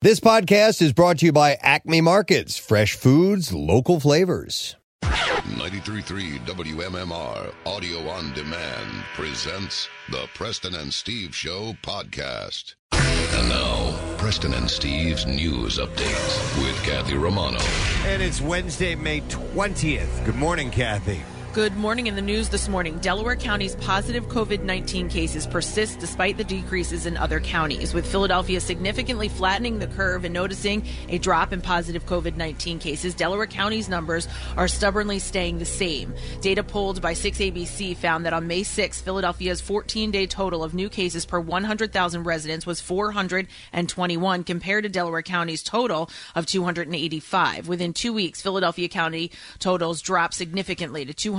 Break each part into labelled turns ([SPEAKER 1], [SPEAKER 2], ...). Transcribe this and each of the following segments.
[SPEAKER 1] This podcast is brought to you by Acme Markets, fresh foods, local flavors.
[SPEAKER 2] 933 WMMR Audio on Demand presents the Preston and Steve Show podcast. And now, Preston and Steve's news updates with Kathy Romano.
[SPEAKER 3] And it's Wednesday, May 20th. Good morning, Kathy.
[SPEAKER 4] Good morning. In the news this morning, Delaware County's positive COVID 19 cases persist despite the decreases in other counties, with Philadelphia significantly flattening the curve and noticing a drop in positive COVID 19 cases. Delaware County's numbers are stubbornly staying the same. Data polled by 6ABC found that on May 6, Philadelphia's 14 day total of new cases per 100,000 residents was 421 compared to Delaware County's total of 285. Within two weeks, Philadelphia County totals dropped significantly to 247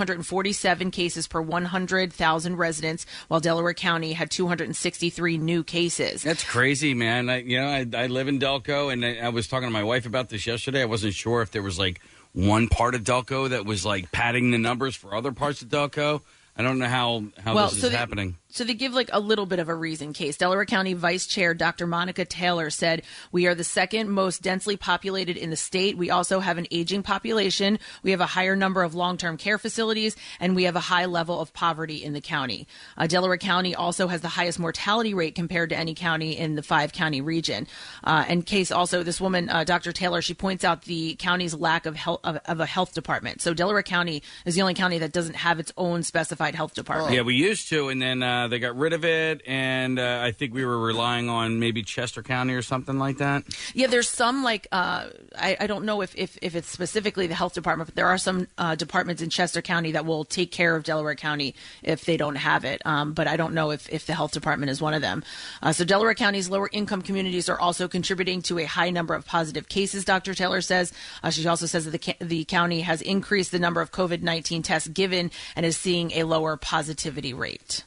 [SPEAKER 4] cases per 100,000 residents, while Delaware County had 263 new cases.
[SPEAKER 5] That's crazy, man. I, you know, I, I live in Delco, and I, I was talking to my wife about this yesterday. I wasn't sure if there was like one part of Delco that was like padding the numbers for other parts of Delco. I don't know how how
[SPEAKER 4] Well,
[SPEAKER 5] this
[SPEAKER 4] so
[SPEAKER 5] is
[SPEAKER 4] they-
[SPEAKER 5] happening.
[SPEAKER 4] So they give like a little bit of a reason case. Delaware County Vice Chair Dr. Monica Taylor said, "We are the second most densely populated in the state. We also have an aging population. We have a higher number of long-term care facilities, and we have a high level of poverty in the county. Uh, Delaware County also has the highest mortality rate compared to any county in the five-county region. Uh, and case also, this woman, uh, Dr. Taylor, she points out the county's lack of, health, of of a health department. So Delaware County is the only county that doesn't have its own specified health department.
[SPEAKER 5] Yeah, we used to, and then uh, they got rid of it, and uh, I think we were relying on maybe Chester County or something like that.
[SPEAKER 4] Yeah, there's some like uh, I, I don't know if, if if it's specifically the health department, but there are some uh, departments in Chester County that will take care of Delaware County if they don't have it. Um, but I don't know if if the health department is one of them. Uh, so Delaware County's lower income communities are also contributing to a high number of positive cases. Dr. Taylor says uh, she also says that the ca- the county has increased the number of COVID 19 tests given and is seeing a lower positivity rate.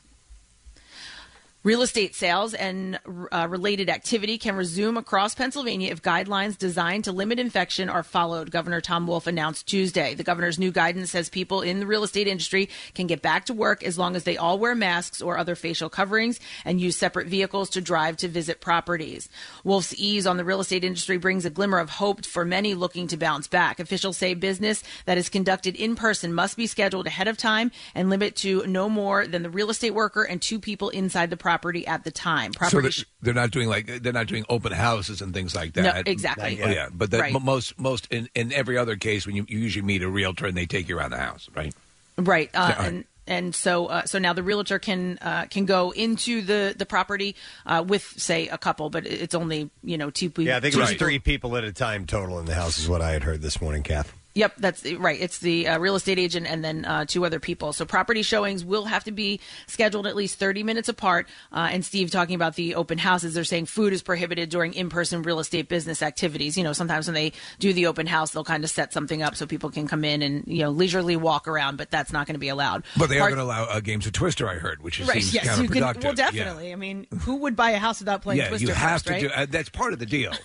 [SPEAKER 4] Real estate sales and uh, related activity can resume across Pennsylvania if guidelines designed to limit infection are followed, Governor Tom Wolf announced Tuesday. The governor's new guidance says people in the real estate industry can get back to work as long as they all wear masks or other facial coverings and use separate vehicles to drive to visit properties. Wolf's ease on the real estate industry brings a glimmer of hope for many looking to bounce back. Officials say business that is conducted in person must be scheduled ahead of time and limit to no more than the real estate worker and two people inside the property at the time.
[SPEAKER 6] So
[SPEAKER 4] Property
[SPEAKER 6] they're, they're not doing like they're not doing open houses and things like that.
[SPEAKER 4] No, exactly.
[SPEAKER 6] Oh, yeah, but that,
[SPEAKER 4] Right.
[SPEAKER 6] m- most most in, in every other case, when you, you usually meet a realtor and they take you around the house, right?
[SPEAKER 4] Right. Uh,
[SPEAKER 6] Yeah.
[SPEAKER 4] and and so uh, so now the realtor can uh, can go into the the property uh, with say a couple, but it- it's only you know two people.
[SPEAKER 3] Yeah, I think it was
[SPEAKER 4] two-
[SPEAKER 3] three people at a time total in the house, is what I had heard this morning, Kath.
[SPEAKER 4] Yep, that's right. It's the uh, real estate agent and then uh, two other people. So property showings will have to be scheduled at least 30 minutes apart. Uh, and Steve talking about the open houses, they're saying food is prohibited during in person real estate business activities. You know, sometimes when they do the open house, they'll kind of set something up so people can come in and, you know, leisurely walk around, but that's not going to be allowed.
[SPEAKER 6] But they are
[SPEAKER 4] Part-
[SPEAKER 6] going to allow uh, games of Twister. I heard, which
[SPEAKER 4] Right,
[SPEAKER 6] seems
[SPEAKER 4] yes, you can.
[SPEAKER 6] counterproductive.
[SPEAKER 4] Well, definitely. I mean, who would buy a house without
[SPEAKER 6] Yeah,
[SPEAKER 4] playing
[SPEAKER 6] yeah
[SPEAKER 4] Twister?
[SPEAKER 6] you have
[SPEAKER 4] first,
[SPEAKER 6] to
[SPEAKER 4] right?
[SPEAKER 6] do. Uh, that's part of the deal.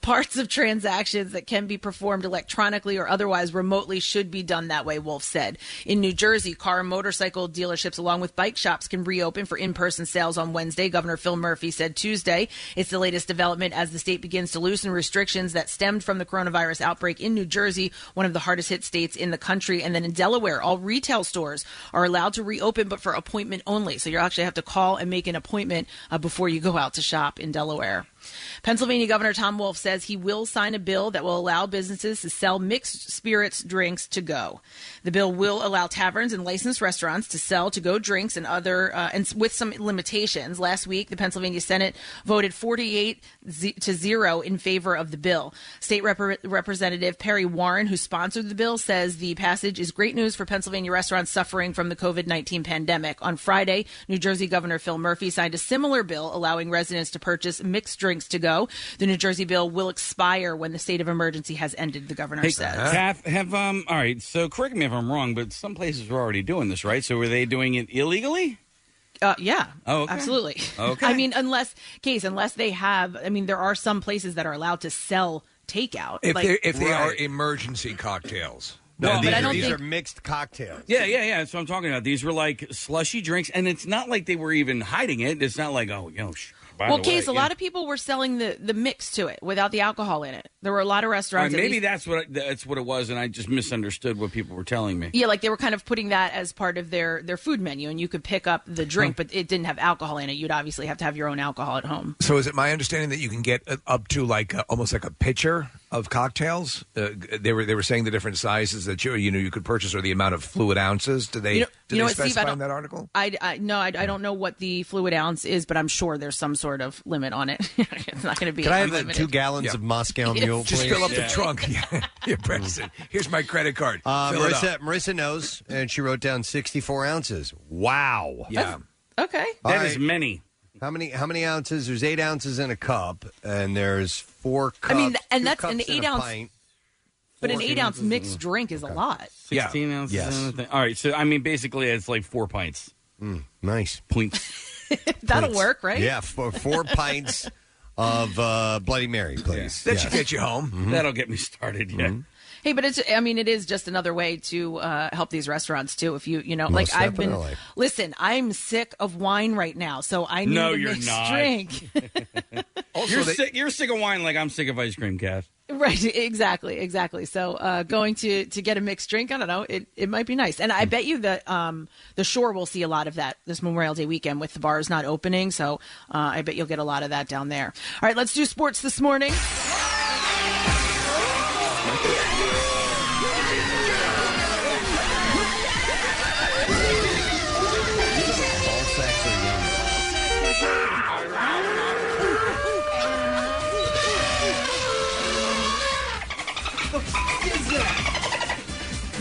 [SPEAKER 4] parts of transactions that can be performed electronically or otherwise remotely should be done that way, Wolf said. In New Jersey, car and motorcycle dealerships along with bike shops can reopen for in-person sales on Wednesday, Governor Phil Murphy said Tuesday. It's the latest development as the state begins to loosen restrictions that stemmed from the coronavirus outbreak in New Jersey, one of the hardest hit states in the country. And then in Delaware, all retail stores are allowed to reopen but for appointment only. So you actually have to call and make an appointment uh, before you go out to shop in Delaware. Pennsylvania Governor Tom Wolf says he will sign a bill that will allow businesses to sell mixed spirits drinks to go. The bill will allow taverns and licensed restaurants to sell to go drinks and other uh, and s- with some limitations. Last week, the Pennsylvania Senate voted 48 ze- to 0 in favor of the bill. State Rep- Representative Perry Warren, who sponsored the bill, says the passage is great news for Pennsylvania restaurants suffering from the COVID-19 pandemic. On Friday, New Jersey Governor Phil Murphy signed a similar bill allowing residents to purchase mixed drinks to go. The New Jersey bill will expire when the state of emergency has ended, the governor
[SPEAKER 5] Hey,
[SPEAKER 4] says.
[SPEAKER 5] Kath, have um, all right. So correct me if I'm wrong, but some places were already doing this, right? So were they doing it illegally?
[SPEAKER 4] Uh, yeah.
[SPEAKER 5] Oh, okay.
[SPEAKER 4] absolutely.
[SPEAKER 5] Okay.
[SPEAKER 4] I mean, unless case, unless they have. I mean, there are some places that are allowed to sell takeout.
[SPEAKER 6] If
[SPEAKER 4] like,
[SPEAKER 6] they if they are
[SPEAKER 3] Right.
[SPEAKER 6] emergency cocktails.
[SPEAKER 3] No,
[SPEAKER 4] but
[SPEAKER 3] these,
[SPEAKER 4] I
[SPEAKER 3] are,
[SPEAKER 4] don't
[SPEAKER 3] these
[SPEAKER 4] think-
[SPEAKER 3] are mixed cocktails.
[SPEAKER 5] Yeah, yeah, yeah. That's what I'm talking about. These were like slushy drinks, and it's not like they were even hiding it. It's not like oh, you know, sh- By
[SPEAKER 4] well,
[SPEAKER 5] the
[SPEAKER 4] Case,
[SPEAKER 5] way,
[SPEAKER 4] a
[SPEAKER 5] yeah.
[SPEAKER 4] lot of people were selling the, the mix to it without the alcohol in it. There were a lot of
[SPEAKER 5] All right,
[SPEAKER 4] restaurants. at
[SPEAKER 5] maybe
[SPEAKER 4] least-
[SPEAKER 5] that's what that's what it was, and I just misunderstood what people were telling me.
[SPEAKER 4] yeah, like they were kind of putting that as part of their, their food menu, and you could pick up the drink, but it didn't have alcohol in it. You'd obviously have to have your own alcohol at home.
[SPEAKER 6] So is it my understanding that you can get uh, up to like uh, almost like a pitcher of cocktails? Uh, g- they were they were saying the different sizes that you you know you could purchase or the amount of fluid ounces. Do they
[SPEAKER 4] you know,
[SPEAKER 6] do
[SPEAKER 4] you know
[SPEAKER 6] they
[SPEAKER 4] what, Steve?
[SPEAKER 6] specify
[SPEAKER 4] I don't,
[SPEAKER 6] in that article?
[SPEAKER 4] I, I- no, I, I don't know what the fluid ounce is, but I'm sure there's some sort of limit on it. it's not going to be.
[SPEAKER 1] Can I have the
[SPEAKER 4] unlimited.
[SPEAKER 1] two gallons of Moscow
[SPEAKER 4] Yes.
[SPEAKER 1] Mule,
[SPEAKER 6] Just
[SPEAKER 1] please?
[SPEAKER 6] fill up the trunk. Yeah, yeah Preston. Here's my credit card.
[SPEAKER 1] Uh,
[SPEAKER 6] Fill it
[SPEAKER 1] Marissa,
[SPEAKER 6] up.
[SPEAKER 1] Marissa knows, and she wrote down 64 ounces. Wow.
[SPEAKER 6] Yeah.
[SPEAKER 4] Okay.
[SPEAKER 1] All
[SPEAKER 5] That is
[SPEAKER 1] right.
[SPEAKER 5] many.
[SPEAKER 1] How many how many ounces? There's eight ounces in a cup, and there's four cups.
[SPEAKER 4] I mean, th- and
[SPEAKER 1] two
[SPEAKER 4] that's an
[SPEAKER 1] cups and a
[SPEAKER 4] eight-ounce-
[SPEAKER 1] pint.
[SPEAKER 4] But an
[SPEAKER 5] Fourteen
[SPEAKER 4] eight ounce
[SPEAKER 5] ounces
[SPEAKER 4] mixed drink is a lot.
[SPEAKER 6] Yeah.
[SPEAKER 5] 16 ounces.
[SPEAKER 1] Yes.
[SPEAKER 5] and everything. All right. So, I mean, basically, it's like four pints.
[SPEAKER 1] Nice.
[SPEAKER 5] Points.
[SPEAKER 4] That'll work, right?
[SPEAKER 1] Yeah, four, four pints of uh, Bloody Mary, please. Mm-hmm.
[SPEAKER 6] That
[SPEAKER 1] Yes.
[SPEAKER 6] should get you home.
[SPEAKER 5] That'll get me started. Yeah.
[SPEAKER 4] Hey, but it's I mean it is just another way to uh, help these restaurants too. If you you know like I've been
[SPEAKER 1] definitely.
[SPEAKER 4] listen, I'm sick of wine right now, so I need
[SPEAKER 5] No,
[SPEAKER 4] a
[SPEAKER 5] you're
[SPEAKER 4] mixed
[SPEAKER 5] not.
[SPEAKER 4] drink.
[SPEAKER 5] You're,
[SPEAKER 6] they-
[SPEAKER 5] sick, you're sick of wine like I'm sick of ice cream, Kath.
[SPEAKER 4] right, exactly, exactly. So uh, going to to get a mixed drink, I don't know, it, it might be nice. And I bet you that um, the shore will see a lot of that this Memorial Day weekend with the bars not opening. So uh, I bet you'll get a lot of that down there. All right, let's do sports this morning.
[SPEAKER 1] All sacks are young.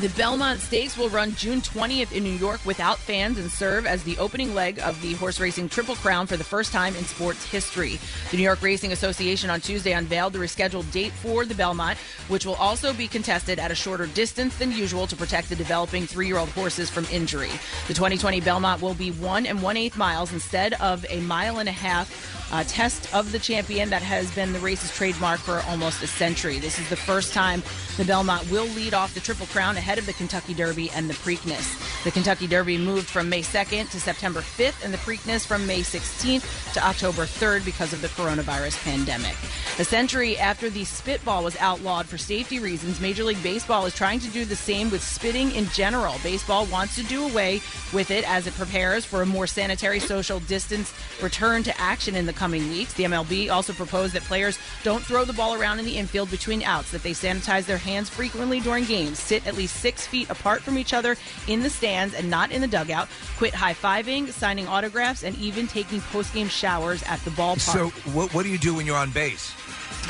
[SPEAKER 4] The Belmont Stakes will run June 20th in New York without fans and serve as the opening leg of the horse racing Triple Crown for the first time in sports history. The New York Racing Association on Tuesday unveiled the rescheduled date for the Belmont, which will also be contested at a shorter distance than usual to protect the developing three year old horses from injury. The 2020 Belmont will be one and one eighth miles instead of a mile and a half. uh, test of the champion that has been the race's trademark for almost a century. This is the first time the Belmont will lead off the Triple Crown ahead of the Kentucky Derby and the Preakness. The Kentucky Derby moved from May 2nd to September 5th, and the Preakness from May 16th to October 3rd because of the coronavirus pandemic. A century after the spitball was outlawed for safety reasons, Major League Baseball is trying to do the same with spitting in general. Baseball wants to do away with it as it prepares for a more sanitary social distance return to action in the coming weeks. The MLB also proposed that players don't throw the ball around in the infield between outs, that they sanitize their hands frequently during games, sit at least six feet apart from each other in the stands and not in the dugout, quit high fiving, signing autographs, and even taking post game showers at the ballpark.
[SPEAKER 6] So what what do you do when you're on base?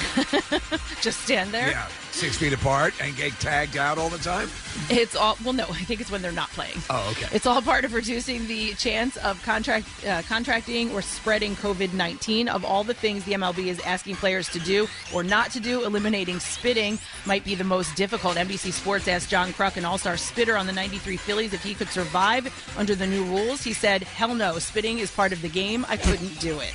[SPEAKER 4] Just stand there.
[SPEAKER 6] Yeah, six feet apart and get tagged out all the time.
[SPEAKER 4] It's all well, no, I think it's when they're not playing.
[SPEAKER 6] Oh, okay.
[SPEAKER 4] It's all part of reducing the chance of contract uh, contracting or spreading COVID nineteen. Of all the things the MLB is asking players to do or not to do, eliminating spitting might be the most difficult. NBC Sports asked John Kruk, an All Star spitter on the '93 Phillies, if he could survive under the new rules. He said, "Hell no, spitting is part of the game. I couldn't do it."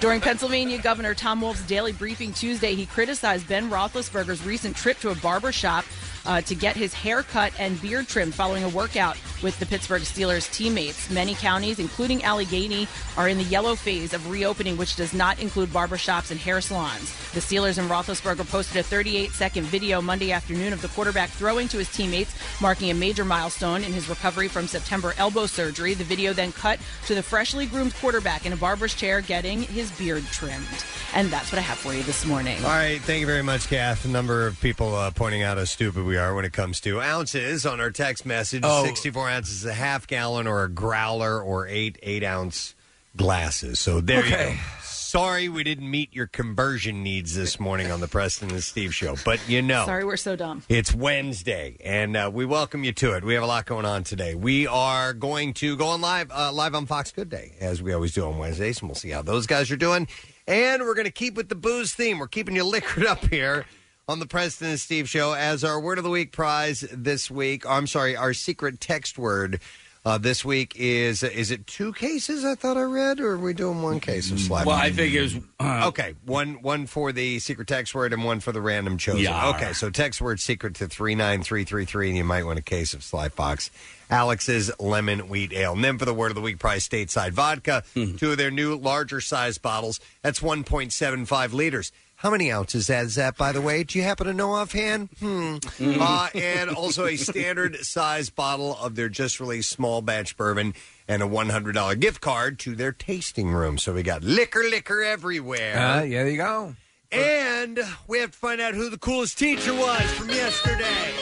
[SPEAKER 4] During Pennsylvania Governor Tom Wolf's daily briefing Tuesday, he criticized Ben Roethlisberger's recent trip to a barber shop uh, to get his hair cut and beard trimmed following a workout with the Pittsburgh Steelers teammates. Many counties, including Allegheny, are in the yellow phase of reopening, which does not include barber shops and hair salons. The Steelers and Roethlisberger posted a 38-second video Monday afternoon of the quarterback throwing to his teammates, marking a major milestone in his recovery from September elbow surgery. The video then cut to the freshly groomed quarterback in a barber's chair getting his beard trimmed. And that's what I have for you this morning.
[SPEAKER 1] All right, thank you very much, Kath. A number of people uh, pointing out how stupid we are when it comes to ounces on our text message.
[SPEAKER 6] Oh.
[SPEAKER 1] 64 ounces is a half gallon or a growler or eight eight ounce glasses. So there you
[SPEAKER 6] Okay.
[SPEAKER 1] go. Sorry we didn't meet your conversion needs this morning on the Preston and Steve show, but you know.
[SPEAKER 4] Sorry we're so dumb.
[SPEAKER 1] It's Wednesday, and uh, we welcome you to it. We have a lot going on today. We are going to go on live, uh, live on Fox Good Day, as we always do on Wednesdays, and we'll see how those guys are doing. And we're going to keep with the booze theme. We're keeping you liquored up here on the President and Steve Show as our Word of the Week prize this week. I'm sorry, our secret text word Uh, this week is is it two cases? I thought I read, or are we doing one case of slide?
[SPEAKER 5] Mm, Well, I think it was uh,
[SPEAKER 1] okay. One one for the secret text word and one for the random chosen.
[SPEAKER 5] Yeah.
[SPEAKER 1] Okay, so text word secret to three nine three three three, and you might want a case of Sly Fox. Alex's lemon wheat ale. And then for the word of the week prize, stateside vodka,
[SPEAKER 6] Hmm.
[SPEAKER 1] two of their new larger size bottles. That's one point seven five liters. How many ounces is that, by the way? Do you happen to know offhand? Hmm.
[SPEAKER 6] Mm.
[SPEAKER 1] Uh, and also a standard size bottle of their just released small batch bourbon and a $100 gift card to their tasting room. So we got liquor, liquor everywhere.
[SPEAKER 6] Uh, yeah, there you go.
[SPEAKER 1] And we have to find out who the coolest teacher was from yesterday.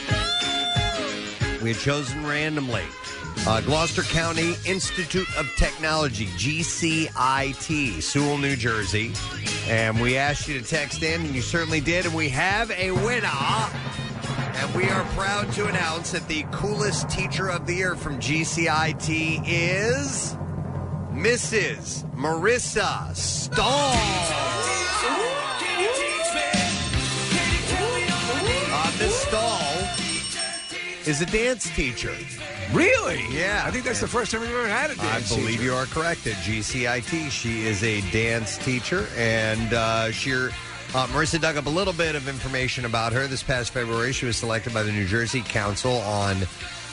[SPEAKER 1] We had chosen randomly uh, Gloucester County Institute of Technology, GCIT, Sewell, New Jersey. And we asked you to text in, and you certainly did. And we have a winner. And we are proud to announce that the coolest teacher of the year from GCIT is Mrs. Marissa Stahl. Uh, Miss Stahl is a dance teacher.
[SPEAKER 6] Really?
[SPEAKER 1] Yeah.
[SPEAKER 6] I think that's the first time we've ever had a
[SPEAKER 1] I
[SPEAKER 6] dance.
[SPEAKER 1] believe you are correct at GCIT. She is a dance teacher, and uh, she. Uh, Marissa dug up a little bit of information about her. This past February, she was selected by the New Jersey Council on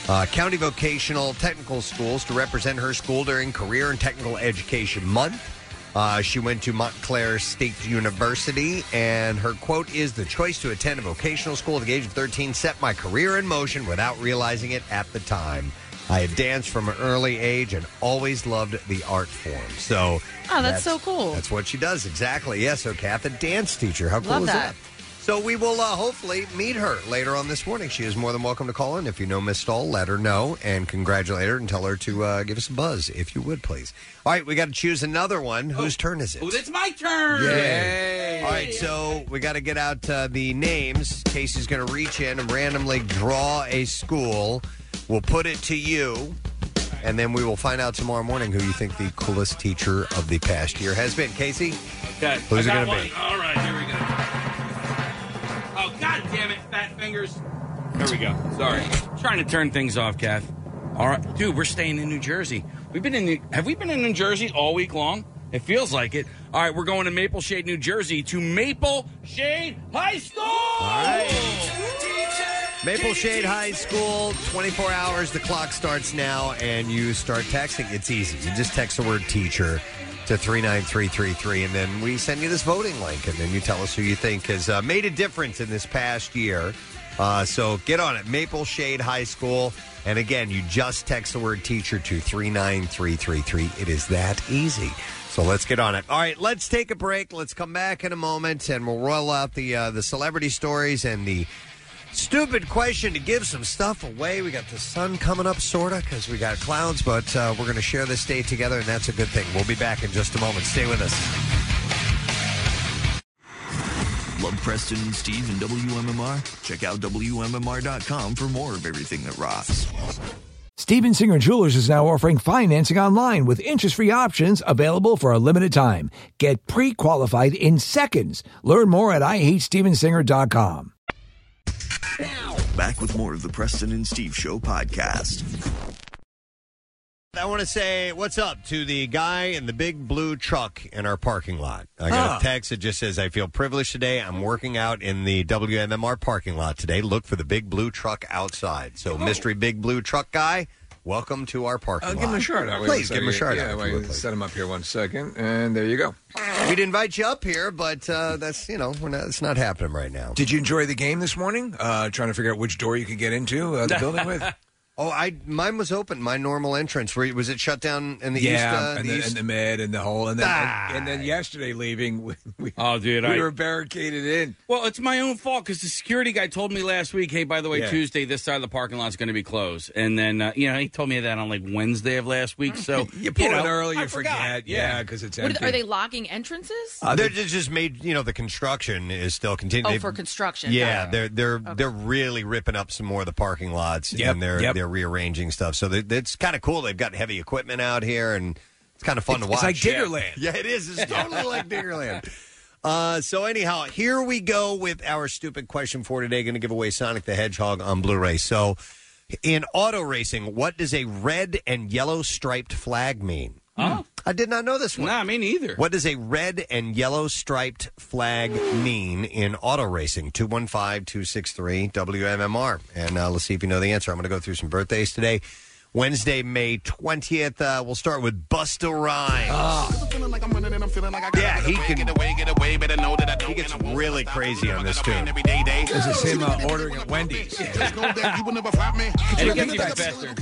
[SPEAKER 1] uh, County Vocational Technical Schools to represent her school during Career and Technical Education Month. Uh, she went to Montclair State University, and her quote is The choice to attend a vocational school at the age of 13 set my career in motion without realizing it at the time. I had danced from an early age and always loved the art form. So,
[SPEAKER 4] Oh, that's so cool.
[SPEAKER 1] That's what she does, exactly. Yeah, so Kath, a dance teacher. How cool
[SPEAKER 4] Love
[SPEAKER 1] is that?
[SPEAKER 4] that.
[SPEAKER 1] So we will uh, hopefully meet her later on this morning. She is more than welcome to call in. If you know Miss Stoll, let her know and congratulate her and tell her to uh, give us a buzz, if you would, please. All right, we got to choose another one. Whose turn is it?
[SPEAKER 5] Oh, it's my turn.
[SPEAKER 1] Yay. All right, so we got to get out uh, the names. Casey's going to reach in and randomly draw a school. We'll put it to you, and then we will find out tomorrow morning who you think the coolest teacher of the past year has been. Casey?
[SPEAKER 5] Okay.
[SPEAKER 1] Who's
[SPEAKER 5] I
[SPEAKER 1] it
[SPEAKER 5] got
[SPEAKER 1] going to be?
[SPEAKER 5] one. All right, here we go. Oh, God damn it, fat fingers. There we go. Sorry. Trying to turn things off, Kath. All right. Dude, we're staying in New Jersey. We've been in New- have we been in New Jersey all week long? It feels like it. All right, we're going to Maple Shade, New Jersey to Maple Shade High School. All
[SPEAKER 1] Maple Shade High School, 24 hours. The clock starts now, and you start texting. It's easy. You just text the word teacher to 39333, and then we send you this voting link, and then you tell us who you think has uh, made a difference in this past year. Uh, so get on it. Maple Shade High School. And again, you just text the word teacher to 39333. It is that easy. So let's get on it. All right, let's take a break. Let's come back in a moment, and we'll roll out the uh, the celebrity stories and the stupid question to give some stuff away. We got the sun coming up, sorta, because we got clouds, but uh, we're going to share this day together, and that's a good thing. We'll be back in just a moment. Stay with us.
[SPEAKER 7] Love Preston and Steve and WMMR? Check out WMMR.com for more of everything that rocks.
[SPEAKER 8] Steven Singer Jewelers is now offering financing online with interest-free options available for a limited time. Get pre-qualified in seconds. Learn more at IHateStevenSinger.com.
[SPEAKER 7] Back with more of the Preston and Steve Show podcast.
[SPEAKER 1] I want to say what's up to the guy in the big blue truck in our parking lot. I got
[SPEAKER 6] Ah.
[SPEAKER 1] a text that just says, I feel privileged today. I'm working out in the WMMR parking lot today. Look for the big blue truck outside.
[SPEAKER 6] Oh.
[SPEAKER 1] So, mystery big blue truck guy, welcome to our parking
[SPEAKER 6] Uh,
[SPEAKER 1] lot.
[SPEAKER 6] give him a shout out. Wait
[SPEAKER 1] Please give him a
[SPEAKER 6] second.
[SPEAKER 1] shout
[SPEAKER 6] Yeah,
[SPEAKER 1] out. if
[SPEAKER 6] wait,
[SPEAKER 1] you would, please.
[SPEAKER 6] set him up here one second, and there you go.
[SPEAKER 1] We'd invite you up here, but uh, that's, you know, we're not, it's not happening right now.
[SPEAKER 6] Did you enjoy the game this morning? Uh, trying to figure out which door you could get into uh, the building with.
[SPEAKER 1] Oh, I mine was open. My normal entrance. Were, was it shut down in the
[SPEAKER 6] yeah,
[SPEAKER 1] east? Uh, the
[SPEAKER 6] and, the,
[SPEAKER 1] east?
[SPEAKER 6] and the mid and the whole, and then and, and then yesterday leaving, we, we,
[SPEAKER 5] Oh, dude,
[SPEAKER 6] we
[SPEAKER 5] I
[SPEAKER 6] were barricaded in.
[SPEAKER 5] Well, Oh, it's my own fault because the security guy told me last week, hey, by the way,
[SPEAKER 6] Yeah.
[SPEAKER 5] Tuesday, this side of the parking lot's going to be closed. And then, uh, you know, he told me that on like Wednesday of last week. So,
[SPEAKER 6] You pull
[SPEAKER 5] know,
[SPEAKER 6] it early,
[SPEAKER 5] I
[SPEAKER 6] you
[SPEAKER 5] forgot.
[SPEAKER 6] forget. Yeah, because it's
[SPEAKER 4] What
[SPEAKER 6] empty.
[SPEAKER 4] are, are they locking entrances?
[SPEAKER 6] Uh,
[SPEAKER 1] They're ju- just made. You know, the construction is still
[SPEAKER 4] oh,
[SPEAKER 1] continuing.
[SPEAKER 4] for construction.
[SPEAKER 1] Yeah,
[SPEAKER 4] Got it.
[SPEAKER 1] they're they're they're really ripping up some more of the parking lots,
[SPEAKER 6] Yep,
[SPEAKER 1] and they're
[SPEAKER 6] yep.
[SPEAKER 1] they're rearranging stuff. So they, it's kind of cool. They've got heavy equipment out here, and it's kind of fun to watch.
[SPEAKER 6] it's like Diggerland.
[SPEAKER 1] Yeah, it is. It's totally like Diggerland. Uh, so anyhow, here we go with our stupid question for today. Going to give away Sonic the Hedgehog on Blu-ray. So In auto racing, what does a red and yellow striped flag mean? I did not know this one.
[SPEAKER 5] Nah, me neither.
[SPEAKER 1] What does a red and yellow striped flag mean in auto racing? 215 263 WMMR. And uh, let's see if you know the answer. I'm going to go through some birthdays today. Wednesday, May 20th. Uh, we'll start with Busta Rhymes. Ah.
[SPEAKER 5] Ah,
[SPEAKER 1] yeah, he can. He gets really crazy on this tune.
[SPEAKER 6] It's the same uh, ordering at Wendy's.
[SPEAKER 9] And it gets even faster.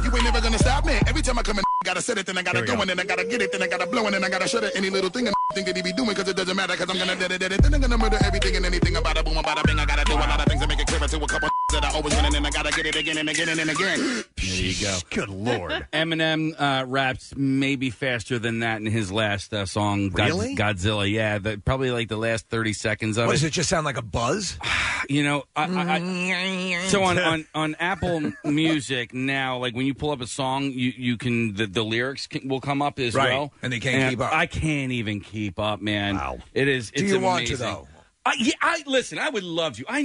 [SPEAKER 9] You ain't never gonna stop me. Every time I come in, I gotta set it, then I gotta
[SPEAKER 1] Here we
[SPEAKER 9] go,
[SPEAKER 1] go.
[SPEAKER 9] and then I gotta get it, then I gotta blow, and then I gotta shut it. Any little thing I think that he be doing, cause it doesn't matter, cause I'm gonna dead it, dead it, then I'm gonna murder everything and anything about a boom, about a bing. I gotta do a lot of things to make it clearer to a couple that I always win, and then I gotta get it again and again and then again.
[SPEAKER 5] There you go.
[SPEAKER 1] Good lord.
[SPEAKER 5] Eminem uh, raps maybe faster than that in his last uh, song, God-
[SPEAKER 6] Really?
[SPEAKER 5] Godzilla. Yeah, the, probably like the last thirty seconds of
[SPEAKER 6] What
[SPEAKER 5] it.
[SPEAKER 6] does it just sound like a buzz?
[SPEAKER 5] You know, I, I, I, so on, on on Apple Music now, like when you pull up a song, you you can the, the lyrics can, will come up as
[SPEAKER 6] Right,
[SPEAKER 5] well,
[SPEAKER 6] and they can't keep up.
[SPEAKER 5] I can't even keep up, man. Wow, it is. It's
[SPEAKER 6] Do you want to,
[SPEAKER 5] amazing.
[SPEAKER 6] though?
[SPEAKER 5] I, yeah, I listen. I would love to. I,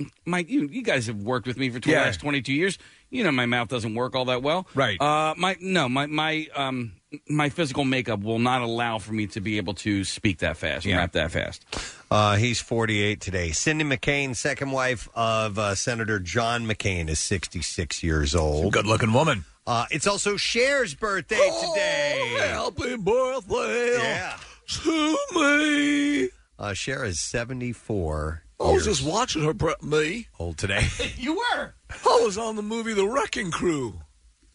[SPEAKER 5] I Mike, you, you guys have worked with me for the
[SPEAKER 6] Yeah.
[SPEAKER 5] last twenty two years. You know, my mouth doesn't work all that well,
[SPEAKER 6] Right.
[SPEAKER 5] Uh, my no, my my um. My physical makeup will not allow for me to be able to speak that fast, and rap that fast.
[SPEAKER 1] Uh, he's 48 today. Cindy McCain, second wife of uh, Senator John McCain, is 66 years old.
[SPEAKER 6] Good looking woman. Oh,
[SPEAKER 1] Uh, it's also Cher's birthday today.
[SPEAKER 6] Happy birthday
[SPEAKER 1] Yeah.
[SPEAKER 6] to me.
[SPEAKER 1] Uh, Cher is 74
[SPEAKER 6] I was just watching her. Pre- me.
[SPEAKER 1] old today.
[SPEAKER 5] You were.
[SPEAKER 6] I was on the movie The Wrecking Crew.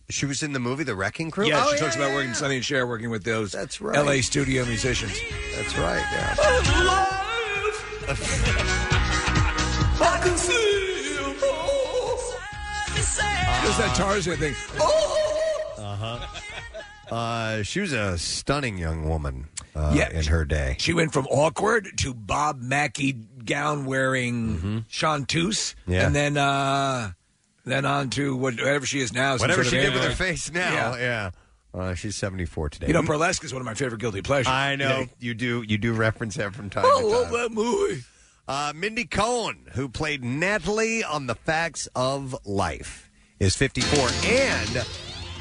[SPEAKER 1] she was in the movie The Wrecking Crew?
[SPEAKER 6] Yeah,
[SPEAKER 1] Oh,
[SPEAKER 6] she talks about
[SPEAKER 1] yeah.
[SPEAKER 6] working Sonny and Cher working with those
[SPEAKER 1] That's right.
[SPEAKER 6] LA studio musicians.
[SPEAKER 1] That's right, yeah.
[SPEAKER 6] Just that Tarzan thing. Uh-huh.
[SPEAKER 1] Uh, she was a stunning young woman uh,
[SPEAKER 6] Yeah.
[SPEAKER 1] in her day.
[SPEAKER 6] She went from awkward to Bob Mackey gown wearing chanteuse,
[SPEAKER 1] Mm-hmm. Yeah.
[SPEAKER 6] and then uh, then on to whatever she is now. some
[SPEAKER 1] Whatever
[SPEAKER 6] sort
[SPEAKER 1] she
[SPEAKER 6] of
[SPEAKER 1] did with
[SPEAKER 6] animal.
[SPEAKER 1] her face now, yeah. Uh, she's 74 today.
[SPEAKER 5] Mm-hmm.
[SPEAKER 6] You know, burlesque is one of my favorite guilty pleasures.
[SPEAKER 1] I know
[SPEAKER 6] Yeah.
[SPEAKER 1] you do. You do reference that from time
[SPEAKER 6] I
[SPEAKER 1] to time.
[SPEAKER 6] love that movie.
[SPEAKER 1] Uh, Mindy Cohen, who played Natalie on The Facts of Life, is 54. And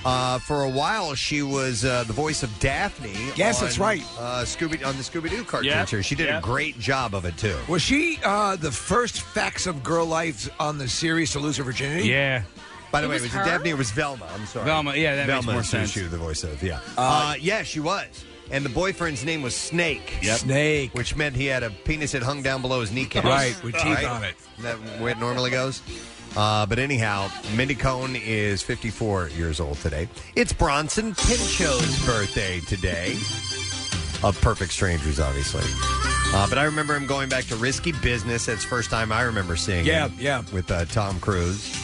[SPEAKER 1] uh, for a while, she was uh, the voice of Daphne.
[SPEAKER 6] Yes,
[SPEAKER 1] on,
[SPEAKER 6] that's right.
[SPEAKER 1] Uh, Scooby on the Scooby Doo cartoon
[SPEAKER 5] Yeah,
[SPEAKER 1] series. She did
[SPEAKER 5] yeah.
[SPEAKER 1] a great job of it too.
[SPEAKER 6] Was she uh, the first facts of girl life on the series to lose her virginity?
[SPEAKER 5] Yeah,
[SPEAKER 1] By the way,
[SPEAKER 4] was
[SPEAKER 1] was
[SPEAKER 4] her?
[SPEAKER 1] it Daphne or was Velma? I'm sorry.
[SPEAKER 5] Velma, yeah, that makes
[SPEAKER 1] Velma
[SPEAKER 5] more
[SPEAKER 1] is who
[SPEAKER 5] sense.
[SPEAKER 1] She was the voice of. Yeah. Uh, yeah, she was. And the boyfriend's name was Snake.
[SPEAKER 6] Snake.
[SPEAKER 1] Which meant he had a penis that hung down below his kneecap.
[SPEAKER 6] Right, with teeth
[SPEAKER 1] Right?
[SPEAKER 6] on it.
[SPEAKER 1] Isn't that where it normally goes? Uh, but anyhow, Mindy Cohn is 54 years old today. It's Bronson Pinchot's birthday today. Of Perfect Strangers, obviously. Uh, but I remember him going back to Risky Business. That's the first time I remember seeing
[SPEAKER 6] Yeah,
[SPEAKER 1] him.
[SPEAKER 6] yeah.
[SPEAKER 1] With uh, Tom Cruise.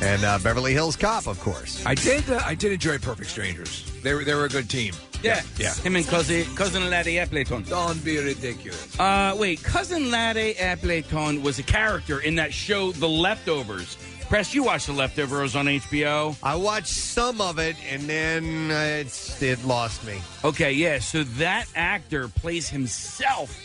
[SPEAKER 1] And uh, Beverly Hills Cop, of course.
[SPEAKER 6] I did. Uh, I did enjoy Perfect Strangers. They were they were a good team.
[SPEAKER 5] yeah,
[SPEAKER 6] yeah.
[SPEAKER 5] Him and cousin cousin Laddie Appleton.
[SPEAKER 6] Don't be ridiculous.
[SPEAKER 5] Uh, wait, cousin Laddie Appleton was a character in that show, The Leftovers. Press, you watched The Leftovers on HBO.
[SPEAKER 1] I watched some of it, and then uh, it's, it lost me.
[SPEAKER 5] Okay, yeah. So that actor plays himself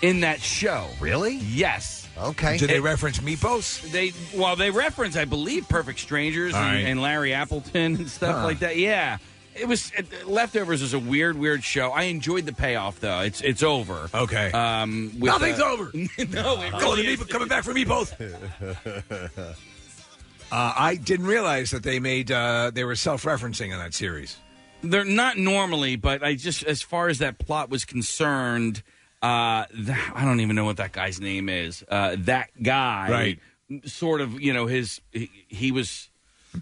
[SPEAKER 5] in that show.
[SPEAKER 1] Really?
[SPEAKER 5] Yes.
[SPEAKER 1] Okay.
[SPEAKER 6] Did they reference Meepos?
[SPEAKER 5] They well, they reference, I believe, Perfect Strangers
[SPEAKER 6] All
[SPEAKER 5] and,
[SPEAKER 6] right.
[SPEAKER 5] and Larry Appleton and stuff
[SPEAKER 6] Huh.
[SPEAKER 5] like that. Yeah. It was uh, Leftovers is a weird, weird show. I enjoyed the payoff though. It's it's over.
[SPEAKER 6] Okay.
[SPEAKER 5] Um, with,
[SPEAKER 6] Nothing's
[SPEAKER 5] uh,
[SPEAKER 6] over.
[SPEAKER 5] no,
[SPEAKER 1] Oh,
[SPEAKER 5] it
[SPEAKER 6] Going
[SPEAKER 5] really
[SPEAKER 6] to
[SPEAKER 5] is.
[SPEAKER 6] Meep- coming back from Meepos. uh, I didn't realize that they made uh, they were self referencing on that series.
[SPEAKER 5] They're not normally, but I just as far as that plot was concerned, uh, th I don't even know what that guy's name is. Uh, that guy,
[SPEAKER 6] Right.
[SPEAKER 5] Sort of, you know, his he, he was.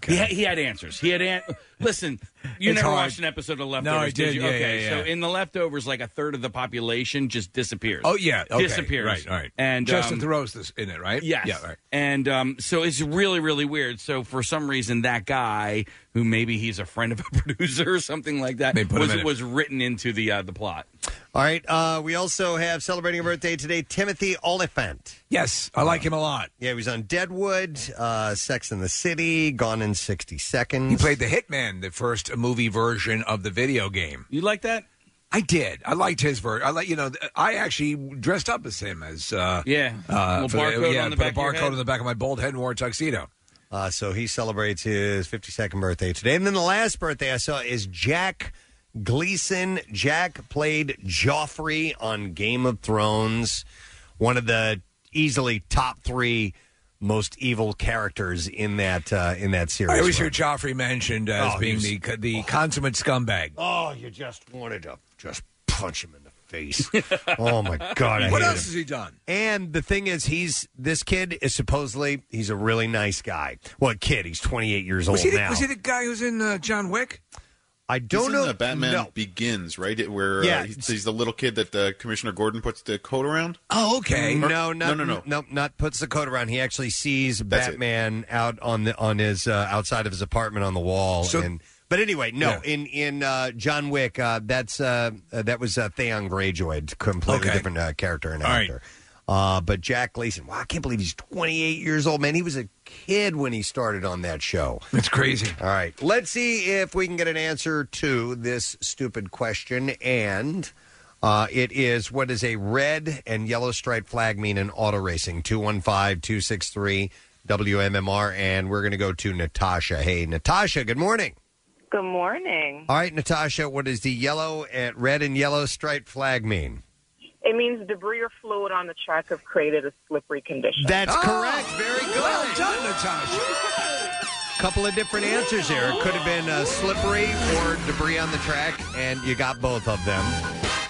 [SPEAKER 5] He, had, he had answers. He had an- listen. You
[SPEAKER 6] It's
[SPEAKER 5] never
[SPEAKER 6] hard.
[SPEAKER 5] watched an episode of Leftovers,
[SPEAKER 6] No, I did.
[SPEAKER 5] you?
[SPEAKER 6] Yeah,
[SPEAKER 5] okay,
[SPEAKER 6] yeah,
[SPEAKER 5] so
[SPEAKER 6] yeah.
[SPEAKER 5] in the Leftovers, like a third of the population just disappears.
[SPEAKER 6] Oh yeah, okay.
[SPEAKER 5] disappears.
[SPEAKER 6] Right, right.
[SPEAKER 5] And
[SPEAKER 6] Justin
[SPEAKER 5] um,
[SPEAKER 6] Theroux's this- in it, right?
[SPEAKER 5] Yes.
[SPEAKER 6] Yeah, right.
[SPEAKER 5] And um, so it's really, really weird. So for some reason, that guy, who maybe he's a friend of a producer or something like that,
[SPEAKER 6] They put him
[SPEAKER 5] was,
[SPEAKER 6] in it.
[SPEAKER 5] was written into the uh, the plot.
[SPEAKER 1] All right. Uh, we also have celebrating a birthday today, Timothy Oliphant.
[SPEAKER 6] Yes, I like him a lot.
[SPEAKER 1] Yeah, he was on Deadwood, uh, Sex and the City, Gone in 60 Seconds.
[SPEAKER 6] He played the Hitman, the first movie version of the video game.
[SPEAKER 5] You like that?
[SPEAKER 6] I did. I liked his version. I like you know. I actually dressed up as him as uh,
[SPEAKER 5] Yeah.
[SPEAKER 6] uh,
[SPEAKER 5] Little
[SPEAKER 6] for the-
[SPEAKER 5] barcode
[SPEAKER 6] yeah,
[SPEAKER 5] on the
[SPEAKER 6] put
[SPEAKER 5] back
[SPEAKER 6] a
[SPEAKER 5] of your
[SPEAKER 6] barcode
[SPEAKER 5] head.
[SPEAKER 6] on the back of my bald head and wore a tuxedo.
[SPEAKER 1] Uh, so he celebrates his 52nd birthday today. And then the last birthday I saw is Jack Gleason. Jack played Joffrey on Game of Thrones, one of the easily top three most evil characters in that uh, in that series.
[SPEAKER 6] I always hear
[SPEAKER 1] Right.
[SPEAKER 6] Joffrey mentioned as
[SPEAKER 1] Oh,
[SPEAKER 6] being
[SPEAKER 1] he's-
[SPEAKER 6] the the consummate scumbag.
[SPEAKER 1] Oh, you just wanted to just punch him in the face. oh my god! I
[SPEAKER 6] What
[SPEAKER 1] hated
[SPEAKER 6] else
[SPEAKER 1] him.
[SPEAKER 6] has he done?
[SPEAKER 1] And the thing is, he's this kid is supposedly he's a really nice guy. Well, a kid, he's 28 years
[SPEAKER 6] Was
[SPEAKER 1] old
[SPEAKER 6] he, the,
[SPEAKER 1] now.
[SPEAKER 6] was he the guy who's in uh, John Wick?
[SPEAKER 1] I don't
[SPEAKER 10] He's in
[SPEAKER 1] know.
[SPEAKER 10] the Batman
[SPEAKER 1] No.
[SPEAKER 10] Begins, right? It- Where
[SPEAKER 1] Yeah.
[SPEAKER 10] uh, he's, he's the little kid that uh, Commissioner Gordon puts the coat around.
[SPEAKER 6] Oh, okay.
[SPEAKER 1] Mm-hmm. No,
[SPEAKER 10] Or-
[SPEAKER 1] not,
[SPEAKER 10] no, no, no.
[SPEAKER 1] not puts the coat around. He actually sees
[SPEAKER 10] That's it.
[SPEAKER 1] Batman out on the on his uh, outside of his apartment on the wall.
[SPEAKER 6] So-
[SPEAKER 1] and but anyway, no.
[SPEAKER 6] Yeah.
[SPEAKER 1] In in uh, John Wick, uh, that's uh, uh, that was uh, Theon Greyjoy, completely
[SPEAKER 6] Okay.
[SPEAKER 1] different uh, character and
[SPEAKER 6] All right.
[SPEAKER 1] actor. Uh, but Jack Gleason, wow, I can't believe he's 28 years old, man. He was a kid when he started on that show.
[SPEAKER 6] That's crazy.
[SPEAKER 1] All right. Let's see if we can get an answer to this stupid question. And uh, it is what does a red and yellow stripe flag mean in auto racing? 215 263 WMMR. And we're going to go to Natasha. Hey, Natasha, good morning.
[SPEAKER 11] Good morning.
[SPEAKER 1] All right, Natasha, what does the yellow and red and yellow stripe flag mean?
[SPEAKER 11] It means debris or fluid on the track have created a slippery condition.
[SPEAKER 1] That's
[SPEAKER 6] Oh.
[SPEAKER 1] correct. Very good.
[SPEAKER 6] Well done, Natasha.
[SPEAKER 1] couple of different answers here. It could have been uh, slippery or debris on the track, and you got both of them.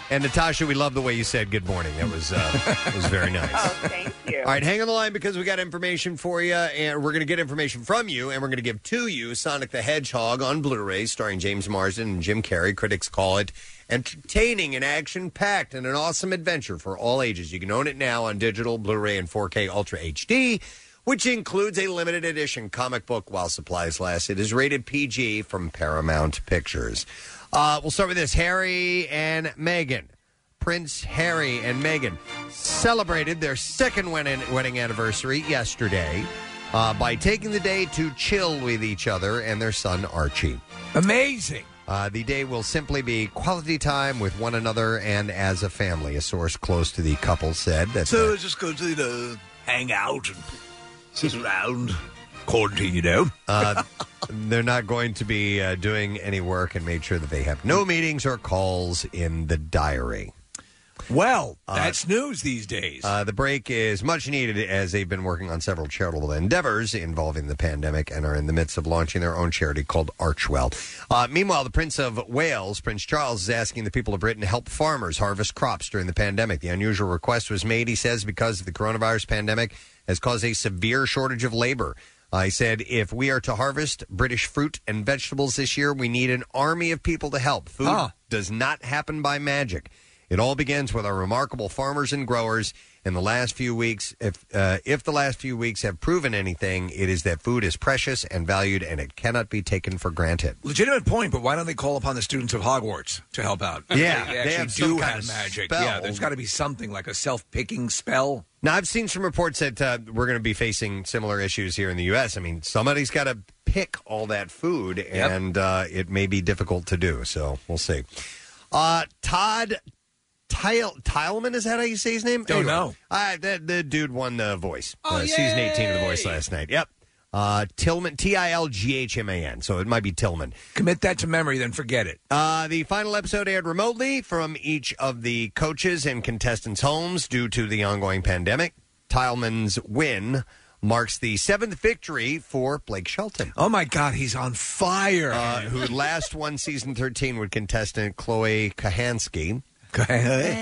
[SPEAKER 1] And Natasha, we love the way you said good morning. That was uh, it was very nice.
[SPEAKER 11] oh, thank you.
[SPEAKER 1] All right, hang on the line because we got information for you, and we're going to get information from you, and we're going to give to you Sonic the Hedgehog on Blu-ray, starring James Marsden and Jim Carrey. Critics call it entertaining and action-packed and an awesome adventure for all ages. You can own it now on digital, Blu-ray, and 4K Ultra HD, which includes a limited edition comic book while supplies last. It is rated PG from Paramount Pictures. Uh, we'll start with this: Harry and Meghan. Prince Harry and Meghan celebrated their second wedding wedding anniversary yesterday uh, by taking the day to chill with each other and their son Archie.
[SPEAKER 6] Amazing.
[SPEAKER 1] Uh, the day will simply be quality time with one another and as a family. A source close to the couple said that.
[SPEAKER 6] So it's just go to the hang out and sit around. Quarantine, you know.
[SPEAKER 1] Uh, they're not going to be uh, doing any work and made sure that they have no meetings or calls in the diary.
[SPEAKER 6] Well, that's news these days.
[SPEAKER 1] Uh, the break is much needed as they've been working on several charitable endeavors involving the pandemic and are in the midst of launching their own charity called Archwell. Uh, meanwhile, the Prince of Wales, Prince Charles, is asking the people of Britain to help farmers harvest crops during the pandemic. The unusual request was made, he says, because the coronavirus pandemic has caused a severe shortage of labor. I said, if we are to harvest British fruit and vegetables this year, we need an army of people to help. Food
[SPEAKER 6] Huh.
[SPEAKER 1] does not happen by magic. It all begins with our remarkable farmers and growers. In the last few weeks, if uh, if the last few weeks have proven anything, it is that food is precious and valued, and it cannot be taken for granted.
[SPEAKER 6] Legitimate point, but why don't they call upon the students of Hogwarts to help out?
[SPEAKER 1] Yeah,
[SPEAKER 6] they,
[SPEAKER 1] they
[SPEAKER 6] actually
[SPEAKER 1] have some
[SPEAKER 6] do
[SPEAKER 1] kind
[SPEAKER 6] have
[SPEAKER 1] of
[SPEAKER 6] magic.
[SPEAKER 1] spell.
[SPEAKER 6] Yeah, there's got to be something like a self-picking spell.
[SPEAKER 1] Now, I've seen some reports that uh, we're going to be facing similar issues here in the U.S. I mean, somebody's got to pick all that food, and uh, it may be difficult to do. So we'll see. Uh, Todd Tile Tileman is that how you say his name?
[SPEAKER 6] Don't know.
[SPEAKER 1] Uh, the, the dude won the Voice
[SPEAKER 5] Oh,
[SPEAKER 1] uh, season eighteen of the
[SPEAKER 5] yay!
[SPEAKER 1] Voice last night. Yep. Uh, Tillman T I L G H M A N. So it might be Tillman.
[SPEAKER 6] Commit that to memory, then forget it.
[SPEAKER 1] Uh, the final episode aired remotely from each of the coaches and contestants' homes due to the ongoing pandemic. Tileman's win marks the seventh victory for Blake Shelton,
[SPEAKER 6] Oh my God, he's on fire.
[SPEAKER 1] uh, who last won season 13 with contestant Chloe Kahansky.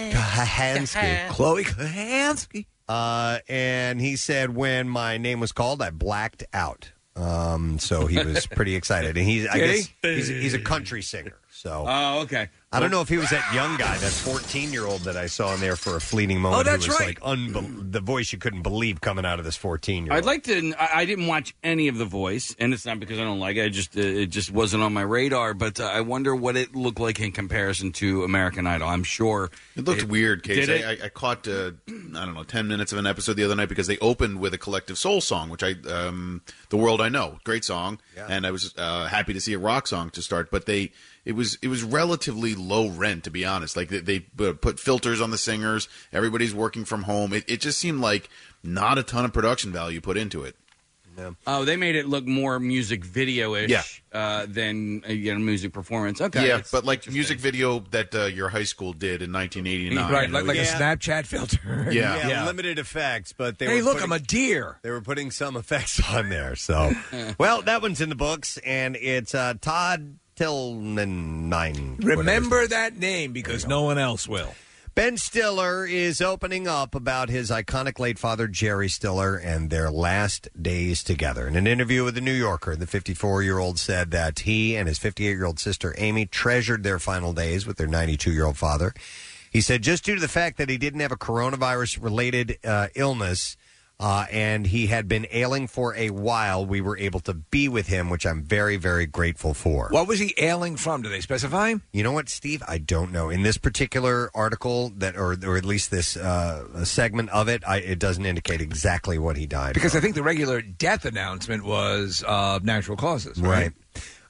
[SPEAKER 1] Kahansky.
[SPEAKER 6] Chloe Kahansky.
[SPEAKER 1] Uh, and he said, when my name was called, I blacked out. Um, so he was pretty excited. And he's, I
[SPEAKER 6] Did
[SPEAKER 1] guess, he's, he's a country singer. So
[SPEAKER 5] Oh, okay.
[SPEAKER 1] I don't know if he was that young guy, that 14 year old that I saw in there for a fleeting moment.
[SPEAKER 6] Oh, that's
[SPEAKER 1] who was Like
[SPEAKER 6] right.
[SPEAKER 1] unbe- the voice you couldn't believe coming out of this 14 year old.
[SPEAKER 5] I'd like to. I I didn't watch any of The Voice, and it's not because I don't like it. I just uh, it just wasn't on my radar. But uh, I wonder what it looked like in comparison to American Idol. I'm sure
[SPEAKER 10] It looked weird, Case.
[SPEAKER 5] Did
[SPEAKER 10] I, I, I caught uh, I don't know ten minutes of an episode the other night because they opened with a collective soul song, which I um, the world I know, great song, and I was uh, happy to see a rock song to start. But they it was it was relatively low rent to be honest. Like they, they uh, put filters on the singers, everybody's working from home. It, it just seemed like not a ton of production value put into it.
[SPEAKER 5] Oh, they made it look more music video ish
[SPEAKER 10] Yeah.
[SPEAKER 5] uh, than uh, you know, music performance. Okay.
[SPEAKER 10] yeah,
[SPEAKER 5] it's-
[SPEAKER 10] but like music video that uh, your high school did in 1989,
[SPEAKER 6] Right, like, like
[SPEAKER 10] It was-
[SPEAKER 6] a Snapchat filter.
[SPEAKER 10] Yeah.
[SPEAKER 1] yeah, limited effects, but they
[SPEAKER 6] hey,
[SPEAKER 1] were
[SPEAKER 6] look,
[SPEAKER 1] putting-
[SPEAKER 6] I'm a deer.
[SPEAKER 1] They were putting some effects on there. So, well, that one's in the books, and it's uh, Todd Tillman Nine.
[SPEAKER 6] Remember that name because no one else will.
[SPEAKER 1] Ben Stiller is opening up about his iconic late father, Jerry Stiller, and their last days together. In an interview with The New Yorker, the 54 year old said that he and his 58 year old sister, Amy, treasured their final days with their 92 year old father. He said, just due to the fact that he didn't have a coronavirus related uh, illness, uh, and he had been ailing for a while. We were able to be with him, which I'm very, very grateful for.
[SPEAKER 6] What was he ailing from? Do they specify?
[SPEAKER 1] You know what, Steve? I don't know. In this particular article, that or or at least this uh, segment of it, I, it doesn't indicate exactly what he died.
[SPEAKER 6] Because I think the regular death announcement was uh, natural causes. Right.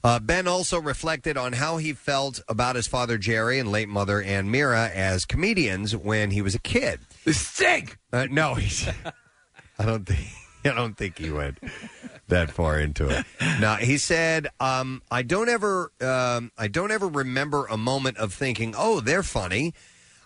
[SPEAKER 1] Uh, ben also reflected on how he felt about his father Jerry and late mother Ann Mira as comedians when he was a kid.
[SPEAKER 6] Stink.
[SPEAKER 1] Uh, no, he's, I don't think I don't think he went that far into it. Now he said, um, "I don't ever um, I don't ever remember a moment of thinking, oh, they're funny."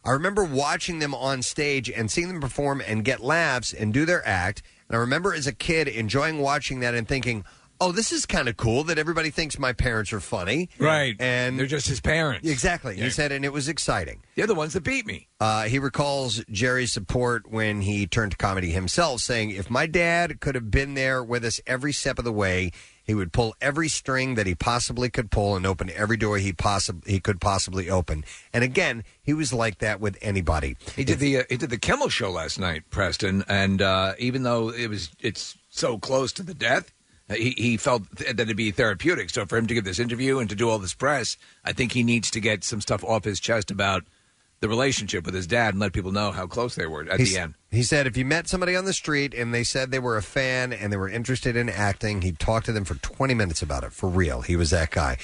[SPEAKER 1] I remember watching them on stage and seeing them perform and get laughs and do their act. And I remember as a kid enjoying watching that and thinking, "Oh, this is kind of cool that everybody thinks my parents are funny."
[SPEAKER 6] Right.
[SPEAKER 1] And
[SPEAKER 6] They're just his parents.
[SPEAKER 1] Exactly.
[SPEAKER 6] Yeah.
[SPEAKER 1] He said, and it was exciting.
[SPEAKER 6] They're the ones that beat me.
[SPEAKER 1] Uh, he recalls Jerry's support when he turned to comedy himself, saying, If my dad could have been there with us every step of the way, he would pull every string that he possibly could pull and open every door he possibly he could possibly open. And again, he was like that with anybody.
[SPEAKER 6] He did the uh, he did the Kimmel show last night, Preston, and uh, even though it was it's so close to the death, uh, he he felt th- that it'd be therapeutic. So for him to give this interview and to do all this press, I think he needs to get some stuff off his chest about the relationship with his dad and let people know how close they were at
[SPEAKER 1] He's-
[SPEAKER 6] the end.
[SPEAKER 1] He said if you met somebody on the street and they said they were a fan and they were interested in acting, he'd talk to them for 20 minutes about it. For real. He was that guy.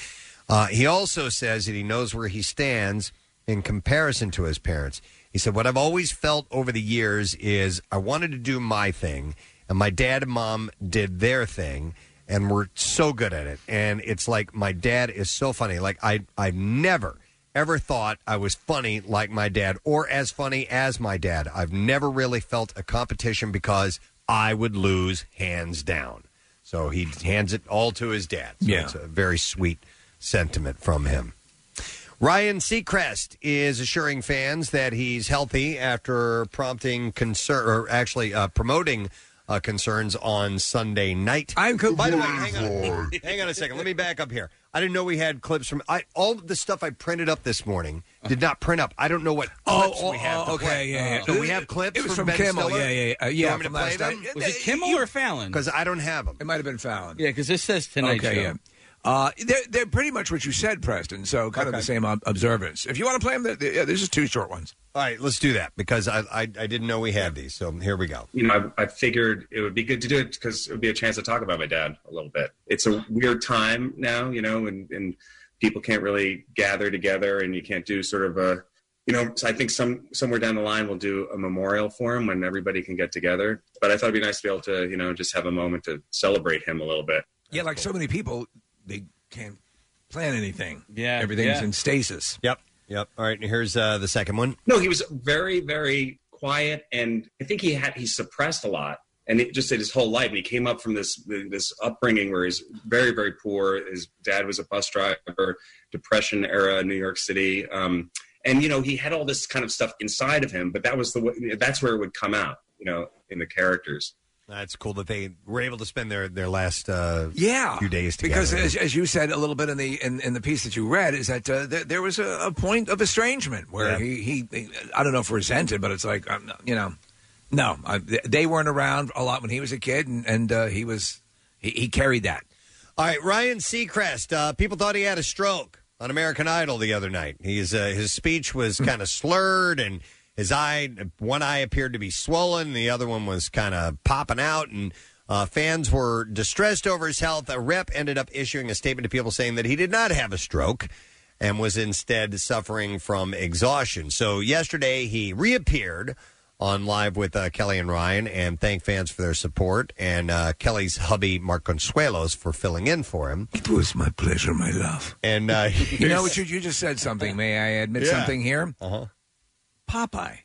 [SPEAKER 1] Uh, he also says that he knows where he stands in comparison to his parents. He said, What I've always felt over the years is I wanted to do my thing, and my dad and mom did their thing. And were so good at it. And it's like my dad is so funny. Like I I've never ever thought I was funny like my dad or as funny as my dad. I've never really felt a competition because I would lose hands down. So he hands it all to his dad. So
[SPEAKER 6] Yeah.
[SPEAKER 1] it's a very sweet sentiment from him. Ryan Seacrest is assuring fans that he's healthy after prompting concern, or actually uh, promoting uh, concerns on Sunday night.
[SPEAKER 6] I'm
[SPEAKER 1] by the way. Hang on, hang on a second. Let me back up here. I didn't know we had clips from I, all of the stuff I printed up this morning. Did not print up. I don't know what clips
[SPEAKER 5] Oh,
[SPEAKER 1] we have. to
[SPEAKER 6] Oh, okay,
[SPEAKER 1] play.
[SPEAKER 6] yeah, yeah.
[SPEAKER 1] Do we have clips?
[SPEAKER 6] It was
[SPEAKER 1] from, Ben
[SPEAKER 6] from Kimmel,
[SPEAKER 1] Stiller?
[SPEAKER 6] yeah, yeah, yeah. Uh,
[SPEAKER 1] Do
[SPEAKER 6] yeah,
[SPEAKER 1] You want me to
[SPEAKER 6] from
[SPEAKER 1] play Uh,
[SPEAKER 6] last
[SPEAKER 1] them?
[SPEAKER 6] night.
[SPEAKER 5] was it Kimmel or Fallon?
[SPEAKER 1] Because I don't have them. It
[SPEAKER 6] might have been Fallon.
[SPEAKER 5] Yeah, because this says Tonight
[SPEAKER 6] okay,
[SPEAKER 5] Show.
[SPEAKER 6] yeah. Uh, they're, they're pretty much what you said, Preston. So kind of the same ob- observance. If you want to play them, they're- they're- yeah, there's just two short ones.
[SPEAKER 1] All right, let's do that because I I, I didn't know we had these. So here we go.
[SPEAKER 12] you know, I, I figured it would be good to do it because it would be a chance to talk about my dad a little bit. It's a weird time now, you know, and, and people can't really gather together and you can't do sort of a, you know, so I think some somewhere down the line we'll do a memorial for him when everybody can get together. But I thought it'd be nice to be able to, you know, just have a moment to celebrate him a little bit.
[SPEAKER 6] Yeah, like so many people, they can't plan anything.
[SPEAKER 12] Yeah,
[SPEAKER 6] everything's
[SPEAKER 12] yeah.
[SPEAKER 6] in stasis.
[SPEAKER 1] Yep, yep. All right, and here's uh, the second one.
[SPEAKER 12] No, he was very, very quiet, and I think he had he suppressed a lot, and it just did his whole life. And he came up from this this upbringing where he's very, very poor. His dad was a bus driver, Depression era New York City, um, and you know he had all this kind of stuff inside of him, but that was the way, that's where it would come out, you know, in the characters.
[SPEAKER 1] That's cool that they were able to spend their their last uh,
[SPEAKER 6] Yeah,
[SPEAKER 1] few days together.
[SPEAKER 6] because as, as you said a little bit in the in, in the piece that you read is that uh, there, there was a, a point of estrangement where
[SPEAKER 1] Yeah.
[SPEAKER 6] he, he he I don't know if resented, but it's like um, you know, no, I, they weren't around a lot when he was a kid, and, and uh, he was he, he carried that.
[SPEAKER 1] All right, Ryan Seacrest. Uh, people thought he had a stroke on American Idol the other night. He's uh, his speech was kind of slurred, and his eye, one eye appeared to be swollen, the other one was kind of popping out, and uh, fans were distressed over his health. A rep ended up issuing a statement to people saying that he did not have a stroke and was instead suffering from exhaustion. So yesterday he reappeared on Live with uh, Kelly and Ryan and thank fans for their support and uh, Kelly's hubby, Mark Consuelos, for filling in for him.
[SPEAKER 6] It was my pleasure, my love.
[SPEAKER 1] And uh,
[SPEAKER 6] You know, you, you just said something. May I admit
[SPEAKER 1] Yeah.
[SPEAKER 6] something here? Uh-huh. Popeye.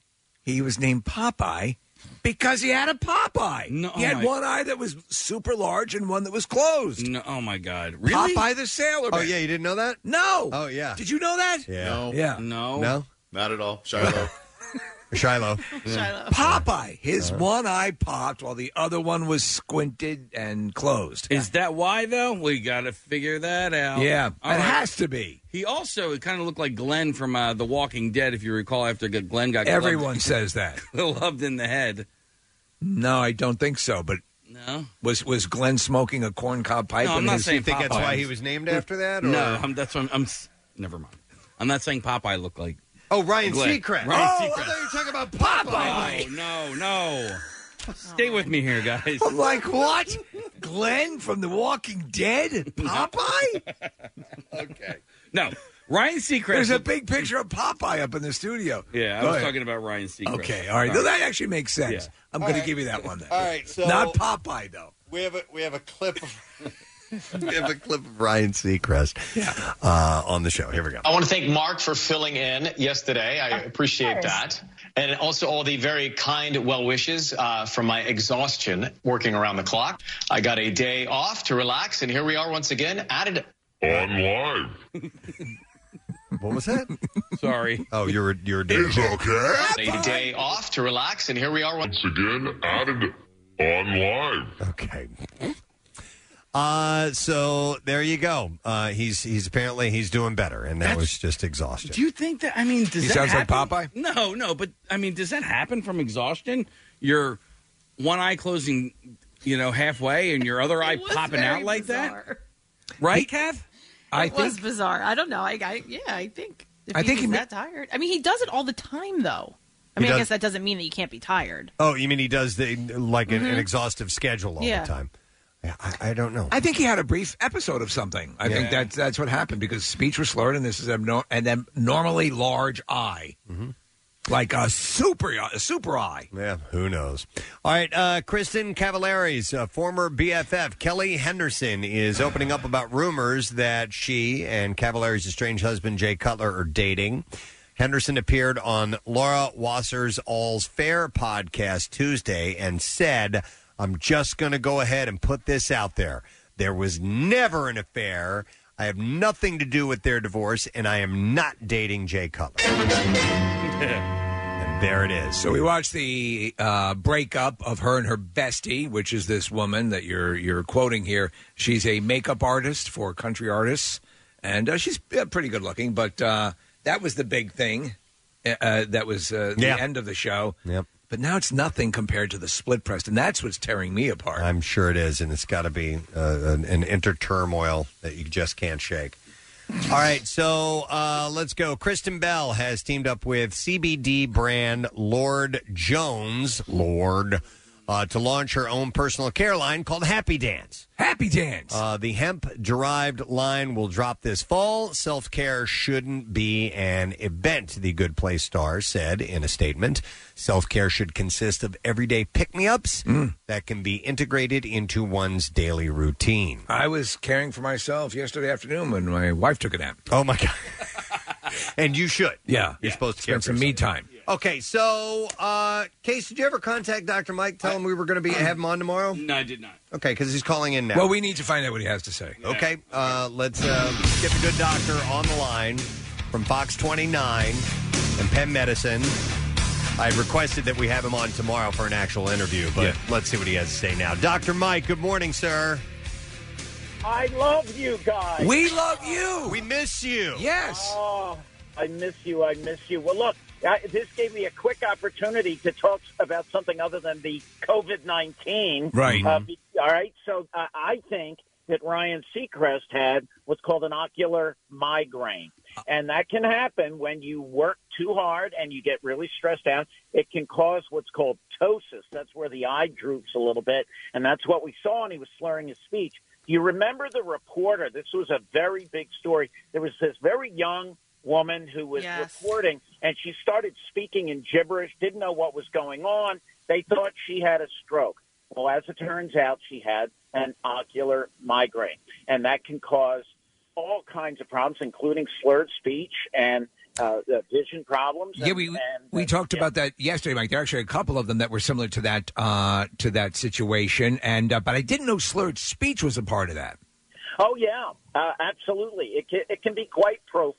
[SPEAKER 6] He was named Popeye because he had a Popeye. No, he had
[SPEAKER 5] my-
[SPEAKER 6] one eye that was super large and one that was closed.
[SPEAKER 5] No, oh my God,
[SPEAKER 6] Popeye the Sailor.
[SPEAKER 5] Oh,
[SPEAKER 6] Man.
[SPEAKER 5] yeah,
[SPEAKER 1] you didn't know that?
[SPEAKER 6] No.
[SPEAKER 1] Oh yeah.
[SPEAKER 6] Did you know that?
[SPEAKER 1] Yeah.
[SPEAKER 10] No. Mm.
[SPEAKER 6] Yeah.
[SPEAKER 5] No.
[SPEAKER 1] No?
[SPEAKER 10] Not at all. Shiloh.
[SPEAKER 1] Shiloh.
[SPEAKER 6] Popeye. His
[SPEAKER 1] Uh-huh.
[SPEAKER 6] one eye popped while the other one was squinted and closed.
[SPEAKER 5] Is that why though? We got to figure that out.
[SPEAKER 6] Yeah,
[SPEAKER 5] All
[SPEAKER 6] it
[SPEAKER 5] right.
[SPEAKER 6] has to be.
[SPEAKER 5] He also kind of looked like Glenn from uh, The Walking Dead, if you recall. After g- Glenn got
[SPEAKER 6] Everyone
[SPEAKER 5] clubbed,
[SPEAKER 6] says that.
[SPEAKER 5] clubbed in the head.
[SPEAKER 6] No, I don't think so. But
[SPEAKER 5] no,
[SPEAKER 6] was was Glenn smoking a corncob pipe?
[SPEAKER 5] No, I'm
[SPEAKER 6] in
[SPEAKER 5] not
[SPEAKER 6] his- Mm.
[SPEAKER 5] saying Popeye. No, I'm, that's what I'm, I'm. s- Never mind. I'm not saying Popeye looked like.
[SPEAKER 1] Oh, Ryan
[SPEAKER 5] Glenn.
[SPEAKER 1] Seacrest.
[SPEAKER 5] Ryan
[SPEAKER 1] Oh, I
[SPEAKER 5] Seacrest.
[SPEAKER 1] thought you were talking about Popeye.
[SPEAKER 5] Oh, no, no. Stay with me here, guys.
[SPEAKER 6] I'm like, what? Glenn from The Walking Dead? Popeye?
[SPEAKER 5] okay. No, Ryan Seacrest.
[SPEAKER 6] There's a big picture of Popeye up in the studio.
[SPEAKER 5] Yeah, I
[SPEAKER 6] Go
[SPEAKER 5] was
[SPEAKER 6] ahead.
[SPEAKER 5] talking about Ryan Seacrest.
[SPEAKER 6] Okay, all right. No, that actually makes sense.
[SPEAKER 5] Yeah.
[SPEAKER 6] I'm
[SPEAKER 1] All
[SPEAKER 6] going
[SPEAKER 1] right.
[SPEAKER 6] to give you that one then.
[SPEAKER 1] All right, so-
[SPEAKER 6] not Popeye though.
[SPEAKER 1] We have a we have a clip. Of, we have a clip of Ryan Seacrest uh, on the show. Here we go.
[SPEAKER 13] I want to thank Mark for filling in yesterday. I appreciate that. And also all the very kind well wishes uh, from my exhaustion working around the clock. I got a day off to relax, and here we are once again at it.
[SPEAKER 1] Online. what was that?
[SPEAKER 5] Sorry.
[SPEAKER 1] Oh, you're you're dead. It's
[SPEAKER 13] A day off to relax, and here we are once again at it.
[SPEAKER 1] Online. Okay. Uh, so there you go. Uh, he's he's apparently he's doing better, and that was just exhaustion.
[SPEAKER 5] Do you think that? I mean, does
[SPEAKER 1] He
[SPEAKER 5] that
[SPEAKER 1] sounds like
[SPEAKER 5] happen? No, no, but I mean, does that happen from exhaustion? Your one eye closing, you know, halfway, and your other eye popping out like that, right, Kath?
[SPEAKER 4] it was bizarre. I don't know. I, I yeah, I think if
[SPEAKER 5] I
[SPEAKER 4] I
[SPEAKER 5] think
[SPEAKER 4] think
[SPEAKER 5] he
[SPEAKER 4] he's
[SPEAKER 5] ma-
[SPEAKER 4] that tired. I mean, he does it all the time, though. I
[SPEAKER 1] He
[SPEAKER 4] mean, I
[SPEAKER 1] does-
[SPEAKER 4] guess that doesn't mean that you can't be tired.
[SPEAKER 1] Oh, you mean he does the like an,
[SPEAKER 6] Mm-hmm.
[SPEAKER 1] an
[SPEAKER 4] Mhm.
[SPEAKER 1] exhaustive schedule all
[SPEAKER 4] Yeah.
[SPEAKER 1] the time? Yeah, I, I don't know.
[SPEAKER 6] I think he had a brief episode of something. I think that's that's what happened because speech was slurred, and this is abno- an abnormally large eye,
[SPEAKER 1] Mm-hmm.
[SPEAKER 6] like a super a super eye.
[SPEAKER 1] Yeah, who knows? All right, uh, Kristen Cavallari's uh, former BFF Kelly Henderson is opening up about rumors that she and Cavallari's estranged husband Jay Cutler are dating. Henderson appeared on Laura Wasser's All's Fair podcast Tuesday and said, "I'm just going to go ahead and put this out there. There was never an affair. I have nothing to do with their divorce, and I am not dating Jay Cutler." And there it is.
[SPEAKER 6] So we watched the uh, breakup of her and her bestie, which is this woman that you're you're quoting here. She's a makeup artist for country artists, and uh, she's uh, pretty good looking. But uh, that was the big thing. Uh, Uh, that was uh, the
[SPEAKER 1] Yeah.
[SPEAKER 6] end of the show.
[SPEAKER 1] Yep.
[SPEAKER 6] But now it's nothing compared to the split press, and that's what's tearing me apart.
[SPEAKER 1] I'm sure it is, and it's got to be uh, an, an inter turmoil that you just can't shake. All right, so uh, let's go. Kristen Bell has teamed up with CBD brand Lord Jones, Lord, uh, to launch her own personal care line called Happy Dance.
[SPEAKER 6] Happy Dance.
[SPEAKER 1] Uh, the hemp derived line will drop this fall. Self care shouldn't be an event, the Good Place star said in a statement. Self care should consist of everyday pick me ups
[SPEAKER 6] Hmm.
[SPEAKER 1] that can be integrated into one's daily routine.
[SPEAKER 6] I was caring for myself yesterday afternoon when my wife took a nap.
[SPEAKER 1] Oh my god! and you should.
[SPEAKER 6] Yeah,
[SPEAKER 1] you're supposed to
[SPEAKER 6] spend
[SPEAKER 1] care
[SPEAKER 6] some
[SPEAKER 1] for
[SPEAKER 6] me
[SPEAKER 1] yourself.
[SPEAKER 6] time.
[SPEAKER 1] Okay, so uh, Case, did you ever contact Dr. Mike? Tell him we were going to be have him on tomorrow.
[SPEAKER 5] No, I did not.
[SPEAKER 1] Okay, because he's calling in now.
[SPEAKER 6] Well, we need to find out what he has to say.
[SPEAKER 1] Okay, uh, let's uh, get the good doctor on the line from Fox 29 and Penn Medicine. I requested that we have him on tomorrow for an actual interview, but let's see what he has to say now. Dr. Mike, good morning, sir.
[SPEAKER 14] I love you guys.
[SPEAKER 1] We
[SPEAKER 6] love you.
[SPEAKER 1] We miss you.
[SPEAKER 6] Yes.
[SPEAKER 14] Oh, I miss you. I miss you. Well, look, I, this gave me a quick opportunity to talk about something other than the COVID 19.
[SPEAKER 15] Right.
[SPEAKER 14] Uh, be- all right. So uh, I think that Ryan Seacrest had what's called an ocular migraine. And that can happen when you work too hard and you get really stressed out. It can cause what's called ptosis. That's where the eye droops a little bit. And that's what we saw. And he was slurring his speech. Do You remember the reporter? This was a very big story. There was this very young woman who was
[SPEAKER 11] Yes.
[SPEAKER 14] reporting, and she started speaking in gibberish, didn't know what was going on. They thought she had a stroke. Well, as it turns out, she had an ocular migraine, and that can cause all kinds of problems, including slurred speech and uh, uh, vision problems.
[SPEAKER 6] Yeah,
[SPEAKER 14] and-
[SPEAKER 6] we
[SPEAKER 14] and,
[SPEAKER 6] we talked about that yesterday, Mike. There are actually a couple of them that were similar to that uh, to that situation, and uh, but I didn't know slurred speech was a part of that.
[SPEAKER 14] Oh yeah, uh, absolutely. It can, it can be quite profound,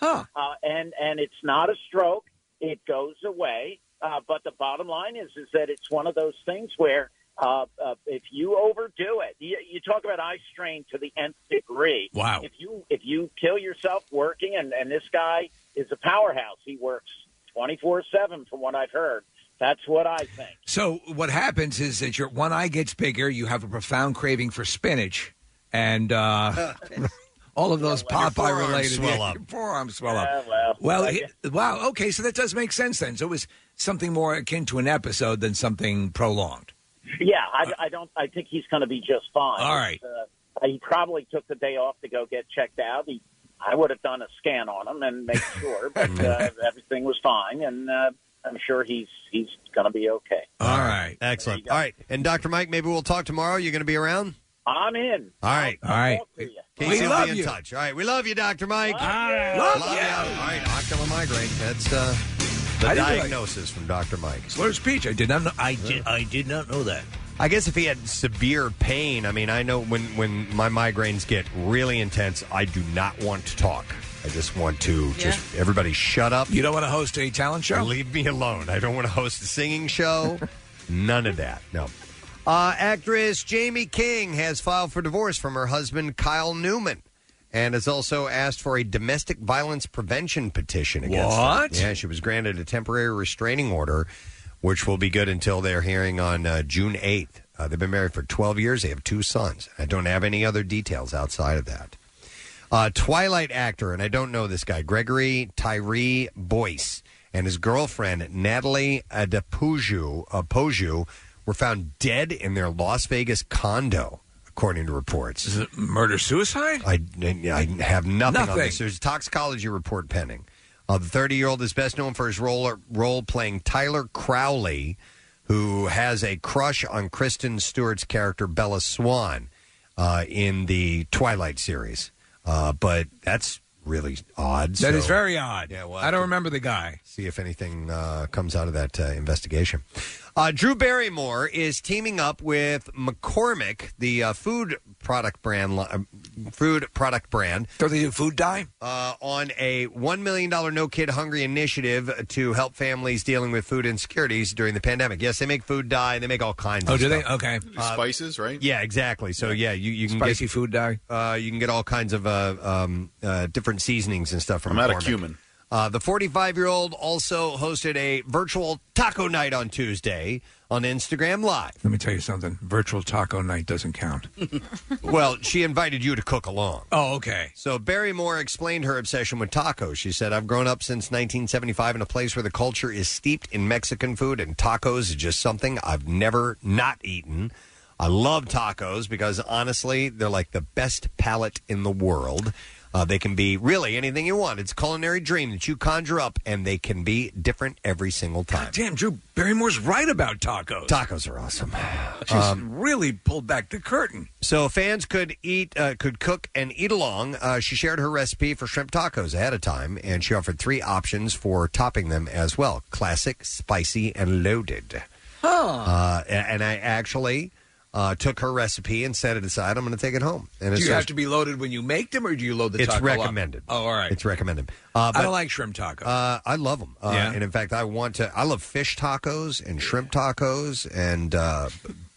[SPEAKER 14] uh, and and it's not a stroke. It goes away. Uh, but the bottom line is is that it's one of those things where uh, uh, if you overdo it, you, you talk about eye strain to the nth degree.
[SPEAKER 11] Wow.
[SPEAKER 14] If you if you kill yourself working, and and this guy is a powerhouse. He works twenty four seven, from what I've heard. That's what I think.
[SPEAKER 6] So what happens is that your one eye gets bigger, you have a profound craving for spinach, and uh, all of those
[SPEAKER 11] Well, your
[SPEAKER 6] Popeye related
[SPEAKER 11] forearms swell
[SPEAKER 6] yeah,
[SPEAKER 11] up.
[SPEAKER 6] your forearms swell up.
[SPEAKER 11] Yeah, well,
[SPEAKER 6] well,
[SPEAKER 11] I
[SPEAKER 6] it- wow. Okay, so that does make sense then. So it was something more akin to an episode than something prolonged.
[SPEAKER 14] Yeah, I, I don't. I think he's going to be just fine.
[SPEAKER 6] All right.
[SPEAKER 14] Uh, he probably took the day off to go get checked out. He, I would have done a scan on him and made sure, but uh, everything was fine, and uh, I'm sure he's he's going to be okay.
[SPEAKER 1] All right. Excellent. All right. And Dr. Mike, maybe we'll talk tomorrow. You're going to be around?
[SPEAKER 14] I'm in.
[SPEAKER 1] All right. All
[SPEAKER 6] right.
[SPEAKER 1] Casey will be in touch. All right. We love you, Dr. Mike. All right.
[SPEAKER 11] Love
[SPEAKER 1] you. All right. Ocular migraine. That's uh,
[SPEAKER 6] I
[SPEAKER 1] the
[SPEAKER 6] didn't realize-
[SPEAKER 1] diagnosis from Dr. Mike.
[SPEAKER 6] Slurred speech. I did not know. I did, I did not know that.
[SPEAKER 1] I guess if he had severe pain, I mean, I know when, when my migraines get really intense, I do not want to talk. I just want to just everybody shut up.
[SPEAKER 6] You don't want to host a talent show?
[SPEAKER 1] Leave me alone. I don't want to host a singing show. None of that. No. Uh, actress Jamie King has filed for divorce from her husband Kyle Newman and has also asked for a domestic violence prevention petition against him.
[SPEAKER 6] What?
[SPEAKER 1] Yeah, she was granted a temporary restraining order, which will be good until their hearing on uh, June 8th. Uh, they've been married for 12 years. They have two sons. I don't have any other details outside of that. Uh, Twilight actor, and I don't know this guy, Gregory Tyree Boyce, and his girlfriend, Natalie Adepoju, Apoju, were found dead in their Las Vegas condo, according to reports. Is
[SPEAKER 6] it murder suicide?
[SPEAKER 1] I, I have nothing, on
[SPEAKER 6] Nothing.
[SPEAKER 1] this. There's a toxicology report pending. Uh, the 30 year old is best known for his role, role playing Tyler Crowley, who has a crush on Kristen Stewart's character, Bella Swan, uh, in the Twilight series. Uh, but that's really odd.
[SPEAKER 6] That is
[SPEAKER 1] so
[SPEAKER 6] very odd. Yeah, I don't remember the guy.
[SPEAKER 1] See if anything uh, comes out of that uh, investigation. Uh, Drew Barrymore is teaming up with McCormick, the uh, food product brand, li- uh, food product brand.
[SPEAKER 6] Don't they do food dye?
[SPEAKER 1] Uh, on a one million dollar No Kid Hungry initiative to help families dealing with food insecurities during the pandemic. Yes, they make food dye. They make all kinds.
[SPEAKER 6] Oh,
[SPEAKER 1] of
[SPEAKER 6] do they?
[SPEAKER 1] stuff.
[SPEAKER 6] Okay.
[SPEAKER 10] Spices, right?
[SPEAKER 1] Yeah, exactly. So yeah, you, you can
[SPEAKER 6] Spicy
[SPEAKER 1] get,
[SPEAKER 6] food dye.
[SPEAKER 1] Uh, you can get all kinds of uh, um, uh, different seasonings and stuff from.
[SPEAKER 10] I'm out of
[SPEAKER 1] McCormick.
[SPEAKER 10] cumin.
[SPEAKER 1] Uh, the 45 year old also hosted a virtual taco night on Tuesday on Instagram Live.
[SPEAKER 6] Let me tell you something. Virtual taco night doesn't count.
[SPEAKER 1] well, she invited you to cook along.
[SPEAKER 6] Oh, okay.
[SPEAKER 1] So Barrymore explained her obsession with tacos. She said, I've grown up since 1975 in a place where the culture is steeped in Mexican food, and tacos is just something I've never not eaten. I love tacos because honestly, they're like the best palate in the world. Uh, they can be really anything you want. It's a culinary dream that you conjure up, and they can be different every single time.
[SPEAKER 6] Damn, Drew Barrymore's right about tacos.
[SPEAKER 1] Tacos are awesome. Um,
[SPEAKER 6] She's really pulled back the curtain.
[SPEAKER 1] So fans could eat, uh, could cook and eat along. Uh, she shared her recipe for shrimp tacos ahead of time, and she offered three options for topping them as well: classic, spicy, and loaded. Uh, a- and, I actually uh, took her recipe and set it aside. I'm going to take it home. And
[SPEAKER 6] do
[SPEAKER 1] it's
[SPEAKER 6] you have to be loaded when you make them, or do you load the
[SPEAKER 1] It's
[SPEAKER 6] taco up?
[SPEAKER 1] recommended.
[SPEAKER 6] Oh, all right.
[SPEAKER 1] It's recommended.
[SPEAKER 6] I don't like shrimp tacos.
[SPEAKER 1] Uh, I love them. Uh,
[SPEAKER 6] Yeah.
[SPEAKER 1] And in fact, I want to. I love fish tacos and shrimp tacos and uh,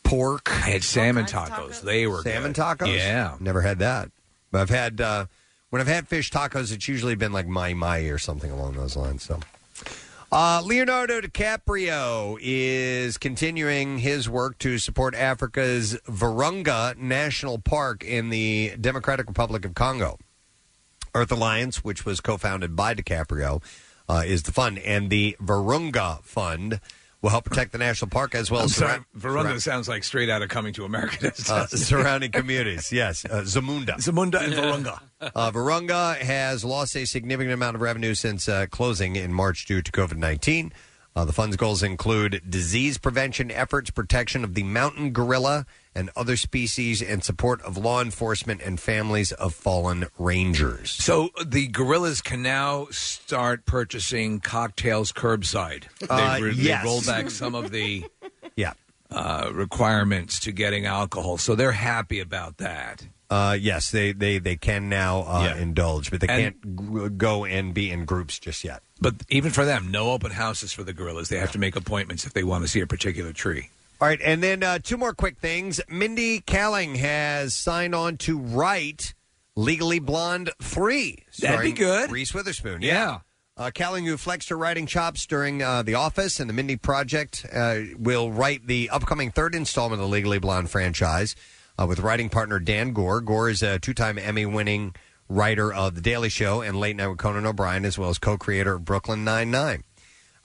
[SPEAKER 1] pork. I
[SPEAKER 6] had salmon tacos. They were
[SPEAKER 1] salmon
[SPEAKER 6] good.
[SPEAKER 1] tacos.
[SPEAKER 6] Yeah.
[SPEAKER 1] never had that. But I've had uh, when I've had fish tacos, it's usually been like mai mai or something along those lines. So. Uh, Leonardo DiCaprio is continuing his work to support Africa's Virunga National Park in the Democratic Republic of Congo. Earth Alliance, which was co founded by DiCaprio, uh, is the fund. And the Virunga Fund will help protect the national park as well
[SPEAKER 6] I'm
[SPEAKER 1] as
[SPEAKER 6] sorry,
[SPEAKER 1] surround-
[SPEAKER 6] Veronda
[SPEAKER 1] surround-
[SPEAKER 6] sounds like straight out of Coming to America.
[SPEAKER 1] uh, surrounding communities. Yes, uh, Zamunda.
[SPEAKER 6] Zamunda and Virunga.
[SPEAKER 1] Uh, Virunga has lost a significant amount of revenue since uh, closing in March due to COVID 19. Uh, the fund's goals include disease prevention efforts, protection of the mountain gorilla and other species, and support of law enforcement and families of fallen rangers.
[SPEAKER 6] So the gorillas can now start purchasing cocktails curbside.
[SPEAKER 1] Uh,
[SPEAKER 6] they, they
[SPEAKER 1] yes.
[SPEAKER 6] rolled back some of the
[SPEAKER 1] yeah
[SPEAKER 6] uh, requirements to getting alcohol, so they're happy about that.
[SPEAKER 1] Uh, yes, they, they, they can now uh,
[SPEAKER 6] Yeah.
[SPEAKER 1] indulge, but they
[SPEAKER 6] And-
[SPEAKER 1] can't gr- go and be in groups just yet.
[SPEAKER 6] But even for them, no open houses for the gorillas. They have to make appointments if they want to see a particular tree.
[SPEAKER 1] All right, and then uh, two more quick things. Mindy Kaling has signed on to write Legally Blonde 3.
[SPEAKER 6] That'd be
[SPEAKER 1] starring
[SPEAKER 6] good.
[SPEAKER 1] Reese Witherspoon. Yeah. Uh, Kaling, who flexed her writing chops during uh, The Office and The Mindy Project, uh, will write the upcoming third installment of the Legally Blonde franchise uh, with writing partner Dan Gore. Gore is a two time Emmy winning writer of The Daily Show and Late Night with Conan O'Brien, as well as co creator of Brooklyn Nine-Nine.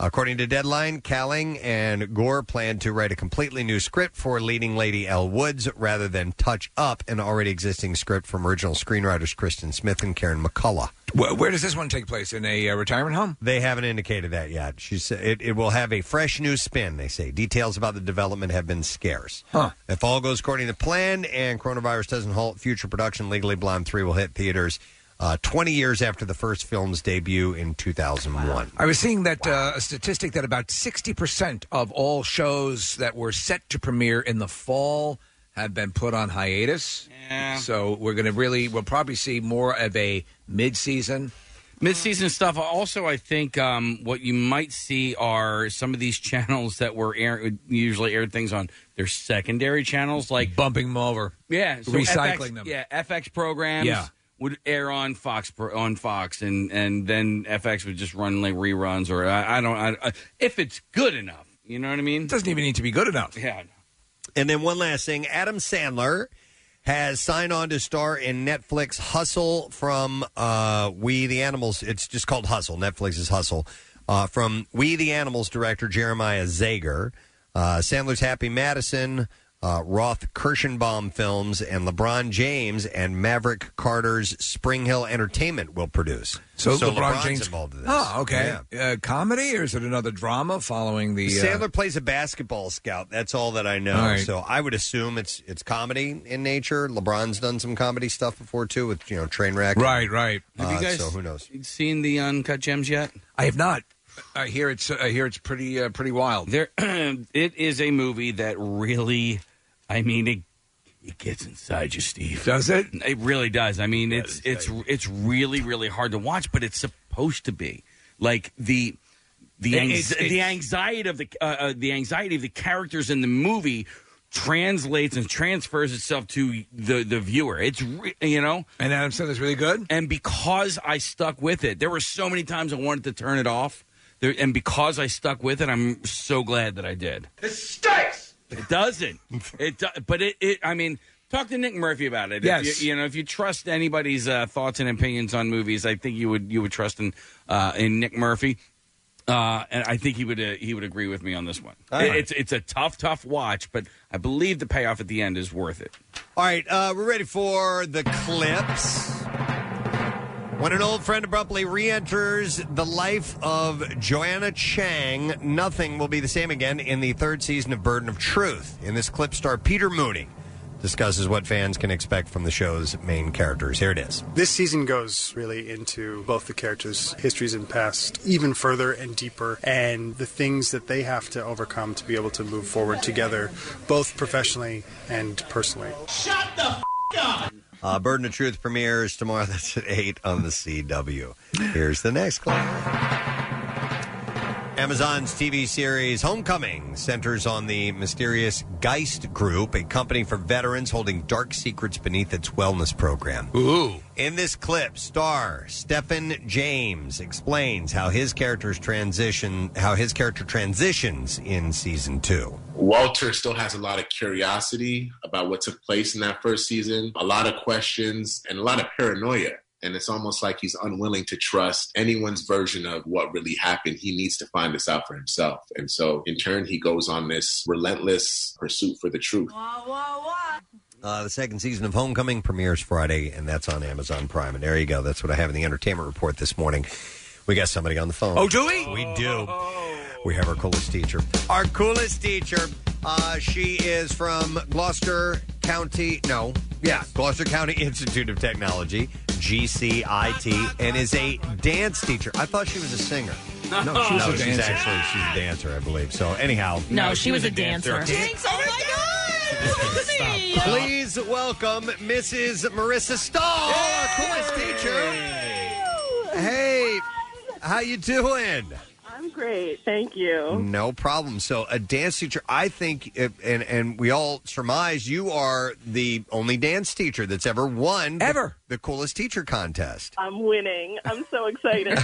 [SPEAKER 1] According to Deadline, Calling and Gore plan to write a completely new script for leading lady Elle Woods rather than touch up an already existing script from original screenwriters Kristen Smith and Karen McCullough.
[SPEAKER 6] Where, where does this one take place? In a uh, retirement home?
[SPEAKER 1] They haven't indicated that yet. She said it, it will have a fresh new spin, they say. Details about the development have been scarce.
[SPEAKER 6] Huh.
[SPEAKER 1] If all goes according to plan and coronavirus doesn't halt future production, Legally Blonde 3 will hit theaters uh, 20 years after the first film's debut in 2001.
[SPEAKER 6] I was seeing that uh, a statistic that about 60% of all shows that were set to premiere in the fall have been put on hiatus. So we're going to really, we'll probably see more of a mid season.
[SPEAKER 5] Mid-season stuff. Also, I think um, what you might see are some of these channels that were air- usually aired things on their secondary channels, like
[SPEAKER 6] bumping them over.
[SPEAKER 5] Yeah, so
[SPEAKER 6] Recycling
[SPEAKER 5] FX
[SPEAKER 6] them.
[SPEAKER 5] Yeah, FX programs.
[SPEAKER 6] Yeah.
[SPEAKER 5] Would air on Fox pro- on Fox, and and then FX would just run like reruns, or I, I don't, I, I- if it's good enough, you know what I mean. It
[SPEAKER 6] doesn't even need to be good enough.
[SPEAKER 5] Yeah,
[SPEAKER 1] And then one last thing Adam Sandler has signed on to star in Netflix Hustle from uh, We the Animals. It's just called Hustle. Netflix's Hustle. Uh, from We the Animals director Jeremiah Zager. Uh, Sandler's Happy Madison, uh, Roth Kirschenbaum films, and LeBron James and Maverick Carter's Spring Hill Entertainment will produce.
[SPEAKER 6] So, LeBron,
[SPEAKER 1] LeBron's
[SPEAKER 6] James
[SPEAKER 1] involved in this.
[SPEAKER 6] Oh, okay.
[SPEAKER 1] Yeah.
[SPEAKER 6] Uh, comedy, or is it another drama following the? Uh,
[SPEAKER 1] Sandler plays a basketball scout. That's all that I know.
[SPEAKER 6] All right.
[SPEAKER 1] So I would assume it's it's comedy in nature. LeBron's done some comedy stuff before too, with you know Trainwreck.
[SPEAKER 6] Right, right.
[SPEAKER 1] Uh,
[SPEAKER 5] Have you guys
[SPEAKER 1] so who knows?
[SPEAKER 5] seen the uncut gems yet?
[SPEAKER 6] I have not. I hear it's. I hear it's pretty. Uh, pretty wild.
[SPEAKER 5] There, it is a movie that really, I mean, it it gets inside you, Steve.
[SPEAKER 6] Does it?
[SPEAKER 5] It really does. I mean, it's it's it's really really hard to watch, but it's supposed to be like the. The,
[SPEAKER 6] It-
[SPEAKER 5] anx-
[SPEAKER 6] it's- it's-
[SPEAKER 5] the anxiety of the uh, uh, the anxiety of the characters in the movie translates and transfers itself to the the viewer. It's re- you know,
[SPEAKER 6] and Adam Sandler's really good.
[SPEAKER 5] And because I stuck with it, there were so many times I wanted to turn it off. There, and because I stuck with it, I'm so glad that I did. It stinks. It doesn't. It do, but it, it. I mean, talk to Nick Murphy about it. If
[SPEAKER 6] Yes.
[SPEAKER 5] you, you know, if you trust anybody's uh, thoughts and opinions on movies, I think you would you would trust in uh, in Nick Murphy. Uh, and I think he would uh, he would agree with me on this one.
[SPEAKER 1] All
[SPEAKER 5] It-
[SPEAKER 1] right.
[SPEAKER 5] It's it's a tough tough watch, but I believe the payoff at the end is worth it.
[SPEAKER 1] All right, uh, we're ready for the clips. When an old friend abruptly re enters the life of Joanna Chang, nothing will be the same again in the third season of Burden of Truth. In this clip, star Peter Mooney discusses what fans can expect from the show's main characters. Here it is.
[SPEAKER 15] This season goes really into both the characters' histories and past even further and deeper, and the things that they have to overcome to be able to move forward together, both professionally and personally.
[SPEAKER 16] Shut the f- up!
[SPEAKER 1] Uh, Burden of Truth premieres tomorrow. That's at 8 on the CW. Here's the next clip. Amazon's TV series Homecoming centers on the mysterious Geist Group, a company for veterans holding dark secrets beneath its wellness program.
[SPEAKER 6] Ooh.
[SPEAKER 1] In this clip, star Stephen James explains how his character's transition, how his character transitions in season 2.
[SPEAKER 17] Walter still has a lot of curiosity about what took place in that first season, a lot of questions, and a lot of paranoia. and it's almost like he's unwilling to trust anyone's version of what really happened. He needs to find this out for himself. And so, in turn, he goes on this relentless pursuit for the truth.
[SPEAKER 1] Uh, the second season of Homecoming premieres Friday, and that's on Amazon Prime. And there you go. That's what I have in the entertainment report this morning. We got somebody on the phone.
[SPEAKER 6] Oh, do we?
[SPEAKER 1] We do. We have our coolest teacher. Our coolest teacher. Uh, she is from Gloucester County. No, yeah, Gloucester County Institute of Technology, GCIT, and is a dance teacher. I thought she was a singer. No,
[SPEAKER 16] No,
[SPEAKER 1] she's,
[SPEAKER 16] she's a dancer.
[SPEAKER 1] actually she's a dancer, I believe. So anyhow,
[SPEAKER 16] No, No, she she was was a a dancer. dancer.
[SPEAKER 4] Jinx, oh my
[SPEAKER 1] God! Please welcome Mrs. Marissa Stahl, our coolest teacher. Hey, how you doing?
[SPEAKER 18] I'm great. Thank you.
[SPEAKER 1] No problem. So, a dance teacher, I think, if- and and we all surmise you are the only dance teacher that's ever won the-
[SPEAKER 18] Ever.
[SPEAKER 1] the coolest teacher contest.
[SPEAKER 18] I'm winning. I'm so excited.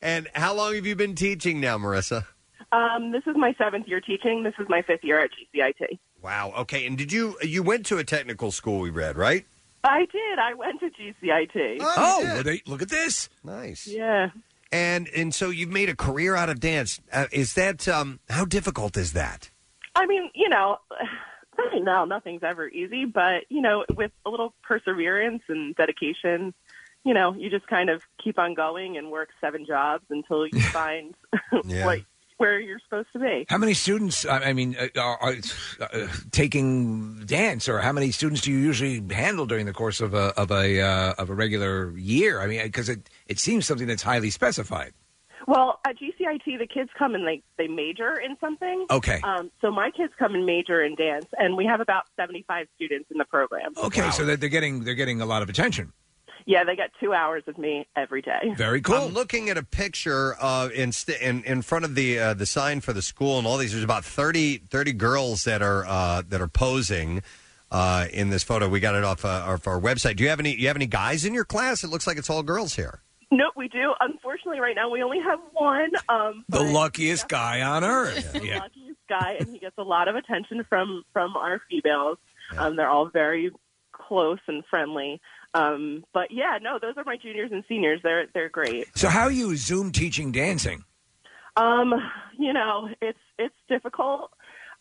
[SPEAKER 1] and how long have you been teaching now, Marissa?
[SPEAKER 18] um, this is my seventh year teaching. This is my fifth year at GCIT.
[SPEAKER 1] Wow. Okay. And did you you went to a technical school? We read right.
[SPEAKER 18] I did. I went to GCIT.
[SPEAKER 1] Oh, well, they, look at this. Nice.
[SPEAKER 18] Yeah.
[SPEAKER 1] And and so you've made a career out of dance. Uh, is that um how difficult is that?
[SPEAKER 18] I mean, you know, right now nothing's ever easy, but you know, with a little perseverance and dedication, you know, you just kind of keep on going and work seven jobs until you find what where you're supposed to be.
[SPEAKER 6] How many students? I I mean, uh, are, are uh, taking dance, or how many students do you usually handle during the course of a of a uh, of a regular year? I mean, because it it seems something that's highly specified.
[SPEAKER 18] Well, at GCIT, the kids come and they they major in something.
[SPEAKER 6] Okay.
[SPEAKER 18] Um, so my kids come and major in dance, and we have about seventy five students in the program.
[SPEAKER 6] Okay, so they're, they're getting they're getting a lot of attention.
[SPEAKER 18] Yeah, they get two hours with me every day.
[SPEAKER 6] Very cool.
[SPEAKER 1] I'm looking at a picture uh, in, st- in in front of the uh, the sign for the school and all these. There's about 30, 30 girls that are uh, that are posing uh, in this photo. We got it off, uh, off our website. Do you have any you have any guys in your class? It looks like it's all girls here.
[SPEAKER 18] No, we do. Unfortunately, right now we only have one. Um,
[SPEAKER 6] The luckiest guy on earth.
[SPEAKER 18] the luckiest guy, and he gets a lot of attention from from our females. Um, they're all very close and friendly. Um, but yeah, no, those are my juniors and seniors. They're they're great.
[SPEAKER 6] So how are you Zoom teaching dancing?
[SPEAKER 18] Um, you know, it's it's difficult.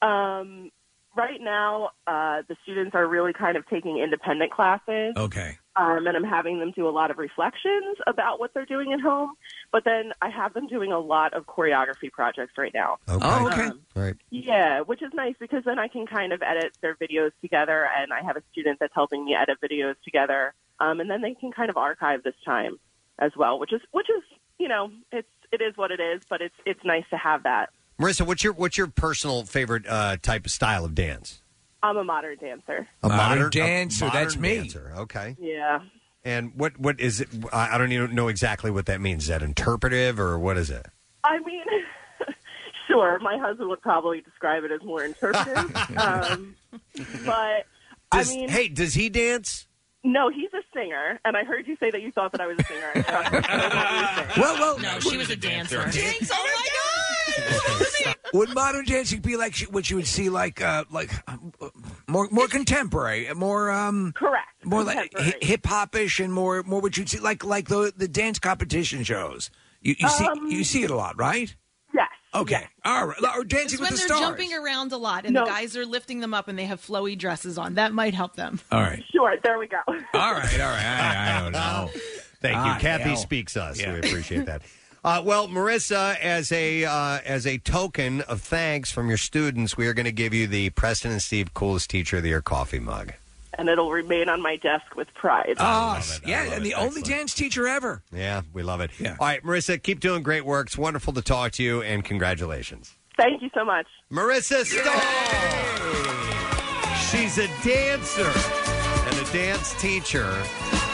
[SPEAKER 18] Um, right now, uh, the students are really kind of taking independent classes.
[SPEAKER 6] Okay.
[SPEAKER 18] Um, and I'm having them do a lot of reflections about what they're doing at home. But then I have them doing a lot of choreography projects right now.
[SPEAKER 1] Oh,
[SPEAKER 18] okay.
[SPEAKER 1] all right.
[SPEAKER 18] Yeah, which is nice because then I can kind of edit their videos together, and I have a student that's helping me edit videos together, um, and then they can kind of archive this time as well, which is which is you know it's it is what it is, but it's it's nice to have that.
[SPEAKER 1] Marissa, what's your what's your personal favorite uh, type of style of dance?
[SPEAKER 18] I'm a modern dancer.
[SPEAKER 1] A
[SPEAKER 6] Modern dancer,
[SPEAKER 1] modern
[SPEAKER 6] that's me.
[SPEAKER 1] dancer, Okay.
[SPEAKER 18] Yeah,
[SPEAKER 1] And what what is it? I I don't even know exactly what that means. Is that interpretive or what is it?
[SPEAKER 18] I mean, sure, my husband would probably describe it as more interpretive, um, but
[SPEAKER 1] Does,
[SPEAKER 18] I mean,
[SPEAKER 1] hey, does he dance?
[SPEAKER 18] no, he's a singer, and I heard you say that you thought that I was a singer.
[SPEAKER 6] Well, well,
[SPEAKER 18] No,
[SPEAKER 4] she was a dancer.
[SPEAKER 18] Jinx,
[SPEAKER 4] oh my God!
[SPEAKER 6] Would modern dancing be like what you would see like uh, like um, uh, more more contemporary, more um
[SPEAKER 18] correct,
[SPEAKER 6] more like hip hop ish, and more more what you'd see like like the the dance competition shows. You, you see you see it a lot, right?
[SPEAKER 18] Um, Yes.
[SPEAKER 6] Okay. All right. Or dancing
[SPEAKER 4] It's
[SPEAKER 6] with
[SPEAKER 4] when
[SPEAKER 6] the
[SPEAKER 4] they're
[SPEAKER 6] stars.
[SPEAKER 4] jumping around a lot and
[SPEAKER 6] No.
[SPEAKER 4] the guys are lifting them up and they have flowy dresses on. That might help them.
[SPEAKER 6] All right.
[SPEAKER 18] Sure, there we go.
[SPEAKER 6] All right. All right. I, I don't know.
[SPEAKER 1] Thank you,
[SPEAKER 6] Ah,
[SPEAKER 1] Kathy
[SPEAKER 6] hell.
[SPEAKER 1] speaks us.
[SPEAKER 6] Yeah.
[SPEAKER 1] We appreciate that. Uh, well, Marissa, as a uh, as a token of thanks from your students, we are going to give you the Preston and Steve Coolest Teacher of the Year coffee mug.
[SPEAKER 18] and it'll remain on my desk with pride.
[SPEAKER 6] Oh, yeah, and the only dance teacher ever.
[SPEAKER 1] Yeah, we love it. All right, Marissa, keep doing great work. It's wonderful to talk to you, and congratulations.
[SPEAKER 18] Thank you so much.
[SPEAKER 1] Marissa Stahl. She's a dancer and a dance teacher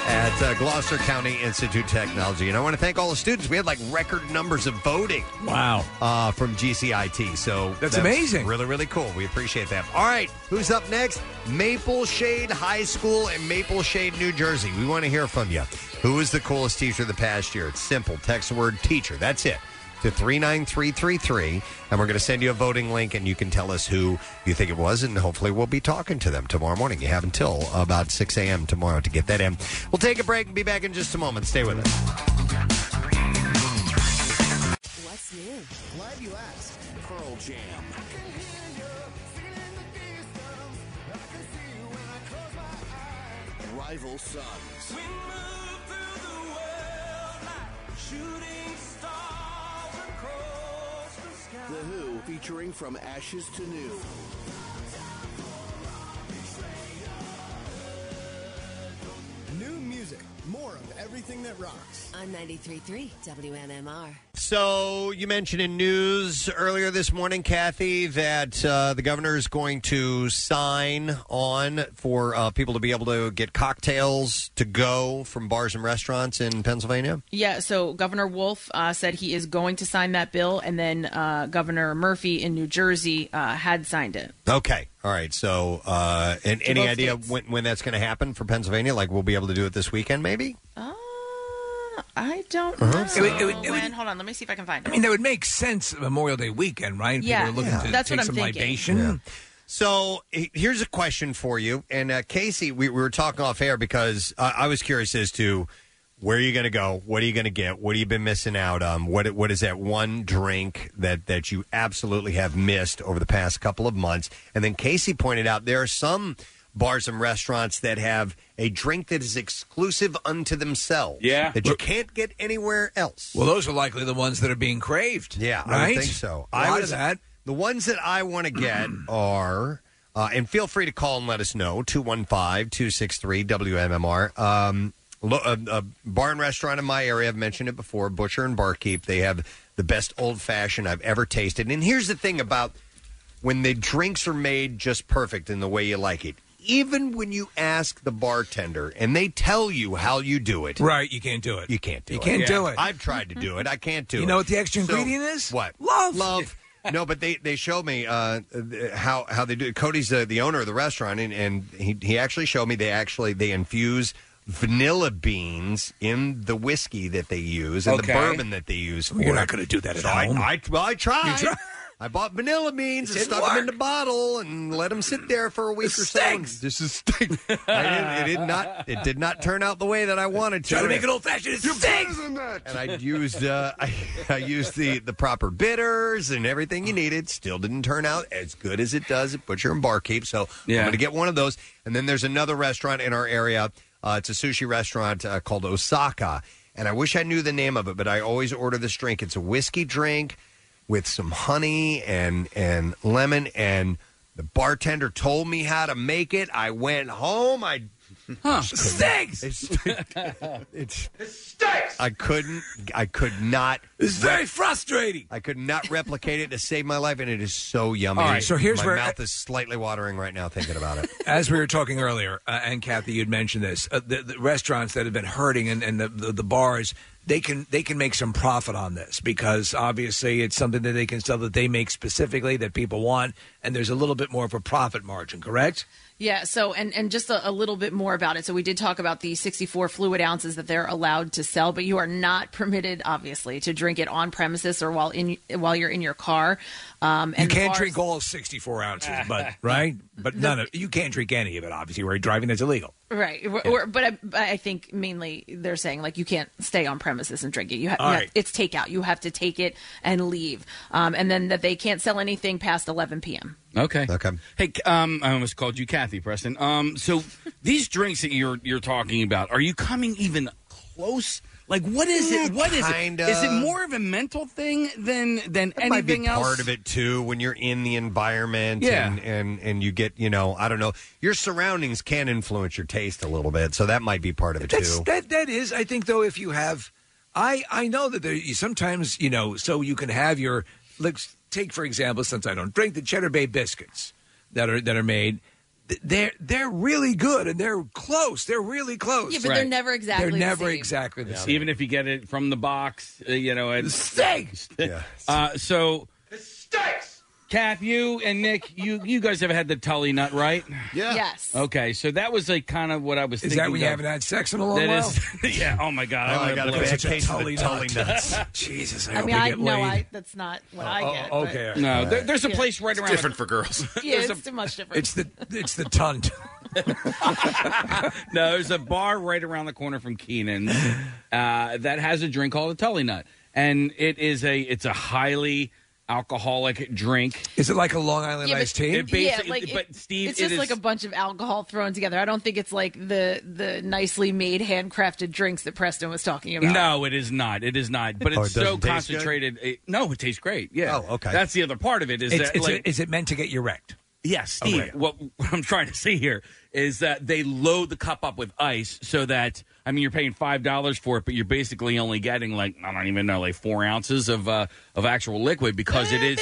[SPEAKER 1] at uh, Gloucester County Institute of Technology. And I want to thank all the students. We had like record numbers of voting.
[SPEAKER 6] Wow.
[SPEAKER 1] Uh, from GCIT. So
[SPEAKER 6] That's amazing.
[SPEAKER 1] Really, really cool. We appreciate that. All right, who's up next? Maple Shade High School in Maple Shade, New Jersey. We want to hear from you. Who is the coolest teacher of the past year? It's simple. Text the word teacher. That's it. to 39333, and we're going to send you a voting link, and you can tell us who you think it was, and hopefully we'll be talking to them tomorrow morning. You have until about 6 a.m. tomorrow to get that in. We'll take a break and be back in just a moment. Stay with us.
[SPEAKER 19] What's new? Glad you asked. Pearl Jam.
[SPEAKER 20] Rival Sons.
[SPEAKER 19] The Who featuring From Ashes to New.
[SPEAKER 21] New music, more of everything that rocks.
[SPEAKER 22] On 93.3 WMMR.
[SPEAKER 1] So you mentioned in news earlier this morning, Kathy, that uh, the governor is going to sign on for uh, people to be able to get cocktails to go from bars and restaurants in Pennsylvania.
[SPEAKER 4] Yeah, so Governor Wolf uh, said he is going to sign that bill, and then uh, Governor Murphy in New Jersey uh, had signed it.
[SPEAKER 1] Okay, all right. So, uh, and
[SPEAKER 4] To
[SPEAKER 1] any
[SPEAKER 4] both
[SPEAKER 1] idea when, when that's going to happen for Pennsylvania? Like we'll be able to do it this weekend, maybe.
[SPEAKER 4] I don't
[SPEAKER 1] Uh-huh.
[SPEAKER 4] know
[SPEAKER 1] It would- it would-
[SPEAKER 6] it would-
[SPEAKER 4] when. Hold on, let me see if I can find it.
[SPEAKER 6] I mean, that would make sense Memorial Day weekend, right?
[SPEAKER 4] Yeah,
[SPEAKER 6] People are looking to
[SPEAKER 4] that's
[SPEAKER 6] take
[SPEAKER 4] what I'm
[SPEAKER 6] some
[SPEAKER 4] thinking.
[SPEAKER 6] libation.
[SPEAKER 1] Yeah. So he- here's a question for you. And uh, Casey, we, we were talking off air because uh, I was curious as to where are you going to go? What are you going to get? What have you been missing out on? What What is that one drink that, that you absolutely have missed over the past couple of months? And then Casey pointed out there are some bars and restaurants that have a drink that is exclusive unto themselves.
[SPEAKER 6] Yeah.
[SPEAKER 1] That you can't get anywhere else.
[SPEAKER 6] Well, those are likely the ones that are being craved.
[SPEAKER 1] Yeah,
[SPEAKER 6] right?
[SPEAKER 1] I would think so.
[SPEAKER 6] A
[SPEAKER 1] I
[SPEAKER 6] lot
[SPEAKER 1] was-
[SPEAKER 6] of that.
[SPEAKER 1] The ones that I want to get are, uh, and feel free to call and let us know 215 263 WMMR. Um, lo- a, a bar and restaurant in my area, I've mentioned it before, Butcher and Barkeep. They have the best old fashioned I've ever tasted. And here's the thing about when the drinks are made just perfect in the way you like it. Even when you ask the bartender and they tell you how you do it,
[SPEAKER 6] Right, you can't do it.
[SPEAKER 1] You can't do
[SPEAKER 6] You
[SPEAKER 1] it.
[SPEAKER 6] can't do it.
[SPEAKER 1] I've tried to do it. I can't do it.
[SPEAKER 6] You know what the extra
[SPEAKER 1] So-
[SPEAKER 6] ingredient is?
[SPEAKER 1] What?
[SPEAKER 6] Love.
[SPEAKER 1] Love. No, but they they showed me uh, th- how how they do. it. Cody's the, the owner of the restaurant, and, and he he actually showed me they actually they infuse vanilla beans in the whiskey that they use and the
[SPEAKER 6] Okay.
[SPEAKER 1] bourbon that they use. For
[SPEAKER 6] Well, you're not
[SPEAKER 1] it.
[SPEAKER 6] gonna do that at
[SPEAKER 1] so I,
[SPEAKER 6] home.
[SPEAKER 1] I, well, I tried. I bought vanilla beans and stuck them in the bottle and let them sit there for a week or so. and This is stink. I didn't- it did not. It did not turn out the way that I wanted to.
[SPEAKER 6] Try to make it old fashioned. It stinks.
[SPEAKER 1] And I used uh, I, I used the the proper bitters and everything you needed. Still didn't turn out as good as it does at Butcher and Barkeep. So
[SPEAKER 5] Yeah.
[SPEAKER 1] I'm going to get one of those. And then there's another restaurant in our area. Uh, it's a sushi restaurant uh, called Osaka. And I wish I knew the name of it, but I always order this drink. It's a whiskey drink with some honey and and lemon. And the bartender told me how to make it. I went home. I
[SPEAKER 6] Huh.
[SPEAKER 1] Stinks. it's I couldn't. I could not.
[SPEAKER 6] It's very frustrating.
[SPEAKER 1] I could not replicate it to save my life, and it is so yummy.
[SPEAKER 6] All right, so here's
[SPEAKER 1] my
[SPEAKER 6] where-
[SPEAKER 1] mouth is slightly watering right now thinking about it.
[SPEAKER 6] As we were talking earlier, uh, and Kathy, you'd mentioned this, uh, the, the restaurants that have been hurting and, and the, the, the bars, they can they can make some profit on this because obviously it's something that they can sell that they make specifically that people want, and there's a little bit more of a profit margin, correct?
[SPEAKER 4] Yeah, so and and just a, a little bit more about it. So we did talk about the 64 fluid ounces that they're allowed to sell, but you are not permitted, obviously, to drink it on premises or while in while you're in your car. Um,
[SPEAKER 6] You
[SPEAKER 4] and
[SPEAKER 6] can't
[SPEAKER 4] bars-
[SPEAKER 6] drink all 64 ounces, but right, but none of you can't drink any of it. Obviously, where you're driving, that's illegal.
[SPEAKER 4] Right, or- or- but I, but I think mainly they're saying like you can't stay on premises and drink it. You, ha-
[SPEAKER 6] All
[SPEAKER 4] you have-
[SPEAKER 6] right.
[SPEAKER 4] it's takeout. You have to take it and leave, um, and then that they can't sell anything past 11 p.m.
[SPEAKER 5] Okay.
[SPEAKER 1] Okay.
[SPEAKER 5] Hey, um, I almost called you Kathy Preston. Um, so these drinks that you're you're talking about, are you coming even close? Like, what is it? What is
[SPEAKER 1] Kinda.
[SPEAKER 5] it? Is it more of a mental thing than than
[SPEAKER 1] That might
[SPEAKER 5] anything
[SPEAKER 1] be
[SPEAKER 5] else?
[SPEAKER 1] part of it too. When you're in the environment,
[SPEAKER 5] Yeah.
[SPEAKER 1] and, and and you get, you know, I don't know, your surroundings can influence your taste a little bit, so that might be part of it
[SPEAKER 6] That's
[SPEAKER 1] too.
[SPEAKER 6] that that is. I think though, if you have, I I know that there you sometimes you know, so you can have your. Let's take for example, since I don't drink the Cheddar Bay biscuits that are that are made. th- They're they're really good and they're close. They're really close.
[SPEAKER 4] Yeah, but they're Right. never exactly the
[SPEAKER 6] They're never
[SPEAKER 4] same.
[SPEAKER 6] exactly the same.
[SPEAKER 5] Even if you get it from the box, uh, you know, it's
[SPEAKER 6] steak.
[SPEAKER 5] Uh, so, Cap, you and Nick, you you guys have had the Tully nut, right?
[SPEAKER 10] Yeah.
[SPEAKER 4] Yes.
[SPEAKER 5] Okay, so that was like kind of what I was.
[SPEAKER 6] Is
[SPEAKER 5] thinking
[SPEAKER 6] that when you
[SPEAKER 5] of.
[SPEAKER 6] haven't had sex in a long
[SPEAKER 5] That
[SPEAKER 6] while?
[SPEAKER 5] is- yeah. Oh my god.
[SPEAKER 6] Oh, I
[SPEAKER 5] wanna
[SPEAKER 6] got a
[SPEAKER 5] blow
[SPEAKER 6] bad
[SPEAKER 5] it.
[SPEAKER 6] taste of the Tully Tully nuts. nuts.
[SPEAKER 5] Jesus,
[SPEAKER 4] I mean, I no, I, that's not
[SPEAKER 6] Oh,
[SPEAKER 4] what I get. but-
[SPEAKER 5] No, there- there's a
[SPEAKER 4] Yeah.
[SPEAKER 5] place right around.
[SPEAKER 10] different for girls.
[SPEAKER 4] Yeah, it's too much different.
[SPEAKER 6] It's the it's the tunt.
[SPEAKER 5] no, there's a bar right around the corner from Keenan uh, that has a drink called a Tully Nut, and it is a it's a highly alcoholic drink.
[SPEAKER 6] Is it like a Long Island
[SPEAKER 4] Yeah, but-
[SPEAKER 6] iced tea?
[SPEAKER 5] It basically,
[SPEAKER 4] yeah, like it-
[SPEAKER 5] but Steve,
[SPEAKER 4] it's
[SPEAKER 5] it
[SPEAKER 4] just
[SPEAKER 5] is-
[SPEAKER 4] like a bunch of alcohol thrown together. I don't think it's like the the nicely made, handcrafted drinks that Preston was talking about.
[SPEAKER 5] No, it is not. It is not. But
[SPEAKER 6] Oh,
[SPEAKER 5] it's
[SPEAKER 6] it doesn't
[SPEAKER 5] so
[SPEAKER 6] taste good?
[SPEAKER 5] concentrated. It- no, it tastes great. Yeah.
[SPEAKER 6] Oh, okay.
[SPEAKER 5] That's the other part of it. Is
[SPEAKER 6] It's-
[SPEAKER 5] that
[SPEAKER 6] it's-
[SPEAKER 5] like,
[SPEAKER 6] is it meant to get you wrecked?
[SPEAKER 5] Yes, Steve.
[SPEAKER 6] Okay.
[SPEAKER 5] What, what I'm trying to see here is that they load the cup up with ice so that I mean you're paying five dollars for it, but you're basically only getting like I don't even know like four ounces of uh, of actual liquid because it is.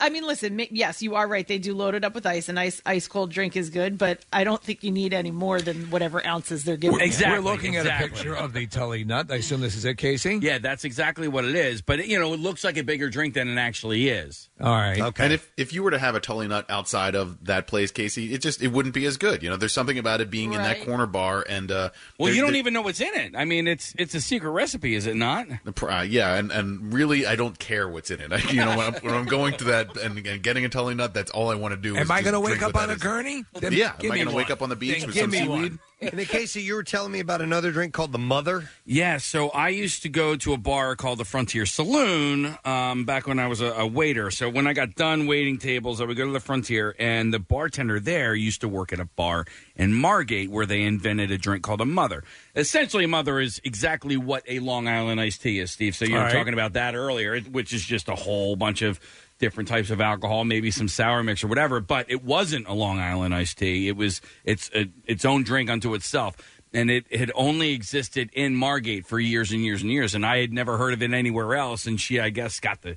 [SPEAKER 4] I mean, listen. ma- Yes, you are right. They do load it up with ice, and ice ice cold drink is good. But I don't think you need any more than whatever ounces they're giving. you.
[SPEAKER 6] We're looking at a picture of the Tully nut. I assume this is it, Casey.
[SPEAKER 5] Yeah, that's exactly what it is. But you know, it looks like a bigger drink than it actually is.
[SPEAKER 6] All right.
[SPEAKER 10] Okay. And if, if you were to have a Tully nut outside of that place, Casey, it just it wouldn't be as good. You know, there's something about it being in
[SPEAKER 5] Right.
[SPEAKER 10] that corner bar and uh
[SPEAKER 5] Well,
[SPEAKER 10] there-
[SPEAKER 5] you don't
[SPEAKER 10] there-
[SPEAKER 5] even know what's in it. I mean, it's it's a secret recipe, is it not?
[SPEAKER 10] Uh, yeah, and, and really, I don't care what's in it. I, you know, when I'm, when I'm going to that and, and getting a Tully nut, that's all I want to do.
[SPEAKER 6] Am
[SPEAKER 10] is
[SPEAKER 6] I
[SPEAKER 10] going
[SPEAKER 6] gonna
[SPEAKER 10] to
[SPEAKER 6] wake up on a gurney? Then
[SPEAKER 10] yeah, am
[SPEAKER 6] give
[SPEAKER 10] I
[SPEAKER 6] me
[SPEAKER 10] going to
[SPEAKER 6] one.
[SPEAKER 10] wake up on the beach
[SPEAKER 6] Then
[SPEAKER 10] with
[SPEAKER 6] give
[SPEAKER 10] some
[SPEAKER 6] me
[SPEAKER 10] seaweed?
[SPEAKER 6] one.
[SPEAKER 1] And in case you were telling me about another drink called the Mother.
[SPEAKER 5] Yeah, so I used to go to a bar called the Frontier Saloon um, back when I was a, a waiter. So when I got done waiting tables, I would go to the Frontier, and the bartender there used to work at a bar in Margate where they invented a drink called a Mother. Essentially, a Mother is exactly what a Long Island iced tea is, Steve. So you were
[SPEAKER 6] All right.
[SPEAKER 5] talking about that earlier, which is just a whole bunch of different types of alcohol, maybe some sour mix or whatever. But it wasn't a Long Island iced tea. It was its a, its own drink unto itself, and it had only existed in Margate for years and years and years. And I had never heard of it anywhere else. And she, I guess, got the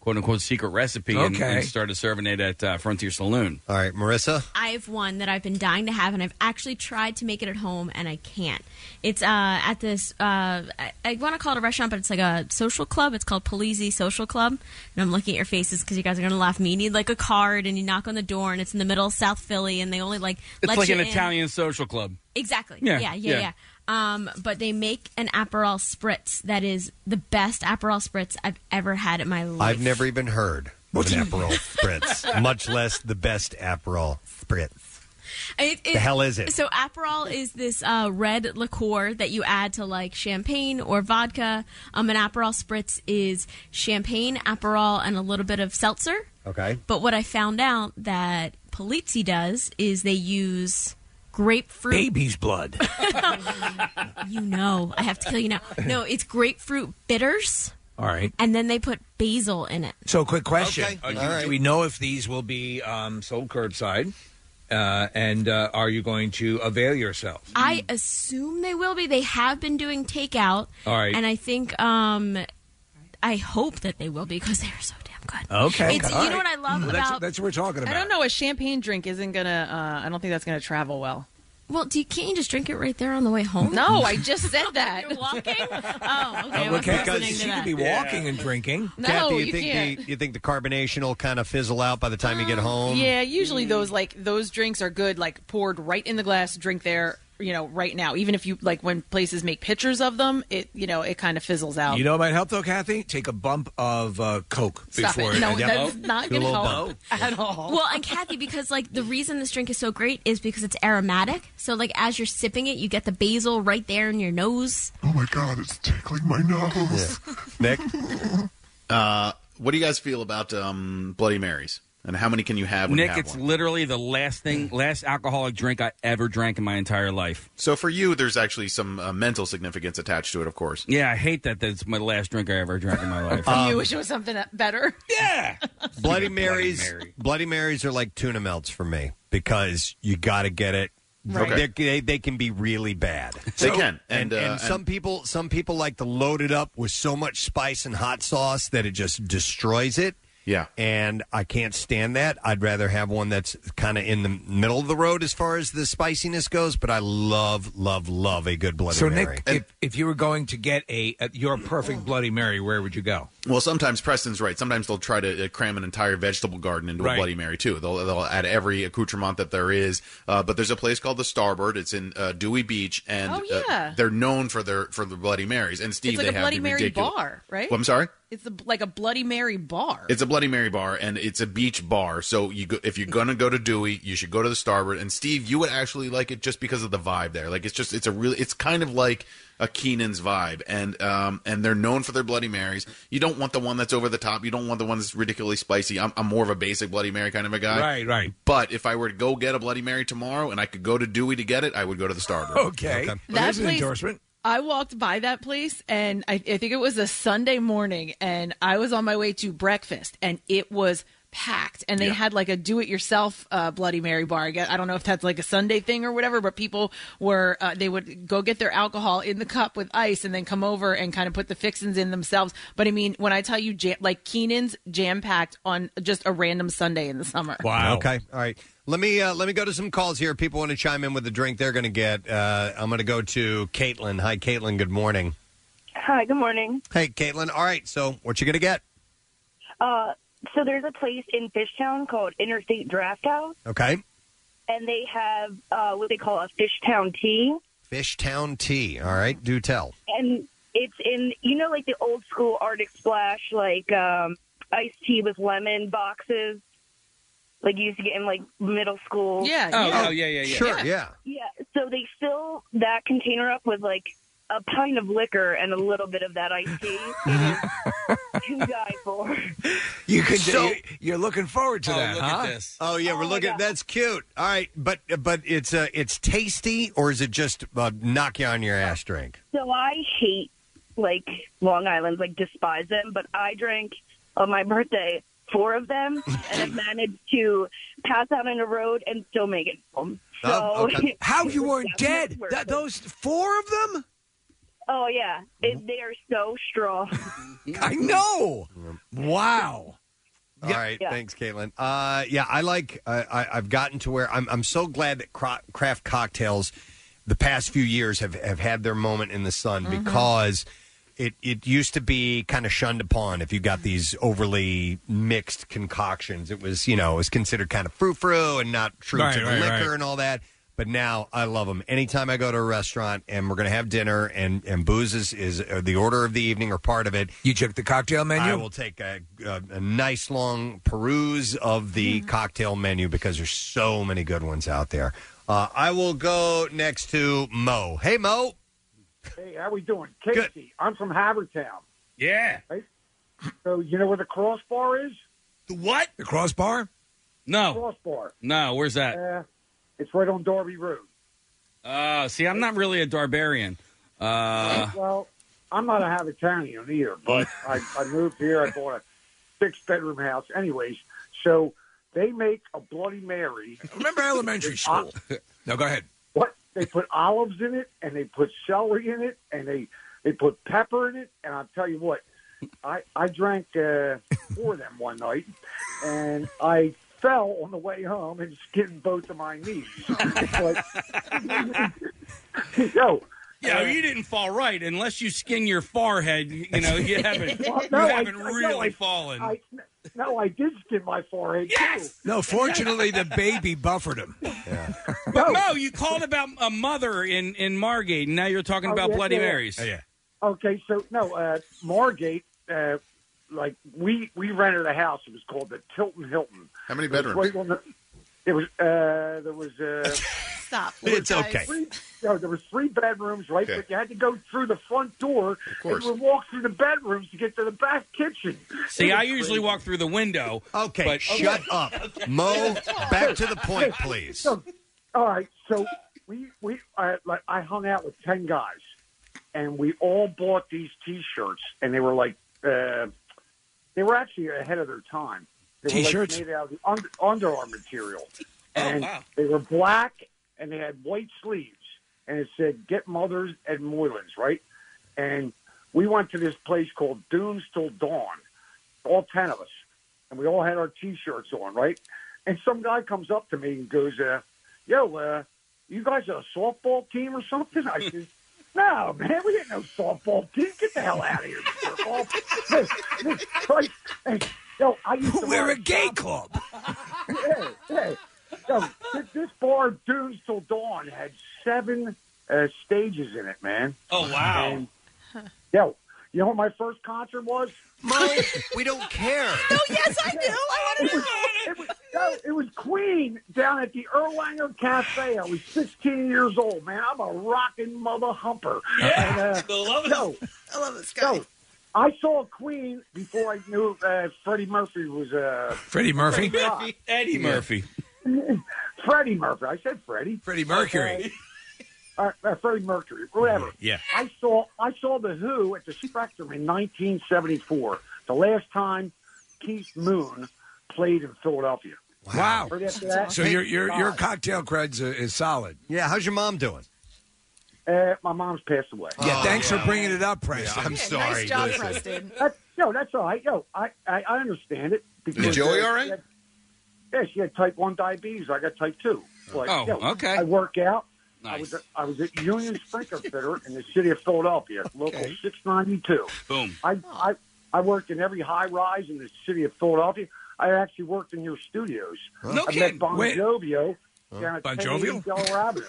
[SPEAKER 5] quote unquote secret recipe and,
[SPEAKER 1] Okay.
[SPEAKER 5] and started serving it at uh, Frontier Saloon.
[SPEAKER 1] All right, Marissa.
[SPEAKER 2] I have one that I've been dying to have, and I've actually tried to make it at home, and I can't. It's uh, at this, uh, I, I want to call it a restaurant, but it's like a social club. It's called Polizzi Social Club. And I'm looking at your faces because you guys are going to laugh at me. You need like a card, and you knock on the door, and it's in the middle of South Philly, and they only like
[SPEAKER 5] It's
[SPEAKER 2] let
[SPEAKER 5] like
[SPEAKER 2] you
[SPEAKER 5] an
[SPEAKER 2] in.
[SPEAKER 5] Italian social club.
[SPEAKER 2] Exactly.
[SPEAKER 5] Yeah,
[SPEAKER 2] Yeah, yeah, yeah.
[SPEAKER 5] yeah.
[SPEAKER 2] Um, but they make an Aperol spritz that is the best Aperol spritz I've ever had in my life.
[SPEAKER 1] I've never even heard of an Aperol spritz, much less the best Aperol spritz.
[SPEAKER 2] It,
[SPEAKER 1] The hell is it?
[SPEAKER 2] So Aperol is this uh, red liqueur that you add to like champagne or vodka. Um, an Aperol spritz is champagne, Aperol, and a little bit of seltzer.
[SPEAKER 1] Okay.
[SPEAKER 2] But what I found out that Polizzi does is they use grapefruit.
[SPEAKER 6] Baby's blood.
[SPEAKER 2] You know, I have to kill you now. No, it's grapefruit bitters,
[SPEAKER 6] All right.
[SPEAKER 2] and then they put basil in it.
[SPEAKER 6] So, quick question: Are you-
[SPEAKER 2] All right.
[SPEAKER 6] Do we know if these will be um, sold curbside? Uh, and uh, are you going to avail yourself?
[SPEAKER 2] I assume they will be. They have been doing takeout.
[SPEAKER 6] All right.
[SPEAKER 2] And I think, um, I hope that they will be because they are so damn good.
[SPEAKER 6] Okay.
[SPEAKER 2] It's,
[SPEAKER 6] All
[SPEAKER 2] you know
[SPEAKER 6] right.
[SPEAKER 2] what I love
[SPEAKER 6] Well, that's-
[SPEAKER 2] about.
[SPEAKER 6] that's what we're talking
[SPEAKER 4] I
[SPEAKER 6] about.
[SPEAKER 4] don't know. A champagne drink isn't gonna. Uh, I don't think that's gonna travel well.
[SPEAKER 2] well, do you, can't you just drink it right there on the way home?
[SPEAKER 4] No, I just said that.
[SPEAKER 2] You're walking. Oh, okay. I
[SPEAKER 6] Uh,
[SPEAKER 2] wasn't
[SPEAKER 6] because
[SPEAKER 2] listening to
[SPEAKER 6] she
[SPEAKER 2] that.
[SPEAKER 6] could be walking and drinking.
[SPEAKER 4] No,
[SPEAKER 1] Kathy, you,
[SPEAKER 4] you
[SPEAKER 1] think
[SPEAKER 4] can't.
[SPEAKER 1] the you think the carbonation will kind of fizzle out by the time you get home?
[SPEAKER 4] Yeah,
[SPEAKER 6] Mm-hmm.
[SPEAKER 4] usually those like those drinks are good, like poured right in the glass, drink there, you know, right now. Even if you like when places make pictures of them, it you know it kind of fizzles out.
[SPEAKER 6] You know what might help though, Kathy? Take a bump of uh, Coke
[SPEAKER 4] Stop
[SPEAKER 6] before
[SPEAKER 4] it. No,
[SPEAKER 6] Yeah.
[SPEAKER 4] that's not
[SPEAKER 6] Do a
[SPEAKER 4] going to
[SPEAKER 6] little
[SPEAKER 4] help
[SPEAKER 6] bump.
[SPEAKER 4] at all.
[SPEAKER 2] Well, and Kathy, because like the reason this drink is so great is because it's aromatic. So like as you're sipping it, you get the basil right there in your nose.
[SPEAKER 10] Oh my god, it's tickling my nose.
[SPEAKER 1] Nick,
[SPEAKER 10] uh, what do you guys feel about um, Bloody Marys and how many can you have? When you
[SPEAKER 5] Nick,
[SPEAKER 10] have
[SPEAKER 5] it's
[SPEAKER 10] one?
[SPEAKER 5] literally the last thing, last alcoholic drink I ever drank in my entire life.
[SPEAKER 10] So for you, there's actually some uh, mental significance attached to it, of course.
[SPEAKER 5] Yeah, I hate that. That's my last drink I ever drank in my life.
[SPEAKER 4] For
[SPEAKER 6] Um,
[SPEAKER 4] you wish it was something better.
[SPEAKER 5] Yeah.
[SPEAKER 1] Bloody Marys, Bloody, Marys are like tuna melts for me because you got to get it.
[SPEAKER 10] Right. Okay.
[SPEAKER 1] They're- They, they can be really bad.
[SPEAKER 10] They can,
[SPEAKER 1] and,
[SPEAKER 10] and, uh,
[SPEAKER 1] and some
[SPEAKER 10] and-
[SPEAKER 1] people some people like to load it up with so much spice and hot sauce that it just destroys it.
[SPEAKER 10] Yeah.
[SPEAKER 1] And I can't stand that. I'd rather have one that's kind of in the middle of the road as far as the spiciness goes, but I love, love, love a good Bloody
[SPEAKER 6] so,
[SPEAKER 1] Mary.
[SPEAKER 6] Nick, uh, if, if you were going to get a, a your perfect Bloody Mary, where would you go?
[SPEAKER 10] Well, sometimes Preston's right. Sometimes they'll try to uh, cram an entire vegetable garden into
[SPEAKER 6] Right.
[SPEAKER 10] a Bloody Mary too. They'll, they'll add every accoutrement that there is. Uh, but there's a place called the Starboard. It's in uh, Dewey Beach, and
[SPEAKER 4] Oh,
[SPEAKER 10] uh,
[SPEAKER 4] yeah.
[SPEAKER 10] they're known for their for the Bloody Marys. And Steve,
[SPEAKER 4] it's like
[SPEAKER 10] they
[SPEAKER 4] a
[SPEAKER 10] have
[SPEAKER 4] Bloody
[SPEAKER 10] the
[SPEAKER 4] Mary
[SPEAKER 10] ridiculous-
[SPEAKER 4] bar, right?
[SPEAKER 10] Well, I'm sorry.
[SPEAKER 4] It's a, like a Bloody Mary bar.
[SPEAKER 10] It's a Bloody Mary bar, and it's a beach bar. So you, go, if you're gonna go to Dewey, you should go to the Starboard. And Steve, you would actually like it just because of the vibe there. Like it's just, it's a really, it's kind of like a Keenan's vibe, and um, and they're known for their Bloody Marys. You don't want the one that's over the top. You don't want the one that's ridiculously spicy. I'm, I'm more of a basic Bloody Mary kind of a guy.
[SPEAKER 6] Right, right.
[SPEAKER 10] But if I were to go get a Bloody Mary tomorrow, and I could go to Dewey to get it, I would go to the Starboard.
[SPEAKER 6] Okay.
[SPEAKER 10] there's
[SPEAKER 4] place- I walked by that place, and I, I think it was a Sunday morning, and I was on my way to breakfast, and it was packed, and they
[SPEAKER 3] Yeah.
[SPEAKER 4] had like a do-it-yourself uh, Bloody Mary bar. I guess- I don't know if that's like a Sunday thing or whatever, but people were uh, they would go get their alcohol in the cup with ice, and then come over and kind of put the fixins in themselves. But I mean, when I tell you, jam- like Keenan's jam-packed on just a random Sunday in the summer.
[SPEAKER 1] Okay. All right. Let me uh, let me go to some calls here. People want to chime in with the drink they're going to get. Uh, I'm going to go to Caitlin. Hi, Caitlin. Good morning.
[SPEAKER 3] Hi, good morning.
[SPEAKER 1] Hey, Caitlin. All right. So, what you going to get?
[SPEAKER 3] Uh, so there's a place in Fishtown called Interstate Draft House,
[SPEAKER 1] Okay.
[SPEAKER 3] and they have uh, what they call a Fishtown tea,
[SPEAKER 1] Fishtown tea. All right. Do tell.
[SPEAKER 3] and it's in you know like the old school Arctic Splash like um, iced tea with lemon boxes, like you used to get in like middle school.
[SPEAKER 4] Yeah.
[SPEAKER 5] Oh, yeah. oh, yeah, yeah, yeah. Sure,
[SPEAKER 1] yeah.
[SPEAKER 3] Yeah. So they fill that container up with like a pint of liquor and a little bit of that iced tea. It is to die for.
[SPEAKER 6] You could. you- you're looking forward to that, huh?
[SPEAKER 1] Oh yeah, we're looking. That's cute. All right, but but it's uh, it's tasty, or is it just uh, knock you on your ass drink?
[SPEAKER 3] So I hate like Long Island, like despise them. But I drank on my birthday four of them, and I've managed to pass out on the road and still make it home. So
[SPEAKER 6] Oh, How you weren't dead? Th- those four of them?
[SPEAKER 3] Oh yeah, it, they are so strong.
[SPEAKER 6] I know. Wow.
[SPEAKER 1] All right,
[SPEAKER 3] Yeah.
[SPEAKER 1] thanks, Caitlin. Uh, yeah, I like. Uh, I, I've gotten to where I'm. I'm so glad that cro- craft cocktails, the past few years have have had their moment in the sun
[SPEAKER 20] Mhm.
[SPEAKER 1] because. It, it used to be kind of shunned upon if you got these overly mixed concoctions. It was, you know, it was considered kind of frou frou and not true
[SPEAKER 6] Right,
[SPEAKER 1] to the
[SPEAKER 6] right,
[SPEAKER 1] liquor
[SPEAKER 6] right.
[SPEAKER 1] and all that. But now I love them. Anytime I go to a restaurant and we're going to have dinner and, and booze is, is uh, the order of the evening or part of it.
[SPEAKER 6] You check the cocktail menu?
[SPEAKER 1] I will take a, a, a nice long peruse of the cocktail menu because there's so many good ones out there. Uh, I will go next to Mo. Hey, Mo.
[SPEAKER 23] Hey, how we doing? Casey, I'm from Havertown.
[SPEAKER 5] Yeah.
[SPEAKER 23] Right? So you know where the crossbar is?
[SPEAKER 5] The what?
[SPEAKER 6] The crossbar?
[SPEAKER 5] No.
[SPEAKER 23] Crossbar.
[SPEAKER 5] No, where's that?
[SPEAKER 23] Uh, it's right on Darby Road.
[SPEAKER 5] Uh, see, I'm not really a Darbarian. Uh,
[SPEAKER 23] Well, I'm not a Havertownian either, but I, I moved here. I bought a six bedroom house. Anyways, so they make a Bloody Mary.
[SPEAKER 6] Remember elementary school? no, go ahead.
[SPEAKER 23] What? They put olives in it and they put celery in it and they, they put pepper in it. And I'll tell you what, I, I drank uh, four of them one night and I fell on the way home and skinned both of my knees. It's like, yo,
[SPEAKER 5] yeah, you didn't fall right unless you skin your forehead. You you know, Oh, you haven't,
[SPEAKER 23] Well,
[SPEAKER 5] you
[SPEAKER 23] no, I-
[SPEAKER 5] haven't
[SPEAKER 23] I- no,
[SPEAKER 5] really
[SPEAKER 23] I-
[SPEAKER 5] fallen.
[SPEAKER 23] I, no, I did skin my forehead too.
[SPEAKER 6] No, fortunately, the baby buffered him.
[SPEAKER 5] But Mo, you called about a mother in in Margate, and now you're talking
[SPEAKER 23] Oh,
[SPEAKER 5] about
[SPEAKER 23] yeah,
[SPEAKER 5] Bloody
[SPEAKER 23] yeah.
[SPEAKER 5] Marys.
[SPEAKER 23] Oh, yeah. Okay, so no, uh, Margate, uh, like we we rented a house. It was called the Tilton Hilton.
[SPEAKER 10] How many
[SPEAKER 23] It was
[SPEAKER 10] bedrooms?
[SPEAKER 23] right on the- it was uh, there was. Uh,
[SPEAKER 4] Stop.
[SPEAKER 23] It's okay. Three, no, there was three bedrooms, right?
[SPEAKER 10] Okay.
[SPEAKER 23] But you had to go through the front door
[SPEAKER 5] course.
[SPEAKER 23] and walk through the bedrooms to get to the back kitchen. It
[SPEAKER 5] See,
[SPEAKER 23] was
[SPEAKER 5] I usually
[SPEAKER 23] crazy.
[SPEAKER 5] walk through the window.
[SPEAKER 1] Okay,
[SPEAKER 5] but
[SPEAKER 1] shut up. Mo, back to the point, please.
[SPEAKER 23] So, all right, so we we I, like, I hung out with ten guys, and we all bought these T-shirts, and they were like uh, they were actually ahead of their time. They
[SPEAKER 6] T-shirts?
[SPEAKER 23] were like made out of the under, underarm material, and
[SPEAKER 6] wow.
[SPEAKER 23] they were black and they had white sleeves, and it said "Get Mothers and Moylan's," right? And we went to this place called Dooms Till Dawn, all ten of us, and we all had our T-shirts on, right? And some guy comes up to me and goes, uh, "Yo, uh, you guys are a softball team or something?" I said, "No, man, we ain't no softball team. Get the hell out of here, you jerk off." This- this- right? And, yo, I used to
[SPEAKER 6] We're
[SPEAKER 23] run
[SPEAKER 6] a gay club.
[SPEAKER 23] hey, hey. Yo, th- this bar, Dunes Till Dawn, had seven uh, stages in it, man.
[SPEAKER 5] Oh, wow.
[SPEAKER 23] And, yo, you know what my first concert was?
[SPEAKER 1] Mo, we don't care.
[SPEAKER 23] No, yes, I do. I want to know. It was, yo, it was Queen down at the Erlanger Cafe. I was 16 years old, man. I'm a rocking mother humper.
[SPEAKER 16] Yeah. love it.
[SPEAKER 23] yo,
[SPEAKER 4] I love this
[SPEAKER 23] yo, I saw Queen before I knew uh, Freddie Murphy was uh,
[SPEAKER 6] Freddie Murphy?
[SPEAKER 23] Freddie
[SPEAKER 5] Eddie Murphy.
[SPEAKER 23] Freddie Murphy. I said Freddie.
[SPEAKER 6] Freddie Mercury.
[SPEAKER 23] Uh, uh, Freddie Mercury. Whatever.
[SPEAKER 6] Yeah.
[SPEAKER 23] I saw I saw the Who at the Spectrum in 1974. The last time Keith Moon played in Philadelphia.
[SPEAKER 6] Wow.
[SPEAKER 23] Right after that-
[SPEAKER 6] So your your your cocktail creds is, is solid.
[SPEAKER 1] Yeah. How's your mom doing? Oh,
[SPEAKER 23] Uh, my mom's passed away.
[SPEAKER 6] Yeah. thanks for bringing it up, Preston.
[SPEAKER 1] I'm sorry. Listen.
[SPEAKER 23] That's, yo, that's all right. Yo, I, I, I understand it. Because,
[SPEAKER 10] Joey all
[SPEAKER 23] right? Yeah, she had type 1 diabetes. I got type 2. Like,
[SPEAKER 5] Oh,
[SPEAKER 23] yo,
[SPEAKER 5] okay.
[SPEAKER 23] I work out. I,
[SPEAKER 5] Nice.
[SPEAKER 23] was at, I was at Union Sprinkler Fitter in the city of Philadelphia, local 692.
[SPEAKER 5] Boom.
[SPEAKER 23] I, I, I worked in every high rise in the city of Philadelphia. I actually worked in your studios.
[SPEAKER 6] No
[SPEAKER 23] I
[SPEAKER 6] kidding.
[SPEAKER 23] met Bon
[SPEAKER 6] Wait.
[SPEAKER 23] Jovio down at
[SPEAKER 6] Bon
[SPEAKER 23] 1080
[SPEAKER 6] Jovial?
[SPEAKER 23] Delaware Avenue.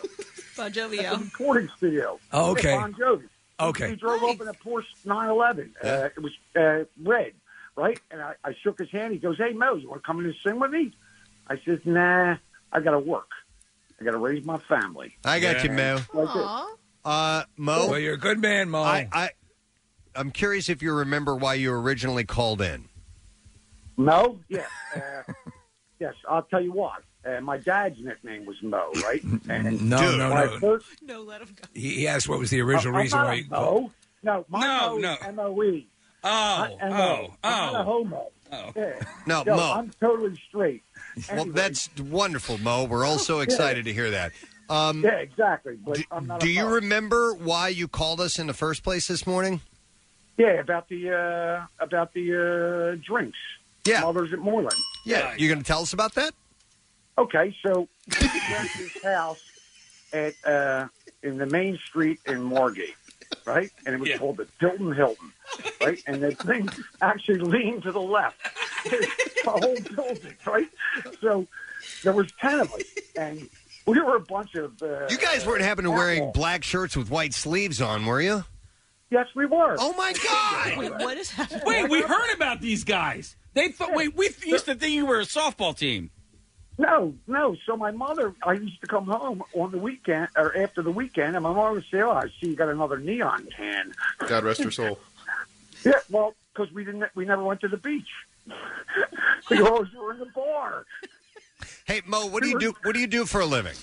[SPEAKER 4] Bon
[SPEAKER 23] At the recording studio.
[SPEAKER 6] Oh, okay.
[SPEAKER 23] Yeah, Bon Jovi.
[SPEAKER 6] Okay.
[SPEAKER 23] He drove up in a Porsche 911. Uh,
[SPEAKER 6] Yeah.
[SPEAKER 23] it was uh, red, right? And I, I shook his hand. He goes, "Hey, Mo, you want to come in and sing with me?" I says, "Nah, I got to work. I got to raise my family."
[SPEAKER 1] I got you, Mo.
[SPEAKER 23] That's it.
[SPEAKER 1] Uh, Mo.
[SPEAKER 6] Well, you're a good man, Mo.
[SPEAKER 1] I, I, I'm curious if you remember why you originally called in.
[SPEAKER 23] Mo? Yes. Uh, yes, I'll tell you what. Uh, my dad's nickname was Mo, right? And
[SPEAKER 6] No, no,
[SPEAKER 23] my
[SPEAKER 6] no.
[SPEAKER 23] first-
[SPEAKER 4] No, let him go.
[SPEAKER 6] He he asked what was the original
[SPEAKER 23] I'm
[SPEAKER 6] reason
[SPEAKER 23] not
[SPEAKER 6] why.
[SPEAKER 23] a
[SPEAKER 6] you-
[SPEAKER 23] Mo. No, my
[SPEAKER 6] No,
[SPEAKER 23] Mo
[SPEAKER 6] no.
[SPEAKER 23] is E, M-O-E.
[SPEAKER 6] Oh,
[SPEAKER 23] I'm
[SPEAKER 6] oh,
[SPEAKER 23] I'm not a
[SPEAKER 6] oh.
[SPEAKER 23] homo. Yeah.
[SPEAKER 1] No,
[SPEAKER 23] Yo,
[SPEAKER 1] Mo.
[SPEAKER 23] I'm totally straight.
[SPEAKER 1] Well,
[SPEAKER 23] Anyway,
[SPEAKER 1] that's wonderful, Mo. We're all so excited to hear that. Um,
[SPEAKER 23] yeah, exactly. But I'm not
[SPEAKER 1] do
[SPEAKER 23] a
[SPEAKER 1] you
[SPEAKER 23] Mo.
[SPEAKER 1] remember why you called us in the first place this morning?
[SPEAKER 23] Yeah, about the uh, about the uh, drinks.
[SPEAKER 1] Yeah,
[SPEAKER 23] mothers at Moreland.
[SPEAKER 1] Yeah, you going to tell us about that?
[SPEAKER 23] Okay, so we went to his house at uh, in the main street in Margate, right? And it was called the Tilton Hilton, right? And the thing actually leaned to the left, the whole building, right? So there was ten of us, and we were a bunch of uh,
[SPEAKER 1] You guys weren't having to wearing black shirts with white sleeves on, were you?
[SPEAKER 23] Yes, we were.
[SPEAKER 1] Oh my God!
[SPEAKER 4] Wait, what is happening?
[SPEAKER 5] Wait, we heard about these guys. They thought. Wait, we used to think you were a softball team.
[SPEAKER 23] No, no. So my mother, I used to come home on the weekend or after the weekend, and my mom would say, "Oh, I see you got another neon tan."
[SPEAKER 10] God rest her soul.
[SPEAKER 23] Yeah, well, because we didn't, we never went to the beach. we always were in the bar.
[SPEAKER 1] Hey, Mo, what do you do? What do you do for a living?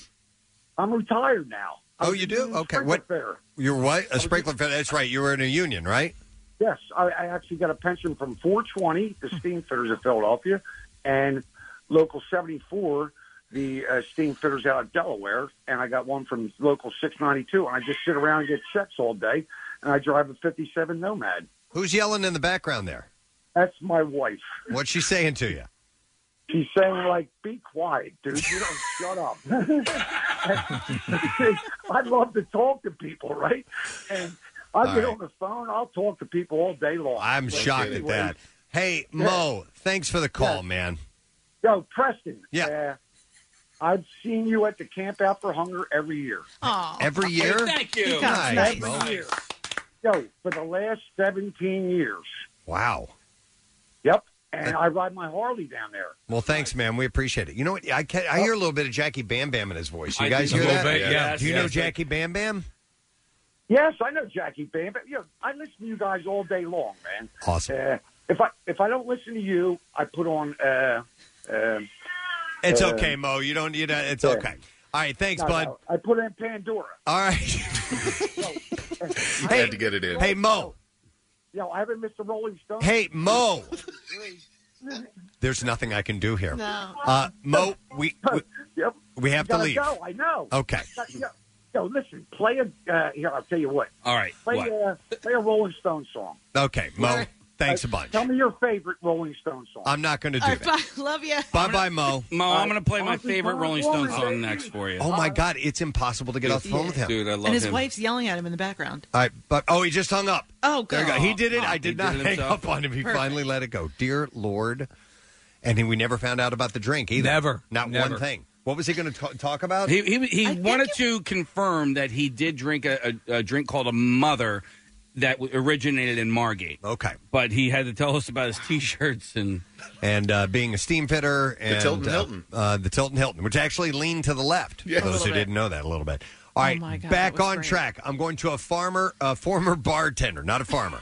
[SPEAKER 23] I'm retired now. I
[SPEAKER 1] Oh,
[SPEAKER 23] was
[SPEAKER 1] you
[SPEAKER 23] just
[SPEAKER 1] do?
[SPEAKER 23] in
[SPEAKER 1] Okay, what-
[SPEAKER 23] Springfield Fair.
[SPEAKER 1] You're what? A sprinkler fitter. That's right. You were in a union, right?
[SPEAKER 23] Yes, I, I actually got a pension from 420,
[SPEAKER 1] Hmm.
[SPEAKER 23] the steam fitters of Philadelphia, and local 74, the uh, steam fitters out of Delaware, and I got one from local 692, and I just sit around and get checks all day, and I drive a 57 Nomad.
[SPEAKER 1] Who's yelling in the background there?
[SPEAKER 23] That's my wife.
[SPEAKER 1] What's she saying to you?
[SPEAKER 23] She's saying like, "Be quiet, dude. You don't shut up." I love to talk to people, right? And I
[SPEAKER 1] All
[SPEAKER 23] get
[SPEAKER 1] right.
[SPEAKER 23] on the phone. I'll talk to people all day long.
[SPEAKER 1] I'm
[SPEAKER 23] But
[SPEAKER 1] shocked at
[SPEAKER 23] anyway,
[SPEAKER 1] that. Hey, Mo, thanks for the call, man.
[SPEAKER 23] Yo, Preston.
[SPEAKER 1] Yeah.
[SPEAKER 23] Uh, I've seen you at the Camp Out for Hunger every year.
[SPEAKER 4] Aw.
[SPEAKER 1] Every year?
[SPEAKER 5] Thank you.
[SPEAKER 1] Nice,
[SPEAKER 23] Every
[SPEAKER 1] Mo.
[SPEAKER 23] year. Yo, for the last 17 years.
[SPEAKER 1] Wow.
[SPEAKER 23] Yep. And I ride my Harley down there.
[SPEAKER 1] Well, thanks, man. We appreciate it. You know what? I ca I hear a little bit of Jackie Bam Bam in his voice. You
[SPEAKER 6] I
[SPEAKER 1] guys
[SPEAKER 6] do. A
[SPEAKER 1] hear
[SPEAKER 6] little
[SPEAKER 1] that?
[SPEAKER 6] bit, yeah. Yes,
[SPEAKER 1] Do you know
[SPEAKER 6] yes.
[SPEAKER 1] Jackie Bam Bam?
[SPEAKER 23] Yes, I know Jackie Bam, but you know, I listen to you guys all day long, man.
[SPEAKER 1] Awesome.
[SPEAKER 23] Uh, if I if I don't listen to you, I put on. Uh, um
[SPEAKER 1] It's
[SPEAKER 23] uh,
[SPEAKER 1] okay, Mo. You don't. You know, it's
[SPEAKER 23] yeah.
[SPEAKER 1] okay. All right. Thanks,
[SPEAKER 23] no,
[SPEAKER 1] bud.
[SPEAKER 23] no, I put in Pandora.
[SPEAKER 1] All right.
[SPEAKER 10] I had to get it in.
[SPEAKER 1] Hey, Mo.
[SPEAKER 23] Yo, I haven't missed a Rolling Stone.
[SPEAKER 1] Hey, Mo. There's nothing I can do here.
[SPEAKER 23] No.
[SPEAKER 1] Uh, Mo, we we,
[SPEAKER 23] Yep.
[SPEAKER 1] we have to
[SPEAKER 23] Gotta
[SPEAKER 1] leave.
[SPEAKER 23] Go. I know.
[SPEAKER 1] Okay.
[SPEAKER 23] Yo, Yo, yo, listen. Play a. Uh, here, I'll tell you what.
[SPEAKER 5] All right.
[SPEAKER 23] Play
[SPEAKER 5] what?
[SPEAKER 23] a play a Rolling Stone song.
[SPEAKER 1] Okay, Mo. Thanks a bunch.
[SPEAKER 23] Tell me your favorite Rolling Stone song.
[SPEAKER 1] I'm not going to do
[SPEAKER 4] All
[SPEAKER 1] that.
[SPEAKER 4] right, bye. Love you.
[SPEAKER 1] Bye bye, Mo.
[SPEAKER 5] Mo, I'm going to play my favorite Rolling Stones song next for you.
[SPEAKER 1] Oh my God, it's impossible to get off the phone with him,
[SPEAKER 5] dude. I love
[SPEAKER 4] and his
[SPEAKER 1] him.
[SPEAKER 4] wife's yelling at him in the background.
[SPEAKER 1] All right, but oh, he just hung up.
[SPEAKER 4] Oh,
[SPEAKER 1] There you go.
[SPEAKER 4] God.
[SPEAKER 1] He did it.
[SPEAKER 4] Oh,
[SPEAKER 1] I
[SPEAKER 4] he
[SPEAKER 1] did
[SPEAKER 4] did
[SPEAKER 1] not
[SPEAKER 4] it
[SPEAKER 1] hang
[SPEAKER 4] himself.
[SPEAKER 1] up on him. He
[SPEAKER 4] Perfect.
[SPEAKER 1] finally let it go. Dear Lord, and he, we never found out about the drink either.
[SPEAKER 5] Never.
[SPEAKER 1] not
[SPEAKER 5] Never.
[SPEAKER 1] one thing. What was he going to talk about?
[SPEAKER 5] He he, he wanted to confirm that he did drink a, a, a drink called a mother that w- originated in Margate.
[SPEAKER 1] Okay,
[SPEAKER 5] but he had to tell us about his T-shirts and
[SPEAKER 1] and uh, being a steam fitter and
[SPEAKER 5] Tilton
[SPEAKER 1] uh,
[SPEAKER 5] Hilton.
[SPEAKER 1] uh, the Tilton Hilton, which actually leaned to the left.
[SPEAKER 5] Yes.
[SPEAKER 1] For
[SPEAKER 5] A
[SPEAKER 1] those who
[SPEAKER 5] little bit. Oh,
[SPEAKER 1] didn't know that a little bit. All right,
[SPEAKER 5] my God,
[SPEAKER 1] back
[SPEAKER 5] that was
[SPEAKER 1] on
[SPEAKER 5] great.
[SPEAKER 1] track. I'm going to a farmer, a former bartender, not a farmer.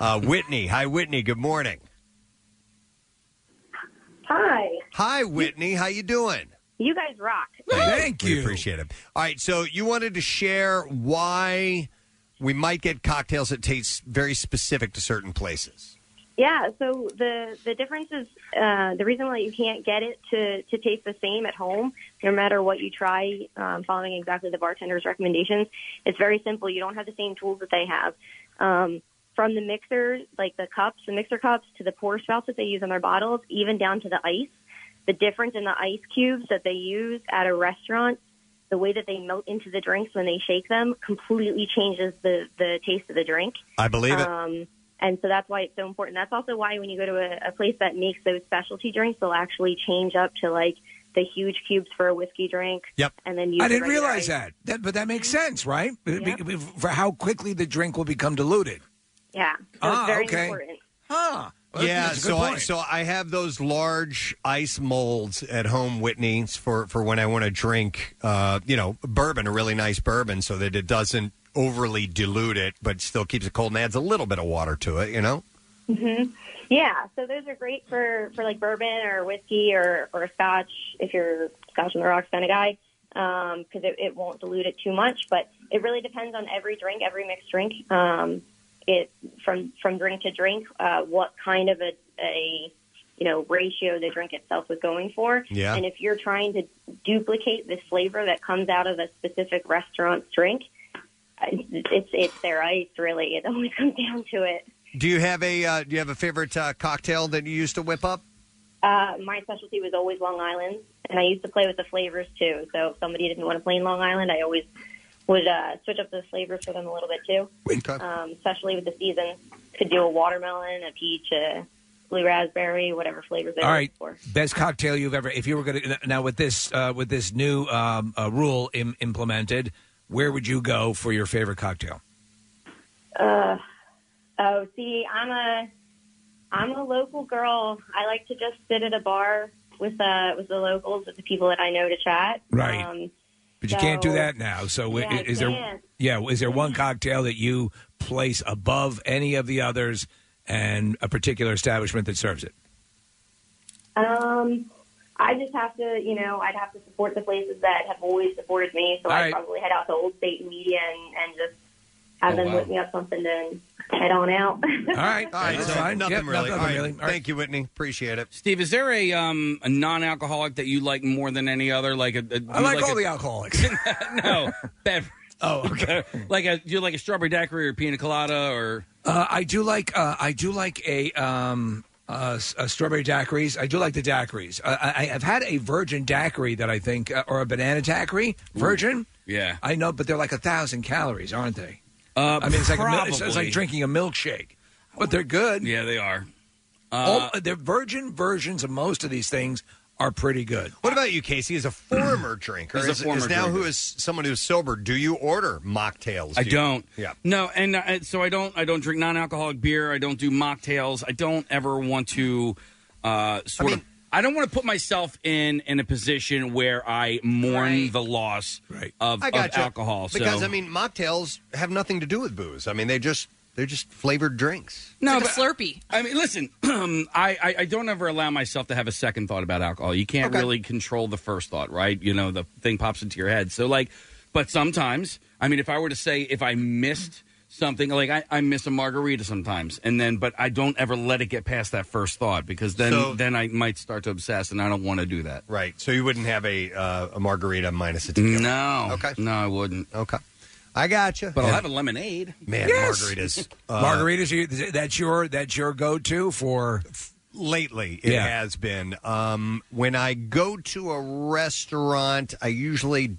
[SPEAKER 1] Uh, Whitney, hi Whitney. Good morning.
[SPEAKER 7] Hi.
[SPEAKER 1] Hi Whitney. How you doing?
[SPEAKER 7] You guys rock.
[SPEAKER 1] Thank you. We appreciate it. All right, so you wanted to share why we might get cocktails that taste very specific to certain places.
[SPEAKER 7] Yeah. So the the difference is uh, the reason why you can't get it to to taste the same at home, no matter what you try, um, following exactly the bartender's recommendations. It's very simple. You don't have the same tools that they have. Um, from the mixer, like the cups, the mixer cups, to the pour spouts that they use on their bottles, even down to the ice. The difference in the ice cubes that they use at a restaurant, the way that they melt into the drinks when they shake them, completely changes the the taste of the drink.
[SPEAKER 1] I believe it.
[SPEAKER 7] Um, and so that's why it's so important. That's also why when you go to a, a place that makes those specialty drinks, they'll actually change up to like the huge cubes for a whiskey drink.
[SPEAKER 6] Yep.
[SPEAKER 7] And then use
[SPEAKER 6] I
[SPEAKER 7] the
[SPEAKER 6] didn't
[SPEAKER 7] regular ice.
[SPEAKER 6] realize that. that, but that makes sense, right? Be- be- For how quickly the drink will become diluted.
[SPEAKER 7] Yeah. So
[SPEAKER 1] Oh,
[SPEAKER 6] Ah,
[SPEAKER 7] it's very
[SPEAKER 6] okay.
[SPEAKER 7] important.
[SPEAKER 6] Huh.
[SPEAKER 1] yeah, so I so I have those large ice molds at home, Whitney, for for when I want to drink, uh, you know, bourbon, a really nice bourbon, so that it doesn't overly dilute it, but still keeps it cold and adds a little bit of water to it. You know,
[SPEAKER 7] hmm Yeah. So those are great for, for like bourbon or whiskey or, or scotch if you're Scotch on the Rocks kind of guy because it, it won't dilute it too much. But it really depends on every drink, every mixed drink. Um, it from from drink to drink, uh, what kind of a, a you know ratio the drink itself was going for.
[SPEAKER 8] Yeah.
[SPEAKER 7] And if you're trying to duplicate the flavor that comes out of a specific restaurant's drink, it's it's their ice really. It always comes down to it.
[SPEAKER 1] do you have a uh, do you have a favorite uh, cocktail that you used to whip up?
[SPEAKER 7] Uh, my specialty was always Long Island, and I used to play with the flavors too. So if somebody didn't want to play in Long Island, I always would uh, switch up the flavors for them a little bit too. Um, especially with the season, could do a watermelon, a peach, a blue raspberry, whatever flavors they
[SPEAKER 6] All
[SPEAKER 7] were
[SPEAKER 6] right,
[SPEAKER 7] for.
[SPEAKER 6] best cocktail you've ever. If you were going to now with this uh, with this new um, uh, rule Im- implemented, where would you go for your favorite cocktail?
[SPEAKER 7] Uh, oh, see, I'm a I'm a local girl. I like to just sit at a bar with uh with the locals, with the people that I know to chat.
[SPEAKER 6] Right.
[SPEAKER 7] Um,
[SPEAKER 6] But you can't do
[SPEAKER 7] so-
[SPEAKER 6] that now. So i-
[SPEAKER 7] Yeah, I
[SPEAKER 6] is there?
[SPEAKER 7] can't. Mm-hmm.
[SPEAKER 6] Yeah, is there one cocktail that you place above any of the others, and a particular establishment that serves it?
[SPEAKER 7] Um, I just have to, you know, I'd have to support the places that have always supported me. So
[SPEAKER 6] All
[SPEAKER 7] I'd
[SPEAKER 6] right.
[SPEAKER 7] probably head out to Old State Media and, and just have
[SPEAKER 1] Oh,
[SPEAKER 7] them
[SPEAKER 1] wow.
[SPEAKER 7] whip me up something and head on out.
[SPEAKER 6] All right,
[SPEAKER 1] All right,
[SPEAKER 5] That's
[SPEAKER 1] so
[SPEAKER 5] fine.
[SPEAKER 1] nothing
[SPEAKER 5] Yep,
[SPEAKER 1] really.
[SPEAKER 5] nothing
[SPEAKER 1] All right,
[SPEAKER 5] really. All right.
[SPEAKER 1] Thank you, Whitney. Appreciate it.
[SPEAKER 5] Steve, is there a um a non-alcoholic that you like more than any other? Like a, a do
[SPEAKER 6] I
[SPEAKER 5] you
[SPEAKER 6] like, all
[SPEAKER 5] a-
[SPEAKER 6] the alcoholics.
[SPEAKER 5] no beverage. Oh, okay. like a you like a strawberry daiquiri or pina colada or
[SPEAKER 6] Uh, I do like uh, I do like a um uh, s- uh, strawberry daiquiris. I do like the daiquiris. Uh, I, I have had a virgin daiquiri that I think, uh, or a banana daiquiri, virgin.
[SPEAKER 5] yeah.
[SPEAKER 6] I know, but they're like a thousand calories, aren't they?
[SPEAKER 5] Uh,
[SPEAKER 6] I mean, it's like a, mil- it's, it's
[SPEAKER 5] probably.
[SPEAKER 6] like drinking a milkshake, but they're good.
[SPEAKER 5] Yeah, they are. Uh,
[SPEAKER 6] All, the virgin versions of most of these things are pretty good.
[SPEAKER 1] What about you, Casey? As a former drinker,
[SPEAKER 6] As a
[SPEAKER 1] is, is
[SPEAKER 6] former
[SPEAKER 1] now
[SPEAKER 6] drinker.
[SPEAKER 1] who is someone who's sober? Do you order mocktails?
[SPEAKER 5] I
[SPEAKER 1] Do you-
[SPEAKER 5] don't.
[SPEAKER 1] Yeah.
[SPEAKER 5] No, and uh, so I don't. I don't drink non-alcoholic beer. I don't do mocktails. I don't ever want to uh, sort of. I don't want to put myself in in a position where I mourn the loss of,
[SPEAKER 1] I
[SPEAKER 5] of
[SPEAKER 1] gotcha.
[SPEAKER 5] alcohol. So-
[SPEAKER 1] Because I mean, mocktails have nothing to do with booze. I mean, they just they're just flavored drinks.
[SPEAKER 5] no,
[SPEAKER 4] like a Slurpee.
[SPEAKER 5] I mean, listen, I, I I don't ever allow myself to have a second thought about alcohol. You can't really control the first thought, right? You know, the thing pops into your head. So, like, but sometimes, I mean, if I were to say if I missed something, like I, I miss a margarita sometimes, and then, but I don't ever let it get past that first thought because then
[SPEAKER 1] So-
[SPEAKER 5] then I might start to obsess, and I don't want to do that.
[SPEAKER 1] Right. So you wouldn't have a uh, a margarita minus a tequila.
[SPEAKER 5] No.
[SPEAKER 1] Okay.
[SPEAKER 5] No, I wouldn't.
[SPEAKER 1] Okay. I got you.
[SPEAKER 5] But I'll have a lemonade.
[SPEAKER 1] Man,
[SPEAKER 6] Yes.
[SPEAKER 1] margaritas. uh,
[SPEAKER 6] margaritas. You, that's your that's your go to for
[SPEAKER 1] lately. It
[SPEAKER 6] Yeah.
[SPEAKER 1] has been. Um, when I go to a restaurant, I usually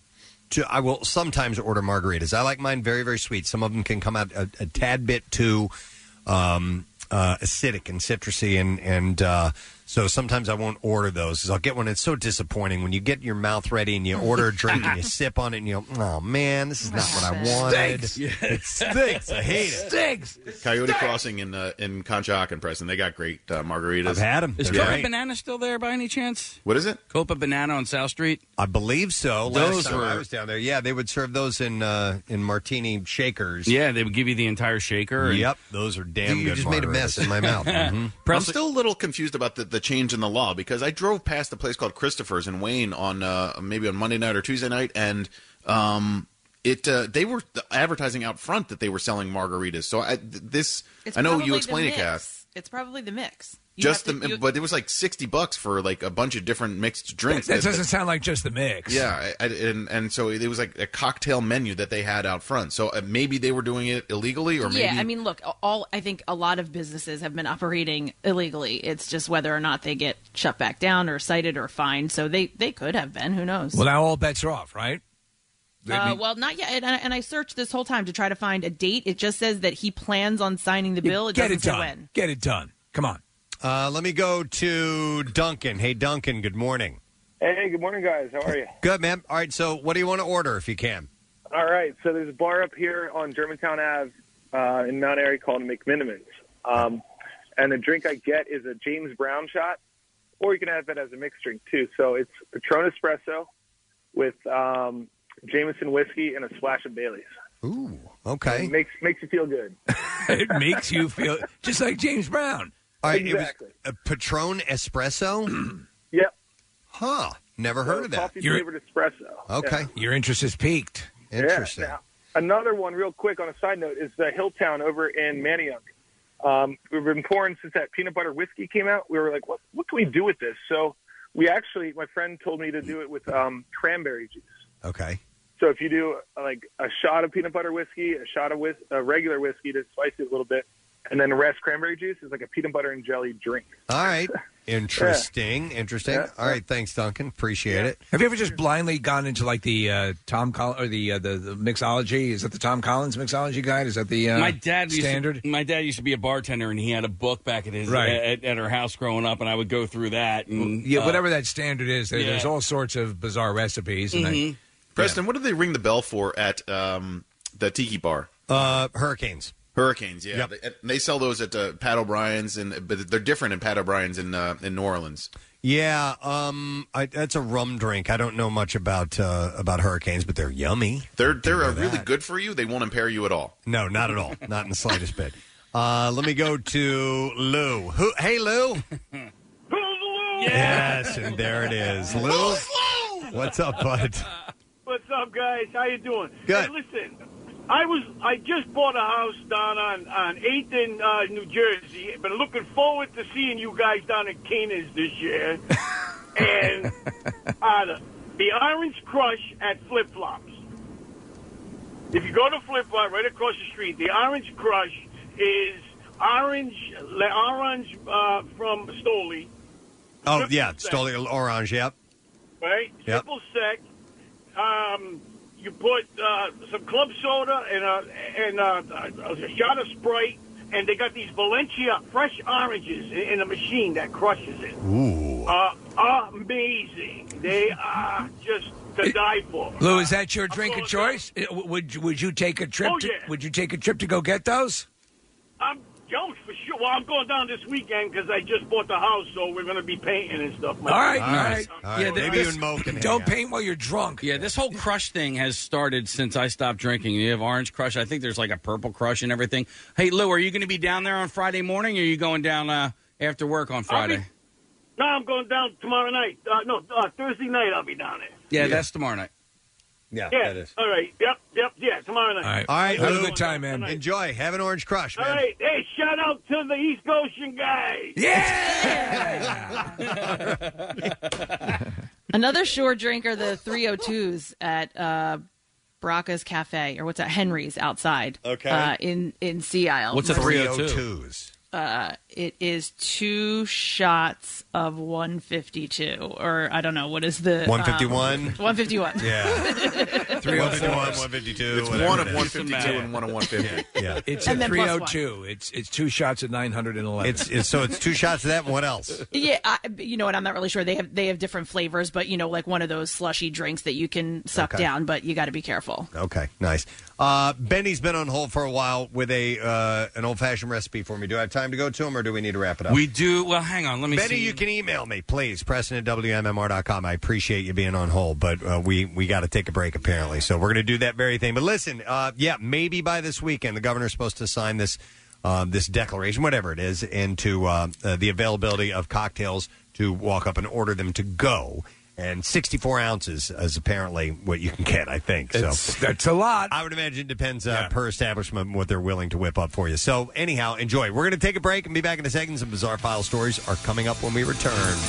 [SPEAKER 1] do, I will sometimes order margaritas. I like mine very very sweet. Some of them can come out a, a tad bit too um, uh, acidic and citrusy, and and uh, so sometimes I won't order those 'cause I'll get one. It's so disappointing when you get your mouth ready and you order a drink and you sip on it and you go, oh man, this is not what I wanted.
[SPEAKER 10] Stinks. Yeah.
[SPEAKER 1] It stinks. I hate it.
[SPEAKER 6] Stinks.
[SPEAKER 10] Coyote Crossing in uh, in Conshohocken, Preston. They got great uh, margaritas.
[SPEAKER 1] I've had 'em.
[SPEAKER 5] Is
[SPEAKER 10] They're
[SPEAKER 5] Copa
[SPEAKER 10] great.
[SPEAKER 5] Banana still there by any chance?
[SPEAKER 10] What is it?
[SPEAKER 5] Copa Banana on South Street.
[SPEAKER 1] I believe so.
[SPEAKER 5] Those
[SPEAKER 1] Last time
[SPEAKER 5] were-
[SPEAKER 1] I was down there. Yeah, they would serve those in uh, in martini shakers.
[SPEAKER 5] Yeah, they would give you the entire shaker. and-
[SPEAKER 1] Yep, those are damn
[SPEAKER 5] Dude, you
[SPEAKER 1] good.
[SPEAKER 5] just made a
[SPEAKER 1] margaritas.
[SPEAKER 5] mess in my mouth. Mhm.
[SPEAKER 10] I'm still a little confused about the, the change in the law because I drove past a place called Christopher's in Wayne on uh, maybe on Monday night or Tuesday night, and um, it uh, they were advertising out front that they were selling margaritas. So I, th- this I know
[SPEAKER 4] probably
[SPEAKER 10] you
[SPEAKER 4] the
[SPEAKER 10] explained it,
[SPEAKER 4] mix.
[SPEAKER 10] Kath.
[SPEAKER 4] It's probably the mix. You
[SPEAKER 10] Just the,
[SPEAKER 4] have to- you-
[SPEAKER 10] but it was like sixty bucks for like a bunch of different mixed drinks.
[SPEAKER 6] That doesn't sound like just the mix.
[SPEAKER 10] Yeah, I, I- and and so it was like a cocktail menu that they had out front. So uh, maybe they were doing it illegally, or maybe
[SPEAKER 4] yeah, I mean, look, all I think a lot of businesses have been operating illegally. It's just whether or not they get shut back down or cited or fined. So they they could have been. Who knows?
[SPEAKER 6] Well, now all bets are off, right? I
[SPEAKER 4] Uh,
[SPEAKER 6] mean-
[SPEAKER 4] well, not yet. And I, and I searched this whole time to try to find a date. It just says that he plans on signing the bill. It
[SPEAKER 6] Get
[SPEAKER 4] doesn't
[SPEAKER 6] it
[SPEAKER 4] say
[SPEAKER 6] done.
[SPEAKER 4] when.
[SPEAKER 6] Get it done. Come on.
[SPEAKER 1] Uh, let me go to Duncan. Hey, Duncan. Good morning.
[SPEAKER 8] Hey, good morning, guys. How are you?
[SPEAKER 1] Good, man. All right. So, what do you want to order if you can?
[SPEAKER 8] All right. So there's a bar up here on Germantown Ave uh, in Mount Airy called McMinimans. Um, and the drink I get is a James Brown shot, or you can have it as a mixed drink too. So it's Patron Espresso with um, Jameson whiskey and a splash of Bailey's.
[SPEAKER 1] Ooh. Okay.
[SPEAKER 8] It makes makes you feel good.
[SPEAKER 6] it makes you feel just like James Brown.
[SPEAKER 1] All right.
[SPEAKER 8] Exactly.
[SPEAKER 1] It was a Patron Espresso.
[SPEAKER 8] yep.
[SPEAKER 1] Huh. Never heard of that.
[SPEAKER 8] Coffee flavored espresso.
[SPEAKER 1] Okay.
[SPEAKER 8] Yeah.
[SPEAKER 6] Your interest is piqued.
[SPEAKER 1] Interesting.
[SPEAKER 8] Now, another one, real quick, on a side note, is uh, Hilltown over in Manayunk. Um, we've been pouring since that peanut butter whiskey came out. We were like, what, what can we do with this? So we actually, my friend told me to do it with um, cranberry juice.
[SPEAKER 1] Okay.
[SPEAKER 8] So if you do uh, like a shot of peanut butter whiskey, a shot of whis- uh, regular whiskey to spice it a little bit, and then the rest cranberry juice is like a peanut butter and jelly drink.
[SPEAKER 1] All right. Interesting. Interesting. All right. Thanks, Duncan. Appreciate it.
[SPEAKER 6] Have you ever just blindly gone into like the uh, Tom Coll- or the, uh, the the mixology? Is that the Tom Collins mixology guide? Is that the uh,
[SPEAKER 5] my dad used
[SPEAKER 6] standard?
[SPEAKER 5] To, my dad used to be a bartender, and he had a book back at his
[SPEAKER 6] Right.
[SPEAKER 5] at, at our house growing up, and I would go through that. And
[SPEAKER 6] yeah,
[SPEAKER 5] uh,
[SPEAKER 6] whatever that standard is. There, There's
[SPEAKER 5] yeah.
[SPEAKER 6] all sorts of bizarre recipes. And
[SPEAKER 1] Mm-hmm.
[SPEAKER 5] Mhm.
[SPEAKER 10] Preston, what did they ring the bell for at um, the Tiki Bar?
[SPEAKER 1] Uh, hurricanes.
[SPEAKER 10] Hurricanes, yeah. They, they sell those at uh, Pat O'Brien's, and but they're different in Pat O'Brien's in uh, in New Orleans.
[SPEAKER 1] Yeah. Um. I, that's a rum drink. I don't know much about uh, about hurricanes, but they're yummy.
[SPEAKER 10] They're they're uh, really good for you. They won't impair you at all.
[SPEAKER 1] No, not at all. Not in the slightest bit. Uh, let me go to Lou. Who, hey, Lou. Yes, and there it is. Lou. What's up, bud?
[SPEAKER 9] What's up, guys? How you doing?
[SPEAKER 1] Good.
[SPEAKER 9] Hey, listen, I was I just bought a house down on on Eighth in uh, New Jersey. Been looking forward to seeing you guys down in Canaan's this year. and uh, the, the Orange Crush at Flip Flops. If you go to Flip Flop right across the street, the Orange Crush is orange le- orange uh, from Stoli.
[SPEAKER 1] Oh, yeah. Stole your orange. Yep.
[SPEAKER 9] right?
[SPEAKER 1] Yep.
[SPEAKER 9] Triple sec. Um, you put uh, some club soda and a and a, a shot of Sprite, and they got these Valencia fresh oranges in, in a machine that crushes it.
[SPEAKER 1] Ooh.
[SPEAKER 9] Uh, amazing! They are just to die for.
[SPEAKER 6] Lou, is that your drink of choice? Uh, w- Would would you take a trip?
[SPEAKER 9] Oh,
[SPEAKER 6] to,
[SPEAKER 9] yeah.
[SPEAKER 6] Would you take a trip to go get those?
[SPEAKER 9] I'm Jones for sure. Well, I'm going down this weekend because I just bought the house, so we're going to be painting and stuff.
[SPEAKER 6] All right, all right.
[SPEAKER 9] Yeah,
[SPEAKER 6] th-
[SPEAKER 9] maybe
[SPEAKER 6] this-
[SPEAKER 9] you and Mo can hang
[SPEAKER 6] Don't
[SPEAKER 9] out.
[SPEAKER 6] paint while you're drunk.
[SPEAKER 5] Yeah, this whole crush thing has started since I stopped drinking. You have orange crush. I think there's like a purple crush and everything. Hey, Lou, are you going to be down there on Friday morning, or are you going down uh, after work on Friday?
[SPEAKER 9] No, I'm going down tomorrow night. Uh, no, uh, Thursday night I'll be down there.
[SPEAKER 5] yeah, that's tomorrow night.
[SPEAKER 1] Yeah,
[SPEAKER 9] Yeah. All right. Yep. Yep. Yeah. Tomorrow night.
[SPEAKER 1] All right.
[SPEAKER 9] All
[SPEAKER 1] Lou.
[SPEAKER 9] right.
[SPEAKER 6] time, man.
[SPEAKER 1] Enjoy. Have an orange crush, man.
[SPEAKER 9] Hey, shout out to the East Ocean guys.
[SPEAKER 4] Another sure drinker, the 302s at oh uh, Baracca's Cafe or what's that? Henry's outside.
[SPEAKER 1] Okay.
[SPEAKER 4] Uh, in in Sea Isle.
[SPEAKER 1] What's a
[SPEAKER 4] Mercy.
[SPEAKER 1] 302s?
[SPEAKER 4] Uh, it is two shots of 152, or I don't know what is the um,
[SPEAKER 1] 151?
[SPEAKER 4] 151.
[SPEAKER 1] Yeah.
[SPEAKER 6] 304.
[SPEAKER 1] 152.
[SPEAKER 6] It's
[SPEAKER 1] whatever
[SPEAKER 6] one of
[SPEAKER 1] it is.
[SPEAKER 6] 152 and one of 150.
[SPEAKER 1] Yeah.
[SPEAKER 6] It's
[SPEAKER 4] And
[SPEAKER 6] a
[SPEAKER 4] then plus one.
[SPEAKER 6] 302. It's it's two shots at 911.
[SPEAKER 1] It's, it's so it's two shots of that. And what else?
[SPEAKER 4] Yeah, I, you know what? I'm not really sure. They have they have different flavors, but you know, like one of those slushy drinks that you can suck
[SPEAKER 1] Okay.
[SPEAKER 4] down, but you got to be careful.
[SPEAKER 1] Okay, nice. Uh, Benny's been on hold for a while with a uh, an old fashioned recipe for me. Do I have time to go to him, or do we need to wrap it up?
[SPEAKER 5] We do. Well, hang on. Let me
[SPEAKER 1] Benny,
[SPEAKER 5] see.
[SPEAKER 1] you can email me, please. President at WMMR.com. I appreciate you being on hold, but uh, we, we got to take a break, apparently. So we're going to do that very thing. But listen, uh, yeah, maybe by this weekend, the governor's supposed to sign this, uh, this declaration, whatever it is, into uh, uh, the availability of cocktails to walk up and order them to go. And 64 ounces is apparently what you can get, I think.
[SPEAKER 6] It's-
[SPEAKER 1] so
[SPEAKER 6] that's a lot.
[SPEAKER 1] I would imagine it depends uh, per establishment what they're willing to whip up for you. So, anyhow, enjoy. We're going to take a break and be back in a second. Some bizarre file stories are coming up when we return.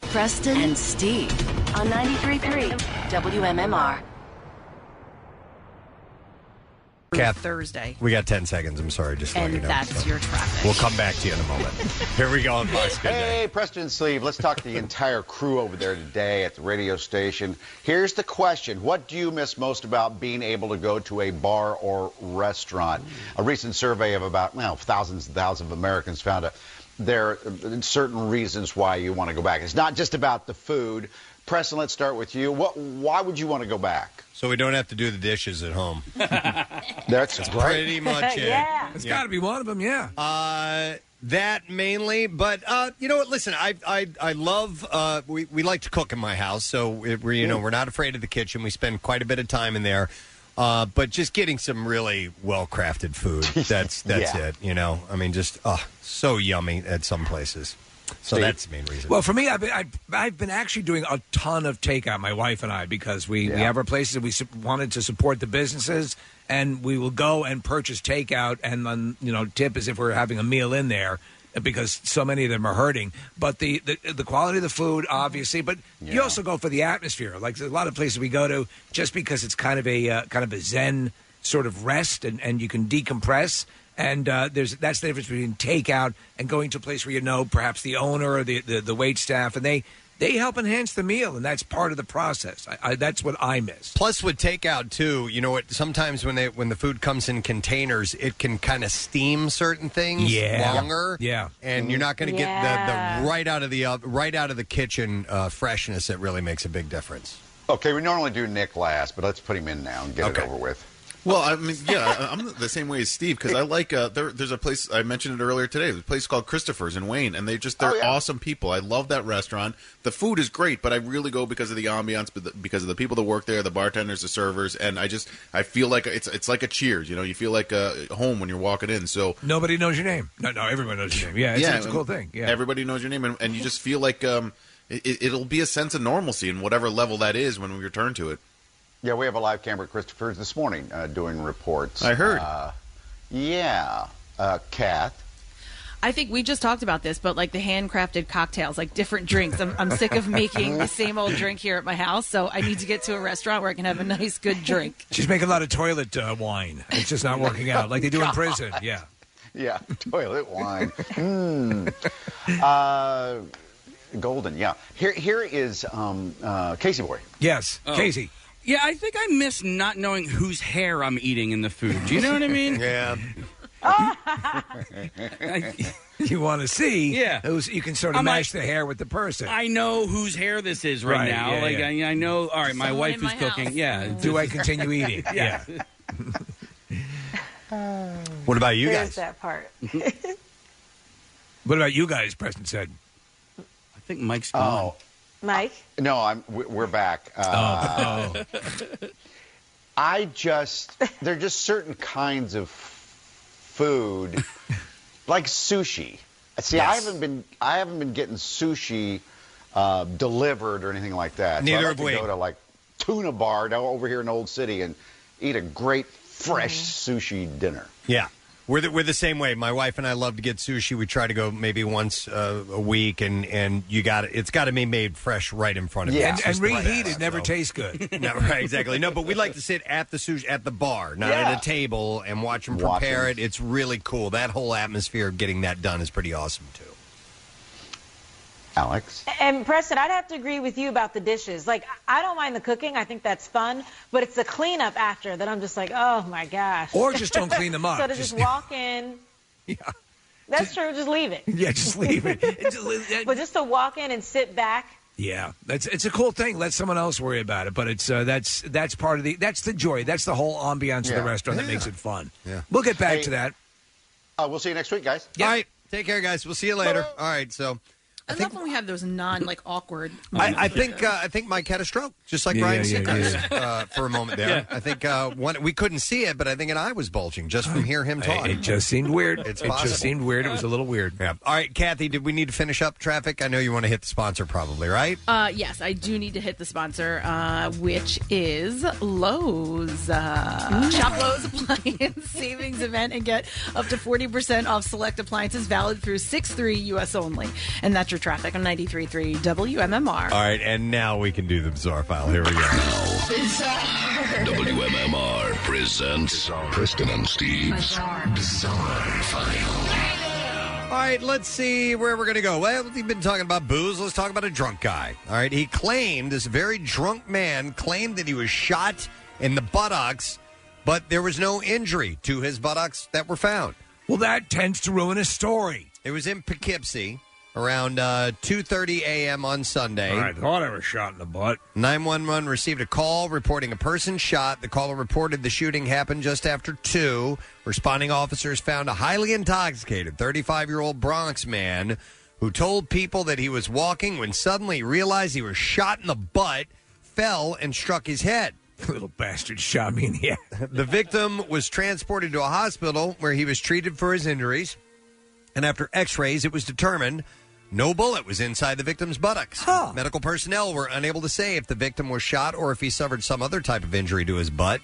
[SPEAKER 22] Preston and Steve on 93.3 WMMR.
[SPEAKER 1] Kath,
[SPEAKER 4] Thursday.
[SPEAKER 1] We got 10 seconds. I'm sorry, just to let
[SPEAKER 4] And
[SPEAKER 1] you know.
[SPEAKER 4] that's
[SPEAKER 1] So,
[SPEAKER 4] your traffic.
[SPEAKER 1] We'll come back to you in a moment. Here we go on Fox Good Day.
[SPEAKER 12] Hey, Preston and Sleeve, let's talk to the entire crew over there today at the radio station. Here's the question What do you miss most about being able to go to a bar or restaurant? A recent survey of about, well, thousands and thousands of Americans found a, there are certain reasons why you want to go back. It's not just about the food. Preston, let's start with you. What, why would you want to go back?
[SPEAKER 1] So we don't have to do the dishes at home.
[SPEAKER 12] That's right.
[SPEAKER 1] Pretty much it.
[SPEAKER 6] It's got to be one of them, yeah.
[SPEAKER 1] Uh, that mainly, but uh, you know what? Listen, I I I love. Uh, we we like to cook in my house, so it, we you know we're not afraid of the kitchen. We spend quite a bit of time in there. Uh, but just getting some really well crafted food. That's that's
[SPEAKER 6] Yeah.
[SPEAKER 1] it. You know, I mean, just uh, so yummy at some places. So that's the main reason.
[SPEAKER 6] Well, for me, I've been, I've, I've been actually doing a ton of takeout, my wife and I, because we, we
[SPEAKER 1] Yeah.
[SPEAKER 6] have our places and we su- wanted to support the businesses, and we will go and purchase takeout and then, you know, tip as if we're having a meal in there uh, because so many of them are hurting. But the, the, the quality of the food, obviously, but you also go for the atmosphere. Like there's a lot of places we go to just because it's kind of a, uh, kind of a zen sort of rest and, and you can decompress. And uh, there's that's the difference between takeout and going to a place where you know perhaps the owner or the, the, the wait staff, and they they help enhance the meal, and that's part of the process. I, I, that's what I miss.
[SPEAKER 1] Plus, with takeout too, you know what? Sometimes when they when the food comes in containers, it can kind of steam certain things
[SPEAKER 6] Yeah.
[SPEAKER 1] longer.
[SPEAKER 6] Yeah.
[SPEAKER 1] and you're not going to get the,
[SPEAKER 12] Yeah.
[SPEAKER 1] the right out of the uh, right out of the kitchen uh, freshness that really makes a big difference.
[SPEAKER 12] Okay, we normally do Nick last, but let's put him in now and get it over with.
[SPEAKER 10] Well, I mean, yeah, I- I'm the same way as Steve because I like uh, there, there's a place I mentioned it earlier today. There's a place called Christopher's in Wayne, and they just
[SPEAKER 12] Oh,
[SPEAKER 10] they're awesome people. I love that restaurant. The food is great, but I really go because of the ambiance, but the- because of the people that work there, the bartenders, the servers, and I just I feel like it's it's like a Cheers. You know, you feel like uh, home when you're walking in. So
[SPEAKER 6] Nobody knows your name. No, no, everyone knows your name. Yeah, it's, it's a cool thing. Yeah.
[SPEAKER 10] everybody knows your name, and, and you just feel like um, it, it'll be a sense of normalcy in whatever level that is when we return to it.
[SPEAKER 12] Yeah, we have a live camera at Christopher's this morning uh, doing reports.
[SPEAKER 10] I heard.
[SPEAKER 12] Uh, yeah, uh, Kath.
[SPEAKER 4] I think we just talked about this, but like the handcrafted cocktails, like different drinks. I'm, I'm sick of making the same old drink here at my house, so I need to get to a restaurant where I can have a nice, good drink.
[SPEAKER 6] She's making a lot of toilet uh, wine. It's just not working out like they do in
[SPEAKER 12] God.
[SPEAKER 6] prison. Yeah.
[SPEAKER 12] Yeah, toilet wine. Mm. Uh, golden. Yeah. Here, here is um, uh, Casey Boy.
[SPEAKER 6] Yes,
[SPEAKER 5] Oh. Yeah, I think I miss not knowing whose hair I'm eating in the food. Do you know what I mean?
[SPEAKER 1] yeah.
[SPEAKER 6] you want to see?
[SPEAKER 5] Yeah.
[SPEAKER 6] Who's, you can sort of
[SPEAKER 5] I'm like-
[SPEAKER 6] match the hair with the person.
[SPEAKER 5] I know whose hair this is right,
[SPEAKER 6] Right,
[SPEAKER 5] now.
[SPEAKER 6] yeah,
[SPEAKER 5] like
[SPEAKER 6] yeah.
[SPEAKER 5] I, I know. All right, my
[SPEAKER 6] Someone
[SPEAKER 5] wife
[SPEAKER 6] in
[SPEAKER 5] is
[SPEAKER 6] my house.
[SPEAKER 5] cooking. Yeah.
[SPEAKER 6] Do I
[SPEAKER 5] This is-
[SPEAKER 6] continue eating?
[SPEAKER 5] yeah.
[SPEAKER 1] What about you guys?
[SPEAKER 13] There's that part.
[SPEAKER 6] What about you guys? Preston said.
[SPEAKER 5] I think Mike's
[SPEAKER 12] gone.
[SPEAKER 13] Mike?
[SPEAKER 12] No, I'm. we- We're back.
[SPEAKER 1] Oh.
[SPEAKER 12] Uh, I just there are just certain kinds of food, like sushi. See, I haven't been I haven't been getting sushi uh, delivered or anything like that.
[SPEAKER 1] Neither
[SPEAKER 12] so I'd
[SPEAKER 1] have
[SPEAKER 12] like
[SPEAKER 1] we.
[SPEAKER 12] To go to like tuna
[SPEAKER 1] Mm-hmm.
[SPEAKER 12] bar down over here in Old City and eat a great fresh sushi dinner.
[SPEAKER 1] Yeah. We're the, we're the same way. My wife and I love to get sushi. We try to go maybe once uh, a week, and and you got it's got to be made fresh right in front of you.
[SPEAKER 6] and,
[SPEAKER 1] It's
[SPEAKER 6] and
[SPEAKER 1] just the right
[SPEAKER 6] reheated
[SPEAKER 1] amount,
[SPEAKER 6] never
[SPEAKER 1] so.
[SPEAKER 6] tastes good.
[SPEAKER 1] no, right, exactly. No, but we like to sit at the sushi at the bar, not
[SPEAKER 6] Yeah.
[SPEAKER 1] at a table, and watch them
[SPEAKER 6] Watch
[SPEAKER 1] prepare
[SPEAKER 6] 'em.
[SPEAKER 1] it. It's really cool. That whole atmosphere of getting that done is pretty awesome too.
[SPEAKER 12] Alex,
[SPEAKER 13] And Preston, I'd have to agree with you about the dishes. Like, I don't mind the cooking; I think that's fun. But it's the cleanup after that I'm just like, oh my gosh.
[SPEAKER 6] Or just don't clean them up.
[SPEAKER 13] so to just,
[SPEAKER 6] Just-
[SPEAKER 13] walk in. That's true. Just leave it.
[SPEAKER 6] Yeah, just leave it.
[SPEAKER 13] but just to walk in and sit back.
[SPEAKER 6] Yeah, that's it's a cool thing. Let someone else worry about it, but it's uh, that's that's part of the that's the joy. That's the whole ambiance of
[SPEAKER 12] Yeah.
[SPEAKER 6] the restaurant that
[SPEAKER 12] Yeah.
[SPEAKER 6] makes it fun. Yeah, we'll get back
[SPEAKER 12] Hey.
[SPEAKER 6] to that.
[SPEAKER 12] uh, we'll see you next week, guys.
[SPEAKER 1] All right, take care, guys. We'll see you later. All right, so
[SPEAKER 4] I, love when we have those non like awkward.
[SPEAKER 1] I, I think uh, I think Mike had a stroke, just like
[SPEAKER 6] Yeah,
[SPEAKER 1] Ryan
[SPEAKER 6] yeah, yeah,
[SPEAKER 1] Seacrest
[SPEAKER 6] yeah.
[SPEAKER 1] Uh, for a moment there.
[SPEAKER 6] Yeah.
[SPEAKER 1] I think uh, one, we couldn't see it, but I think an eye was bulging just from hear him talk.
[SPEAKER 6] It, it just seemed weird.
[SPEAKER 1] It's
[SPEAKER 6] it
[SPEAKER 1] possible.
[SPEAKER 6] just seemed weird. It was a little weird.
[SPEAKER 1] Yeah. All right, Kathy, did we need to finish up traffic? I know you want to hit the sponsor, probably, right?
[SPEAKER 4] Uh, yes, I do need to hit the sponsor, uh, which is Lowe's. Uh, shop Lowe's Appliance Savings Event and get up to 40% off select appliances valid through 6-3 U.S. only. And that's your traffic on 93.3 WMMR.
[SPEAKER 1] All right, and now we can do the bizarre file. Here we go.
[SPEAKER 14] WMMR presents Kristen and Steve's Bizarre, File.
[SPEAKER 1] All right, let's see where we're going to go. Well, we've been talking about booze. Let's talk about a drunk guy. All right, he claimed, this very drunk man claimed that he was shot in the buttocks, but there was no injury to his buttocks that were found.
[SPEAKER 6] Well, that tends to ruin a story.
[SPEAKER 1] It was in Poughkeepsie around uh, 2.30 a.m. on Sunday.
[SPEAKER 6] I thought I was shot in the butt.
[SPEAKER 1] 911 received a call reporting a person shot. The caller reported the shooting happened just after 2. Responding officers found a highly intoxicated 35 year old Bronx man who told people that he was walking when suddenly he realized he was shot in the butt, fell, and struck his head.
[SPEAKER 6] Little bastard shot me in the
[SPEAKER 1] ass. The victim was transported to a hospital where he was treated for his injuries. And after x rays, it was determined no bullet was inside the victim's buttocks. Medical personnel were unable to say if the victim was shot or if he suffered some other type of injury to his butt.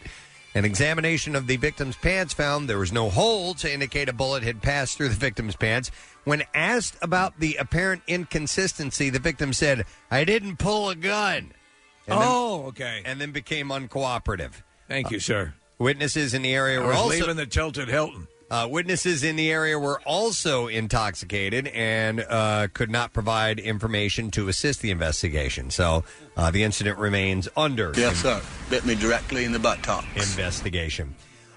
[SPEAKER 1] An examination of the victim's pants found there was no hole to indicate a bullet had passed through the victim's pants. When asked about the apparent inconsistency, the victim said, I didn't pull a gun. And then-
[SPEAKER 6] oh, okay.
[SPEAKER 1] And then became uncooperative.
[SPEAKER 6] Thank you, sir.
[SPEAKER 1] Witnesses in the
[SPEAKER 6] I
[SPEAKER 1] area were
[SPEAKER 6] was
[SPEAKER 1] also
[SPEAKER 6] leaving the Tilted Hilton.
[SPEAKER 1] uh, witnesses in the area were also intoxicated and uh, could not provide information to assist the investigation. So uh, the incident remains under
[SPEAKER 16] Yes, sir. Bit me directly in the buttocks.
[SPEAKER 1] Investigation.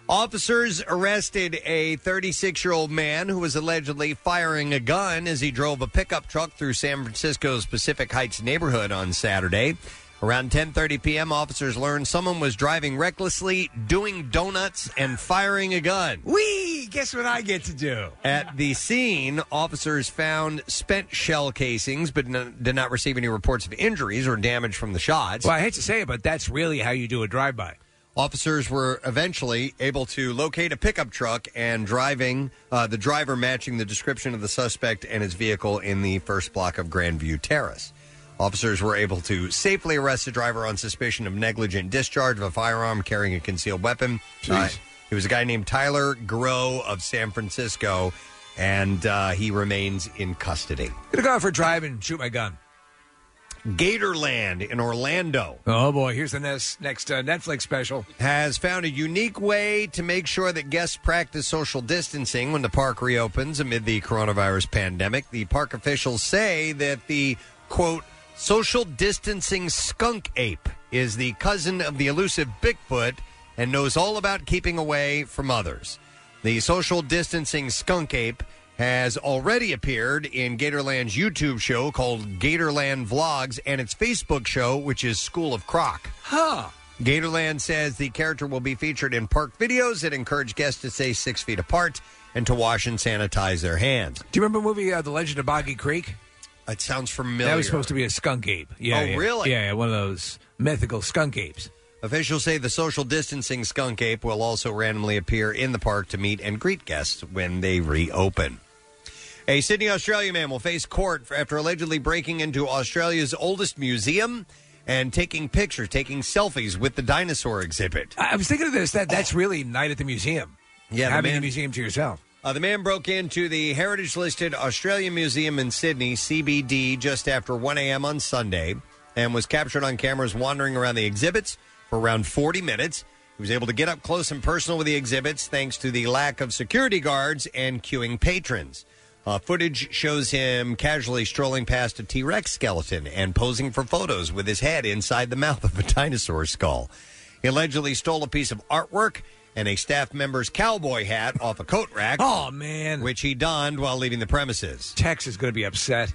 [SPEAKER 1] Officers arrested a 36 year old man who was allegedly firing a gun as he drove a pickup truck through San Francisco's Pacific Heights neighborhood on Saturday. Around 10:30 p.m., officers learned someone was driving recklessly, doing donuts, and firing a gun.
[SPEAKER 6] Wee! Guess what I get to do?
[SPEAKER 1] At the scene, officers found spent shell casings, but n- did not receive any reports of injuries or damage from the shots.
[SPEAKER 6] Well, I hate to say it, but that's really how you do a drive-by.
[SPEAKER 1] Officers were eventually able to locate a pickup truck and driving uh, the driver matching the description of the suspect and his vehicle in the first block of Grandview Terrace. Officers were able to safely arrest the driver on suspicion of negligent discharge of a firearm carrying a concealed weapon. Uh, he was a guy named Tyler Groh of San Francisco, and uh, he remains in custody.
[SPEAKER 6] Gonna go out for a drive and shoot my gun.
[SPEAKER 1] Gatorland in Orlando.
[SPEAKER 6] Oh boy, here's the next next uh, Netflix special.
[SPEAKER 1] has found a unique way to make sure that guests practice social distancing when the park reopens amid the coronavirus pandemic. The park officials say that the quote social distancing skunk ape is the cousin of the elusive Bigfoot and knows all about keeping away from others. The social distancing skunk ape has already appeared in Gatorland's YouTube show called Gatorland Vlogs and its Facebook show, which is School of Croc.
[SPEAKER 6] Huh.
[SPEAKER 1] Gatorland says the character will be featured in park videos that encourage guests to stay six feet apart and to wash and sanitize their hands.
[SPEAKER 6] Do you remember the movie uh, The Legend of Boggy Creek?
[SPEAKER 1] It sounds familiar.
[SPEAKER 6] That was supposed to be a skunk ape. Yeah.
[SPEAKER 1] Oh,
[SPEAKER 6] yeah.
[SPEAKER 1] really?
[SPEAKER 6] Yeah, yeah, one of those mythical skunk apes.
[SPEAKER 1] Officials say the social distancing skunk ape will also randomly appear in the park to meet and greet guests when they reopen. A Sydney, Australia man will face court for after allegedly breaking into Australia's oldest museum and taking pictures, taking selfies with the dinosaur exhibit.
[SPEAKER 6] I I was thinking of this. That that's really night at the museum.
[SPEAKER 1] Yeah, the
[SPEAKER 6] having
[SPEAKER 1] man-
[SPEAKER 6] a museum to yourself.
[SPEAKER 1] Uh, the man broke into the heritage listed Australian Museum in Sydney, CBD, just after 1 a.m. on Sunday and was captured on cameras wandering around the exhibits for around 40 minutes. He was able to get up close and personal with the exhibits thanks to the lack of security guards and queuing patrons. Uh, footage shows him casually strolling past a T Rex skeleton and posing for photos with his head inside the mouth of a dinosaur skull. He allegedly stole a piece of artwork and a staff member's cowboy hat off a coat rack. Oh, man. Which he donned while leaving the premises.
[SPEAKER 6] Tex is going to be upset.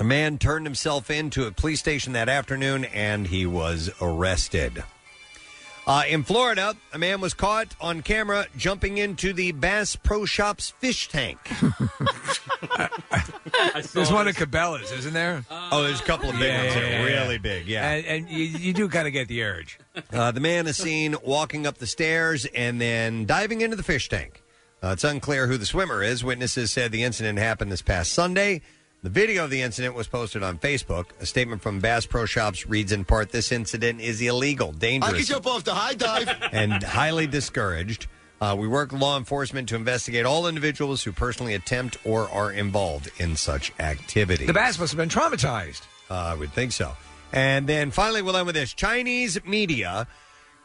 [SPEAKER 1] A man turned himself into a police station that afternoon and he was arrested. Uh, in Florida, a man was caught on camera jumping into the Bass Pro Shops fish tank.
[SPEAKER 6] There's one at Cabela's, isn't there?
[SPEAKER 1] oh, there's a couple of big ones that are really big, yeah.
[SPEAKER 6] And, and you, you do kind of get the urge.
[SPEAKER 1] Uh, the man is seen walking up the stairs and then diving into the fish tank. Uh, it's unclear who the swimmer is. Witnesses said the incident happened this past Sunday. The video of the incident was posted on Facebook. A statement from Bass Pro Shops reads in part This incident is illegal, dangerous,
[SPEAKER 11] off the high dive.
[SPEAKER 1] and highly discouraged. Uh, we work with law enforcement to investigate all individuals who personally attempt or are involved in such activities.
[SPEAKER 6] The bass must have been traumatized.
[SPEAKER 1] Uh, I would think so. And then finally, we'll end with this Chinese media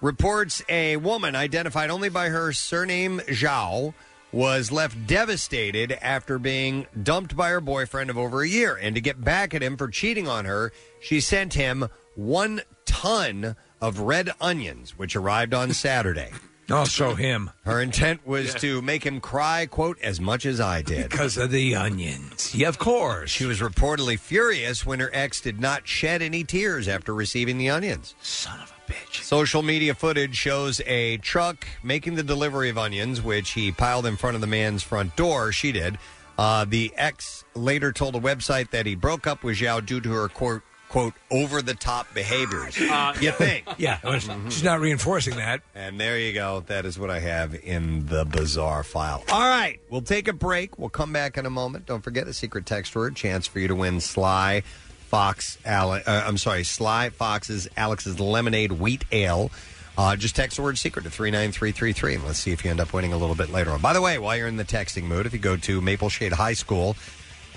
[SPEAKER 1] reports a woman identified only by her surname Zhao was left devastated after being dumped by her boyfriend of over a year. And to get back at him for cheating on her, she sent him one ton of red onions, which arrived on Saturday.
[SPEAKER 6] Also, him.
[SPEAKER 1] Her intent was to make him cry, quote, as much as I did.
[SPEAKER 6] Because of the onions. Yeah, of course.
[SPEAKER 1] She was reportedly furious when her ex did not shed any tears after receiving the onions. Son of a bitch. Social media footage shows a truck making the delivery of onions, which he piled in front of the man's front door. She did. Uh, the ex later told a website that he broke up with Zhao due to her, quote, quote over the top behaviors. Uh, you think?
[SPEAKER 6] Uh,
[SPEAKER 1] Mm-hmm.
[SPEAKER 6] Yeah, well, she's not reinforcing that.
[SPEAKER 1] And there you go. That is what I have in the bizarre file. All right, we'll take a break. We'll come back in a moment. Don't forget a secret text word chance for you to win Sly Fox. Ale- uh, I'm sorry, Sly Fox's Alex's Lemonade Wheat Ale. Uh, just text the word secret to 39333 and let's see if you end up winning a little bit later on. By the way, while you're in the texting mood, if you go to Maple Shade High School,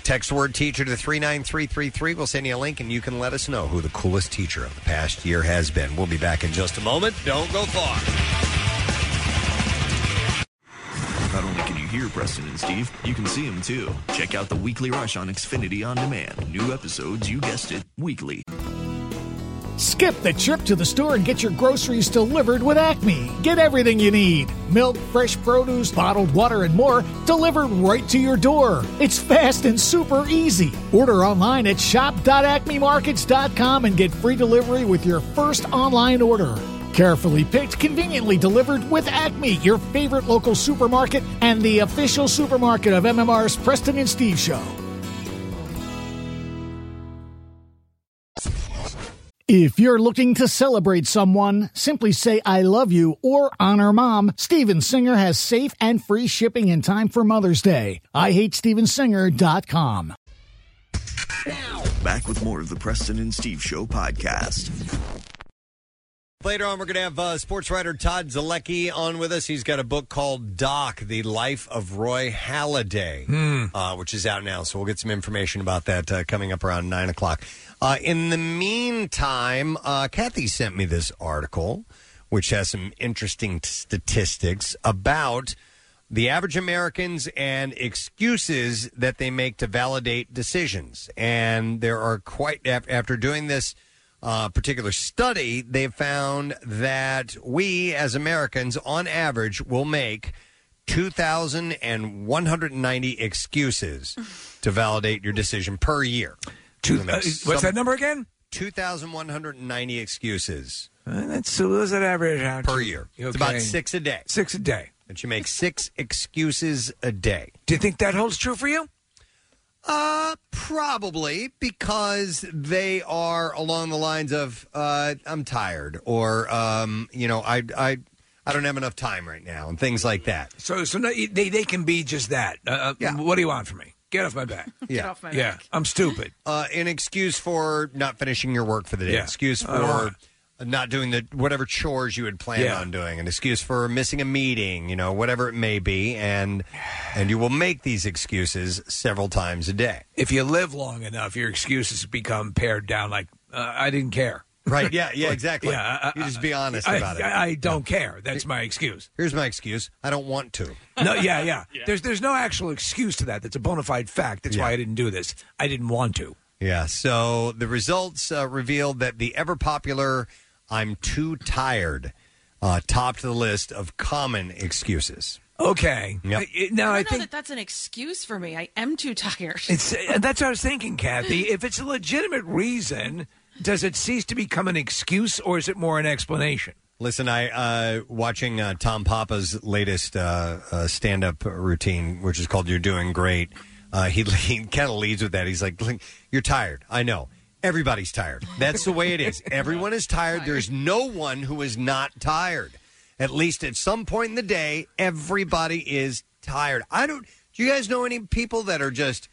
[SPEAKER 1] text the word teacher to 39333. We'll send you a link and you can let us know who the coolest teacher of the past year has been. We'll be back in just a moment. Don't go far.
[SPEAKER 15] Not only can you hear Preston and Steve, you can see them too. Check out the Weekly Rush on Xfinity On Demand. New episodes, you guessed it, weekly.
[SPEAKER 20] Skip the trip to the store and get your groceries delivered with Acme. Get everything you need milk, fresh produce, bottled water, and more delivered right to your door. It's fast and super easy. Order online at shop.acmemarkets.com and get free delivery with your first online order. Carefully picked, conveniently delivered with Acme, your favorite local supermarket and the official supermarket of MMR's Preston and Steve Show. If you're looking to celebrate someone, simply say I love you or honor mom. Steven Singer has safe and free shipping in time for Mother's Day. I hate stevensinger.com.
[SPEAKER 15] Back with more of the Preston and Steve Show podcast.
[SPEAKER 1] Later on, we're going to have uh, sports writer Todd Zalecki on with us. He's got a book called Doc, The Life of Roy Halladay, uh, which is out now. So we'll get some information about that uh, coming up around 9 o'clock. Uh, in the meantime, uh, Kathy sent me this article, which has some interesting t- statistics about the average Americans and excuses that they make to validate decisions. And there are quite, af- after doing this uh, particular study, they found that we as Americans, on average, will make 2,190 excuses to validate your decision per year.
[SPEAKER 6] Two, uh, what's that number again?
[SPEAKER 1] 2,190 excuses
[SPEAKER 6] Uh, that's so what's that average out
[SPEAKER 1] per year. It's about six a day.
[SPEAKER 6] Six a day.
[SPEAKER 1] That you make six excuses a day.
[SPEAKER 6] Do you think that holds true for you?
[SPEAKER 1] Uh, probably because they are along the lines of uh, "I'm tired" or um, you know, I I I don't have enough time right now, and things like that.
[SPEAKER 6] So, so no, they they can be just that. Uh, Uh, What do you want from me? Get off my back.
[SPEAKER 1] Yeah. off my
[SPEAKER 6] yeah. I'm stupid.
[SPEAKER 1] Uh, an excuse for not finishing your work for the day.
[SPEAKER 6] Yeah.
[SPEAKER 1] Excuse for
[SPEAKER 6] I don't want-
[SPEAKER 1] not doing the whatever chores you had planned
[SPEAKER 6] Yeah.
[SPEAKER 1] on doing, an excuse for missing a meeting, you know, whatever it may be, and and you will make these excuses several times a day.
[SPEAKER 6] If you live long enough, your excuses become pared down. Like uh, I didn't care.
[SPEAKER 1] Right? Yeah. Yeah.
[SPEAKER 6] Like,
[SPEAKER 1] Exactly.
[SPEAKER 6] Yeah. I-
[SPEAKER 1] you just be honest
[SPEAKER 6] I-
[SPEAKER 1] about it.
[SPEAKER 6] I, I don't care. That's my excuse.
[SPEAKER 1] Here's my excuse. I don't want to.
[SPEAKER 6] No, yeah, yeah,
[SPEAKER 1] Yeah.
[SPEAKER 6] There's there's no actual excuse to that. That's a bona fide fact. That's why I didn't do this. I didn't want to.
[SPEAKER 1] Yeah. So the results uh, revealed that the ever popular "I'm too tired" uh, topped the list of common excuses.
[SPEAKER 6] Okay.
[SPEAKER 1] Yep.
[SPEAKER 6] I- now
[SPEAKER 4] I,
[SPEAKER 6] I
[SPEAKER 4] don't know
[SPEAKER 6] think
[SPEAKER 4] that that's an excuse for me. I am too tired.
[SPEAKER 6] it's uh, that's what I was thinking, Kathy. If it's a legitimate reason, does it cease to become an excuse, or is it more an explanation?
[SPEAKER 1] Listen, I uh, watching uh, Tom Papa's latest uh, uh, stand-up routine, which is called "You're Doing Great." Uh, he he kind of leads with that. He's like, "Look, "You're tired. I know. Everybody's tired. That's the way it is. Everyone is tired. There's no one who is not tired. At least at some point in the day, everybody is tired. I don't. Do you guys know any people that are just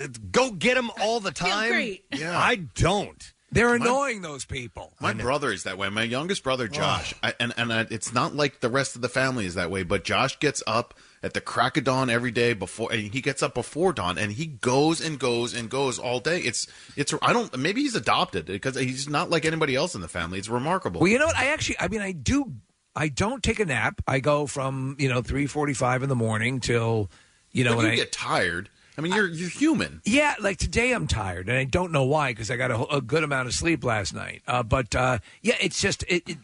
[SPEAKER 1] uh, go get them all the time?
[SPEAKER 6] great.
[SPEAKER 1] Yeah. I don't.
[SPEAKER 6] They're
[SPEAKER 10] My-
[SPEAKER 6] annoying those people.
[SPEAKER 10] My brother is that way. My youngest brother,
[SPEAKER 6] Oh.
[SPEAKER 10] Josh, I, and and I, it's not like the rest of the family is that way. But Josh gets up at the crack of dawn every day before, and he gets up before dawn, and he goes and goes and goes all day. It's it's I don't maybe he's adopted because he's not like anybody else in the family. It's remarkable.
[SPEAKER 6] Well, you know what? I actually, I mean, I do. I don't take a nap. I go from you know three forty-five in the morning till you know
[SPEAKER 10] But
[SPEAKER 6] when
[SPEAKER 10] you
[SPEAKER 6] I
[SPEAKER 10] get tired. I mean, you're you're human.
[SPEAKER 6] Yeah, like today I'm tired, and I don't know why because I got a, a good amount of sleep last night. Uh, but uh, yeah, it's just it. it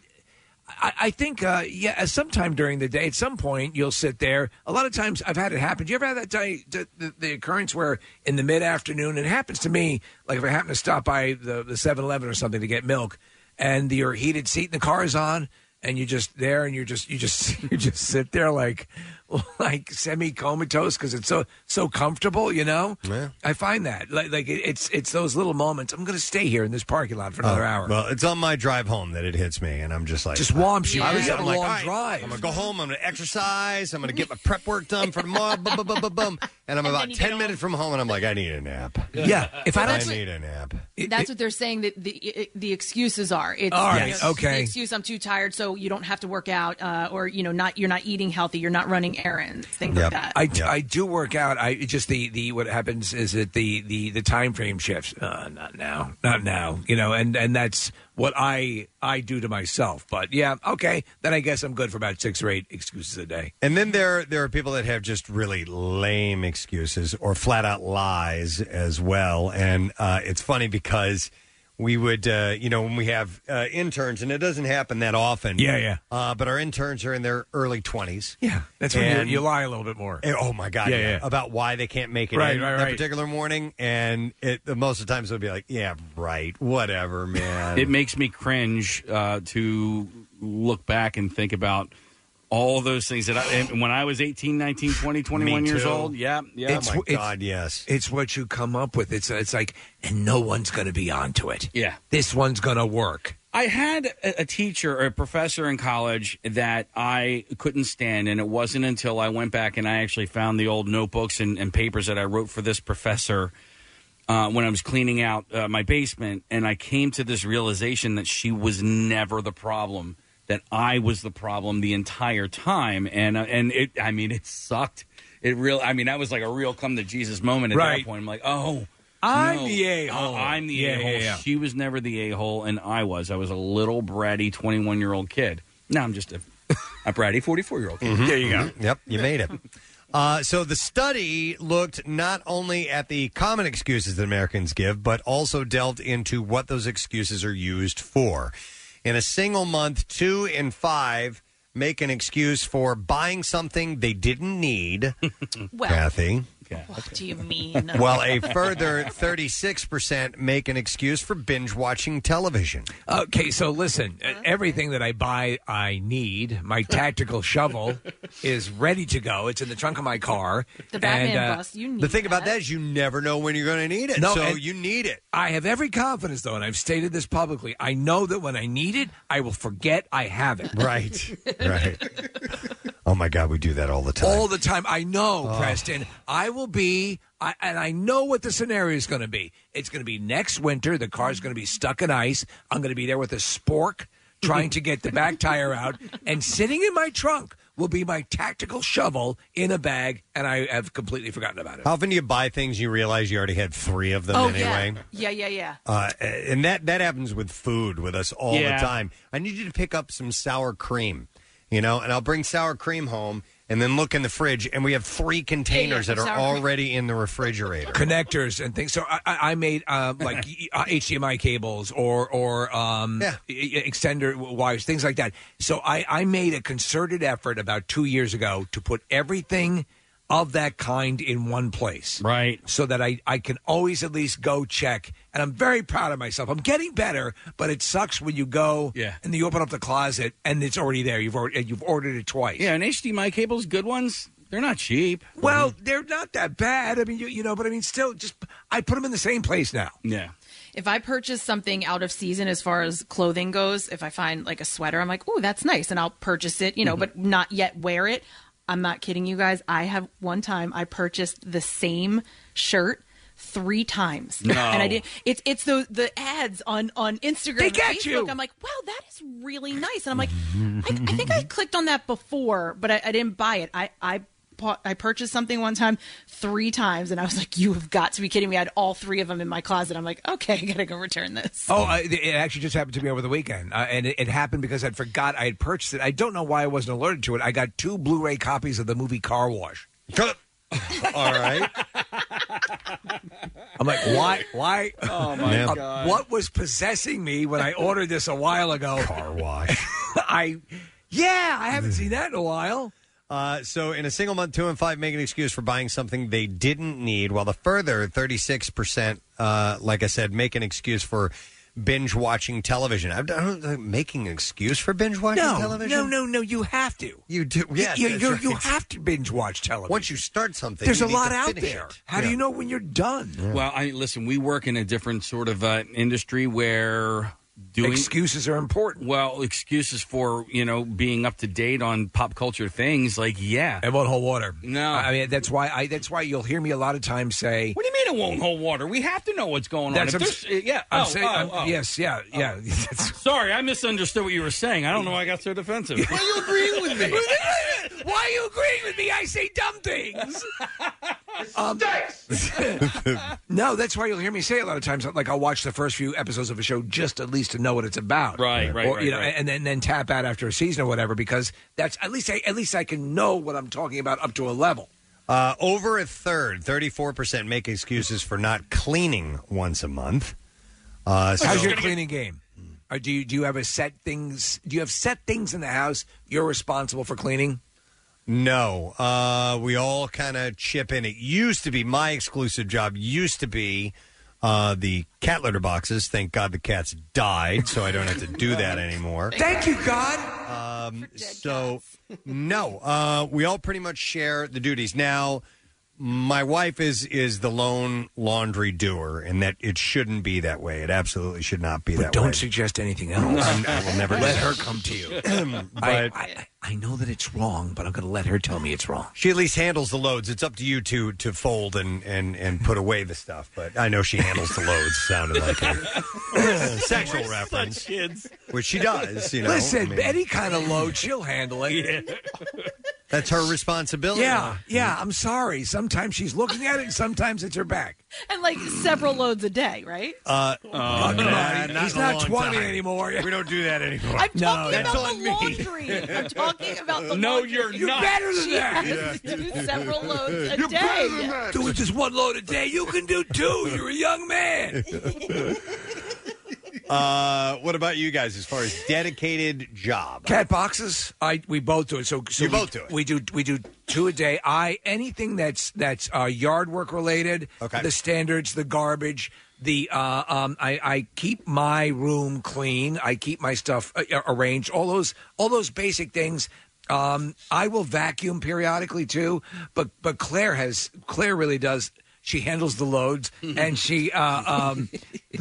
[SPEAKER 6] I, I think uh, yeah, sometime during the day, at some point, you'll sit there. A lot of times, I've had it happen. Do you ever have that day, the, the, the occurrence where in the mid afternoon it happens to me? Like if I happen to stop by the the Seven Eleven or something to get milk, and your heated seat in the car is on. And you're just there, and you're just you just you just sit there like, like semi comatose because it's so so comfortable, you know.
[SPEAKER 1] Yeah.
[SPEAKER 6] I find that like, like it, it's it's those little moments. I'm going to stay here in this parking lot for another
[SPEAKER 1] Oh,
[SPEAKER 6] hour.
[SPEAKER 1] Well, it's on my drive home that it hits me, and I'm just like,
[SPEAKER 6] Just warms you.
[SPEAKER 1] I
[SPEAKER 6] You
[SPEAKER 1] was
[SPEAKER 6] have
[SPEAKER 1] I'm
[SPEAKER 6] a
[SPEAKER 1] like,
[SPEAKER 6] long
[SPEAKER 1] all right,
[SPEAKER 6] drive.
[SPEAKER 1] I'm gonna go home. I'm gonna exercise. I'm gonna get my prep work done for tomorrow. bum, bum, bum, bum, bum. And I'm about ten minutes from home, and I'm like, I need a nap.
[SPEAKER 6] Yeah, if I don't-
[SPEAKER 1] need a nap.
[SPEAKER 4] That's what they're saying that the it- the excuses are. It's
[SPEAKER 1] All
[SPEAKER 4] you
[SPEAKER 1] right,
[SPEAKER 4] know,
[SPEAKER 1] okay.
[SPEAKER 4] The excuse I'm too tired, so you don't have to work out, uh, or you know, not you're not eating healthy, you're not running errands, things like that.
[SPEAKER 6] I, I do work out. I it just the, the what happens is that the the the time frame shifts. Uh, not now, not now. You know, and and that's what I I do to myself. But yeah, okay. Then I guess I'm good for about six or eight excuses a day.
[SPEAKER 1] And then there there are people that have just really lame excuses or flat out lies as well. And uh, it's funny because we would, uh, you know, when we have uh, interns, and it doesn't happen that often.
[SPEAKER 6] Yeah, yeah.
[SPEAKER 1] Uh, but our interns are in their early twenties.
[SPEAKER 6] Yeah, that's when
[SPEAKER 1] And-
[SPEAKER 6] you, you lie a little bit more.
[SPEAKER 1] Eh, Oh my god!
[SPEAKER 6] Yeah,
[SPEAKER 1] Yeah,
[SPEAKER 6] yeah.
[SPEAKER 1] About why they can't make it
[SPEAKER 6] Right,
[SPEAKER 1] in
[SPEAKER 6] right,
[SPEAKER 1] that
[SPEAKER 6] right.
[SPEAKER 1] particular morning, and it most of the times it'll be like, "Yeah, right, whatever, man."
[SPEAKER 5] It makes me cringe uh, to look back and think about all those things that I, and when I was 18, 19, 20, 21 years
[SPEAKER 6] too.
[SPEAKER 5] old. Yeah, yeah. Oh
[SPEAKER 6] It's- it's-
[SPEAKER 1] Oh, yes.
[SPEAKER 6] It's what you come up with. It's it's like, and no one's going to be onto it.
[SPEAKER 5] Yeah.
[SPEAKER 6] This one's going to work.
[SPEAKER 5] I had a, a teacher or a professor in college that I couldn't stand, and it wasn't until I went back and I actually found the old notebooks and, and papers that I wrote for this professor uh, when I was cleaning out uh, my basement, and I came to this realization that she was never the problem, that I was the problem the entire time, and uh, and it, I mean, it sucked. It real, I mean, that was like a real come to Jesus moment at
[SPEAKER 6] Right.
[SPEAKER 5] that point. I'm like, oh.
[SPEAKER 6] I'm
[SPEAKER 5] no.
[SPEAKER 6] the a-hole.
[SPEAKER 5] Uh, I'm the
[SPEAKER 6] Yeah,
[SPEAKER 5] a hole.
[SPEAKER 6] yeah, yeah.
[SPEAKER 5] She was never the a hole, and I was. I was a little bratty 21 year old kid. Now I'm just a, a bratty 44 year old kid.
[SPEAKER 6] Mm-hmm.
[SPEAKER 1] Mhm. Mhm. Yep, you made it. Uh, so the study looked not only at the common excuses that Americans give, but also delved into what those excuses are used for. In a single month, two in five make an excuse for buying something they didn't need.
[SPEAKER 4] Well-
[SPEAKER 1] Kathy.
[SPEAKER 4] What do you mean?
[SPEAKER 1] While a further 36% make an excuse for binge watching television.
[SPEAKER 6] Okay, so listen, uh, everything that I buy, I need. My tactical shovel is ready to go. It's in the trunk of my car.
[SPEAKER 1] The
[SPEAKER 4] Batman
[SPEAKER 6] And, uh,
[SPEAKER 4] bus, you need
[SPEAKER 1] The thing about
[SPEAKER 4] that.
[SPEAKER 1] that is you never know when you're going to need it.
[SPEAKER 6] No,
[SPEAKER 1] so
[SPEAKER 6] and-
[SPEAKER 1] you need it.
[SPEAKER 6] I have every confidence, though, and I've stated this publicly. I know that when I need it, I will forget I have it.
[SPEAKER 1] Right, right. Oh my God, we do that all the time.
[SPEAKER 6] All the time. I know,
[SPEAKER 1] Oh.
[SPEAKER 6] Preston. I will be, I, and I know what the scenario is going to be. It's going to be next winter. The car's going to be stuck in ice. I'm going to be there with a spork. trying to get the back tire out, and sitting in my trunk will be my tactical shovel in a bag, and I have completely forgotten about it.
[SPEAKER 1] How often do you buy things you realize you already had three of them
[SPEAKER 4] oh
[SPEAKER 1] anyway?
[SPEAKER 4] yeah, yeah, yeah, yeah.
[SPEAKER 1] Uh, and that that happens with food with us all
[SPEAKER 4] Yeah.
[SPEAKER 1] the time. I need you to pick up some sour cream, you know, and I'll bring sour cream home and then look in the fridge and we have three containers
[SPEAKER 6] Yeah, yeah,
[SPEAKER 1] that are
[SPEAKER 6] sour cream.
[SPEAKER 1] already in the refrigerator.
[SPEAKER 6] Connectors and things. So I, I I made uh, like uh, HDMI cables or or um, e- e- extender wires, things like that. So I, I made a concerted effort about two years ago to put everything of that kind in one place, right? So that I I can always at least go check. And I'm very proud of myself. I'm getting better, but it sucks when you go
[SPEAKER 5] Yeah.
[SPEAKER 6] and you open up the closet and it's already there. You've already you've ordered it twice.
[SPEAKER 5] Yeah, and HDMI cables, good ones, they're not cheap.
[SPEAKER 6] Well, they're not that bad. I mean, you, you know, but I mean, still, just I put them in the same place now.
[SPEAKER 5] Yeah.
[SPEAKER 4] If I purchase something out of season as far as clothing goes, if I find like a sweater, I'm like, oh, that's nice. And I'll purchase it, you
[SPEAKER 11] Mm-hmm.
[SPEAKER 4] know,
[SPEAKER 6] Mhm.
[SPEAKER 4] but not yet wear it. I'm not kidding you guys. I have one time I purchased the same shirt three times.
[SPEAKER 11] No.
[SPEAKER 4] And I did it's it's those the ads on on Instagram
[SPEAKER 11] They
[SPEAKER 4] and
[SPEAKER 11] get
[SPEAKER 4] Facebook.
[SPEAKER 11] you.
[SPEAKER 4] I'm like, wow, that is really nice. And I'm like, I, I think I clicked on that before, but I, I didn't buy it. I, I bought, I purchased something one time three times, and I was like, "You have got to be kidding me!" I had all three of them in my closet. I'm like, "Okay, I gotta go return this."
[SPEAKER 6] Oh, I, it actually just happened to me over the weekend, uh, and it, it happened because I'd forgot I had purchased it. I don't know why I wasn't alerted to it. I got two Blu-ray copies of the movie Car Wash.
[SPEAKER 1] All right.
[SPEAKER 6] I'm like, why? Why?
[SPEAKER 1] Oh, my Yeah.
[SPEAKER 6] Uh,
[SPEAKER 1] God.
[SPEAKER 6] What was possessing me when I ordered this a while ago? Car
[SPEAKER 1] Wash.
[SPEAKER 6] I, yeah, I haven't seen that in a while.
[SPEAKER 1] Uh, so, in a single month, two and five make an excuse for buying something they didn't need, while the further 36%, uh, like I said, make an excuse for binge watching television. I've done uh, making an excuse for binge watching
[SPEAKER 6] no,
[SPEAKER 1] television.
[SPEAKER 6] no, no, no. You have to.
[SPEAKER 1] You do. yes,
[SPEAKER 6] you,
[SPEAKER 1] that's
[SPEAKER 6] you, you
[SPEAKER 1] right.
[SPEAKER 6] have to binge watch television.
[SPEAKER 1] Once you start something,
[SPEAKER 6] There's
[SPEAKER 1] you
[SPEAKER 6] a
[SPEAKER 1] need to
[SPEAKER 6] lot out
[SPEAKER 1] finish
[SPEAKER 6] there.
[SPEAKER 1] it.
[SPEAKER 6] How do you know when you're done?
[SPEAKER 5] Well, I listen. We work in a different sort of uh, industry where doing
[SPEAKER 6] excuses are important.
[SPEAKER 5] Well, excuses for you know being up to date on pop culture things, like yeah,
[SPEAKER 6] it won't hold water.
[SPEAKER 5] No,
[SPEAKER 6] I mean that's why I that's why you'll hear me a lot of times say.
[SPEAKER 5] What do you mean it won't hold water? We have to know what's going
[SPEAKER 6] That's
[SPEAKER 5] on.
[SPEAKER 6] what I'm
[SPEAKER 5] If there's-
[SPEAKER 6] s-
[SPEAKER 5] yeah.
[SPEAKER 6] I'm
[SPEAKER 5] oh,
[SPEAKER 6] saying-
[SPEAKER 5] oh,
[SPEAKER 6] I'm-
[SPEAKER 5] oh.
[SPEAKER 6] yes, yeah, yeah.
[SPEAKER 5] Sorry, I misunderstood what you were saying. I don't know why I got so defensive.
[SPEAKER 6] Why
[SPEAKER 5] you agreeing with me?
[SPEAKER 6] Why are you agreeing with me? I say dumb things. Um, no, that's why you'll hear me say a lot of times. Like I'll watch the first few episodes of a show just at least to know what it's about,
[SPEAKER 5] Right, right,
[SPEAKER 6] Or,
[SPEAKER 5] right,
[SPEAKER 6] you know,
[SPEAKER 5] right.
[SPEAKER 6] and then then tap out after a season or whatever because that's at least I, at least I can know what I'm talking about up to a level.
[SPEAKER 1] Uh, over a third, 34%, make excuses for not cleaning once a month. Uh, so-
[SPEAKER 6] How's your cleaning game? Or do you do you have a set things? Do you have set things in the house you're responsible for cleaning?
[SPEAKER 1] No, uh, we all kind of chip in. It used to be my exclusive job. Used to be uh, the cat litter boxes. Thank God the cats died, so I don't have to do that anymore.
[SPEAKER 6] Thank you, God.
[SPEAKER 1] Um, so, no, uh, we all pretty much share the duties. Now, my wife is is the lone laundry doer, and that it shouldn't be that way. It absolutely should not be that
[SPEAKER 6] don't
[SPEAKER 1] way.
[SPEAKER 6] suggest anything else.
[SPEAKER 1] I'm- I will never do
[SPEAKER 6] let
[SPEAKER 1] that.
[SPEAKER 6] her come to you. I,
[SPEAKER 1] But-
[SPEAKER 6] I, I know that it's wrong, but I'm going to let her tell me it's wrong.
[SPEAKER 1] She at least handles the loads. It's up to you to to fold and and and put away the stuff. But I know she handles the loads. Sounded like a sexual reference,
[SPEAKER 5] kids.
[SPEAKER 1] which she does. You know,
[SPEAKER 6] Listen,
[SPEAKER 1] I mean,
[SPEAKER 6] any kind of load, she'll handle it.
[SPEAKER 1] that's her responsibility.
[SPEAKER 6] Yeah, yeah. I'm sorry. Sometimes she's looking at it, and sometimes it's her back.
[SPEAKER 4] And like several loads a day, right?
[SPEAKER 1] Uh,
[SPEAKER 6] God, come
[SPEAKER 1] nah,
[SPEAKER 6] on.
[SPEAKER 1] not
[SPEAKER 6] He's
[SPEAKER 1] in a
[SPEAKER 6] not
[SPEAKER 1] long
[SPEAKER 6] 20
[SPEAKER 1] time.
[SPEAKER 6] anymore.
[SPEAKER 1] We don't do that anymore.
[SPEAKER 6] I'm No, talking
[SPEAKER 1] that's
[SPEAKER 6] about
[SPEAKER 1] on
[SPEAKER 6] the
[SPEAKER 1] me.
[SPEAKER 4] laundry. I'm talking about the
[SPEAKER 5] No,
[SPEAKER 4] laundry.
[SPEAKER 5] you're
[SPEAKER 6] You're
[SPEAKER 5] not.
[SPEAKER 6] better than
[SPEAKER 4] She
[SPEAKER 6] that.
[SPEAKER 4] has to do several loads a
[SPEAKER 6] You're
[SPEAKER 4] day.
[SPEAKER 6] better than that. Doing just one load a day, you can do two. You're a young man.
[SPEAKER 1] Uh, what about you guys as far as dedicated job?
[SPEAKER 6] Cat boxes. I we both do it. So, so
[SPEAKER 1] You
[SPEAKER 6] we,
[SPEAKER 1] both do it.
[SPEAKER 6] We do we do two a day. I anything that's that's uh, yard work related. Okay. The standards, the garbage, the uh, um, I, I keep my room clean. I keep my stuff uh, uh, arranged. All those all those basic things. Um, I will vacuum periodically too. But but Claire has Claire really does. She handles the loads and she uh, um,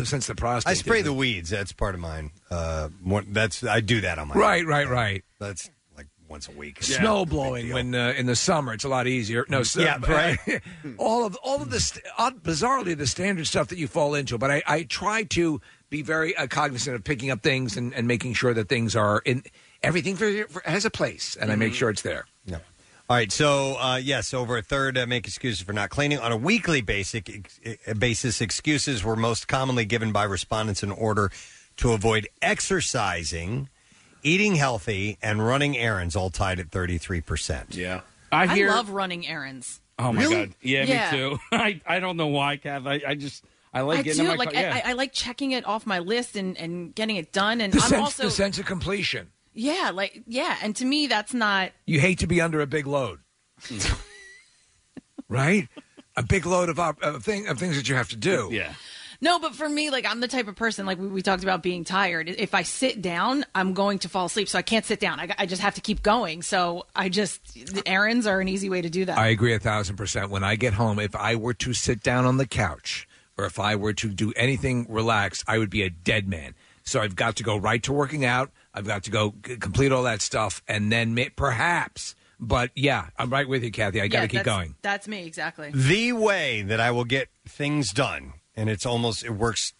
[SPEAKER 6] since the prostate.
[SPEAKER 1] I spray
[SPEAKER 6] didn't-
[SPEAKER 1] the weeds. That's part of mine. Uh, one, that's I do that on my
[SPEAKER 6] Right, right, right.
[SPEAKER 1] That's like once a week.
[SPEAKER 6] Snow blowing when uh, in the summer it's a lot easier. No, so,
[SPEAKER 1] Mm. Yeah, right.
[SPEAKER 6] all of all of this odd, bizarrely the standard stuff that you fall into. But I, I try to be very uh, cognizant of picking up things and, and making sure that things are in everything for, for, has a place, and I make
[SPEAKER 1] Mhm.
[SPEAKER 6] sure it's there.
[SPEAKER 1] Yeah. All right, so uh, yes, over a third uh, make excuses for not cleaning on a weekly basic ex- eh, basis. Excuses were most commonly given by respondents in order to avoid exercising, eating healthy, and running errands, all tied at thirty three percent.
[SPEAKER 10] Yeah,
[SPEAKER 4] I, love running errands.
[SPEAKER 5] Oh my
[SPEAKER 1] Really?
[SPEAKER 5] god! Yeah,
[SPEAKER 4] Yeah.
[SPEAKER 5] me too. I, I don't know why, Kath. I, I just I like
[SPEAKER 4] I
[SPEAKER 5] getting
[SPEAKER 4] do
[SPEAKER 5] in my
[SPEAKER 4] like
[SPEAKER 5] car. Yeah.
[SPEAKER 4] I, I, I like checking it off my list and, and getting it done. And
[SPEAKER 6] The
[SPEAKER 4] I'm
[SPEAKER 6] sense,
[SPEAKER 4] also
[SPEAKER 6] the sense of completion.
[SPEAKER 4] yeah, like yeah. And to me, that's not
[SPEAKER 6] You hate to be under a big load,
[SPEAKER 1] Mm.
[SPEAKER 6] right? A big load of, op- of thing of things that you have to do.
[SPEAKER 5] Yeah.
[SPEAKER 4] No, but for me, like I'm the type of person, like we, we talked about being tired. If I sit down, I'm going to fall asleep. So I can't sit down. I, I just have to keep going. So I just, the errands are an easy way to do that.
[SPEAKER 6] I agree a thousand percent. When I get home, if I were to sit down on the couch or if I were to do anything relaxed, I would be a dead man. So I've got to go right to working out. I've got to go c- complete all that stuff, and then ma- perhaps. But yeah, I'm right with you, Kathy. I got
[SPEAKER 4] Yeah,
[SPEAKER 6] to keep
[SPEAKER 4] that's-
[SPEAKER 6] going.
[SPEAKER 4] That's me, exactly.
[SPEAKER 1] The way that I will get things done, and it's almost it works.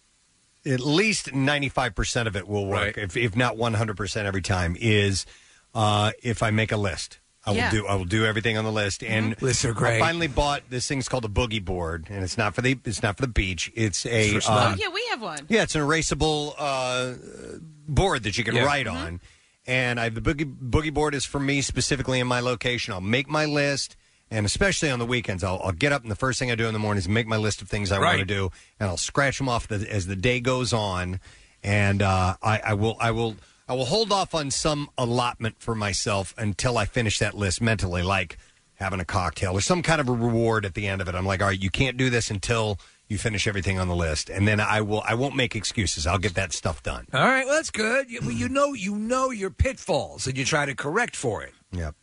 [SPEAKER 1] At least ninety five percent of it will work, if, if not one hundred percent every time. Is uh, if I make a list, I
[SPEAKER 6] Yeah.
[SPEAKER 1] will do. I will do everything on the list. And
[SPEAKER 6] Lists are great.
[SPEAKER 1] I finally bought this thing's called a boogie board, and it's not for the it's not for the beach. It's a
[SPEAKER 6] uh,
[SPEAKER 4] Oh,
[SPEAKER 1] um,
[SPEAKER 4] yeah, we have one.
[SPEAKER 1] yeah, it's an erasable uh, board that you can
[SPEAKER 4] Yeah.
[SPEAKER 1] write
[SPEAKER 4] Mhm.
[SPEAKER 1] on. And I the boogie boogie board is for me specifically in my location. I'll make my list, and especially on the weekends, I'll, I'll get up and the first thing I do in the morning is make my list of things I want to
[SPEAKER 6] Right.
[SPEAKER 1] do, and I'll scratch them off the, as the day goes on. And uh, I, I will, I will, I will hold off on some allotment for myself until I finish that list mentally, like having a cocktail or some kind of a reward at the end of it. I'm like, all right, you can't do this until you finish everything on the list, and then I will. I won't make excuses. I'll get that stuff done.
[SPEAKER 6] All right, well that's good. You, well, you know, you know your pitfalls, and you try to correct for it.
[SPEAKER 1] Yep.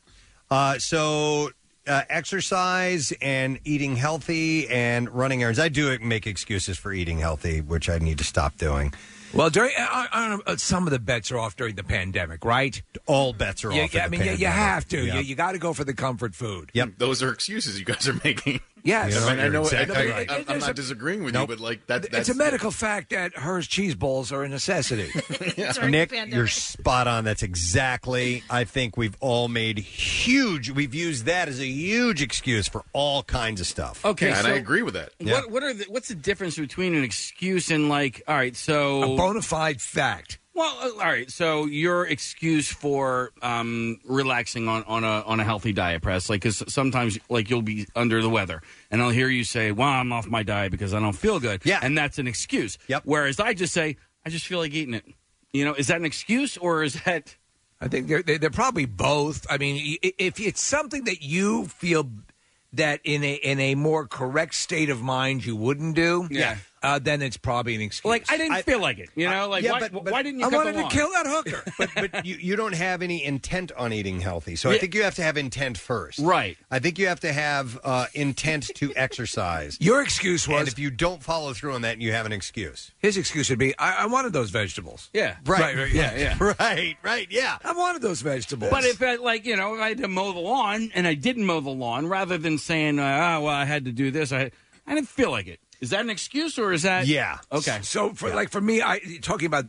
[SPEAKER 1] Uh, so uh, exercise and eating healthy and running errands. I do make excuses for eating healthy, which I need to stop doing.
[SPEAKER 6] Well, during I, I don't know, uh, some of the bets are off during the pandemic, right?
[SPEAKER 1] All bets are
[SPEAKER 6] You-
[SPEAKER 1] off in
[SPEAKER 6] I
[SPEAKER 1] the
[SPEAKER 6] mean, you, you
[SPEAKER 1] pandemic.
[SPEAKER 6] have to.
[SPEAKER 1] Yeah.
[SPEAKER 6] You, you got to go for the comfort food.
[SPEAKER 1] Yep.
[SPEAKER 10] Those are excuses you guys are making.
[SPEAKER 6] Yes. You know,
[SPEAKER 10] I, mean, I
[SPEAKER 6] you're
[SPEAKER 10] know.
[SPEAKER 6] exactly
[SPEAKER 10] I know
[SPEAKER 6] right.
[SPEAKER 10] I'm, I'm
[SPEAKER 6] There's
[SPEAKER 10] not
[SPEAKER 6] a-
[SPEAKER 10] disagreeing with
[SPEAKER 6] Nope.
[SPEAKER 10] you, but like that,
[SPEAKER 6] it's
[SPEAKER 10] that's
[SPEAKER 6] a medical fact that Hers cheese balls are a necessity.
[SPEAKER 1] Nick, you're spot on. That's exactly. I think we've all made huge. We've used that as a huge excuse for all kinds of stuff.
[SPEAKER 5] Okay, so
[SPEAKER 1] Yeah.
[SPEAKER 5] What what are the, what's the difference between an excuse and like all right, so
[SPEAKER 6] a bona fide fact.
[SPEAKER 5] Well, uh, all right. So your excuse for um, relaxing on, on a on a healthy diet, press, like because sometimes like you'll be under the weather, and I'll hear you say, "Well, I'm off my diet because I don't feel good." Yeah, and that's an excuse. Yep. Whereas I just say, "I just feel like eating it." You know, is that an excuse or is that?
[SPEAKER 6] I think they're they're they're probably both. I mean, i- if it's something that you feel that in a in a more correct state of mind you wouldn't do,
[SPEAKER 5] Yeah.
[SPEAKER 6] uh, then it's probably an excuse.
[SPEAKER 5] Like, I didn't feel like it. You know, like why, why didn't you?
[SPEAKER 6] I
[SPEAKER 5] cut
[SPEAKER 6] wanted
[SPEAKER 5] the lawn?
[SPEAKER 6] to kill that hooker.
[SPEAKER 1] but but you, you don't have any intent on eating healthy. So I
[SPEAKER 6] Yeah.
[SPEAKER 1] think you have to have intent first.
[SPEAKER 5] Right.
[SPEAKER 1] I think you have to have uh, intent to exercise.
[SPEAKER 6] Your excuse was-
[SPEAKER 1] And if you don't follow through on that, you have an excuse.
[SPEAKER 6] His excuse would be, I, I wanted those vegetables.
[SPEAKER 5] Yeah.
[SPEAKER 1] Right.
[SPEAKER 5] Yeah, yeah.
[SPEAKER 1] Right, right, yeah.
[SPEAKER 6] I wanted those vegetables.
[SPEAKER 5] But if, I, like, you know, if I had to mow the lawn and I didn't mow the lawn, rather than saying, uh, "Ah, well, I had to do this," I I didn't feel like it. Is that an excuse or is that? Okay.
[SPEAKER 6] So for like for me, I talking about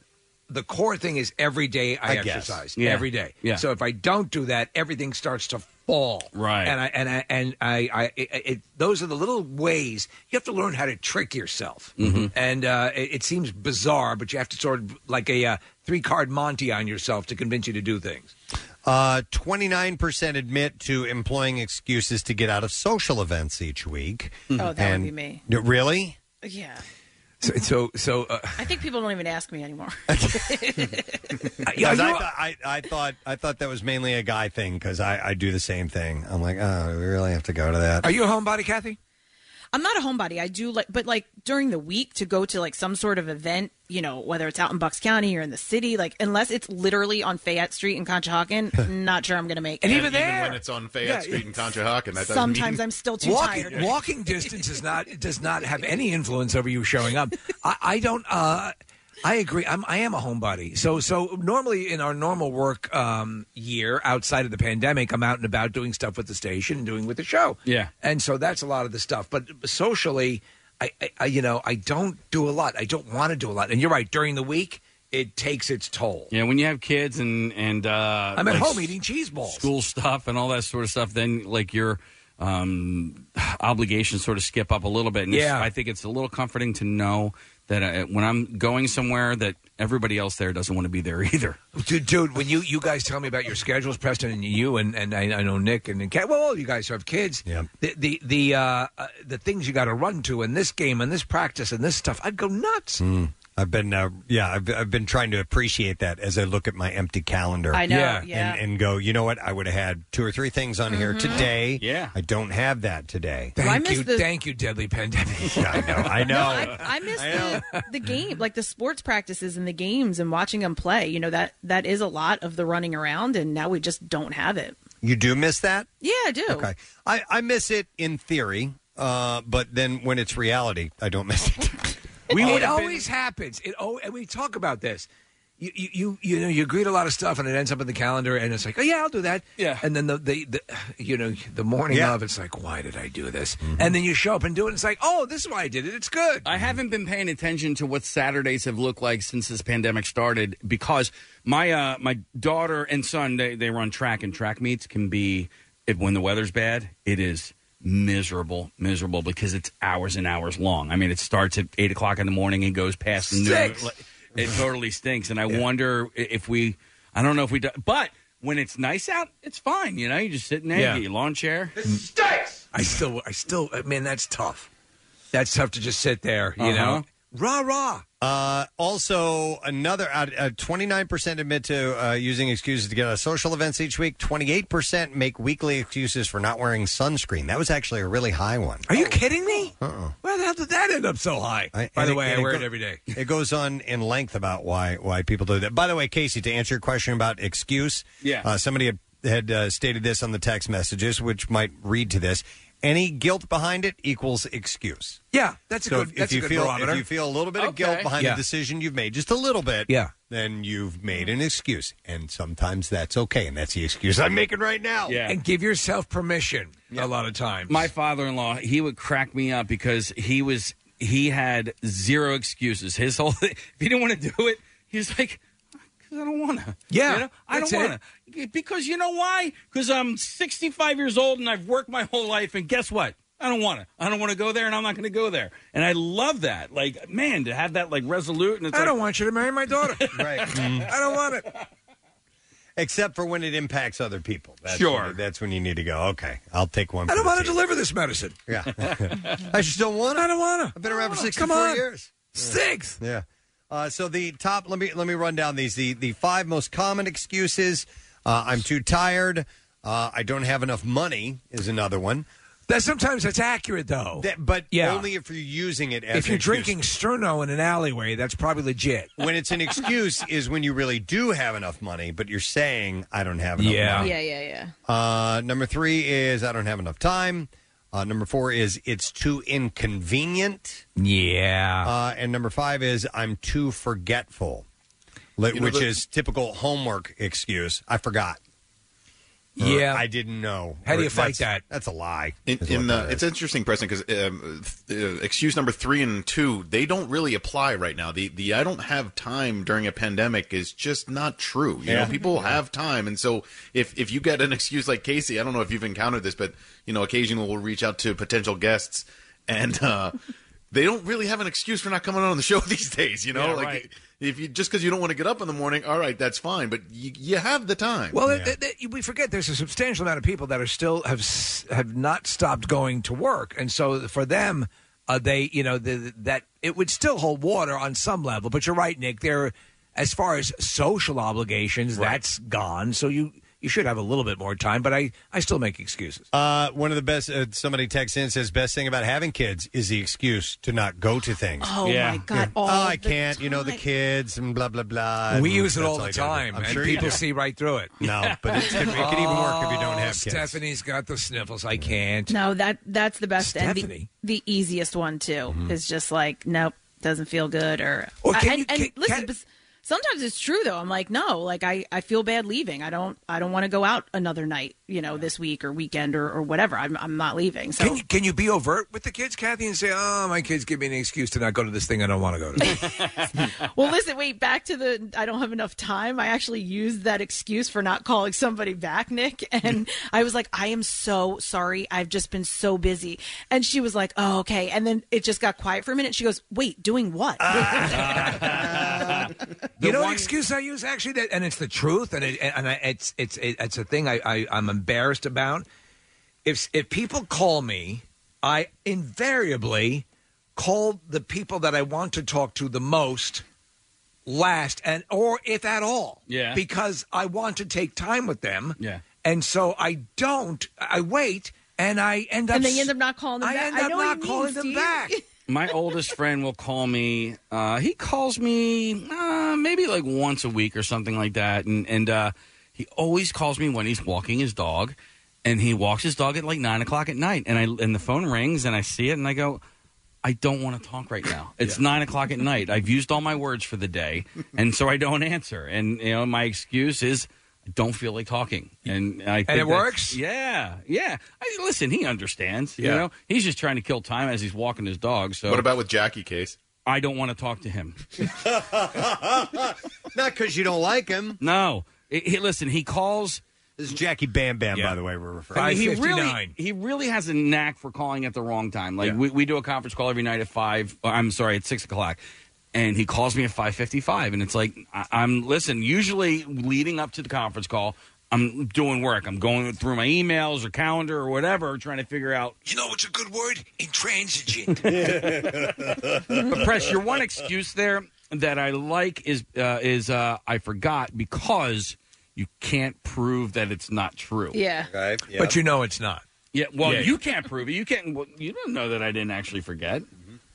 [SPEAKER 6] the core thing is every day I,
[SPEAKER 5] I guess.
[SPEAKER 6] exercise
[SPEAKER 5] Yeah.
[SPEAKER 6] every day.
[SPEAKER 5] Yeah.
[SPEAKER 6] So if I don't do that, everything starts to fall.
[SPEAKER 5] Right.
[SPEAKER 6] And I and I and I, I it, it, those are the little ways you have to learn how to trick yourself.
[SPEAKER 5] Mhm.
[SPEAKER 6] And uh, it, it seems bizarre, but you have to sort of like a uh, three card Monty on yourself to convince you to do things.
[SPEAKER 1] Uh, 29% admit to employing excuses to get out of social events each week.
[SPEAKER 4] Oh, that would
[SPEAKER 1] And-
[SPEAKER 4] be me.
[SPEAKER 1] No, Really?
[SPEAKER 4] Yeah.
[SPEAKER 6] So so, so uh,
[SPEAKER 4] I think people don't even ask me anymore.
[SPEAKER 6] yeah,
[SPEAKER 1] 'Cause I,
[SPEAKER 6] you know-
[SPEAKER 1] thought, I, I thought I thought that was mainly a guy thing because I, I do the same thing. I'm like, oh, do we really have to go to that.
[SPEAKER 6] Are you a homebody, Kathy?
[SPEAKER 4] I'm not a homebody. I do like, but like during the week to go to like some sort of event, you know, whether it's out in Bucks County or in the city, like unless it's literally on Fayette Street in Conshohocken, not sure I'm going to make it.
[SPEAKER 10] when it's on Fayette
[SPEAKER 4] Yeah,
[SPEAKER 10] Street in Conshohocken, that doesn't
[SPEAKER 4] Sometimes
[SPEAKER 10] mean-
[SPEAKER 4] I'm still too
[SPEAKER 6] walking,
[SPEAKER 4] tired.
[SPEAKER 6] Walking distance is not does not have any influence over you showing up. I, I don't. Uh, I agree. I'm, I am a homebody. So, so normally in our normal work um, year outside of the pandemic, I'm out and about doing stuff with the station and doing with the show.
[SPEAKER 5] Yeah.
[SPEAKER 6] And so that's a lot of the stuff. But socially, I, I, I you know, I don't do a lot. I don't want to do a lot. And you're right. During the week, it takes its toll.
[SPEAKER 5] Yeah, when you have kids and and uh,
[SPEAKER 6] I'm at
[SPEAKER 5] like
[SPEAKER 6] home eating cheese balls.
[SPEAKER 5] school stuff and all that sort of stuff, then like your um, obligations sort of skip up a little bit. And it's-
[SPEAKER 6] Yeah.
[SPEAKER 5] I think it's a little comforting to know that uh, when I'm going somewhere, that everybody else there doesn't want to be there either.
[SPEAKER 6] Dude, dude, when you, you guys tell me about your schedules, Preston, and you and, and I, I know Nick and, and Kat, well, all you guys have kids. Yeah. The the the, uh, uh, the things you got to run to in this game and this practice and this stuff, I'd go nuts.
[SPEAKER 1] Mm. I've been, uh, yeah, I've, I've been trying to appreciate that as I look at my empty calendar.
[SPEAKER 6] I know, Yeah. yeah.
[SPEAKER 1] And, and go, you know what? I would have had two or three things on here
[SPEAKER 6] Mhm.
[SPEAKER 1] today.
[SPEAKER 5] Yeah.
[SPEAKER 1] I don't have that today.
[SPEAKER 4] Mm-hmm. Well, I Thank miss you- the-
[SPEAKER 6] thank you, deadly pandemic.
[SPEAKER 1] I know, I know.
[SPEAKER 4] No, I, I miss the, the game, like the sports practices and the games and watching them play. You know that that is a lot of the running around, and now we just don't have it.
[SPEAKER 1] You do miss that?
[SPEAKER 4] Yeah, I do.
[SPEAKER 1] Okay. I, I miss it in theory, uh, but then when it's reality, I don't miss it.
[SPEAKER 6] We
[SPEAKER 1] would
[SPEAKER 6] it
[SPEAKER 1] have been-
[SPEAKER 6] always happens. It oh, and we talk about this. You, you you you know you agreed a lot of stuff and it ends up in the calendar and it's like oh yeah I'll do that yeah and then the the, the you know the morning
[SPEAKER 5] Yeah.
[SPEAKER 6] of it's like why did I do this and then you show up and do it and it's like oh this is why I did it it's good
[SPEAKER 5] I haven't been paying attention to what Saturdays have looked like since this pandemic started because my uh, my daughter and son they, they run track and track meets can be if, when the weather's bad it is miserable miserable because it's hours and hours long. I mean it starts at eight o'clock in the morning and goes past noon.
[SPEAKER 6] Six.
[SPEAKER 5] It totally stinks, and I wonder i- if we I don't know if we do, but when it's nice out it's fine. You know you just sitting there
[SPEAKER 6] Yeah.
[SPEAKER 5] get your lawn chair.
[SPEAKER 6] I still I still uh, man that's tough that's tough to just sit there you
[SPEAKER 1] Uh-huh.
[SPEAKER 6] know rah rah
[SPEAKER 1] Uh, also, another uh, twenty-nine percent admit to uh, using excuses to get out of social events each week. Twenty-eight percent make weekly excuses for not wearing sunscreen. That was actually a really high one.
[SPEAKER 6] are you kidding me
[SPEAKER 1] Uh-uh.
[SPEAKER 6] where the hell did that end up so high
[SPEAKER 1] I-
[SPEAKER 6] by
[SPEAKER 1] and
[SPEAKER 6] the
[SPEAKER 1] it-
[SPEAKER 6] way
[SPEAKER 1] and
[SPEAKER 6] I wear
[SPEAKER 1] go-
[SPEAKER 6] it every day
[SPEAKER 1] It goes on in length about why why people do that. By the way, Casey, to answer your question about excuse,
[SPEAKER 5] Yeah.
[SPEAKER 1] uh, somebody had, had uh, stated this on the text messages, which might read to this. Any guilt behind it equals excuse.
[SPEAKER 6] yeah that's a
[SPEAKER 1] so
[SPEAKER 6] good
[SPEAKER 1] if-
[SPEAKER 6] that's
[SPEAKER 1] if you
[SPEAKER 6] a good
[SPEAKER 1] feel
[SPEAKER 6] barometer
[SPEAKER 1] if you feel a little bit of guilt behind
[SPEAKER 6] Yeah.
[SPEAKER 1] the decision you've made, just a little bit,
[SPEAKER 6] Yeah.
[SPEAKER 1] then you've made an excuse, and sometimes that's okay, and that's the excuse I'm making right now.
[SPEAKER 5] Yeah.
[SPEAKER 6] and give yourself permission a lot of times.
[SPEAKER 5] My father-in-law, he would crack me up because he was he had zero excuses. His whole if he didn't want to do it, he was like, "Cause I don't want to."
[SPEAKER 6] Yeah,
[SPEAKER 5] you know? I don't
[SPEAKER 6] that's
[SPEAKER 5] want to because you know why? Because I'm 65 years old and I've worked my whole life, and guess what? I don't want to. I don't want to go there, and I'm not going to go there. And I love that. Like, man, to have that like resolute and it's
[SPEAKER 6] I
[SPEAKER 5] like,
[SPEAKER 6] don't want you to marry my daughter.
[SPEAKER 1] right. I
[SPEAKER 6] don't want it.
[SPEAKER 1] Except for when it impacts other people. That's
[SPEAKER 6] Sure.
[SPEAKER 1] when- that's when you need to go, okay, I'll take one.
[SPEAKER 6] I
[SPEAKER 1] for
[SPEAKER 6] don't
[SPEAKER 1] the
[SPEAKER 6] want to
[SPEAKER 1] team.
[SPEAKER 6] deliver this medicine.
[SPEAKER 1] Yeah. I just don't want to.
[SPEAKER 6] I don't want to.
[SPEAKER 1] I've been around for 64
[SPEAKER 6] Come on.
[SPEAKER 1] years.
[SPEAKER 6] Six.
[SPEAKER 1] Yeah. Uh, so the top. Let me let me run down these. The the five most common excuses. Uh, I'm too tired. Uh, I don't have enough money is another one.
[SPEAKER 6] That sometimes that's accurate though.
[SPEAKER 1] That, but
[SPEAKER 6] Yeah.
[SPEAKER 1] only if you're using it. as
[SPEAKER 6] If
[SPEAKER 1] an
[SPEAKER 6] you're
[SPEAKER 1] excuse.
[SPEAKER 6] drinking Sterno in an alleyway, that's probably legit.
[SPEAKER 1] when it's an excuse is when you really do have enough money, but you're saying I don't have enough.
[SPEAKER 6] Yeah.
[SPEAKER 1] money.
[SPEAKER 4] Yeah, yeah, yeah.
[SPEAKER 1] Uh, number three is I don't have enough time. Uh, number four is it's too inconvenient.
[SPEAKER 6] Yeah.
[SPEAKER 1] Uh, and number five is I'm too forgetful, li-
[SPEAKER 6] You know,
[SPEAKER 1] which
[SPEAKER 6] the-
[SPEAKER 1] is typical homework excuse. I forgot. Or,
[SPEAKER 10] Yeah.
[SPEAKER 1] I didn't know.
[SPEAKER 10] How do you fight
[SPEAKER 1] that? That's a lie.
[SPEAKER 10] In,
[SPEAKER 1] is
[SPEAKER 10] in
[SPEAKER 1] what
[SPEAKER 10] the,
[SPEAKER 1] that
[SPEAKER 10] it's
[SPEAKER 1] is.
[SPEAKER 10] interesting, Preston, because um, th- uh, excuse number three and two they don't really apply right now. The the I don't have time during a pandemic is just not true. You
[SPEAKER 1] Yeah.
[SPEAKER 10] know, people have time, and so if if you get an excuse like Casey, I don't know if you've encountered this, but you know, occasionally we'll reach out to potential guests, and uh, they don't really have an excuse for not coming on the show these days. You know,
[SPEAKER 5] Yeah,
[SPEAKER 10] like
[SPEAKER 5] right.
[SPEAKER 10] if you just because you don't want to get up in the morning, all right, that's fine, but you, you have the time.
[SPEAKER 6] Well, th- th- th- we forget there's a substantial amount of people that are still have s- have not stopped going to work, and so for them, uh, they you know the, that it would still hold water on some level. But you're right, Nick. There, as far as social obligations, that's gone. So you you should have a little bit more time. But I I still make excuses.
[SPEAKER 1] Uh, one of the best. Uh, somebody texts in says best thing about having kids is the excuse to not go to things.
[SPEAKER 4] Oh my god!
[SPEAKER 1] Yeah.
[SPEAKER 4] All
[SPEAKER 1] oh, I
[SPEAKER 4] the
[SPEAKER 1] can't. You know the kids and blah blah blah.
[SPEAKER 6] we
[SPEAKER 1] and
[SPEAKER 6] use it
[SPEAKER 1] that's
[SPEAKER 6] all the
[SPEAKER 1] you gotta do.
[SPEAKER 6] time,
[SPEAKER 1] I'm
[SPEAKER 6] and
[SPEAKER 1] sure you
[SPEAKER 6] people
[SPEAKER 1] do.
[SPEAKER 6] see right through it.
[SPEAKER 1] No, but it's, it can even work if you don't
[SPEAKER 6] Oh,
[SPEAKER 1] have kids.
[SPEAKER 6] Stephanie's got the sniffles. I can't.
[SPEAKER 4] No, that that's the best and the,
[SPEAKER 6] Stephanie.
[SPEAKER 4] the easiest one too. Is just like nope, doesn't feel good or,
[SPEAKER 6] Or can
[SPEAKER 4] I- and,
[SPEAKER 6] you-
[SPEAKER 4] and
[SPEAKER 6] can-
[SPEAKER 4] listen bes- sometimes it's true though i'm like no like i i feel bad leaving i don't i don't want to go out another night you know this week or weekend or, or whatever i'm i'm not leaving so
[SPEAKER 6] Can you, can you be overt with the kids, Kathy, and say, "Oh, my kids give me an excuse to not go to this thing I don't want to go to"?
[SPEAKER 4] well listen wait back to the i don't have enough time i actually used that excuse for not calling somebody back nick and i was like i am so sorry i've just been so busy and she was like oh okay and then it just got quiet for a minute she goes wait doing what
[SPEAKER 6] Ah, you know, what excuse I use actually, that, and it's the truth, and it, and I, it's it's it, it's a thing I, I I'm embarrassed about. If if people call me, I invariably call the people that I want to talk to the most last, and or if at all,
[SPEAKER 5] Yeah.
[SPEAKER 6] because I want to take time with them,
[SPEAKER 5] Yeah.
[SPEAKER 6] and so I don't. I wait, and I end up
[SPEAKER 4] and they end up not calling them
[SPEAKER 6] I
[SPEAKER 4] back
[SPEAKER 6] end
[SPEAKER 4] I
[SPEAKER 6] up
[SPEAKER 4] know what
[SPEAKER 6] not
[SPEAKER 4] you mean,
[SPEAKER 6] calling them
[SPEAKER 4] Steve.
[SPEAKER 6] back.
[SPEAKER 5] My oldest friend will call me. Uh, he calls me uh, maybe like once a week or something like that, and and uh, he always calls me when he's walking his dog, and he walks his dog at like nine o'clock at night, and I and the phone rings and I see it and I go. I don't want to talk right now. It's nine o'clock at night. I've used all my words for the day, and so I don't answer. And you know, my excuse is I don't feel like talking. And I think
[SPEAKER 6] and it
[SPEAKER 5] that's-
[SPEAKER 6] works.
[SPEAKER 5] Yeah, yeah. I, listen, he understands. You
[SPEAKER 6] Yeah.
[SPEAKER 5] know, he's just trying to kill time as he's walking his dog. So
[SPEAKER 10] What about with Jackie Case?
[SPEAKER 5] I don't want to talk to him.
[SPEAKER 1] Not because you don't like him.
[SPEAKER 5] No. He- he- listen, he calls.
[SPEAKER 1] This is Jackie Bam Bam, by the way. We're referring.
[SPEAKER 5] I mean, he really,
[SPEAKER 1] 5:59.
[SPEAKER 5] he really has a knack for calling at the wrong time. Like we, we do a conference call every night at five. Or, I'm sorry, at six o'clock, and he calls me at five fifty-five, and it's like I, I'm listen. Usually, leading up to the conference call, I'm doing work. I'm going through my emails or calendar or whatever, trying to figure out.
[SPEAKER 6] You know, it's a good word, intransigent.
[SPEAKER 5] but press your one excuse there that I like is uh, is uh, I forgot because you can't prove that it's not true.
[SPEAKER 4] Yeah.
[SPEAKER 6] But you know it's not.
[SPEAKER 5] Yeah. Well,
[SPEAKER 6] Yeah.
[SPEAKER 5] you can't prove it. You can't. Well, you don't know that I didn't actually forget.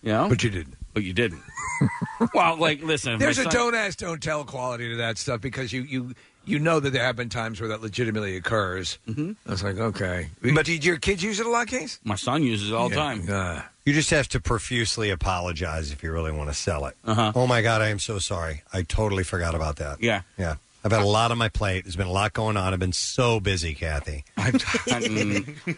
[SPEAKER 5] You know?
[SPEAKER 6] Mm-hmm. But you didn't.
[SPEAKER 5] But you didn't. well, like listen. if my
[SPEAKER 6] There's a
[SPEAKER 5] son-
[SPEAKER 6] don't ask, don't tell quality to that stuff because you you you know that there have been times where that legitimately occurs. Mm-hmm. I was like, okay, but did your kids use it a lot, Case?
[SPEAKER 5] My son uses it all the time.
[SPEAKER 1] Uh, You just have to profusely apologize if you really want to sell it.
[SPEAKER 6] Uh-huh.
[SPEAKER 1] Oh my God, I am so sorry. I totally forgot about that.
[SPEAKER 5] Yeah.
[SPEAKER 1] Yeah. I've had a lot on my plate. There's been a lot going on. I've been so busy, Kathy.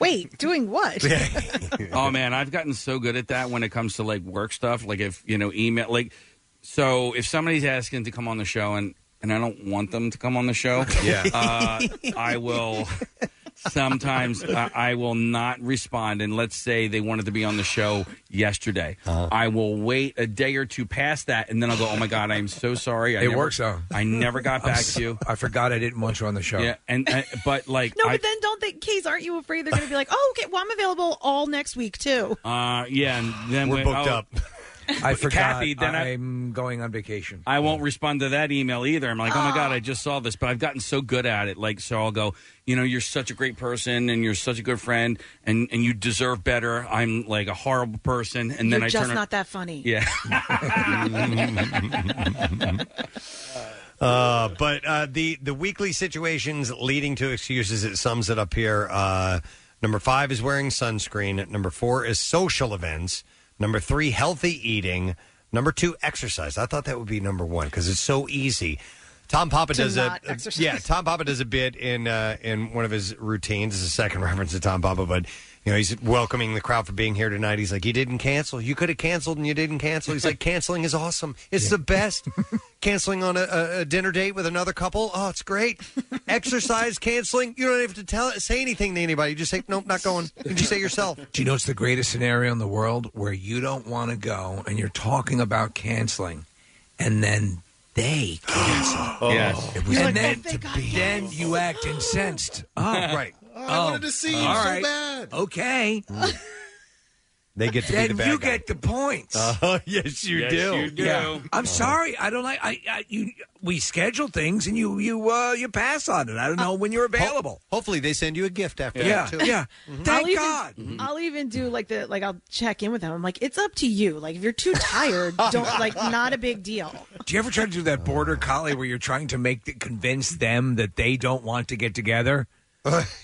[SPEAKER 4] wait doing what
[SPEAKER 5] oh man, I've gotten so good at that when it comes to like work stuff. Like if you know email, like so if somebody's asking to come on the show and and I don't want them to come on the show,
[SPEAKER 11] Yeah.
[SPEAKER 5] uh, I will. Sometimes I, I will not respond, and let's say they wanted to be on the show yesterday.
[SPEAKER 6] Uh-huh.
[SPEAKER 5] I will wait a day or two past that, and then I'll go, "Oh my god, I'm so sorry." I
[SPEAKER 6] It
[SPEAKER 5] never-
[SPEAKER 6] works, though.
[SPEAKER 5] I never got
[SPEAKER 6] I'm
[SPEAKER 5] back
[SPEAKER 6] so-
[SPEAKER 5] to you.
[SPEAKER 6] I forgot I didn't want you on the show.
[SPEAKER 5] Yeah, and, and but like
[SPEAKER 4] No,
[SPEAKER 5] I-
[SPEAKER 4] but then don't think, Case, aren't you afraid they're going to be like, oh, okay, well, I'm available all next week, too?
[SPEAKER 5] Uh, yeah, and then
[SPEAKER 6] We're
[SPEAKER 5] when- oh,
[SPEAKER 6] booked up. I forgot.
[SPEAKER 5] Kathy, then I-
[SPEAKER 6] I'm going on vacation.
[SPEAKER 5] I won't respond to that email either. I'm like, oh my god,
[SPEAKER 4] Ah.
[SPEAKER 5] I just saw this, but I've gotten so good at it. Like, so I'll go, you know, you're such a great person, and you're such a good friend, and and you deserve better. I'm like a horrible person, and then
[SPEAKER 4] You're
[SPEAKER 5] I
[SPEAKER 4] just
[SPEAKER 5] turn.
[SPEAKER 4] not that funny.
[SPEAKER 5] Yeah.
[SPEAKER 1] Mm-hmm. Uh, but uh, the the weekly situations leading to excuses. It sums it up here. Uh, number five is wearing sunscreen. Number four is social events. Number three, healthy eating. Number two, exercise. I thought that would be number one because it's so easy. Tom Papa
[SPEAKER 11] To
[SPEAKER 1] does
[SPEAKER 11] not
[SPEAKER 1] a
[SPEAKER 11] exercise.
[SPEAKER 1] yeah. Tom Papa does a bit in uh, in one of his routines. This is a second reference to Tom Papa, but you know he's welcoming the crowd for being here tonight. He's like, you didn't cancel. You could have canceled and you didn't cancel. He's like, canceling is awesome. It's the best. canceling on a, a, a dinner date with another couple. Oh, it's great. Exercise canceling. You don't have to tell say anything to anybody. You just say nope, not going. You just say yourself.
[SPEAKER 6] Do you know it's the greatest scenario in the world where you don't want to go and you're talking about canceling, and then they cancel.
[SPEAKER 5] Yes.
[SPEAKER 6] It was meant to be. Then you act incensed. Oh, right.
[SPEAKER 11] Oh, I wanted to see you
[SPEAKER 6] all
[SPEAKER 11] so
[SPEAKER 6] right.
[SPEAKER 11] bad.
[SPEAKER 6] Okay.
[SPEAKER 1] They Mm. get to
[SPEAKER 6] then
[SPEAKER 1] be the bad
[SPEAKER 6] you
[SPEAKER 1] guy.
[SPEAKER 6] get the points.
[SPEAKER 1] Oh, yes, you Yes, do. Oh. you do.
[SPEAKER 6] Yeah. I'm sorry. I don't like. I, I you. We schedule things, and you you uh you pass on it. I don't know when you're available.
[SPEAKER 1] Hopefully, they send you a gift after
[SPEAKER 6] yeah.
[SPEAKER 1] that too.
[SPEAKER 6] Yeah.
[SPEAKER 4] I'll
[SPEAKER 6] Thank
[SPEAKER 4] even,
[SPEAKER 6] God.
[SPEAKER 4] I'll even do like the, like, I'll check in with them. I'm like, it's up to you. Like, if you're too tired, don't, like, not a big deal.
[SPEAKER 6] Do you ever try to do that border collie where you're trying to make the, convince them that they don't want to get together?
[SPEAKER 11] Uh.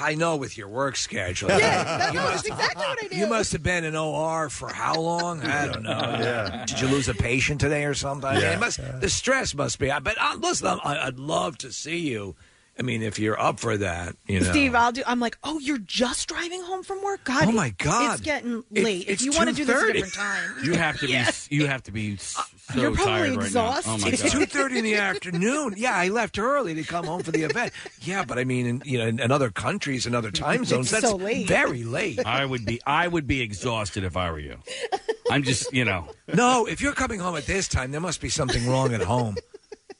[SPEAKER 6] I know with your work schedule.
[SPEAKER 4] Yeah,
[SPEAKER 6] you must,
[SPEAKER 4] exactly what I
[SPEAKER 6] you must have been in OR for how long? I don't know.
[SPEAKER 14] Yeah.
[SPEAKER 6] Did you lose a patient today or something?
[SPEAKER 14] Yeah.
[SPEAKER 6] It must, the stress must be. I But uh, listen, I, I'd love to see you. I mean, if you're up for that, you know.
[SPEAKER 4] Steve, I'll do. I'm like, oh, you're just driving home from work. God,
[SPEAKER 6] Oh, my God.
[SPEAKER 4] it's getting
[SPEAKER 6] It-
[SPEAKER 4] late. if
[SPEAKER 6] it's
[SPEAKER 4] you want to do this at
[SPEAKER 6] 2:30.
[SPEAKER 4] a different time,
[SPEAKER 5] You have to be.
[SPEAKER 4] Yeah. Uh,
[SPEAKER 5] You have to be s- so
[SPEAKER 4] You're
[SPEAKER 5] tired
[SPEAKER 4] probably
[SPEAKER 5] right now. Oh my
[SPEAKER 6] it's
[SPEAKER 5] god!
[SPEAKER 6] two thirty in the afternoon. Yeah, I left early to come home for the event. Yeah, but I mean, in, you know, in, in other countries and other time
[SPEAKER 5] It's
[SPEAKER 6] zones, that's
[SPEAKER 5] so late.
[SPEAKER 6] very late.
[SPEAKER 5] I would be. I would be exhausted if I were you. I'm just. You know.
[SPEAKER 6] No, if you're coming home at this time, there must be something wrong at home.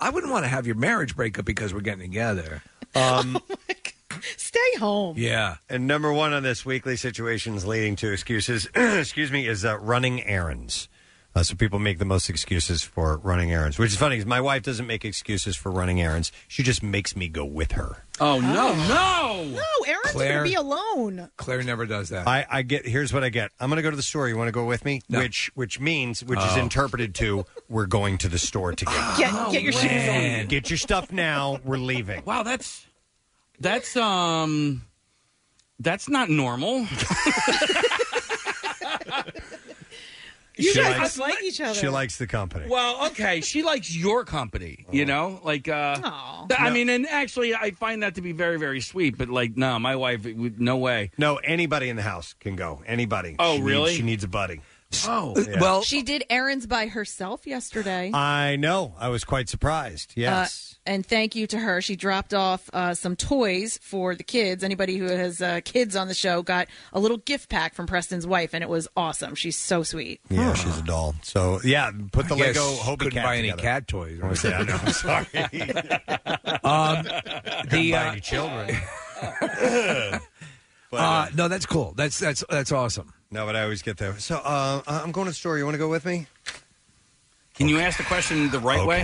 [SPEAKER 6] I wouldn't want to have your marriage break up because we're getting together.
[SPEAKER 1] Um,
[SPEAKER 4] stay home.
[SPEAKER 6] Yeah.
[SPEAKER 1] And number one on this weekly situations leading to excuses, excuse me, is uh, running errands. Uh, so people make the most excuses for running errands, which is funny because my wife doesn't make excuses for running errands. She just makes me go with her.
[SPEAKER 5] Oh no,
[SPEAKER 4] no, Aaron's
[SPEAKER 1] Claire.
[SPEAKER 4] gonna be alone.
[SPEAKER 6] Claire never does that.
[SPEAKER 1] I, I get here's what I get. I'm going to go to the store. You want to go with me? Which which means which is
[SPEAKER 6] Oh.
[SPEAKER 1] interpreted to we're going to the store together.
[SPEAKER 4] Get, get your shoes on.
[SPEAKER 1] Get your stuff now. We're leaving.
[SPEAKER 5] Wow, that's that's um that's not normal.
[SPEAKER 4] You
[SPEAKER 5] She
[SPEAKER 4] guys
[SPEAKER 5] likes-
[SPEAKER 4] just like each other.
[SPEAKER 1] She likes the company. Oh.
[SPEAKER 5] Well, okay, she likes your company, you know? Like uh th- I mean, and actually I find that to be very very sweet, but like no, my wife it would- no way.
[SPEAKER 1] No, anybody in the house can go. Anybody. She
[SPEAKER 5] Oh,
[SPEAKER 1] needs-
[SPEAKER 5] really?
[SPEAKER 1] she needs a buddy.
[SPEAKER 5] Oh,
[SPEAKER 6] Uh,
[SPEAKER 1] Yeah.
[SPEAKER 4] she did errands by herself yesterday.
[SPEAKER 1] I know. I was quite surprised. Yes.
[SPEAKER 4] Uh, and thank you to her. She dropped off uh, some toys for the kids. Anybody who has uh, kids on the show got a little gift pack from Preston's wife, and it was awesome. She's so sweet.
[SPEAKER 1] yeah, she's a doll. So yeah, put the
[SPEAKER 6] I guess
[SPEAKER 1] Lego Hobie
[SPEAKER 6] couldn't
[SPEAKER 1] cat
[SPEAKER 6] buy any
[SPEAKER 1] together.
[SPEAKER 6] cat toys,
[SPEAKER 1] I
[SPEAKER 6] right?
[SPEAKER 1] said, I know, I'm sorry.
[SPEAKER 6] Um, the uh,
[SPEAKER 1] children.
[SPEAKER 6] uh, no, that's cool. That's that's that's awesome.
[SPEAKER 1] No, but I always get there. So uh, I'm going to the store. You want to go with me?
[SPEAKER 5] Can you ask the question the right way?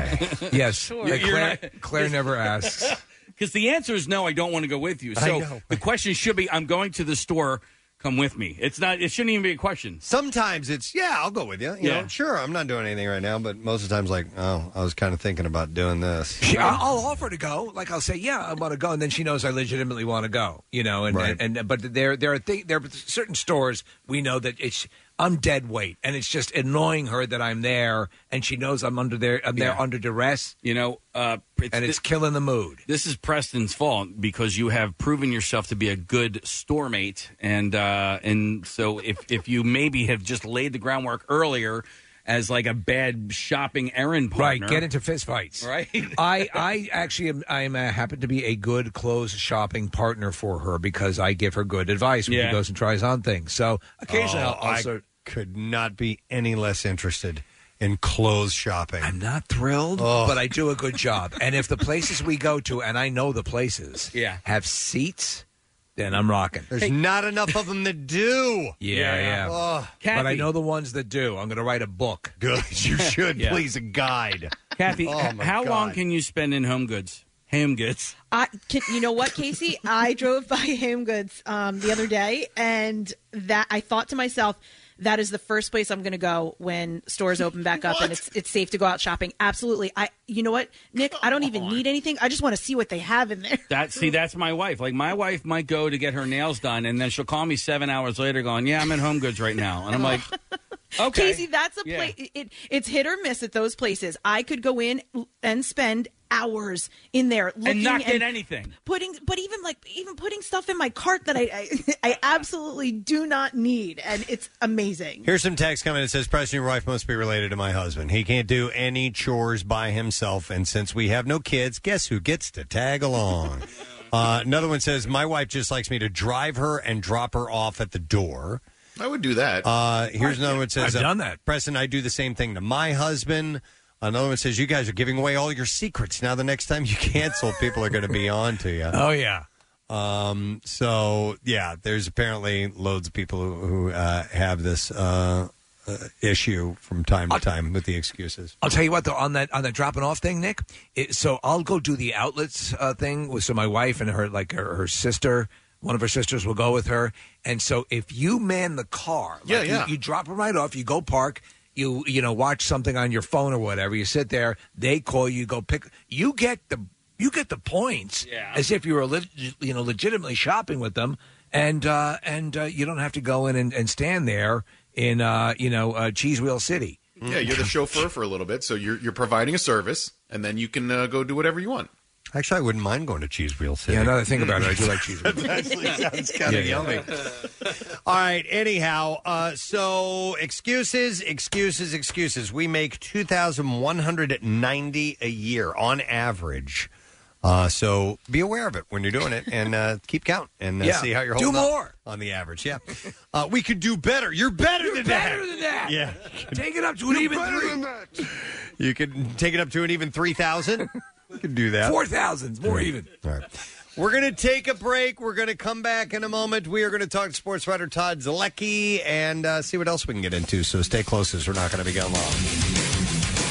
[SPEAKER 6] Yes. Yeah, Claire- Claire never asks.
[SPEAKER 5] Because the answer is no, I don't want to go with you.
[SPEAKER 1] I
[SPEAKER 5] So
[SPEAKER 1] know.
[SPEAKER 5] the question should be I'm going to the store, come with me. It's not it shouldn't even be a question.
[SPEAKER 1] Sometimes it's yeah, I'll go with you. You know, sure, I'm not doing anything right now, but most of the times, like, oh, I was kind of thinking about doing this. Oh,
[SPEAKER 6] She, I- I'll offer to go. Like I'll say, yeah, I want to go, and then she knows I legitimately want to go. You know, and
[SPEAKER 1] Right.
[SPEAKER 6] and, but there there are th- there are certain stores we know that it's I'm dead weight, and it's just annoying her that I'm there, and she knows I'm under there. I'm there
[SPEAKER 5] Yeah.
[SPEAKER 6] under duress.
[SPEAKER 5] You know, uh,
[SPEAKER 6] and it's killing the mood.
[SPEAKER 5] This is Preston's fault because you have proven yourself to be a good store mate, and uh, and so if if you maybe have just laid the groundwork earlier as like a bad shopping errand
[SPEAKER 6] Right,
[SPEAKER 5] partner,
[SPEAKER 6] get into fistfights.
[SPEAKER 5] Right.
[SPEAKER 6] I, I actually am, I am uh happen to be a good clothes shopping partner for her because I give her good advice when
[SPEAKER 1] Yeah.
[SPEAKER 6] she goes and tries on things. So occasionally
[SPEAKER 1] Oh,
[SPEAKER 6] I'll also.
[SPEAKER 1] I could not be any less interested in clothes shopping. Oh, I'm
[SPEAKER 6] not thrilled, but I do a good job. And if the places we go to, and I know the places,
[SPEAKER 5] Yeah.
[SPEAKER 6] have seats, then I'm rocking.
[SPEAKER 1] There's not enough of them that do.
[SPEAKER 6] yeah, yeah.
[SPEAKER 1] Oh.
[SPEAKER 6] But I know the ones that do. I'm going to write a book.
[SPEAKER 1] Good. You should,
[SPEAKER 5] Yeah.
[SPEAKER 1] please, a guide.
[SPEAKER 5] Kathy,
[SPEAKER 1] Oh,
[SPEAKER 5] h-
[SPEAKER 1] my
[SPEAKER 5] how
[SPEAKER 1] God.
[SPEAKER 5] long can you spend in home goods? Home goods.
[SPEAKER 4] I, can, you know what, Casey? I drove by Home Goods um, the other day, and that I thought to myself, that is the first place I'm going to go when stores open back up and it's it's safe to go out shopping. Absolutely. I, you know what, Nick? I don't even need anything. I just want to see what they have in there.
[SPEAKER 5] That see, that's my wife. Like my wife might go to get her nails done, and then she'll call me seven hours later, going, "Yeah, I'm in home goods right now," and I'm like, "Okay."
[SPEAKER 4] Casey, that's a
[SPEAKER 5] Yeah.
[SPEAKER 4] place. It, it's hit or miss at those places. I could go in and spend hours in there looking
[SPEAKER 5] and not get anything.
[SPEAKER 4] putting but even like even putting stuff in my cart that I, I I absolutely do not need and it's amazing.
[SPEAKER 1] Here's some text coming. It says, Preston, your wife must be related to my husband. He can't do any chores by himself. And since we have no kids, guess who gets to tag along? uh, another one says, My wife just likes me to drive her and drop her off at the door.
[SPEAKER 10] I would do that.
[SPEAKER 1] Uh, here's another one that says,
[SPEAKER 10] I've done
[SPEAKER 1] that. Preston, I do the same thing to my husband. Another one says, You guys are giving away all your secrets. Now, the next time you cancel, people are going to be on to you.
[SPEAKER 6] Oh, yeah.
[SPEAKER 1] Um, so yeah, there's apparently loads of people who, who uh, have this uh, uh, issue from time to time with the excuses.
[SPEAKER 6] I'll tell you what, though, on that on that dropping off thing, Nick. It, so I'll go do the outlets uh, thing with so my wife and her like her, her sister. One of her sisters will go with her, and so if you man the car, like,
[SPEAKER 10] Yeah, yeah.
[SPEAKER 6] You, you drop her right off. You go park. You you know watch something on your phone or whatever. You sit there. They call you. Go pick. You get the you get the points
[SPEAKER 5] Yeah.
[SPEAKER 6] as if you were leg- you know legitimately shopping with them, and uh, and uh, you don't have to go in and, and stand there in uh, you know uh, Cheese Wheel City.
[SPEAKER 10] Yeah, you're the chauffeur for a little bit, so you're you're providing a service, and then you can uh, go do whatever you want.
[SPEAKER 1] Actually, I wouldn't mind going to Cheese Wheel City.
[SPEAKER 6] Yeah, now that I think about it, I do like cheese.
[SPEAKER 1] That actually sounds kind
[SPEAKER 6] Yeah,
[SPEAKER 1] of
[SPEAKER 6] yeah.
[SPEAKER 1] yummy. All right. Anyhow, uh, so excuses, excuses, excuses. We make two thousand one hundred ninety a year on average. Uh, so be aware of it when you're doing it, and uh, keep count and uh,
[SPEAKER 6] Yeah.
[SPEAKER 1] see how you're
[SPEAKER 6] Do
[SPEAKER 1] holding up
[SPEAKER 6] more.
[SPEAKER 1] on the average. Yeah, uh, we could do better. You're better
[SPEAKER 6] You're
[SPEAKER 1] than
[SPEAKER 6] better
[SPEAKER 1] that.
[SPEAKER 6] than that.
[SPEAKER 1] Yeah,
[SPEAKER 6] Take it up to an even three.
[SPEAKER 1] you could take it up to an even three thousand. You could do that.
[SPEAKER 6] Four thousands, more even.
[SPEAKER 1] All right. We're going to take a break. We're going to come back in a moment. We are going to talk to sports writer Todd Zalecki and uh, see what else we can get into. So stay close as we're not going to be gone long.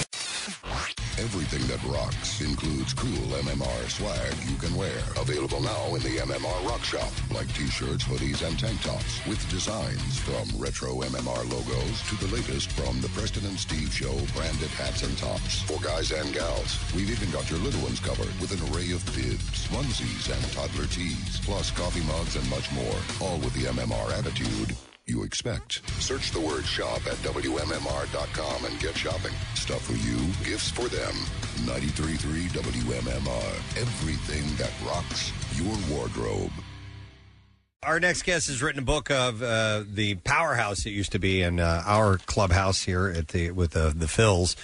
[SPEAKER 14] Everything that rocks includes cool MMR swag you can wear. Available now in the MMR Rock Shop, like t-shirts, hoodies, and tank tops with designs from retro MMR logos to the latest from the Preston and Steve Show branded hats and tops for guys and gals. We've even got your little ones covered with an array of bibs, onesies, and toddler tees, plus coffee mugs and much more, all with the MMR attitude you expect. Search the word shop at WMMR.com and get shopping. Stuff for you, gifts for them. 933 WMMR. Everything that rocks your wardrobe.
[SPEAKER 1] Our next guest has written a book of uh, the powerhouse it used to be in uh, our clubhouse here at the with uh, the Phils,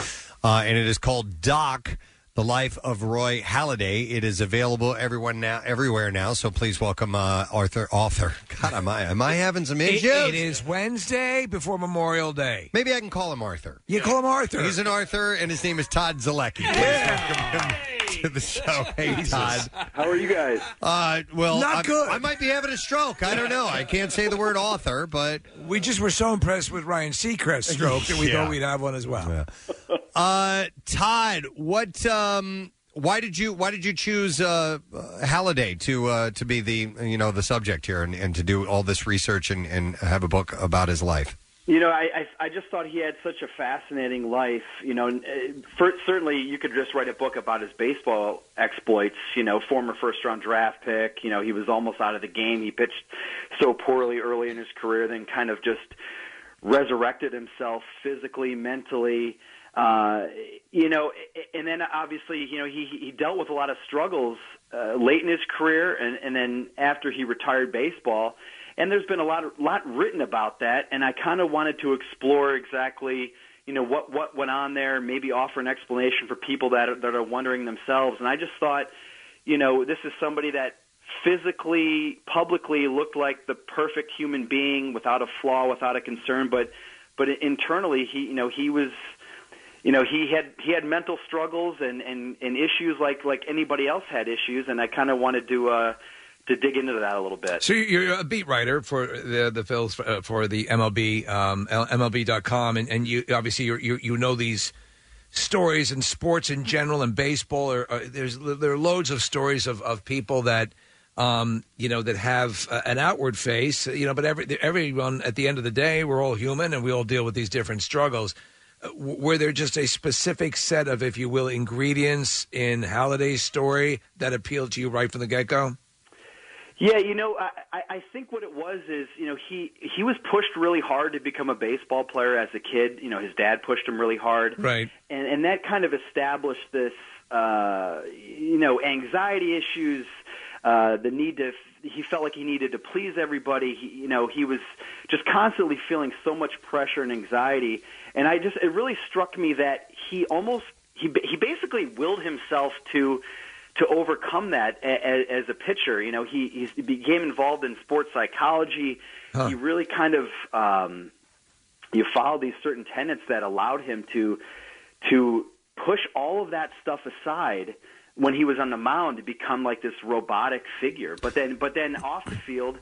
[SPEAKER 1] uh, and it is called Doc: The Life of Roy Halladay. It is available everyone now everywhere now. So please welcome uh, Arthur. Author. God, am I am I having some
[SPEAKER 6] It-
[SPEAKER 1] issues?
[SPEAKER 6] it is Wednesday before Memorial Day.
[SPEAKER 1] Maybe I can call him Arthur.
[SPEAKER 6] You call him Arthur.
[SPEAKER 1] He's an Arthur, and his name is Todd Zalecki. Please welcome him to the show. Hey, Todd.
[SPEAKER 11] How are you guys?
[SPEAKER 1] Uh, well,
[SPEAKER 6] Not
[SPEAKER 1] I'm-
[SPEAKER 6] good.
[SPEAKER 1] I might be having a stroke. I don't know. I can't say the word author, but
[SPEAKER 6] we just were so impressed with Ryan Seacrest's stroke that we
[SPEAKER 1] Yeah.
[SPEAKER 6] thought we'd have one as well.
[SPEAKER 1] Uh, Todd, what? Um, why did you Why did you choose uh, uh, Halliday to uh, to be the you know the subject here and, and to do all this research and, and have a book about his life?
[SPEAKER 11] You know, I, I I just thought he had such a fascinating life. You know, and, uh, for, certainly you could just write a book about his baseball exploits. You know, former first round draft pick. You know, he was almost out of the game. He pitched so poorly early in his career, then kind of just resurrected himself physically, mentally. Uh, you know, a- and then obviously, you know, he he dealt with a lot of struggles uh, late in his career, and and then after he retired baseball, and there's been a lot lot written about that, and I kind of wanted to explore exactly, you know, what what went on there, maybe offer an explanation for people that are, that are wondering themselves, and I just thought, you know, this is somebody that physically, publicly looked like the perfect human being without a flaw, without a concern, but but internally he you know he was you know he had he had mental struggles and and and issues like like anybody else had issues and I kind of wanted to uh to dig into that a little bit.
[SPEAKER 6] So you're a beat writer for the the Phils uh, for the MLB um, L- MLB.com, and and you obviously you're, you you know these stories in sports in general and baseball. Are, are, there's there are loads of stories of, of people that um, you know that have uh, an outward face, you know, but every everyone at the end of the day, we're all human and we all deal with these different struggles. Uh, w- Were there just a specific set of, if you will, ingredients in Halliday's story that appealed to you right from the get go?
[SPEAKER 11] Yeah, you know, I, I I think what it was is, you know, he he was pushed really hard to become a baseball player as a kid. You know, his dad pushed him really hard,
[SPEAKER 6] Right.
[SPEAKER 11] and and that kind of established this, uh, you know, anxiety issues, uh, the need to. He felt like he needed to please everybody. He, you know, he was just constantly feeling so much pressure and anxiety. And I just, it really struck me that he almost, he ba- he basically willed himself to to overcome that as, as a pitcher. You know, he, he became involved in sports psychology. He really kind of um, you followed these certain tenets that allowed him to to push all of that stuff aside when he was on the mound to become like this robotic figure. But then, but then off the field,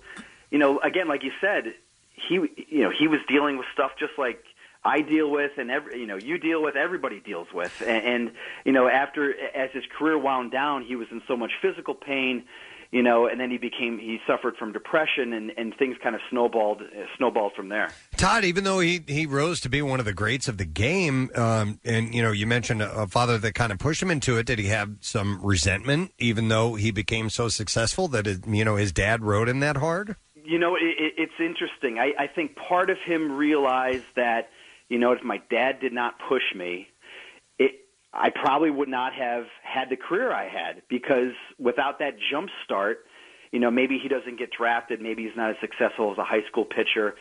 [SPEAKER 11] you know, again, like you said, he you know he was dealing with stuff just like I deal with and every, you know, you deal with, everybody deals with. And, and, you know, after, as his career wound down, he was in so much physical pain, you know, and then he became, he suffered from depression and, and things kind of snowballed, snowballed from there.
[SPEAKER 1] Todd, even though he, he rose to be one of the greats of the game, um, and you know, you mentioned a a father that kind of pushed him into it. Did he have some resentment, even though he became so successful that it, you know his dad rode him that hard?
[SPEAKER 11] You know, it, it, it's interesting. I, I think part of him realized that, you know, if my dad did not push me, it, I probably would not have had the career I had because without that jump start, you know, maybe he doesn't get drafted, maybe he's not as successful as a high school pitcher.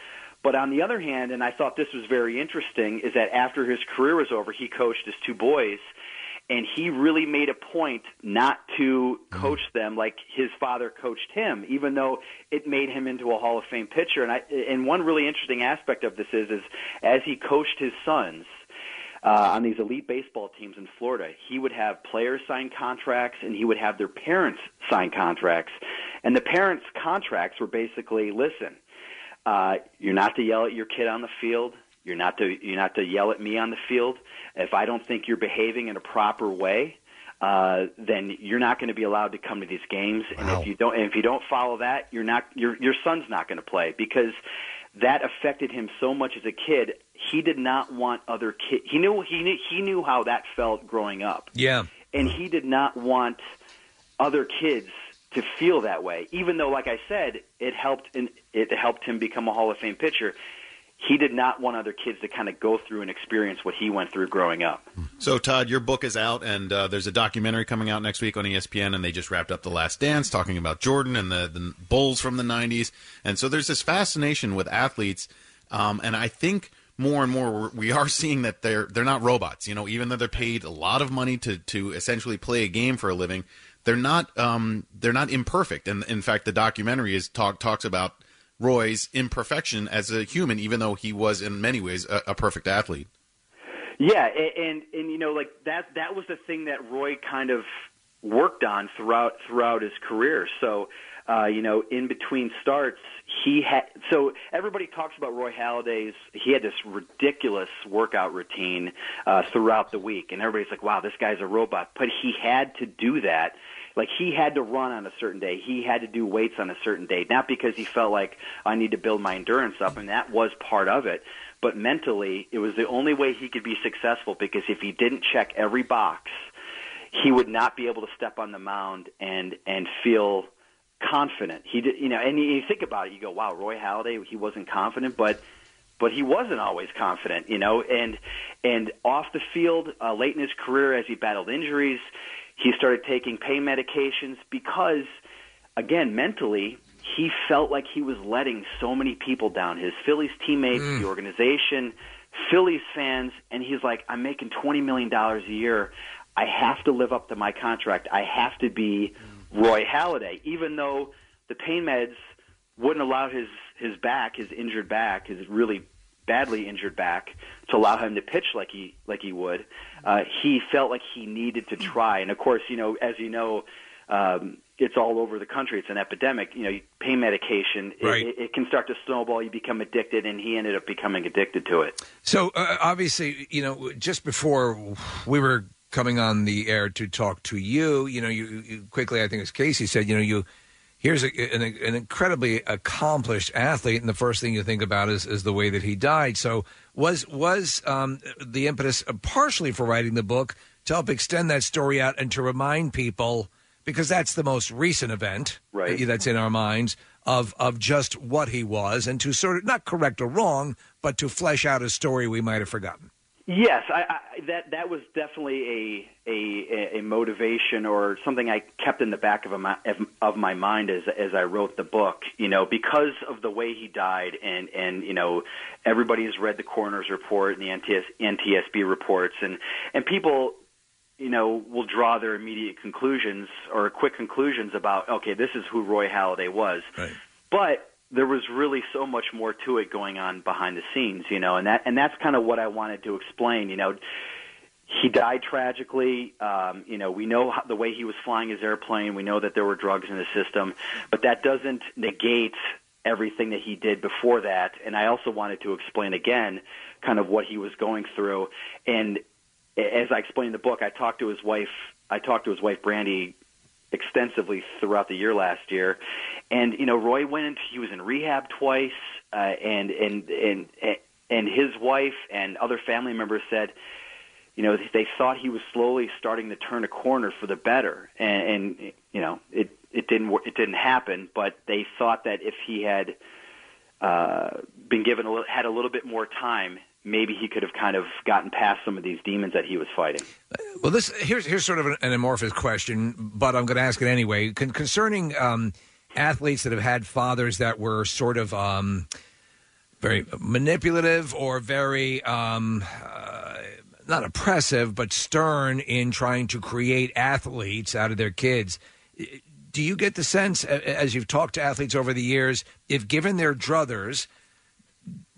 [SPEAKER 11] But on the other hand, and I thought this was very interesting, is that after his career was over, he coached his two boys, and he really made a point not to coach them like his father coached him, even though it made him into a Hall of Fame pitcher. And I, and one really interesting aspect of this is, is as he coached his sons. Uh, on these elite baseball teams in Florida, he would have players sign contracts and he would have their parents sign contracts. And the parents' contracts were basically listen, uh, you're not to yell at your kid on the field. You're not to you're not to yell at me on the field. If I don't think you're behaving in a proper way, uh, then you're not going to be allowed to come to these games. And if you don't and if you don't follow that, you're not your your son's not going to play because that affected him so much as a kid. He did not want other kids. He knew he knew he knew how that felt growing up,
[SPEAKER 6] Yeah.
[SPEAKER 11] and he did not want other kids to feel that way. Even though, like I said, it helped in, it helped him become a Hall of Fame pitcher. He did not want other kids to kind of go through and experience what he went through growing up.
[SPEAKER 10] So, Todd, your book is out, and uh, there's a documentary coming out next week on E ESPN, and they just wrapped up The Last Dance, talking about Jordan and the, the Bulls from the 90s. And so there's this fascination with athletes, um, and I think more and more we're- we are seeing that they're they're not robots. You know, even though they're paid a lot of money to to essentially play a game for a living, they're not um, they're not imperfect. And in fact, the documentary is talk talks about Roy's imperfection as a human, even though he was in many ways a, a perfect athlete.
[SPEAKER 11] Yeah, a- and and you know like that that was the thing that Roy kind of worked on throughout throughout his career. So, uh, you know, in between starts, he had so everybody talks about Roy Halladay's. He had this ridiculous workout routine uh, throughout the week, and everybody's like, "Wow, this guy's a robot," but he had to do that. Like he had to run on a certain day, he had to do weights on a certain day, not because he felt like I need to build my endurance up, and that was part of it but mentally it was the only way he could be successful because if he didn't check every box he would not be able to step on the mound and and feel confident he did you know and you, you think about it you go wow roy halladay he wasn't confident but but he wasn't always confident you know and and off the field uh, late in his career as he battled injuries he started taking pain medications because again mentally he felt like he was letting so many people down his Phillies teammates,
[SPEAKER 17] Mm.
[SPEAKER 11] the organization, Phillies fans, and he's like, I'm making $20 million a year. I have to live up to my contract. I have to be Roy Halladay, even though the pain meds wouldn't allow his, his back, his injured back, his really badly injured back, to allow him to pitch like he like he would. Uh, he felt like he needed to try, and of course, you know, as you know, um, it's all over the country. It's an epidemic. You know, you- pain medication it-
[SPEAKER 6] Right.
[SPEAKER 11] it, it can start to snowball. You become addicted, and he ended up becoming addicted to it.
[SPEAKER 6] So uh, obviously, you know, just before we were coming on the air to talk to you, you know, you, you quickly, I think as Casey said, you know, you here's a, an, an incredibly accomplished athlete, and the first thing you think about is is the way that he died. So was was um, the impetus partially for writing the book to help extend that story out and to remind people because that's the most recent event
[SPEAKER 11] right.
[SPEAKER 6] that's in our minds of of just what he was and to sort of not correct or wrong but to flesh out a story we might have forgotten
[SPEAKER 11] Yes, I, I, that that was definitely a, a a motivation or something I kept in the back of my of my mind as as I wrote the book. You know, because of the way he died, and and you know, everybody has read the coroner's report and the NTS, NTSB reports, and and people you know, will draw their immediate conclusions or quick conclusions about, okay, this is who Roy Halladay was. But there was really so much more to it going on behind the scenes, you know, and that and that's kind of what I wanted to explain, you know. He died tragically. Um, you know, we know how, the way he was flying his airplane. We know that there were drugs in his system, but that doesn't negate everything that he did before that. And I also wanted to explain again kind of what he was going through. And as I explained in the book, I talked to his wife. I talked to his wife Brandy extensively throughout the year last year, and you know Roy went into he was in rehab twice, uh, and and and and his wife and other family members said. You know, they thought he was slowly starting to turn a corner for the better, and, and you know, it it didn't wor- it didn't happen. But they thought that if he had uh, been given a little, had a little bit more time, maybe he could have kind of gotten past some of these demons that he was fighting.
[SPEAKER 6] Well, this here's here's sort of an, an amorphous question, but I'm going to ask it anyway. Con- concerning um, athletes that have had fathers that were sort of um, very manipulative or very um, uh, not oppressive, but stern in trying to create athletes out of their kids. Do you get the sense, a- as you've talked to athletes over the years, if given their druthers,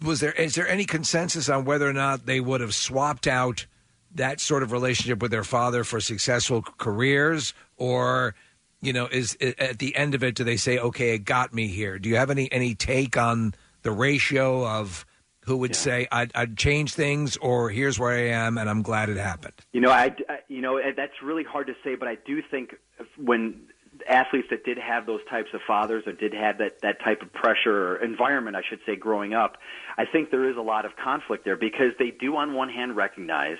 [SPEAKER 6] was there is there any consensus on whether or not they would have swapped out that sort of relationship with their father for successful careers or you know is at the end of it do they say okay it got me here do you have any any take on the ratio of who would say I'd, I'd change things or here's where i am and i'm glad it happened
[SPEAKER 11] You know, I, I- you know that's really hard to say, but I do think when athletes that did have those types of fathers or did have that that type of pressure or environment, I should say, growing up, I think there is a lot of conflict there because they do, on one hand, recognize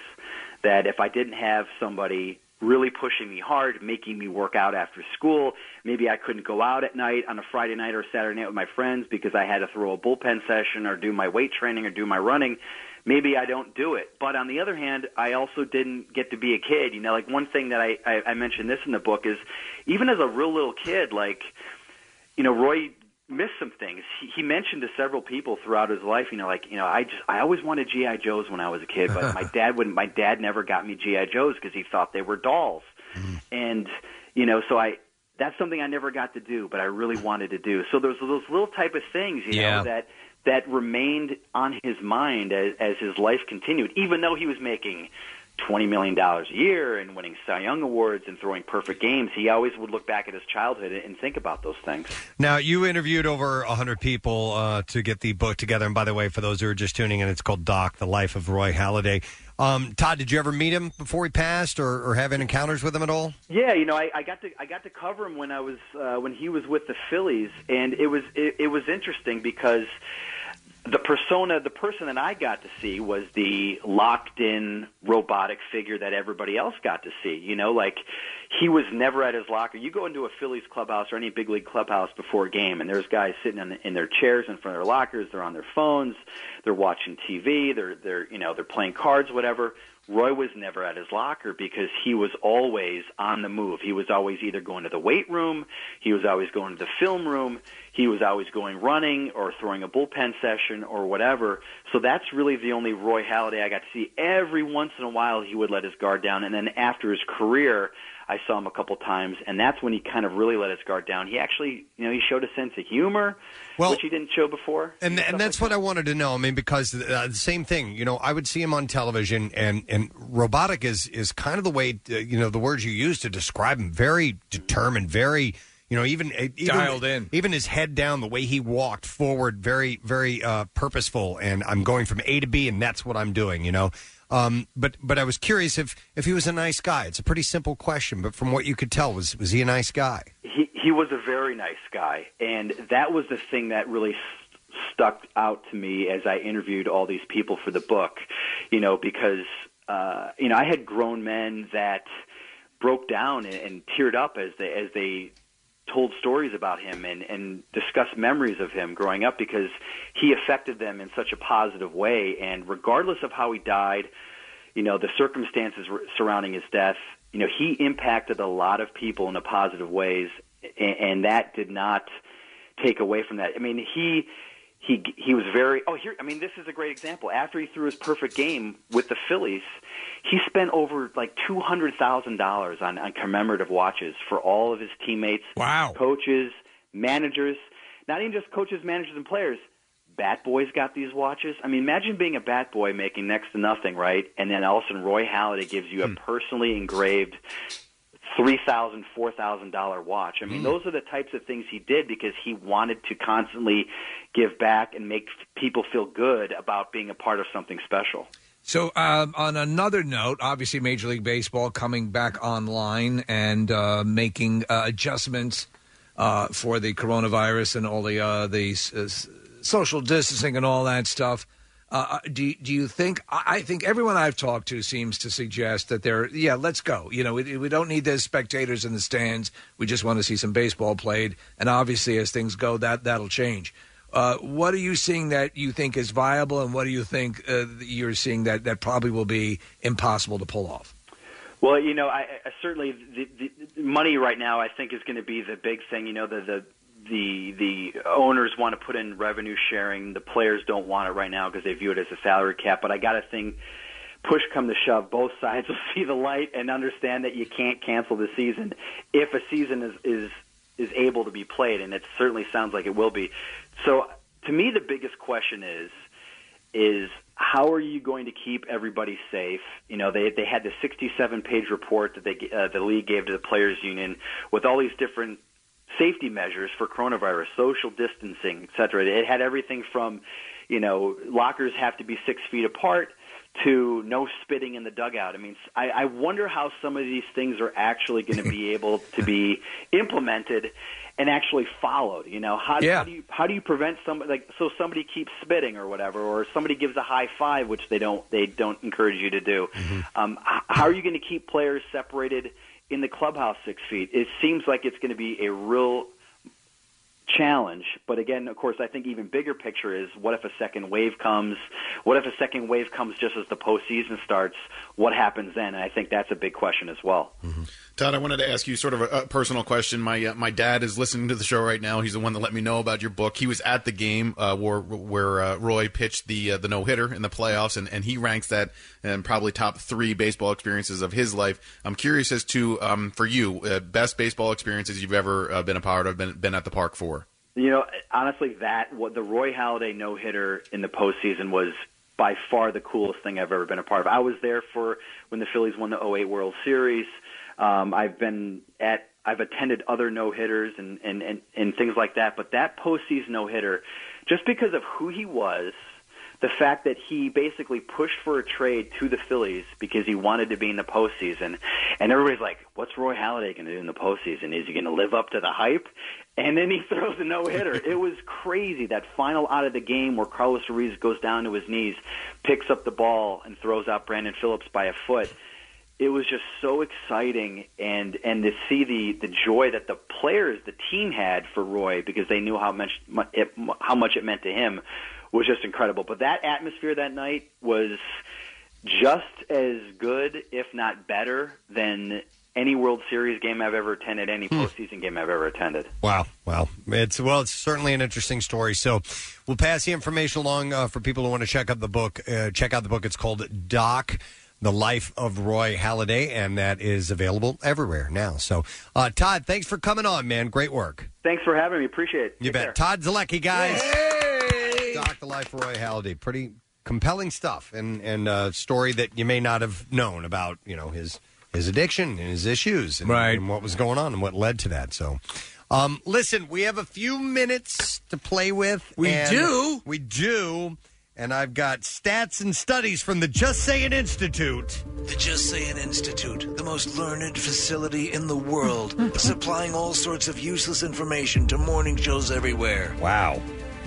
[SPEAKER 11] that if I didn't have somebody really pushing me hard, making me work out after school, maybe I couldn't go out at night on a Friday night or Saturday night with my friends because I had to throw a bullpen session or do my weight training or do my running maybe I don't do it. But on the other hand, I also didn't get to be a kid. You know, like one thing that I, I, I mentioned this in the book is even as a real little kid, like, you know, Roy missed some things. He, he mentioned to several people throughout his life, you know, like, you know, I just, I always wanted GI Joes when I was a kid, but my dad wouldn't, my dad never got me GI Joes because he thought they were dolls. And, you know, so I, that's something I never got to do, but I really wanted to do. So there's those little type of things, you
[SPEAKER 6] Yeah.
[SPEAKER 11] know, that that remained on his mind as, as his life continued, even though he was making twenty million dollars a year and winning Cy Young awards and throwing perfect games. He always would look back at his childhood and think about those things.
[SPEAKER 1] Now, you interviewed over 100 people uh, to get the book together. And by the way, for those who are just tuning in, it's called Doc, The Life of Roy Halladay. Um, Todd, did you ever meet him before he passed or, or have any encounters with him at all?
[SPEAKER 11] Yeah, you know, I, I got to I got to cover him when I was uh, when he was with the Phillies, and it was it, it was interesting because the persona, the person that I got to see was the locked in robotic figure that everybody else got to see. You know, like he was never at his locker. You go into a Phillies clubhouse or any big league clubhouse before a game, and there's guys sitting in, in their chairs in front of their lockers. They're on their phones. They're watching TV. They're they're you know they're playing cards, whatever. Roy was never at his locker because he was always on the move. He was always either going to the weight room, he was always going to the film room, he was always going running or throwing a bullpen session or whatever. So that's really the only Roy Halladay I got to see. Every once in a while, he would let his guard down, and then after his career, I saw him a couple times, and that's when he kind of really let his guard down. He actually, you know, he showed a sense of humor, which he didn't show before.
[SPEAKER 1] And and that's what I wanted to know. I mean, because uh, the same thing, you know, I would see him on television, and and robotic is is kind of the way uh, you know the words you use to describe him. Very determined, very you know even uh, even,
[SPEAKER 6] Dialed in.
[SPEAKER 1] even his head down, the way he walked forward, very very uh, purposeful. And I'm going from A to B, and that's what I'm doing. You know. Um, but but I was curious if if he was a nice guy. It's a pretty simple question, but from what you could tell, was was he a nice guy?
[SPEAKER 11] he he was a very nice guy, and that was the thing that really st- stuck out to me as I interviewed all these people for the book. You know, because uh, you know I had grown men that broke down and, and teared up as they as they told stories about him and and discussed memories of him growing up because he affected them in such a positive way. And regardless of how he died, you know, the circumstances r- surrounding his death, you know, he impacted a lot of people in a positive ways, and, and that did not take away from that. I mean, he he he was very. Oh, here, I mean, this is a great example. After he threw his perfect game with the Phillies, he spent over like two hundred thousand dollars on on commemorative watches for all of his teammates, wow, coaches, managers, not even just coaches, managers, and players bat boys got these watches. I mean, imagine being a bat boy making next to nothing, right? And then all of a sudden, Roy Halladay gives you a personally engraved three thousand, four thousand dollar watch. I mean,
[SPEAKER 17] Mm.
[SPEAKER 11] those are the types of things he did because he wanted to constantly give back and make f- people feel good about being a part of something special.
[SPEAKER 6] So, um, on another note, obviously, Major League Baseball coming back online and uh, making uh, adjustments uh, for the coronavirus and all the uh, the s- s- social distancing and all that stuff. Uh, uh, do do you think? I I think everyone I've talked to seems to suggest that they're yeah, let's go. You know, we, we don't need the spectators in the stands. We just want to see some baseball played. And obviously, as things go, that that'll change. Uh, what are you seeing that you think is viable, and what do you think uh, that you're seeing that, that probably will be impossible to pull off?
[SPEAKER 11] Well, you know, I, I certainly the, the- the money right now, I think, is going to be the big thing. You know, the the the the owners want to put in revenue sharing. The players don't want it right now because they view it as a salary cap. But I got to think, push come to shove, both sides will see the light and understand that you can't cancel the season if a season is is is able to be played, and it certainly sounds like it will be. So, to me, the biggest question is is how are you going to keep everybody safe? You know, they they had the 67 page report that they uh, the league gave to the players union with all these different safety measures for coronavirus, social distancing, et cetera. It had everything from, you know, lockers have to be six feet apart to no spitting in the dugout. I mean, I, I wonder how some of these things are actually going to be able to be implemented and actually followed. You know, how,
[SPEAKER 6] Yeah.
[SPEAKER 11] how do you how do you prevent somebody like so somebody keeps spitting or whatever, or somebody gives a high five, which they don't they don't encourage you to do. Um, h- how are you going to keep players separated in the clubhouse six feet? It seems like it's going to be a real challenge. But again, of course, I think even bigger picture is what if a second wave comes? What if a second wave comes just as the postseason starts? What happens then? And I think that's a big question as well.
[SPEAKER 10] Todd, I wanted to ask you sort of a, a personal question. My uh, my dad is listening to the show right now. He's the one that let me know about your book. He was at the game uh, where where uh, Roy pitched the uh, the no hitter in the playoffs, and, and he ranks that and probably top three baseball experiences of his life. I'm curious as to um, for you uh, best baseball experiences you've ever uh, been a part of, been been at the park for.
[SPEAKER 11] You know, honestly, that what the Roy Halladay no hitter in the postseason was by far the coolest thing I've ever been a part of. I was there for when the Phillies won the 08 World Series. Um, I've been at, I've attended other no hitters and, and, and, and things like that. But that postseason no hitter, just because of who he was, the fact that he basically pushed for a trade to the Phillies because he wanted to be in the postseason, and everybody's like, "What's Roy Halladay going to do in the postseason? Is he going to live up to the hype?" And then he throws a no hitter. it was crazy that final out of the game where Carlos Ruiz goes down to his knees, picks up the ball, and throws out Brandon Phillips by a foot it was just so exciting and and to see the the joy that the players the team had for Roy because they knew how much mu- it, how much it meant to him was just incredible but that atmosphere that night was just as good if not better than any World Series game I've ever attended any
[SPEAKER 1] Hmm.
[SPEAKER 11] postseason game I've ever attended
[SPEAKER 1] Wow. Wow. It's well, it's certainly an interesting story. So, we'll pass the information along uh, for people who want to check out the book. Uh, check out the book. It's called Doc: The Life of Roy Halladay, and that is available everywhere now. So, uh, Todd, thanks for coming on, man. Great work.
[SPEAKER 11] thanks for having me appreciate it
[SPEAKER 1] You
[SPEAKER 11] Take
[SPEAKER 1] bet.
[SPEAKER 11] care.
[SPEAKER 1] Todd Zalecki, guys. Doc: The Life of Roy Halladay. Pretty compelling stuff, and and a story that you may not have known about. You know his his addiction and his issues, and, right. and what was going on and what led to that. So. Um, listen, we have a few minutes to play with.
[SPEAKER 6] We
[SPEAKER 1] and
[SPEAKER 6] do.
[SPEAKER 1] We do. And I've got stats and studies from the Just Saying Institute.
[SPEAKER 6] The Just Saying Institute, the most learned facility in the world, supplying all sorts of useless information to morning shows everywhere.
[SPEAKER 1] Wow.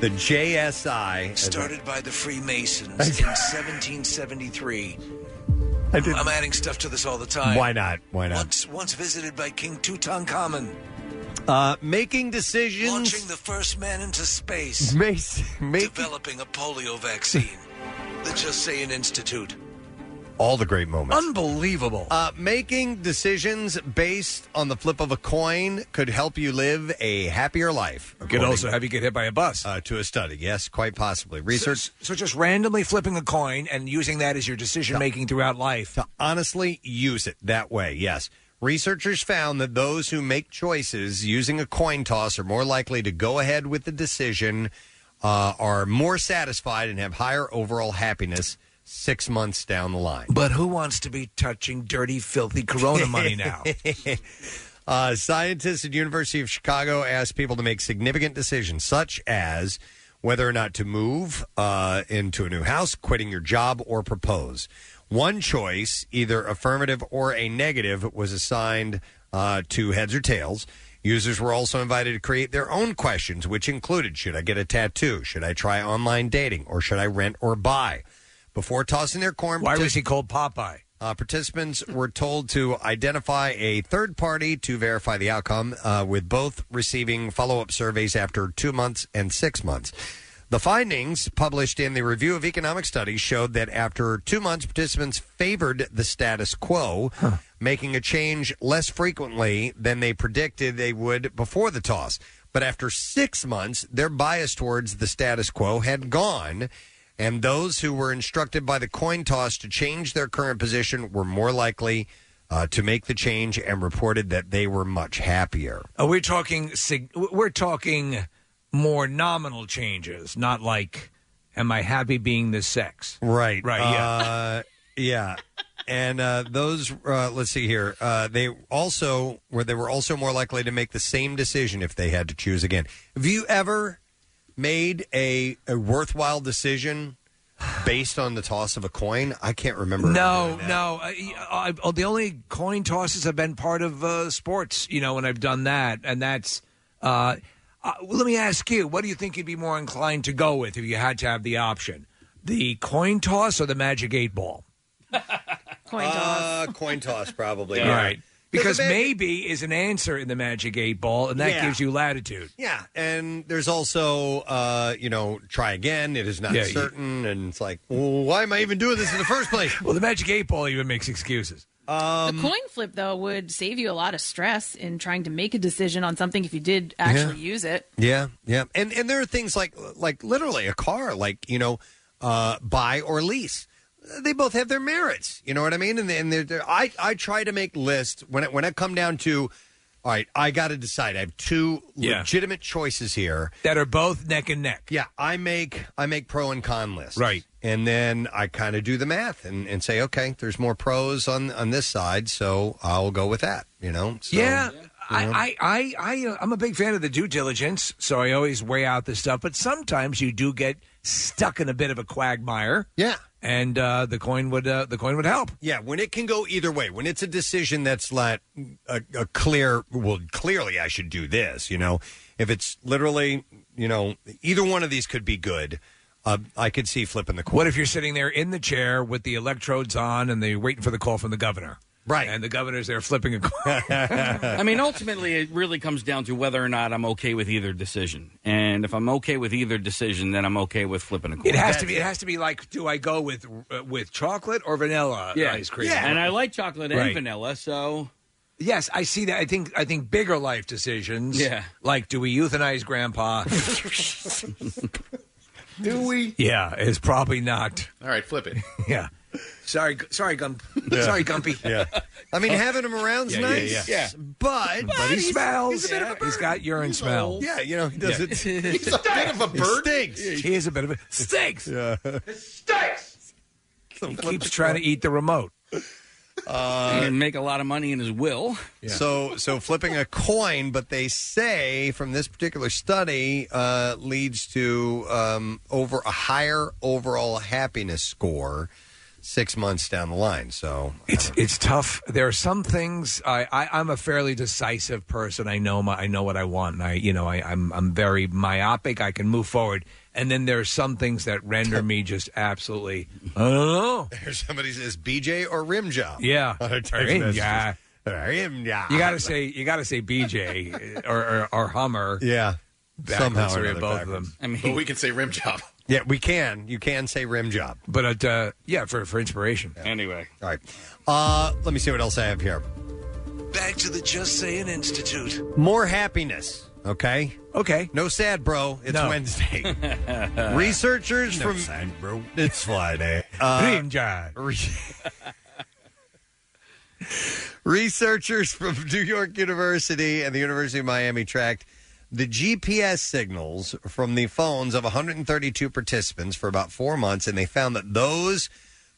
[SPEAKER 1] The JSI.
[SPEAKER 6] Started by the Freemasons in 1773.
[SPEAKER 1] I didn't-
[SPEAKER 6] I'm adding stuff to this all the time.
[SPEAKER 1] Why not? Why not?
[SPEAKER 6] Once, once visited by King Tutankhamun,
[SPEAKER 1] Uh, making decisions.
[SPEAKER 6] launching the first man into space,
[SPEAKER 1] Mace- make-
[SPEAKER 6] developing a polio vaccine. the Just Saying Institute.
[SPEAKER 1] all the great moments.
[SPEAKER 6] Unbelievable.
[SPEAKER 1] Uh, making decisions based on the flip of a coin could help you live a happier life.
[SPEAKER 6] Could also have you get hit by a bus.
[SPEAKER 1] Uh, to a study, yes, quite possibly. Research.
[SPEAKER 6] So just randomly flipping a coin and using that as your decision making throughout life.
[SPEAKER 1] To honestly use it that way, yes. Researchers found that those who make choices using a coin toss are more likely to go ahead with the decision, uh, are more satisfied, and have higher overall happiness. six months down the line.
[SPEAKER 6] But who wants to be touching dirty, filthy Corona money now?
[SPEAKER 1] Uh, scientists at University of Chicago asked people to make significant decisions, such as whether or not to move uh, into a new house, quitting your job, or propose. One choice, either affirmative or a negative, was assigned uh, to heads or tails. Users were also invited to create their own questions, which included Should I get a tattoo? Should I try online dating? Or should I rent or buy? Before tossing their corn,
[SPEAKER 6] Why was he called Popeye?
[SPEAKER 1] uh, participants were told to identify a third party to verify the outcome, uh, with both receiving follow up surveys after two months and six months. The findings published in the Review of Economic Studies showed that after two months, participants favored the status quo, making a change less frequently than they predicted they would before the toss. But after six months, their bias towards the status quo had gone, and those who were instructed by the coin toss to change their current position were more likely uh, to make the change and reported that they were much happier.
[SPEAKER 6] Are we Uh, talking? sig- We're talking more nominal changes, not like, am I happy being this sex?
[SPEAKER 1] Right.
[SPEAKER 6] Right. Yeah.
[SPEAKER 1] Uh, yeah. And uh, those, uh, let's see here. Uh, they also were they were also more likely to make the same decision if they had to choose again. Have you ever made a, a worthwhile decision based on the toss of a coin? I can't remember.
[SPEAKER 6] No, no. I, I, I, the only coin tosses have been part of uh, sports, you know, when I've done that, and that's. Uh, uh, well, let me ask you: What do you think you'd be more inclined to go with if you had to have the option, the coin toss or the magic eight ball?
[SPEAKER 1] coin toss. Uh, coin toss, probably.
[SPEAKER 6] All right, because
[SPEAKER 1] Does it make-
[SPEAKER 6] maybe is an answer in the magic eight ball, and that
[SPEAKER 1] Yeah.
[SPEAKER 6] gives you latitude.
[SPEAKER 1] Yeah, and there's also uh, you know try again. It is not
[SPEAKER 6] Yeah, you-
[SPEAKER 1] certain, and it's like, well, why am I even doing this in the first place?
[SPEAKER 6] well, the magic eight ball even makes excuses.
[SPEAKER 1] Um,
[SPEAKER 4] the coin flip, though, would save you a lot of stress in trying to make a decision on something if you did actually use it.
[SPEAKER 1] Yeah, yeah, and and there are things like like literally a car, like you know, uh, buy or lease. They both have their merits, you know what I mean? And and they're, they're, I I try to make lists when it, when I come down to, all right, I got to decide. I have two
[SPEAKER 6] Yeah.
[SPEAKER 1] legitimate choices here
[SPEAKER 6] that are both neck and neck.
[SPEAKER 1] Yeah, I make I make pro and con lists,
[SPEAKER 6] Right.
[SPEAKER 1] And then I kind of do the math and, and say, okay, there's more pros on on this side, so I'll go with that. You know? So,
[SPEAKER 6] yeah,
[SPEAKER 1] you know.
[SPEAKER 6] I, I, I, I, uh, I'm a big fan of the due diligence, so I always weigh out this stuff. But sometimes you do get stuck in a bit of a quagmire.
[SPEAKER 1] Yeah,
[SPEAKER 6] and uh, the coin would, uh, the coin would help.
[SPEAKER 1] Yeah, when it can go either way, when it's a decision that's not a, a clear, well, clearly I should do this, you know, if it's literally, you know, either one of these could be good, uh, I could see flipping the coin.
[SPEAKER 6] What if you're sitting there in the chair with the electrodes on and they're waiting for the call from the governor?
[SPEAKER 1] Right,
[SPEAKER 6] and the governor's there flipping a coin.
[SPEAKER 5] I mean, ultimately, it really comes down to whether or not I'm okay with either decision. And if I'm okay with either decision, then I'm okay with flipping a coin.
[SPEAKER 6] It has to be. It has to be like, do I go with uh, with chocolate or vanilla
[SPEAKER 5] yeah.
[SPEAKER 6] ice cream?
[SPEAKER 5] And I like chocolate
[SPEAKER 6] Right.
[SPEAKER 5] and vanilla, so
[SPEAKER 6] Yes, I see that. I think I think bigger life decisions.
[SPEAKER 5] Yeah.
[SPEAKER 6] Like, do we euthanize Grandpa?
[SPEAKER 10] Do we?
[SPEAKER 6] yeah, it's probably not.
[SPEAKER 10] All right, flip it.
[SPEAKER 6] Yeah. Sorry, Gu- sorry, Gump.
[SPEAKER 10] Yeah.
[SPEAKER 6] Sorry, Gumpy.
[SPEAKER 1] Yeah. I mean, having him around's
[SPEAKER 6] Yeah, yeah,
[SPEAKER 1] nice,
[SPEAKER 6] yeah. Yeah.
[SPEAKER 1] But,
[SPEAKER 6] But he smells.
[SPEAKER 1] He's a bit of a
[SPEAKER 6] He's got urine smell.
[SPEAKER 1] old. Yeah, you know, he
[SPEAKER 6] Yeah.
[SPEAKER 1] doesn't- He's a bit of a
[SPEAKER 6] He
[SPEAKER 1] bird.
[SPEAKER 6] stinks. He is a bit of a stinks.
[SPEAKER 1] Yeah.
[SPEAKER 6] He keeps trying to eat the remote.
[SPEAKER 5] uh,
[SPEAKER 6] Mm-hmm.
[SPEAKER 5] and make a lot of money in his will.
[SPEAKER 1] So, so flipping a coin, but they say from this particular study uh, leads to um, over a higher overall happiness score six months down the line. So,
[SPEAKER 6] It's it's tough. There are some things I, I I'm a fairly decisive person. I know my I know what I want. And I you know I I'm I'm very myopic. I can move forward. And then there are some things that render me just absolutely I don't know.
[SPEAKER 1] somebody says BJ or rim job.
[SPEAKER 6] Yeah.
[SPEAKER 1] On our text
[SPEAKER 6] Rim
[SPEAKER 1] messages.
[SPEAKER 6] job.
[SPEAKER 1] Rim job.
[SPEAKER 6] You gotta say you gotta say BJ or or, or Hummer.
[SPEAKER 1] Yeah. Somehow
[SPEAKER 6] Somehow
[SPEAKER 1] or
[SPEAKER 6] or
[SPEAKER 1] another
[SPEAKER 6] both of them.
[SPEAKER 1] backwards. I mean- But we
[SPEAKER 10] can say rim job.
[SPEAKER 1] Yeah, we can. You can say rim job.
[SPEAKER 6] But it, uh, yeah, for for inspiration.
[SPEAKER 5] Anyway.
[SPEAKER 1] All right. Uh, let me see what else I have here.
[SPEAKER 6] Back to the Just Saying Institute.
[SPEAKER 1] More happiness. Okay.
[SPEAKER 6] Okay.
[SPEAKER 1] No sad, bro. It's
[SPEAKER 6] No.
[SPEAKER 1] Wednesday. Researchers
[SPEAKER 6] No
[SPEAKER 1] from
[SPEAKER 6] sad, bro.
[SPEAKER 1] It's Friday. Uh,
[SPEAKER 6] Rim job.
[SPEAKER 1] re- Researchers from New York University and the University of Miami tracked the GPS signals from the phones of 132 participants for about four months, and they found that those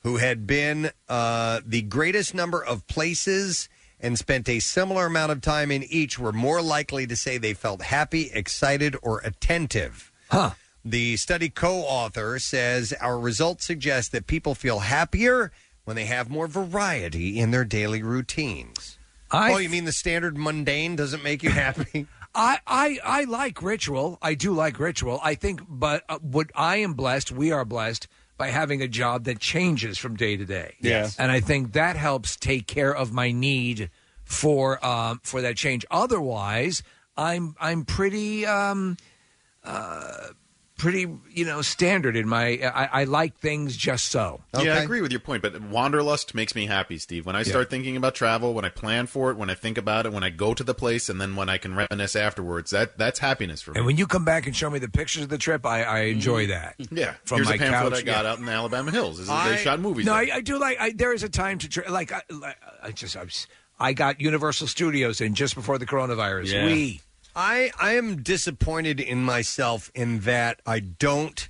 [SPEAKER 1] who had been uh, the greatest number of places and spent a similar amount of time in each were more likely to say they felt happy, excited, or attentive. Huh. The study co author says our results suggest that people feel happier when they have more variety in their daily routines. oh, you mean the standard mundane doesn't make you happy?
[SPEAKER 6] I, I I like ritual. I do like ritual. I think, but uh, what I am blessed, we are blessed by having a job that changes from day to day.
[SPEAKER 17] Yes.
[SPEAKER 6] and I think that helps take care of my need for um, for that change. Otherwise, I'm I'm pretty um, uh, pretty you know standard in my. I, I like things just so.
[SPEAKER 10] Yeah, I agree with your point, but wanderlust makes me happy, Steve. When I start thinking about travel, when I plan for it, when I think about it, when I go to the place, and then when I can reminisce afterwards, that that's happiness for me.
[SPEAKER 6] And when you come back and show me the pictures of the trip, I, I
[SPEAKER 5] Mm-hmm.
[SPEAKER 6] enjoy that.
[SPEAKER 10] Mm-hmm. Yeah,
[SPEAKER 6] from
[SPEAKER 10] here's
[SPEAKER 6] my
[SPEAKER 10] a pamphlet
[SPEAKER 6] couch.
[SPEAKER 10] I got
[SPEAKER 6] yeah.
[SPEAKER 10] out in the Alabama Hills. Is
[SPEAKER 6] I-
[SPEAKER 10] they shot movies.
[SPEAKER 6] No,
[SPEAKER 10] there.
[SPEAKER 6] I, I do like. I, there is a time to tra- like. I, like, I just. I, was, I got Universal Studios in just before the coronavirus. We.
[SPEAKER 1] I I am disappointed in myself in that I don't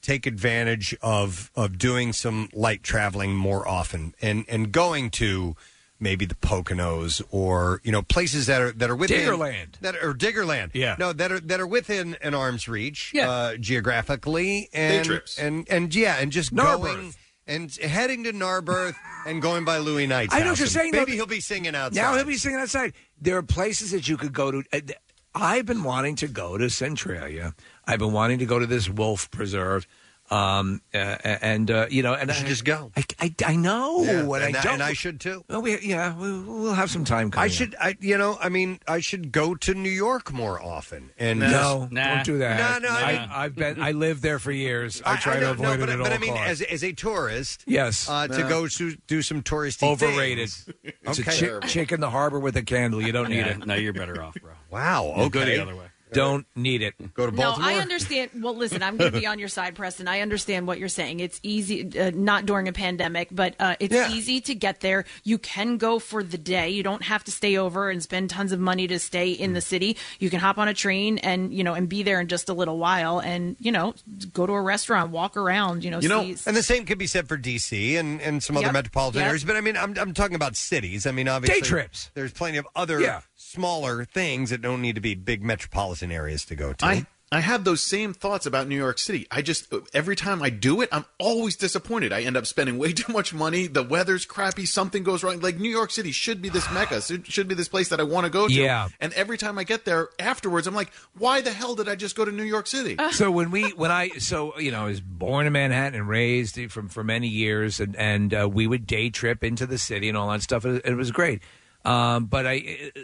[SPEAKER 1] take advantage of of doing some light traveling more often and and going to maybe the Poconos or you know places that are that are within
[SPEAKER 6] Diggerland.
[SPEAKER 1] that are Diggerland
[SPEAKER 6] Yeah.
[SPEAKER 1] no that are that are within an arm's reach
[SPEAKER 6] Yeah.
[SPEAKER 1] uh, geographically and
[SPEAKER 6] trips.
[SPEAKER 1] and and yeah and just
[SPEAKER 6] Narberth.
[SPEAKER 1] going and heading to Narberth and going by Louis Knight's
[SPEAKER 6] I know
[SPEAKER 1] house
[SPEAKER 6] what you're
[SPEAKER 1] and
[SPEAKER 6] saying.
[SPEAKER 1] maybe
[SPEAKER 6] though.
[SPEAKER 1] he'll be singing outside
[SPEAKER 6] Now he'll be singing outside. There are places that you could go to. uh, th- I've been wanting to go to Centralia. I've been wanting to go to this wolf preserve. Um uh, and uh, you know and I just
[SPEAKER 1] go.
[SPEAKER 6] I, I, I know
[SPEAKER 1] Yeah,
[SPEAKER 6] and,
[SPEAKER 1] and
[SPEAKER 6] I
[SPEAKER 1] I-
[SPEAKER 6] don't
[SPEAKER 1] and I should too.
[SPEAKER 6] Well, we, yeah, we, we'll have some time. Coming
[SPEAKER 1] I should, I you know, I mean, I should go to New York more often. And
[SPEAKER 6] No,
[SPEAKER 1] just-
[SPEAKER 6] don't do that.
[SPEAKER 1] No, no, I, mean,
[SPEAKER 6] I, have been. I lived there for years. I, try to
[SPEAKER 1] don't know,
[SPEAKER 6] avoid
[SPEAKER 1] but,
[SPEAKER 6] it at
[SPEAKER 1] but I
[SPEAKER 6] all
[SPEAKER 1] mean,
[SPEAKER 6] costs.
[SPEAKER 1] as as a tourist,
[SPEAKER 6] Yes.
[SPEAKER 1] uh, to
[SPEAKER 6] Yeah.
[SPEAKER 1] go to do some touristy
[SPEAKER 6] Overrated.
[SPEAKER 1] things.
[SPEAKER 6] It's
[SPEAKER 1] Okay.
[SPEAKER 6] a chick, chick in the harbor with a candle. You don't need
[SPEAKER 5] Yeah,
[SPEAKER 6] it.
[SPEAKER 5] no, you're better off, bro.
[SPEAKER 1] Wow.
[SPEAKER 5] You'll go the
[SPEAKER 6] okay.
[SPEAKER 5] other way.
[SPEAKER 6] Don't need it.
[SPEAKER 1] Go to
[SPEAKER 4] No, I understand. Well, listen, I'm going to be on your side, Preston. I understand what you're saying. It's easy, uh, not during a pandemic, but uh, it's
[SPEAKER 18] Yeah.
[SPEAKER 4] easy to get there. You can go for the day. You don't have to stay over and spend tons of money to stay in the city. You can hop on a train and you know and be there in just a little while, and you know go to a restaurant, walk around, you know,
[SPEAKER 1] you know,
[SPEAKER 4] see.
[SPEAKER 1] and the same could be said for D.C. and and some
[SPEAKER 4] Yep,
[SPEAKER 1] other metropolitan
[SPEAKER 4] yep.
[SPEAKER 1] areas. But I mean, I'm I'm talking about cities. I mean, obviously,
[SPEAKER 6] trips.
[SPEAKER 1] There's plenty of other
[SPEAKER 6] Yeah.
[SPEAKER 1] smaller things that don't need to be big metropolitan areas to go to.
[SPEAKER 10] I I have those same thoughts about New York City. I just every time I do it, I'm always disappointed. I end up spending way too much money. The weather's crappy. Something goes wrong. Like New York City should be this mecca. should should be this place that I want to go to.
[SPEAKER 6] Yeah.
[SPEAKER 10] And every time I get there afterwards, I'm like, why the hell did I just go to New York City?
[SPEAKER 6] so when we when I so you know I was born in Manhattan and raised from for many years and and uh, we would day trip into the city and all that stuff and it was great. Um, but I uh,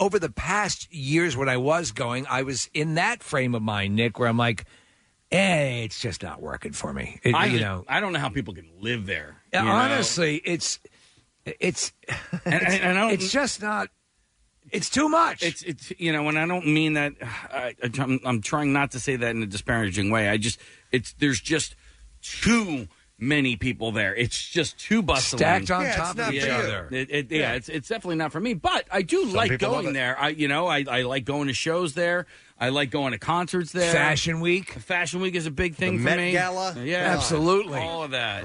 [SPEAKER 6] over the past years when I was going, I was in that frame of mind, Nick, where I'm like, eh, it's just not working for me. It-
[SPEAKER 5] I,
[SPEAKER 6] you know,
[SPEAKER 5] I don't know how people can live there. you know?
[SPEAKER 6] honestly, it's it's it's,
[SPEAKER 5] and- and I don't-
[SPEAKER 6] it's just not. It's too much.
[SPEAKER 5] It's it's you know, and I don't mean that. I, I'm, I'm trying not to say that in a disparaging way. I just it's there's just too many people there. It's just too bustling,
[SPEAKER 6] Stacked on Yeah, top it's of not each for you. other.
[SPEAKER 5] It- it- yeah,
[SPEAKER 6] Yeah.
[SPEAKER 5] it's it's definitely not for me. But I do like
[SPEAKER 6] people love
[SPEAKER 5] going
[SPEAKER 6] it.
[SPEAKER 5] there. I you know I, I like going to shows there. I like going to concerts there.
[SPEAKER 6] Fashion Week.
[SPEAKER 5] Fashion Week is a big thing
[SPEAKER 6] The
[SPEAKER 5] for
[SPEAKER 6] Met
[SPEAKER 5] me.
[SPEAKER 6] Gala.
[SPEAKER 5] Yeah,
[SPEAKER 6] Absolutely.
[SPEAKER 5] All of that.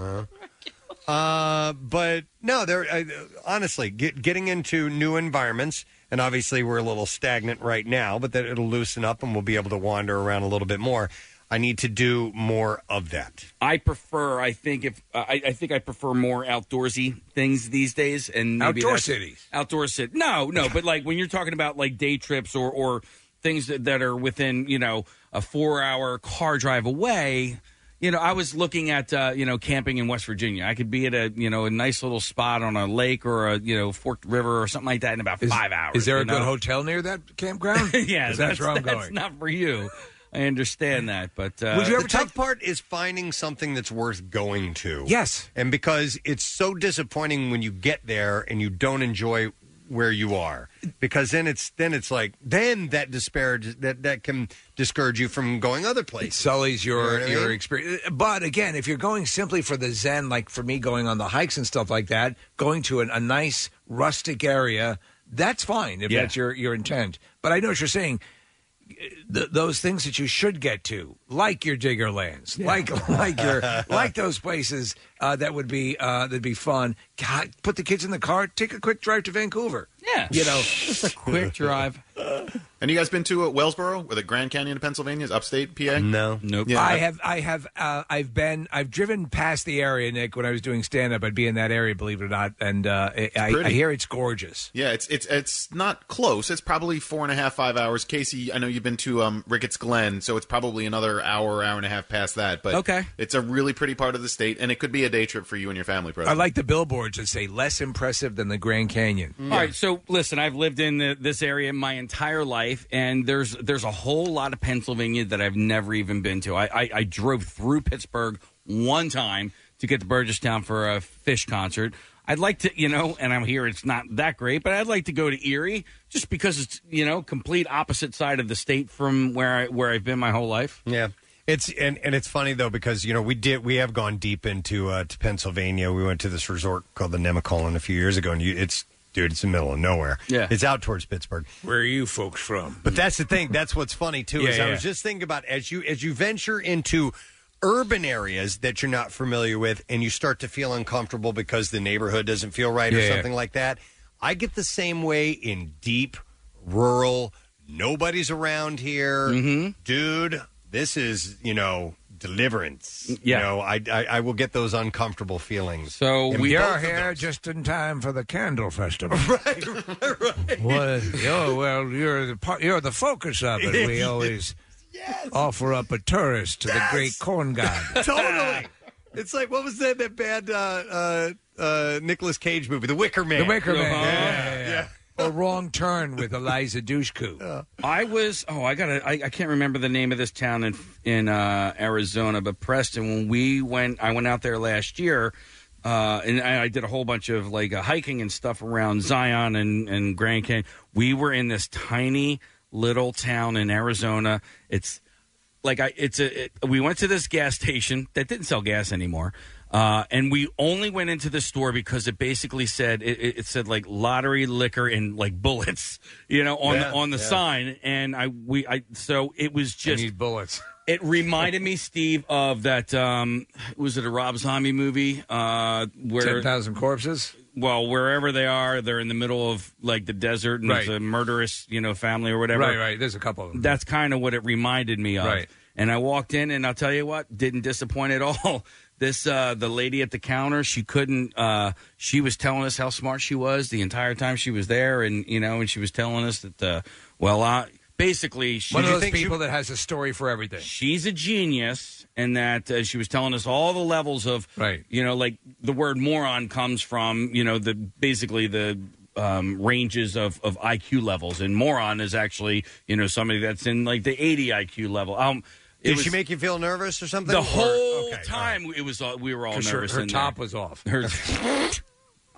[SPEAKER 1] Uh, but no, there. I, honestly, get, getting into new environments, and obviously we're a little stagnant right now, but that it'll loosen up and we'll be able to wander around a little bit more. I need to do more of that.
[SPEAKER 5] I prefer. I think if I, I think I prefer more outdoorsy things these days, and maybe
[SPEAKER 6] Outdoor
[SPEAKER 5] that's-
[SPEAKER 6] cities.
[SPEAKER 5] outdoor city. No, no, but like when you're talking about like day trips or or things that, that are within you know a four hour car drive away. You know, I was looking at uh, you know camping in West Virginia. I could be at a you know a nice little spot on a lake or a you know forked river or something like that in about five hours.
[SPEAKER 6] Is there a
[SPEAKER 5] you
[SPEAKER 6] good
[SPEAKER 5] know?
[SPEAKER 6] hotel near that campground?
[SPEAKER 5] yeah,
[SPEAKER 6] 'Cause that's, where I'm
[SPEAKER 5] that's
[SPEAKER 6] going.
[SPEAKER 5] not for you. I understand that, but uh,
[SPEAKER 1] the tough part is finding something that's worth going to.
[SPEAKER 6] Yes,
[SPEAKER 1] and because it's so disappointing when you get there and you don't enjoy where you are, because then it's then it's like then that disparage that that can discourage you from going other places.
[SPEAKER 6] sullies your
[SPEAKER 1] You know what I
[SPEAKER 6] your
[SPEAKER 1] mean?
[SPEAKER 6] experience. But again, if you're going simply for the zen, like for me, going on the hikes and stuff like that, going to an, a nice rustic area, that's fine if
[SPEAKER 5] Yeah.
[SPEAKER 6] that's your your intent. But I know what you're saying. th- those things that you should get to, like your Diggerlands, like like your like those places uh, that would be uh, that'd be fun. God, put the kids in the car, take a quick drive to Vancouver.
[SPEAKER 5] Yeah,
[SPEAKER 6] you know,
[SPEAKER 5] just a quick drive.
[SPEAKER 10] And you guys been to uh, Wellsboro, where the Grand Canyon of Pennsylvania is upstate PA?
[SPEAKER 1] No,
[SPEAKER 5] nope.
[SPEAKER 6] I have, I have, uh, I've been, I've driven past the area, Nick. When I was doing stand up, I'd be in that area, believe it or not. And uh, I, I, I
[SPEAKER 10] pretty.
[SPEAKER 6] hear it's gorgeous.
[SPEAKER 10] Yeah, it's it's it's not close. It's probably four and a half, five hours. Casey, I know you've been to um, Ricketts Glen, so it's probably another hour, hour and a half past that. But
[SPEAKER 6] Okay.
[SPEAKER 10] it's a really pretty part of the state, and it could be a day trip for you and your family.
[SPEAKER 6] I
[SPEAKER 10] President.
[SPEAKER 6] like the billboards that say less impressive than the Grand Canyon.
[SPEAKER 10] Mm.
[SPEAKER 5] All right, so listen, I've lived in the, this area my entire life, and there's there's a whole lot of Pennsylvania that I've never even been to. I, I, I drove through Pittsburgh one time to get to Burgestown for a fish concert. I'd like to, you know, and I'm here. It's not that great, but I'd like to go to Erie just because it's you know complete opposite side of the state from where I where I've been my whole life.
[SPEAKER 1] Yeah. It's and, and it's funny though because you know we did we have gone deep into uh, to Pennsylvania. We went to this resort called the Nemacolin a few years ago, and you, it's dude, it's in the middle of nowhere.
[SPEAKER 6] Yeah.
[SPEAKER 1] it's out towards Pittsburgh.
[SPEAKER 6] Where are you folks from?
[SPEAKER 1] But that's the thing. That's what's funny too. is I was just thinking about as you as you venture into urban areas that you're not familiar with, and you start to feel uncomfortable because the neighborhood doesn't feel right
[SPEAKER 6] Yeah,
[SPEAKER 1] or
[SPEAKER 6] yeah.
[SPEAKER 1] something like that. I get the same way in deep rural. Nobody's around here,
[SPEAKER 6] Mm-hmm.
[SPEAKER 1] dude. This is you know deliverance.
[SPEAKER 5] Yeah.
[SPEAKER 1] You know, I, I I will get those uncomfortable feelings.
[SPEAKER 5] So
[SPEAKER 1] And
[SPEAKER 6] we
[SPEAKER 1] both
[SPEAKER 6] are
[SPEAKER 1] of
[SPEAKER 6] here just in time for the candle festival.
[SPEAKER 1] right,
[SPEAKER 6] right. Well, you're, well, you're the par- you're the focus of it. We always offer up a tourist to the great corn god.
[SPEAKER 1] totally. It's like what was that that bad uh, uh, uh, Nicolas Cage movie, The Wicker Man.
[SPEAKER 6] The Wicker Man. Yeah, Uh-huh. yeah, Uh, yeah. Or wrong turn with Eliza Dushku.
[SPEAKER 5] I was oh I gotta I, I can't remember the name of this town in in uh, Arizona, but Preston when we went I went out there last year. Uh, and I, I did a whole bunch of like uh, hiking and stuff around Zion and, and Grand Canyon. We were in this tiny little town in Arizona. It's like I, it's a. It, we went to this gas station that didn't sell gas anymore, uh, and we only went into the store because it basically said it, it it said like lottery liquor and like bullets, you know, on
[SPEAKER 6] Yeah,
[SPEAKER 5] the, on the
[SPEAKER 6] yeah.
[SPEAKER 5] sign. And I we I so it was just
[SPEAKER 6] need bullets.
[SPEAKER 5] It reminded me, Steve, of that. Um, was it a Rob Zombie movie? Uh, where
[SPEAKER 6] 10,000 corpses.
[SPEAKER 5] Well, wherever they are, they're in the middle of like the desert, and it's
[SPEAKER 6] Right.
[SPEAKER 5] a murderous, you know, family or whatever.
[SPEAKER 6] Right, right. There's a couple of them.
[SPEAKER 5] That's kind of what it reminded me of.
[SPEAKER 6] Right.
[SPEAKER 5] And I walked in, and I'll tell you what, didn't disappoint at all. This uh, the lady at the counter, she couldn't. Uh, she was telling us how smart she was the entire time she was there, and you know, and she was telling us that, uh, well, I, basically, she,
[SPEAKER 6] One of those people that has a story for everything.
[SPEAKER 5] she's a genius and that uh, she was telling us all the levels of right you know like the word moron comes from you know the basically the um, ranges of, of iq levels and moron is actually you know somebody that's in like the 80 iq level um it
[SPEAKER 1] Did
[SPEAKER 5] was-
[SPEAKER 1] she make you feel nervous or something?
[SPEAKER 5] the
[SPEAKER 1] Or-
[SPEAKER 5] whole
[SPEAKER 1] okay.
[SPEAKER 5] time it was all, we were all
[SPEAKER 1] 'Cause
[SPEAKER 5] nervous
[SPEAKER 1] her- her
[SPEAKER 5] in
[SPEAKER 1] top
[SPEAKER 5] there.
[SPEAKER 1] was off.
[SPEAKER 5] Her-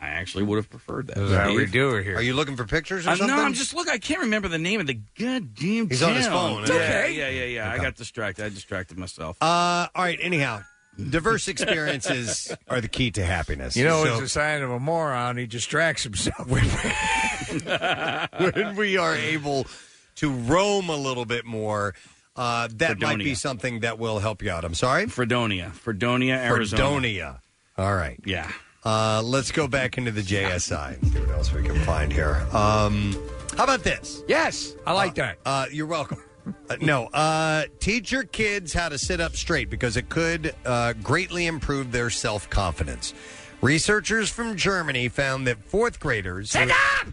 [SPEAKER 5] i actually would have preferred that
[SPEAKER 1] This is how we do
[SPEAKER 6] it here.
[SPEAKER 1] Are you looking for pictures or
[SPEAKER 5] I'm,
[SPEAKER 1] something?
[SPEAKER 5] no, I'm just look. I can't remember the name of the goddamn.
[SPEAKER 1] He's on his
[SPEAKER 5] town.
[SPEAKER 1] phone,
[SPEAKER 5] Yeah,
[SPEAKER 1] isn't he?
[SPEAKER 5] yeah, yeah, yeah. I
[SPEAKER 1] Okay.
[SPEAKER 5] got distracted. I distracted myself.
[SPEAKER 1] Uh, all right. Anyhow, diverse experiences are the key to happiness.
[SPEAKER 6] You know,
[SPEAKER 1] So-
[SPEAKER 6] it's a sign of a moron. He distracts himself.
[SPEAKER 1] when we are able to roam a little bit more, uh, that might be
[SPEAKER 5] Fredonia.
[SPEAKER 1] something that will help you out. I'm sorry?
[SPEAKER 5] Fredonia. Fredonia, Arizona.
[SPEAKER 1] Fredonia. All right.
[SPEAKER 5] Yeah.
[SPEAKER 1] Uh, let's go back into the JSI and see what else we can find here. Um, how about this?
[SPEAKER 6] Yes, I like that.
[SPEAKER 1] Uh, you're welcome. Uh, no, uh, teach your kids how to sit up straight because it could uh, greatly improve their self confidence. Researchers from Germany found that fourth graders. Sit up!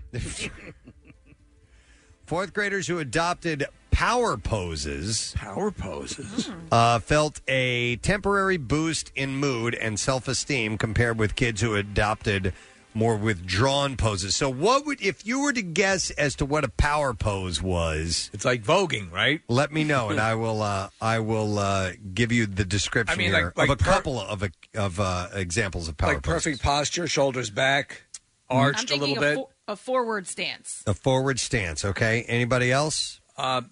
[SPEAKER 1] fourth graders who adopted power poses.
[SPEAKER 6] Power poses?
[SPEAKER 1] Uh, felt a temporary boost in mood and self esteem compared with kids who adopted more withdrawn poses. So, what would, if you were to guess as to what a power pose was?
[SPEAKER 6] It's like voguing, right?
[SPEAKER 1] Let me know, and I will. Uh, I will uh, give you the description
[SPEAKER 6] I mean,
[SPEAKER 1] here
[SPEAKER 6] like- like
[SPEAKER 1] of a
[SPEAKER 6] per-
[SPEAKER 1] couple of a, of uh, examples of power
[SPEAKER 6] like
[SPEAKER 1] poses.
[SPEAKER 6] perfect posture, shoulders back,
[SPEAKER 4] I'm
[SPEAKER 6] arched a
[SPEAKER 4] thinking
[SPEAKER 6] little bit.
[SPEAKER 4] fo- a forward stance.
[SPEAKER 1] A forward stance. Okay. Anybody else?
[SPEAKER 6] uh,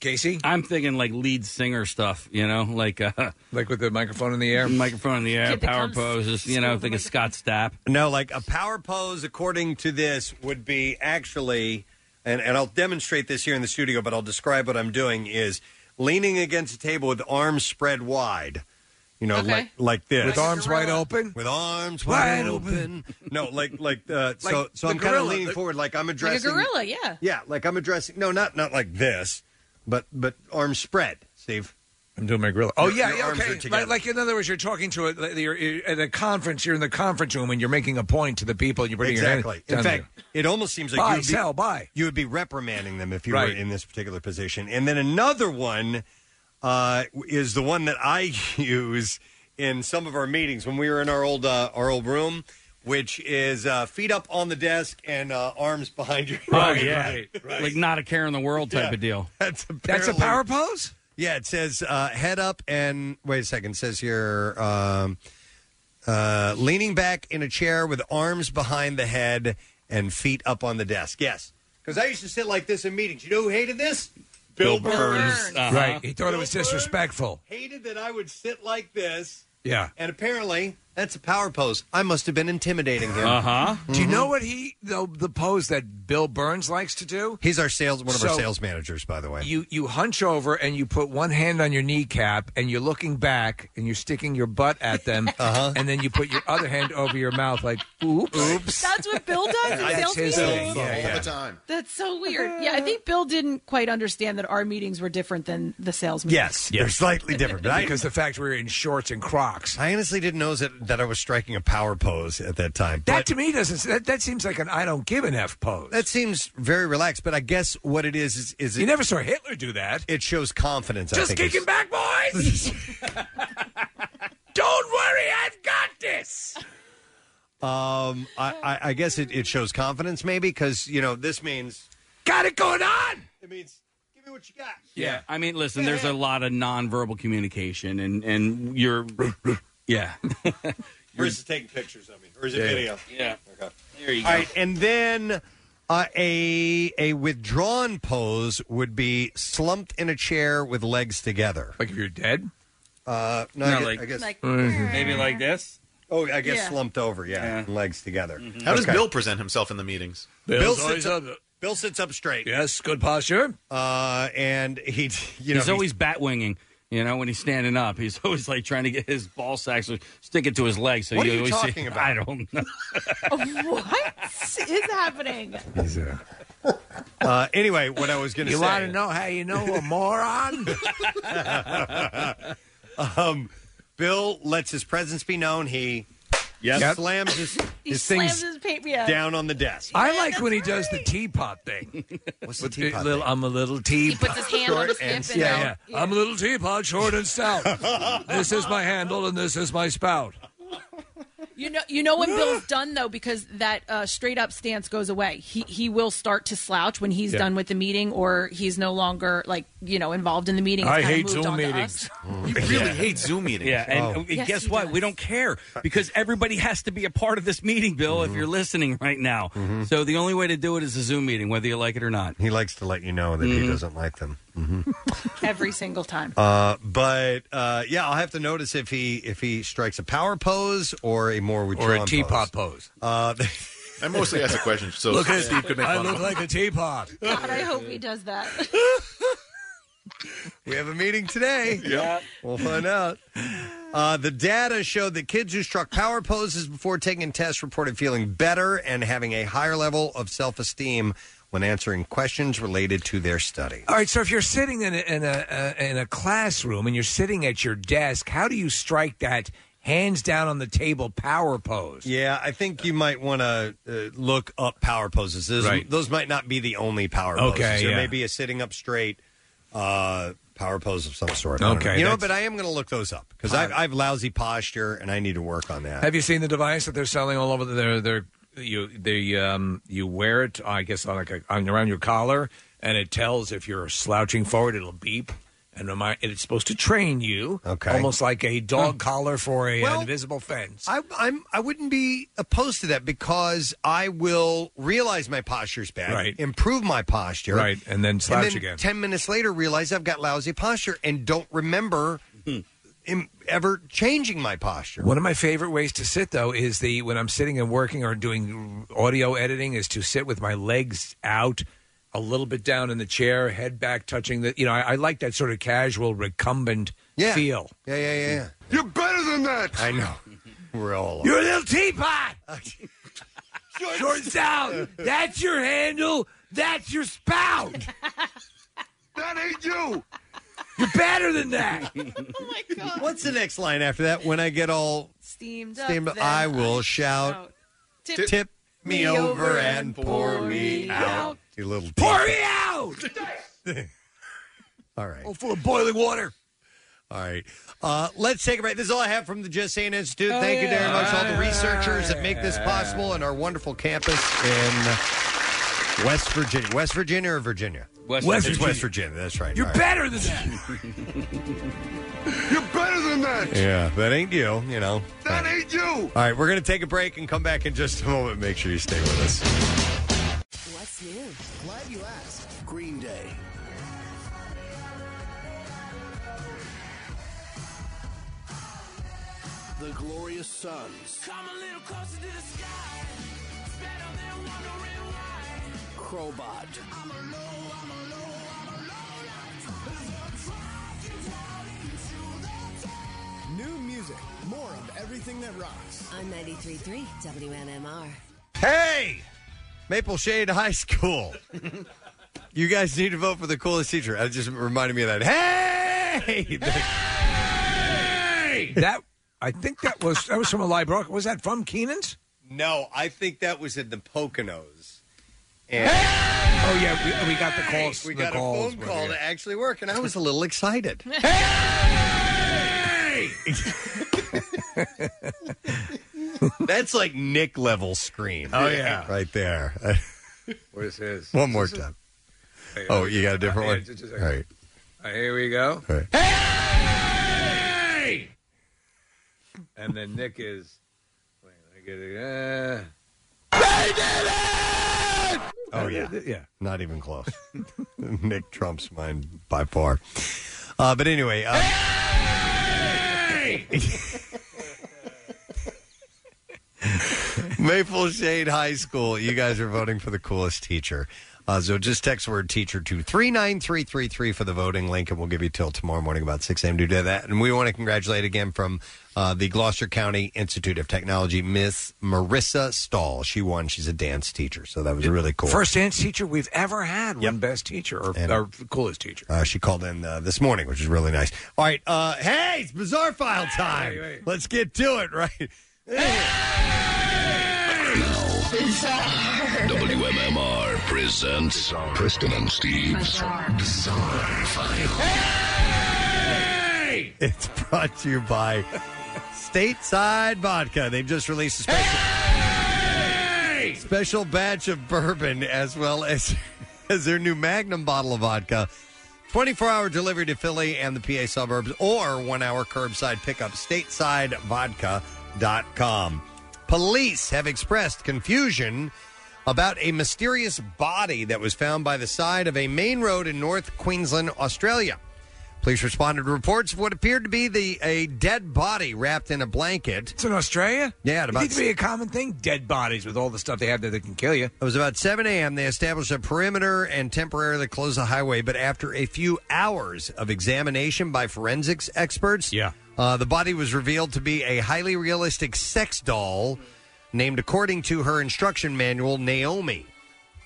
[SPEAKER 6] Casey,
[SPEAKER 5] I'm thinking like lead singer stuff, you know, like uh,
[SPEAKER 6] like with the microphone in the air,
[SPEAKER 5] microphone in the air,
[SPEAKER 1] Kid that
[SPEAKER 5] power
[SPEAKER 1] comes
[SPEAKER 5] poses, you
[SPEAKER 1] school
[SPEAKER 5] know,
[SPEAKER 1] with
[SPEAKER 5] think of Scott Stapp.
[SPEAKER 1] No, like a power pose, according to this, would be actually and, and I'll demonstrate this here in the studio, but I'll describe what I'm doing is leaning against a table with arms spread wide. You know,
[SPEAKER 6] Okay.
[SPEAKER 1] like like this,
[SPEAKER 6] With arms wide open?
[SPEAKER 1] with arms
[SPEAKER 6] Wide
[SPEAKER 1] wide open. no, like like uh, so
[SPEAKER 6] Like
[SPEAKER 1] so
[SPEAKER 6] the
[SPEAKER 1] I'm kind of
[SPEAKER 6] gorilla.
[SPEAKER 1] leaning forward, like I'm
[SPEAKER 4] Like a
[SPEAKER 1] addressing
[SPEAKER 4] gorilla, yeah.
[SPEAKER 1] yeah, like I'm addressing. No, not not like this, but but arms spread. Steve,
[SPEAKER 6] I'm doing my gorilla. Oh yeah, yeah,
[SPEAKER 1] arms are
[SPEAKER 6] okay.
[SPEAKER 1] together.
[SPEAKER 6] Like, like in other words, you're talking to a, like, you're, you're at a conference. You're in the conference room and you're making a point to the people. And you're putting
[SPEAKER 1] exactly.
[SPEAKER 6] Your
[SPEAKER 1] In
[SPEAKER 6] hand down
[SPEAKER 1] fact, it almost seems like
[SPEAKER 6] Buy,
[SPEAKER 1] you would be,
[SPEAKER 6] sell, buy.
[SPEAKER 1] You would be reprimanding them if you were
[SPEAKER 6] Right.
[SPEAKER 1] in this particular position. And then another one uh, is the one that I use in some of our meetings when we were in our old uh, our old room, which is uh, feet up on the desk and uh, arms behind your.
[SPEAKER 5] Oh, yeah. Like not a care in the world type
[SPEAKER 1] Yeah.
[SPEAKER 5] of deal.
[SPEAKER 1] That's a
[SPEAKER 5] That's a power
[SPEAKER 6] pose.
[SPEAKER 1] Yeah, it says uh, head up and wait a second. It says here, um, uh, leaning back in a chair with arms behind the head and feet up on the desk. Yes, because I used to sit like this in meetings. You know who hated this?
[SPEAKER 6] Bill Burns. Uh-huh. Right. He thought it was disrespectful.
[SPEAKER 1] Hated that I would sit like this.
[SPEAKER 6] Yeah.
[SPEAKER 1] And apparently, that's a power pose. I must have been intimidating him.
[SPEAKER 6] Uh-huh.
[SPEAKER 1] Mm-hmm.
[SPEAKER 6] Do you know what he the, the pose that Bill Burns likes to do?
[SPEAKER 1] He's our sales one of our
[SPEAKER 6] So-
[SPEAKER 1] sales managers, by the way.
[SPEAKER 6] You you hunch over and you put one hand on your kneecap and you're looking back and you're sticking your butt at them and then you put your other hand over your mouth like oops oops.
[SPEAKER 4] That's what Bill does in
[SPEAKER 6] That's
[SPEAKER 4] sales
[SPEAKER 6] his
[SPEAKER 4] meetings.
[SPEAKER 6] thing. Yeah, yeah.
[SPEAKER 4] That's so weird. Yeah, I think Bill didn't quite understand that our meetings were different than the sales meetings.
[SPEAKER 1] Yes, they're slightly different. But I,
[SPEAKER 6] because the fact we were in shorts and Crocs.
[SPEAKER 1] I honestly didn't know that, that I was striking a power pose at that time.
[SPEAKER 6] That to me doesn't that, that seems like an I don't give an F pose.
[SPEAKER 1] That seems very relaxed, but I guess what it is is, is it,
[SPEAKER 6] You never saw Hitler do that.
[SPEAKER 1] It shows confidence. I
[SPEAKER 6] Just
[SPEAKER 1] think
[SPEAKER 6] kicking
[SPEAKER 1] is-
[SPEAKER 6] back, boys. don't worry, I've got this.
[SPEAKER 1] Um, I, I, I guess it, it shows confidence, maybe, because you know this means
[SPEAKER 6] got it going on.
[SPEAKER 1] It means give me what you got.
[SPEAKER 5] Yeah. I mean, listen, there's a lot of nonverbal communication, and and you're, yeah.
[SPEAKER 1] Where's it taking pictures of me, or is it
[SPEAKER 5] Yeah.
[SPEAKER 1] video?
[SPEAKER 5] Yeah.
[SPEAKER 1] Okay.
[SPEAKER 5] There you go.
[SPEAKER 1] All right, and then uh, a a withdrawn pose would be slumped in a chair with legs together,
[SPEAKER 6] like if you're dead.
[SPEAKER 1] Uh, no, I
[SPEAKER 5] No,
[SPEAKER 1] guess,
[SPEAKER 5] like-
[SPEAKER 1] I guess
[SPEAKER 5] Like- Maybe like this.
[SPEAKER 1] Oh, I guess
[SPEAKER 5] Yeah.
[SPEAKER 1] slumped over. Yeah, legs together. Mm-hmm.
[SPEAKER 10] How does
[SPEAKER 1] Okay.
[SPEAKER 10] Bill present himself in the meetings?
[SPEAKER 1] Bill sits up. Bill sits up straight.
[SPEAKER 6] Yes, good posture.
[SPEAKER 1] Uh, and he, you know,
[SPEAKER 5] he's
[SPEAKER 1] he-
[SPEAKER 5] always bat winging. You know, when he's standing up, he's always like trying to get his ball sacks or stick it to his leg. So
[SPEAKER 1] What
[SPEAKER 5] you
[SPEAKER 1] are you
[SPEAKER 5] always
[SPEAKER 1] talking
[SPEAKER 5] see,
[SPEAKER 1] about?
[SPEAKER 5] I don't know.
[SPEAKER 4] Oh, what is happening?
[SPEAKER 1] Uh, anyway, what I was going
[SPEAKER 6] You
[SPEAKER 1] say.
[SPEAKER 6] want to know how you know a moron?
[SPEAKER 1] um, Bill lets his presence be known. He
[SPEAKER 6] Yep.
[SPEAKER 1] slams his,
[SPEAKER 4] He
[SPEAKER 1] his
[SPEAKER 4] slams
[SPEAKER 1] things
[SPEAKER 4] his paper yeah.
[SPEAKER 1] down on the desk.
[SPEAKER 6] I like when he does the teapot thing.
[SPEAKER 1] What's
[SPEAKER 6] the teapot little, I'm a little teapot.
[SPEAKER 4] puts his hand on the skip and
[SPEAKER 6] yeah,
[SPEAKER 4] out.
[SPEAKER 6] yeah. I'm a little teapot, short and stout. this is my handle and this is my spout.
[SPEAKER 4] You know, you know when Bill's done though, because that uh, straight up stance goes away. He he will start to slouch when he's
[SPEAKER 6] Yeah.
[SPEAKER 4] done with the meeting, or he's no longer like you know involved in the meeting. It's
[SPEAKER 6] I
[SPEAKER 4] kinda
[SPEAKER 6] hate
[SPEAKER 4] moved
[SPEAKER 6] Zoom
[SPEAKER 4] on to us.
[SPEAKER 6] meetings.
[SPEAKER 5] You
[SPEAKER 10] really hate Zoom meetings.
[SPEAKER 5] Yeah, and
[SPEAKER 10] Oh.
[SPEAKER 5] uh,
[SPEAKER 10] Yes,
[SPEAKER 5] guess
[SPEAKER 10] he
[SPEAKER 5] what? We don't care because everybody has to be a part of this meeting, Bill,
[SPEAKER 1] Mm-hmm.
[SPEAKER 5] if you're listening right now. So the only way to do it is a Zoom meeting, whether you like it or not.
[SPEAKER 1] He likes to let you know that he
[SPEAKER 5] Mhm.
[SPEAKER 1] doesn't like them. Mm-hmm.
[SPEAKER 4] every single time.
[SPEAKER 1] Uh, but uh, yeah, I'll have to notice if he if he strikes a power pose or a more withdrawn
[SPEAKER 6] teapot pose.
[SPEAKER 1] Uh,
[SPEAKER 10] I mostly ask the question so
[SPEAKER 1] Look at-
[SPEAKER 10] Steve can make
[SPEAKER 1] I
[SPEAKER 10] fun
[SPEAKER 1] look
[SPEAKER 10] of him.
[SPEAKER 1] like
[SPEAKER 6] a teapot.
[SPEAKER 4] God, I hope he does that.
[SPEAKER 1] We have a meeting today. Yeah. We'll find out. Uh, the data showed that kids who struck power poses before taking tests reported feeling better and having a higher level of self esteem when answering questions related to their study.
[SPEAKER 6] All right, so if you're sitting in a, in a, a in a classroom and you're sitting at your desk, how do you strike that hands down on the table power pose?
[SPEAKER 1] Yeah, I think you might want to uh, look up power poses. Those,
[SPEAKER 6] Right.
[SPEAKER 1] those might not be the only power
[SPEAKER 6] Okay,
[SPEAKER 1] poses. There
[SPEAKER 6] yeah.
[SPEAKER 1] may be a sitting up straight uh, power pose of some sort. I don't
[SPEAKER 6] Okay,
[SPEAKER 1] know. You know,
[SPEAKER 6] that's-
[SPEAKER 1] but I am going to look those up because I've, I've lousy posture and I need to work on that.
[SPEAKER 6] Have you seen the device that they're selling all over? The, they're, they're you they um you wear it, I guess, on like a, on around your collar, and it tells if you're slouching forward, it'll beep. And remind, and it's supposed to train you, okay. almost like a dog collar for a,
[SPEAKER 1] Well-
[SPEAKER 6] an invisible fence.
[SPEAKER 1] I, I'm I wouldn't be opposed to that because I will realize my posture's bad,
[SPEAKER 6] Right.
[SPEAKER 1] improve my posture,
[SPEAKER 6] Right, and then slouch
[SPEAKER 1] and then
[SPEAKER 6] again.
[SPEAKER 1] Ten minutes later, realize I've got lousy posture and don't remember im- ever changing my posture.
[SPEAKER 6] One of my favorite ways to sit, though, is the when I'm sitting and working or doing audio editing, is to sit with my legs out a little bit down in the chair, head back touching the. You know, I, I like that sort of casual recumbent
[SPEAKER 1] Yeah.
[SPEAKER 6] feel.
[SPEAKER 1] Yeah, yeah, yeah. yeah.
[SPEAKER 6] You're better than that. I know.
[SPEAKER 1] We're all
[SPEAKER 6] You're a little teapot. Shorts down. That's your handle. That's your spout. that ain't you. You're better than that.
[SPEAKER 1] What's the next line after that? When I get all
[SPEAKER 4] Steamed up.
[SPEAKER 1] steamed,
[SPEAKER 4] then
[SPEAKER 1] I will shout,
[SPEAKER 4] Tip,
[SPEAKER 1] tip, me over and pour me out. You little
[SPEAKER 6] Pour me out.
[SPEAKER 1] All right.
[SPEAKER 6] Oh, full of boiling water.
[SPEAKER 1] All right. Uh, let's take a break. This is all I have from the Just Saying Institute.
[SPEAKER 6] Oh,
[SPEAKER 1] Thank you
[SPEAKER 6] yeah.
[SPEAKER 1] very much, all the
[SPEAKER 6] Ah,
[SPEAKER 1] researchers that make this possible and our wonderful campus in West Virginia. West Virginia or Virginia?
[SPEAKER 5] West
[SPEAKER 1] It's
[SPEAKER 5] Virginia.
[SPEAKER 1] West Virginia. That's right.
[SPEAKER 6] You're
[SPEAKER 1] All right.
[SPEAKER 6] better than that. You're better than that.
[SPEAKER 1] Yeah, that ain't you, you know.
[SPEAKER 6] That ain't you.
[SPEAKER 1] All right, we're going to take a break and come back in just a moment. Make sure you stay with us.
[SPEAKER 14] What's new? Glad you asked. Green Day. The Glorious Sons. Come a little closer to the sky. Crowbot.
[SPEAKER 21] New music, more of everything that rocks.
[SPEAKER 22] On 93.3 WMMR.
[SPEAKER 1] Hey! Maple Shade High School. you guys need to vote for the coolest teacher. That just reminded me of that. Hey!
[SPEAKER 6] Hey! That I think that was that was from a library. Was that from Keenan's?
[SPEAKER 1] No, I think that was in the Poconos.
[SPEAKER 6] Oh yeah, we, we got the calls.
[SPEAKER 1] We
[SPEAKER 6] the
[SPEAKER 1] got a
[SPEAKER 6] calls,
[SPEAKER 1] phone
[SPEAKER 6] brother,
[SPEAKER 1] call
[SPEAKER 6] yeah.
[SPEAKER 1] to actually work, and I was a little excited. That's like Nick level scream.
[SPEAKER 6] Oh, yeah.
[SPEAKER 1] right there.
[SPEAKER 6] Where's his?
[SPEAKER 1] one more time. Oh, you got a different
[SPEAKER 6] uh, Yeah,
[SPEAKER 1] one.
[SPEAKER 6] just a
[SPEAKER 1] All
[SPEAKER 6] second.
[SPEAKER 1] right.
[SPEAKER 6] Uh, here we go.
[SPEAKER 1] Hey!
[SPEAKER 6] And then Nick is. Wait, I get it. Uh...
[SPEAKER 1] Oh yeah, yeah. Not even close. Nick Trump's mine by far. Uh, but anyway, uh, Maple Shade High School. You guys are voting for the coolest teacher. Uh, so just text word teacher to 39333 for the voting link, and we'll give you till tomorrow morning about 6 a.m. to do that. And we want to congratulate again from uh, the Gloucester County Institute of Technology, Miss Marissa Stahl. She won. She's a dance teacher, so that was really cool.
[SPEAKER 6] First dance teacher we've ever had. One best teacher or, or coolest teacher.
[SPEAKER 1] Uh, she called in uh, this morning, which is really nice. All right. Uh, hey, it's bizarre file time. Let's get to it, right?
[SPEAKER 4] uh,
[SPEAKER 14] WMMR presents Preston and Steve's Bizarre File.
[SPEAKER 1] It's brought to you by Stateside Vodka. They've just released a special, special batch of bourbon as well as, as their new Magnum bottle of vodka. 24 hour delivery to Philly and the PA suburbs or one hour curbside pickup. StatesideVodka.com. Police have expressed confusion about a mysterious body that was found by the side of a main road in North Queensland, Australia. Police responded to reports of what appeared to be the a dead body wrapped in a blanket. It's
[SPEAKER 6] in Australia.
[SPEAKER 1] Yeah, at
[SPEAKER 6] It
[SPEAKER 1] about
[SPEAKER 6] needs to be a common thing. Dead bodies with all the stuff they have there that can kill you.
[SPEAKER 1] It was about 7 a.m. They established a perimeter and temporarily closed the highway, but after a few hours of examination by forensics experts, yeah. uh, the body was revealed to be a highly realistic sex doll named according to her instruction manual, Naomi.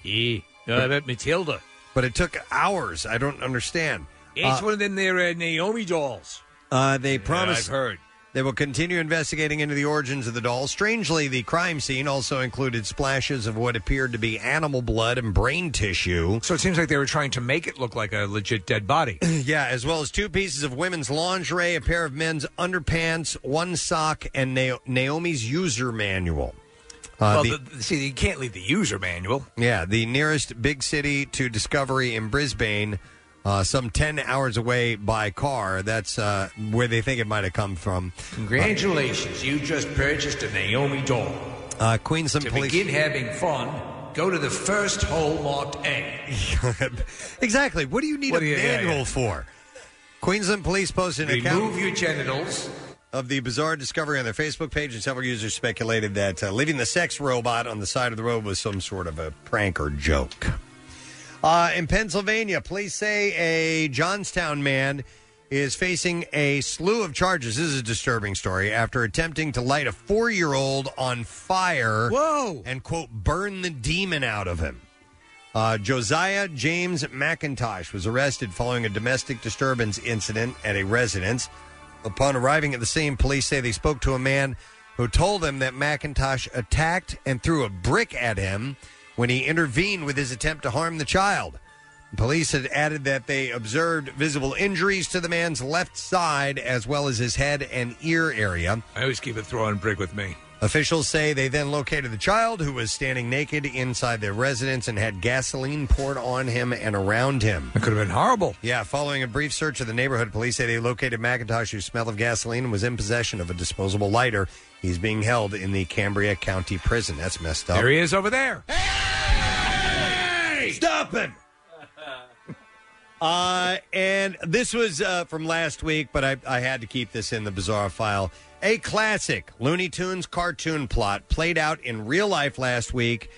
[SPEAKER 6] Yeah, I bet Matilda.
[SPEAKER 1] But it took hours. I don't understand.
[SPEAKER 6] It's
[SPEAKER 1] Uh,
[SPEAKER 6] one of them there uh, Naomi dolls.
[SPEAKER 1] Uh, they promise
[SPEAKER 6] I've heard.
[SPEAKER 1] they will continue investigating into the origins of the doll. Strangely, the crime scene also included splashes of what appeared to be animal blood and brain tissue.
[SPEAKER 6] So it seems like they were trying to make it look like a legit dead body.
[SPEAKER 1] yeah, as well as two pieces of women's lingerie, a pair of men's underpants, one sock, and Na- Naomi's user manual. Uh,
[SPEAKER 6] well,
[SPEAKER 1] the-
[SPEAKER 6] the- see, you can't leave the user manual.
[SPEAKER 1] yeah, the nearest big city to Discovery in Brisbane, uh, some 10 hours away by car. That's uh, where they think it might have come from.
[SPEAKER 6] Congratulations, you just purchased a Naomi doll.
[SPEAKER 1] Uh, Queensland
[SPEAKER 6] to
[SPEAKER 1] Police.
[SPEAKER 6] begin having fun, go to the first hole marked A.
[SPEAKER 1] exactly. What do you need
[SPEAKER 6] What
[SPEAKER 1] a
[SPEAKER 6] do you- yeah,
[SPEAKER 1] manual
[SPEAKER 6] yeah.
[SPEAKER 1] for? Queensland police posted an account.
[SPEAKER 6] Remove your genitals.
[SPEAKER 1] Of the bizarre discovery on their Facebook page, and several users speculated that uh, leaving the sex robot on the side of the road was some sort of a prank or joke. Uh, in Pennsylvania, police say a Johnstown man is facing a slew of charges. This is a disturbing story after attempting to light a four year old on fire. Whoa! And, quote, burn the demon out of him. Uh, Josiah James McIntosh was arrested following a domestic disturbance incident at a residence. Upon arriving at the scene, police say they spoke to a man who told them that McIntosh attacked and threw a brick at him when he intervened with his attempt to harm the child. Police had added that they observed visible injuries to the man's left side as well as his head and ear area.
[SPEAKER 6] I always keep a throwing brick with me.
[SPEAKER 1] Officials say they then located the child who was standing naked inside their residence and had gasoline poured on him and around him. It
[SPEAKER 6] could have been horrible.
[SPEAKER 1] Yeah, following a brief search of the neighborhood, police say they located McIntosh, who smelled of gasoline and was in possession of a disposable lighter. He's being held in the Cambria County Prison. That's messed up.
[SPEAKER 6] There he is over there.
[SPEAKER 1] Stop him! Uh, and this was uh, from last week, but I, I had to keep this in the bizarre file. A classic Looney Tunes cartoon plot played out in real life last week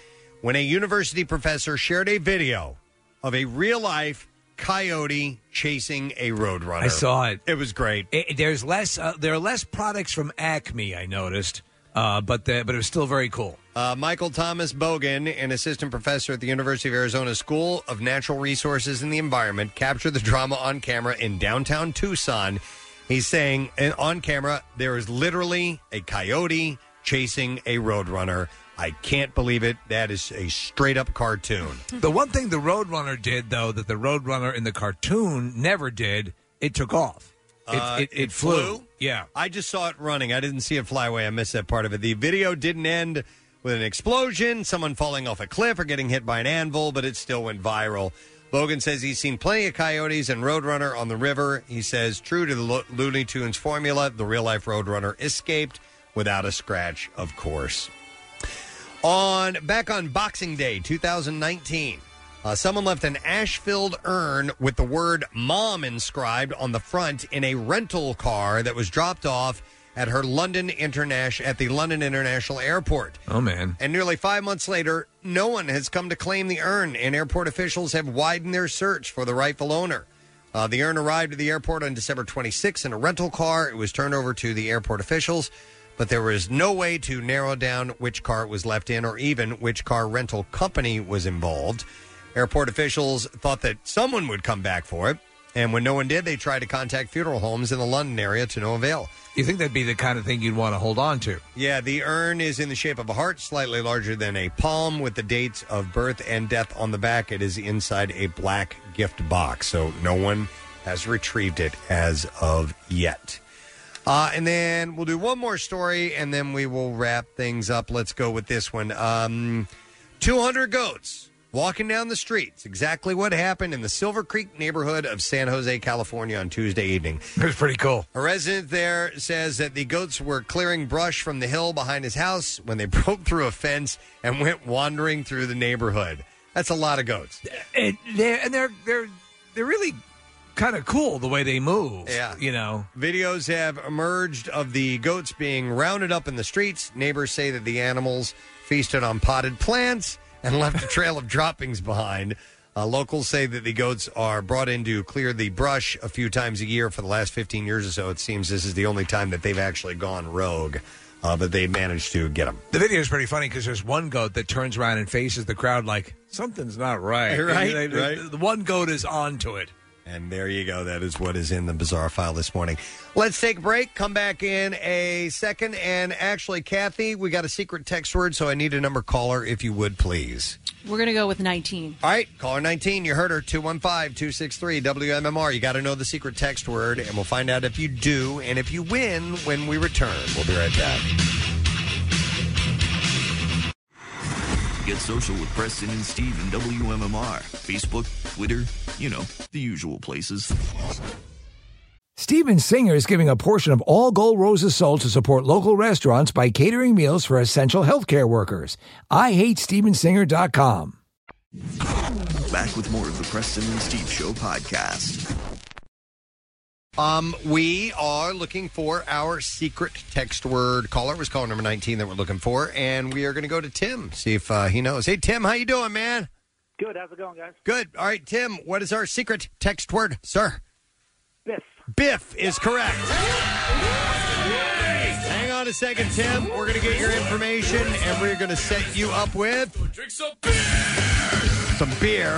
[SPEAKER 1] when a university professor shared a video of a real life coyote chasing a roadrunner.
[SPEAKER 6] I saw it.
[SPEAKER 1] It was great.
[SPEAKER 6] there's less. Uh, there are less products from Acme. I noticed, uh, but the, but it was still very cool.
[SPEAKER 1] Uh, Michael Thomas Bogan, an assistant professor at the University of Arizona School of Natural Resources and the Environment, captured the drama on camera in downtown Tucson. He's saying and on camera, there is literally a coyote chasing a roadrunner. I can't believe it. That is a straight up cartoon.
[SPEAKER 6] The one thing the Roadrunner did, though, that the Roadrunner in the cartoon never did, it took off. It,
[SPEAKER 1] Uh,
[SPEAKER 6] it, it flew. Yeah.
[SPEAKER 1] I just saw it running. I didn't see it fly away. I missed that part of it. The video didn't end with an explosion, someone falling off a cliff, or getting hit by an anvil, but it still went viral. Bogan says he's seen plenty of coyotes and Roadrunner on the river. He says, true to the Lo- Looney Tunes formula, the real life Roadrunner escaped without a scratch, of course. On back on Boxing Day 2019, uh, someone left an ash-filled urn with the word "mom" inscribed on the front in a rental car that was dropped off at her London International at the London International Airport.
[SPEAKER 6] Oh man.
[SPEAKER 1] And nearly five months later, no one has come to claim the urn, and airport officials have widened their search for the rightful owner. Uh, the urn arrived at the airport on December 26 in a rental car. It was turned over to the airport officials, but there was no way to narrow down which car it was left in or even which car rental company was involved. Airport officials thought that someone would come back for it, and when no one did, they tried to contact funeral homes in the London area to no avail.
[SPEAKER 6] You think that'd be the kind of thing you'd want to hold on to?
[SPEAKER 1] Yeah, the urn is in the shape of a heart, slightly larger than a palm, with the dates of birth and death on the back. It is inside a black gift box, so no one has retrieved it as of yet. Uh, and then we'll do one more story, and then we will wrap things up. Let's go with this one. Um, 200 goats walking down the streets. Exactly what happened in the Silver Creek neighborhood of San Jose, California on Tuesday evening.
[SPEAKER 6] It was pretty cool.
[SPEAKER 1] A resident there says that the goats were clearing brush from the hill behind his house when they broke through a fence and went wandering through the neighborhood. That's a lot of goats.
[SPEAKER 6] And they're and they're they're they're really kind of cool the way they move.
[SPEAKER 1] Yeah.
[SPEAKER 6] You know.
[SPEAKER 1] Videos have emerged of the goats being rounded up in the streets. Neighbors say that the animals feasted on potted plants and left a trail of droppings behind. Uh, locals say that the goats are brought in to clear the brush a few times a year for the last 15 years or so. It seems this is the only time that they've actually gone rogue, uh, but they managed to get them.
[SPEAKER 6] The video is pretty funny because there's one goat that turns around and faces the crowd like something's not right.
[SPEAKER 1] Right,
[SPEAKER 6] They- they-
[SPEAKER 1] right.
[SPEAKER 6] The, one goat is onto it.
[SPEAKER 1] And there you go. That is what is in the bizarre file this morning. Let's take a break. Come back in a second. And actually, Kathy, we got a secret text word, so I need a number caller if you would please.
[SPEAKER 4] We're going to go with 19.
[SPEAKER 1] All right, caller 19, you heard her, 215 263 WMMR. You got to know the secret text word, and we'll find out if you do and if you win when we return. We'll be right back.
[SPEAKER 15] Get social with Preston and Steve and WMMR. Facebook, Twitter, you know, the usual places.
[SPEAKER 17] Steven Singer is giving a portion of all Gold Rose's sold to support local restaurants by catering meals for essential healthcare workers. I hate stevensinger.com.
[SPEAKER 15] Back with more of the Preston and Steve Show podcast.
[SPEAKER 1] Um, we are looking for our secret text word caller. It was caller number 19 that we're looking for, and we are going to go to Tim, see if uh, he knows. Hey, Tim, how you doing, man?
[SPEAKER 2] Good. How's it going, guys?
[SPEAKER 1] Good. All right, Tim, what is our secret text word, sir?
[SPEAKER 2] Biff.
[SPEAKER 1] Biff is correct. Hang on a second, Tim. We're going to get your information and we're going to set you up with
[SPEAKER 9] Drink some
[SPEAKER 1] some beer.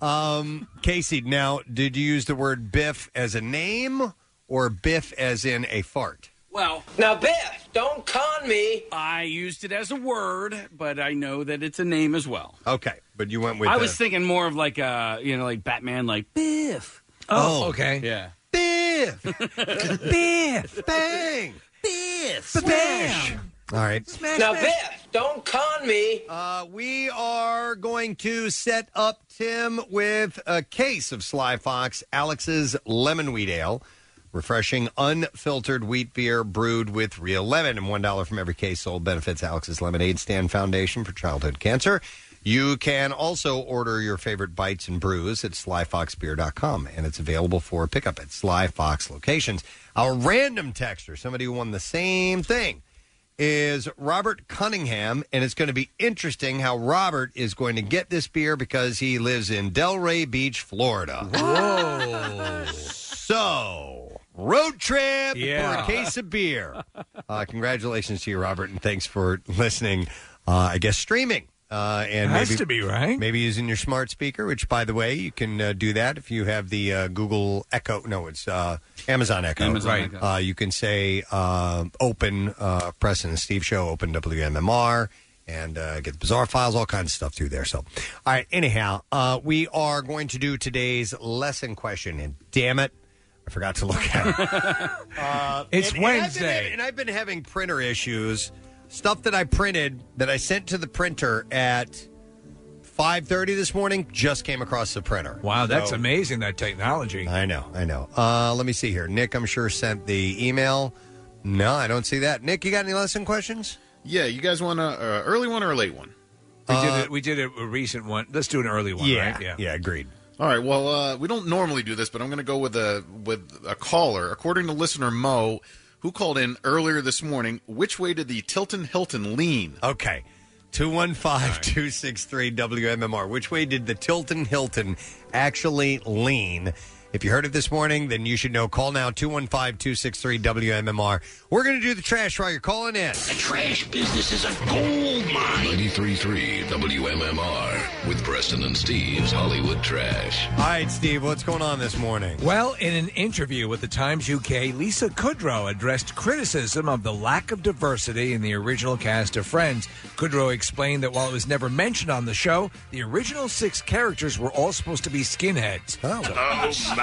[SPEAKER 1] Um, Casey, now, did you use the word Biff as a name or Biff as in a fart?
[SPEAKER 5] Well,
[SPEAKER 2] now Biff, don't con me.
[SPEAKER 5] I used it as a word, but I know that it's a name as well.
[SPEAKER 1] Okay, but you went with.
[SPEAKER 5] I
[SPEAKER 1] the-
[SPEAKER 5] was thinking more of like uh, you know, like Batman, like Biff.
[SPEAKER 1] Oh,
[SPEAKER 6] okay.
[SPEAKER 5] Yeah.
[SPEAKER 1] Biff.
[SPEAKER 6] Biff.
[SPEAKER 1] Bang.
[SPEAKER 2] Biff.
[SPEAKER 1] Smash. All right.
[SPEAKER 2] now Biff, don't con me.
[SPEAKER 1] Uh, we are going to set up Tim with a case of Sly Fox Alex's Lemon Wheat Ale. Refreshing, unfiltered wheat beer brewed with real lemon. And $1 from every case sold benefits Alex's Lemonade Stand Foundation for Childhood Cancer. You can also order your favorite bites and brews at slyfoxbeer.com, and it's available for pickup at Sly Fox locations. Our random texter, somebody who won the same thing, is Robert Cunningham, and it's going to be interesting how Robert is going to get this beer because he lives in Delray Beach, Florida. Whoa! so road trip
[SPEAKER 9] Yeah.
[SPEAKER 1] for a case of beer. Uh, congratulations to you, Robert, and thanks for listening. Uh, I guess streaming. Uh, and
[SPEAKER 6] Has
[SPEAKER 1] maybe,
[SPEAKER 6] to be, right?
[SPEAKER 1] Maybe using your smart speaker, which, by the way, you can uh, do that if you have the uh, Google Echo. No, it's uh, Amazon Echo.
[SPEAKER 5] Amazon Right. Echo.
[SPEAKER 1] Uh, you can say uh, open uh, Preston and Steve show, open WMMR, and uh, get the bizarre files, all kinds of stuff through there. So, all right. Anyhow, uh, we are going to do today's lesson question, and damn it, I forgot to look at it. uh, and- and I've
[SPEAKER 6] It's
[SPEAKER 1] been
[SPEAKER 6] Wednesday.
[SPEAKER 1] having- and I've been having printer issues. Stuff that I printed that I sent to the printer at 5:30 this morning just came across the printer.
[SPEAKER 6] Wow, that's
[SPEAKER 1] So-
[SPEAKER 6] amazing, that technology.
[SPEAKER 1] I know, I know. Uh, let me see here. Nick, I'm sure sent the email. No, I don't see that. Nick, you got any lesson questions?
[SPEAKER 10] Yeah, you guys want a uh, early one or a late one?
[SPEAKER 6] We did, a, we did a, a recent one. Let's do an early one,
[SPEAKER 10] Yeah,
[SPEAKER 6] right?
[SPEAKER 1] uh, yeah, agreed.
[SPEAKER 10] All right. Well, uh, we don't normally do this, but I'm going to go with a with a caller. According to listener Mo, who called in earlier this morning, which way did the Tilton Hilton lean?
[SPEAKER 1] Okay. 215 263 WMMR. Which way did the Tilton Hilton actually lean? If you heard it this morning, then you should know. Call now 215 263 WMMR. We're going to do the trash while you're calling in.
[SPEAKER 14] Trash business is a gold mine. 93.3 WMMR with Preston and Steve's Hollywood Trash.
[SPEAKER 1] All right, Steve, what's going on this morning?
[SPEAKER 6] Well, in an interview with the Times UK, Lisa Kudrow addressed criticism of the lack of diversity in the original cast of Friends. Kudrow explained that while it was never mentioned on the show, the original six characters were all supposed to be skinheads.
[SPEAKER 9] Oh my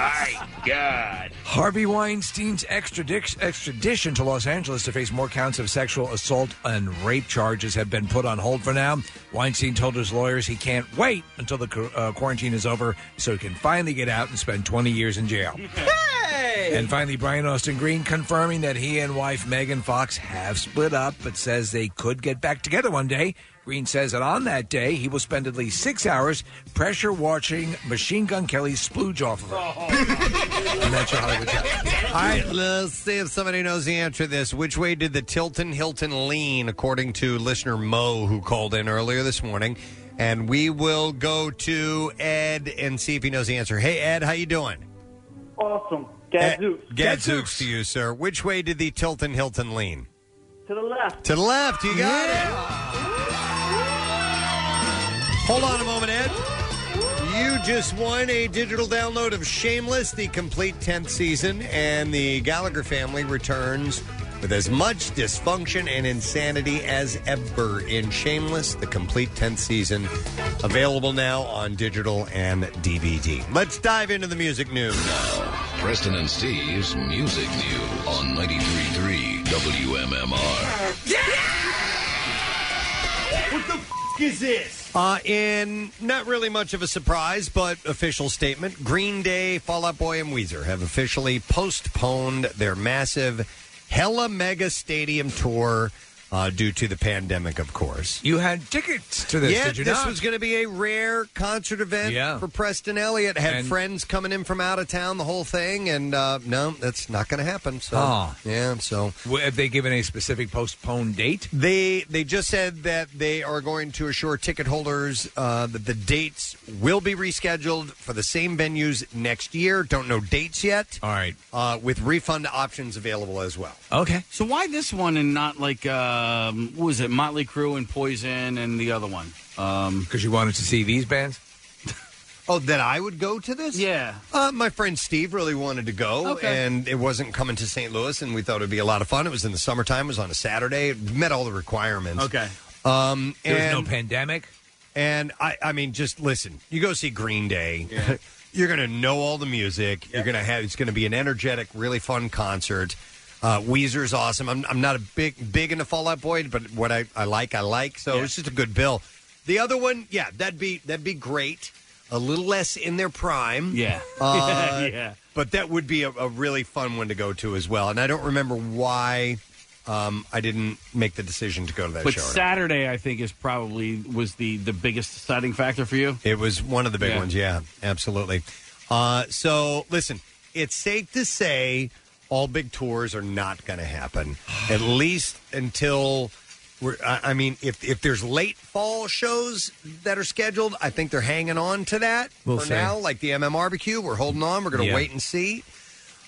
[SPEAKER 9] God!
[SPEAKER 6] Harvey Weinstein's extradic- extradition to Los Angeles to face more counts of sexual assault and rape charges have been put on hold for now. Weinstein told his lawyers he can't wait until the cu- uh, quarantine is over so he can finally get out and spend 20 years in jail. And finally, Brian Austin Green confirming that he and wife Megan Fox have split up, but says they could get back together one day. Green says that on that day, he will spend at least six hours pressure watching Machine Gun Kelly splooge off of her.
[SPEAKER 1] Oh.
[SPEAKER 6] and that's your Hollywood Trash.
[SPEAKER 1] All right, let's see if somebody knows the answer to this. Which way did the Tilton Hilton lean, according to listener Mo, who called in earlier this morning? And we will go to Ed and see if he knows the answer. Hey, Ed, how you doing?
[SPEAKER 2] Awesome.
[SPEAKER 1] Gadzooks. Gadzooks to you, sir. Which way did the Tilton Hilton lean?
[SPEAKER 2] To the left.
[SPEAKER 1] To the left. You got it. Hold on a moment, Ed. You just won a digital download of Shameless, the complete 10th season, and the Gallagher family returns with as much dysfunction and insanity as ever in Shameless, the complete 10th season. Available now on digital and DVD. Let's dive into the music news.
[SPEAKER 14] Preston and Steve's Music News on 93.3 WMMR.
[SPEAKER 9] What the f- is this?
[SPEAKER 1] Uh, in not really much of a surprise, but official statement, Green Day, Fall Out Boy, and Weezer have officially postponed their massive Hella Mega Stadium tour uh, due to the pandemic, of course.
[SPEAKER 6] You had tickets to this,
[SPEAKER 1] yeah,
[SPEAKER 6] did you
[SPEAKER 1] this
[SPEAKER 6] not?
[SPEAKER 1] was going to be a rare concert event
[SPEAKER 6] Yeah.
[SPEAKER 1] for Preston Elliott. Had
[SPEAKER 6] And-
[SPEAKER 1] friends coming in from out of town, the whole thing, and uh, no, that's not going to happen. So
[SPEAKER 6] Oh.
[SPEAKER 1] yeah. So
[SPEAKER 6] have they given a specific postponed date?
[SPEAKER 1] They they just said that they are going to assure ticket holders uh, that the dates will be rescheduled for the same venues next year. Don't know dates yet.
[SPEAKER 6] All right,
[SPEAKER 1] uh, with refund options available as well.
[SPEAKER 6] Okay.
[SPEAKER 5] So why this one and not like um, what was it Motley Crue and Poison and the other one? Because
[SPEAKER 6] you wanted to see these bands.
[SPEAKER 1] Oh, that I would go to this? Yeah. Uh, my friend Steve really wanted to go,
[SPEAKER 5] Okay.
[SPEAKER 1] and it wasn't coming to St. Louis, and we thought it would be a lot of fun. It was in the summertime. It was on a Saturday. It met all the requirements.
[SPEAKER 5] Okay.
[SPEAKER 1] Um,
[SPEAKER 6] There was no
[SPEAKER 1] pandemic. And I, I mean, just listen. You go see Green Day.
[SPEAKER 6] Yeah.
[SPEAKER 1] You're going to know all the music. You're going to have. It's going to be an energetic, really fun concert. Uh, Weezer's awesome. I'm, I'm not a big big into Fall Out Boy, but what I, I like, I like. So it's just a good bill. The other one, yeah, that'd be that'd be great. A little less in their prime.
[SPEAKER 5] Yeah.
[SPEAKER 1] Uh,
[SPEAKER 5] Yeah.
[SPEAKER 1] But that would be a, a really fun one to go to as well. And I don't remember why um, I didn't make the decision to go to that
[SPEAKER 5] But
[SPEAKER 1] show.
[SPEAKER 5] Saturday, I think, is probably was the the biggest deciding factor for you.
[SPEAKER 1] It was one of the big ones, yeah, absolutely. Uh, so, listen, it's safe to say all big tours are not going to happen, at least until. We're, I I mean, if if there's late fall shows that are scheduled, I think they're hanging on to that
[SPEAKER 6] We'll
[SPEAKER 1] for
[SPEAKER 6] see.
[SPEAKER 1] now. Like the MMRBQ, we're holding on. We're going to
[SPEAKER 6] Yeah.
[SPEAKER 1] wait and see.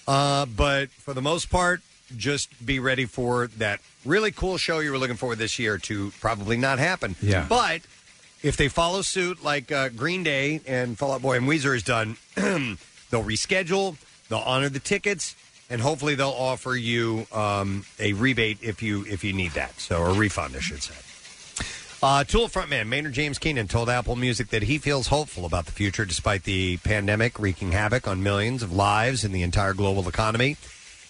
[SPEAKER 1] Uh, but for the most part, just be ready for that really cool show you were looking for this year to probably not happen.
[SPEAKER 6] Yeah.
[SPEAKER 1] But if they follow suit like uh, Green Day and Fall Out Boy and Weezer has done, they'll reschedule, they'll honor the tickets, and hopefully they'll offer you um, a rebate if you if you need that. So a refund, I should say. Uh, Tool frontman Maynard James Keenan told Apple Music that he feels hopeful about the future despite the pandemic wreaking havoc on millions of lives and the entire global economy.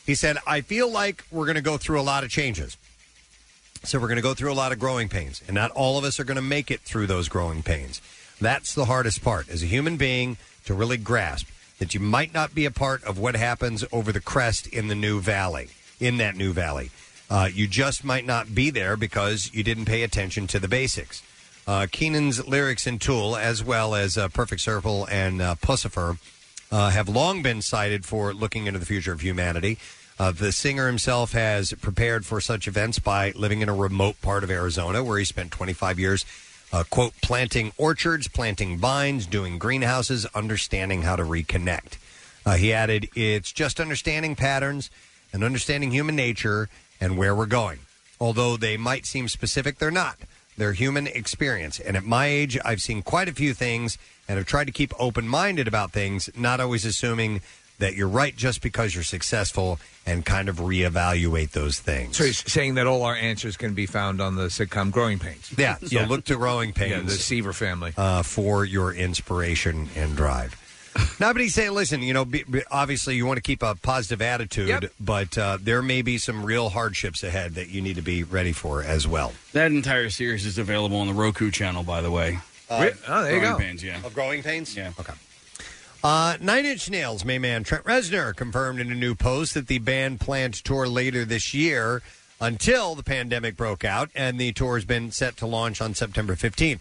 [SPEAKER 1] He said, I feel like we're going to go through a lot of changes. So we're going to go through a lot of growing pains, and not all of us are going to make it through those growing pains. That's the hardest part as a human being to really grasp that you might not be a part of what happens over the crest in the new valley, in that new valley. Uh, you just might not be there because you didn't pay attention to the basics. Uh, Keenan's lyrics in Tool, as well as uh, Perfect Circle and uh, Pussifer, uh, have long been cited for looking into the future of humanity. Uh, the singer himself has prepared for such events by living in a remote part of Arizona where he spent 25 years, uh, quote, planting orchards, planting vines, doing greenhouses, understanding how to reconnect. Uh, he added, It's just understanding patterns and understanding human nature and where we're going. Although they might seem specific, they're not. They're human experience. And at my age, I've seen quite a few things and have tried to keep open minded about things, not always assuming that you're right just because you're successful and kind of reevaluate those things.
[SPEAKER 6] So he's saying that all our answers can be found on the sitcom Growing Pains.
[SPEAKER 1] Yeah, so look to Growing Pains.
[SPEAKER 6] Yeah, the Seaver family.
[SPEAKER 1] uh, for your inspiration and drive. now, but he's saying, listen, you know, be, be- obviously you want to keep a positive attitude, but uh, there may be some real hardships ahead that you need to be ready for as well.
[SPEAKER 5] That entire series is available on the Roku channel, by the way.
[SPEAKER 1] Uh,
[SPEAKER 5] oh, there you Growing go. Pains, yeah.
[SPEAKER 1] Of growing pains?
[SPEAKER 5] Yeah.
[SPEAKER 1] Okay. Uh, Nine Inch Nails main-man Trent Reznor confirmed in a new post that the band planned to tour later this year until the pandemic broke out, and the tour has been set to launch on September 15th.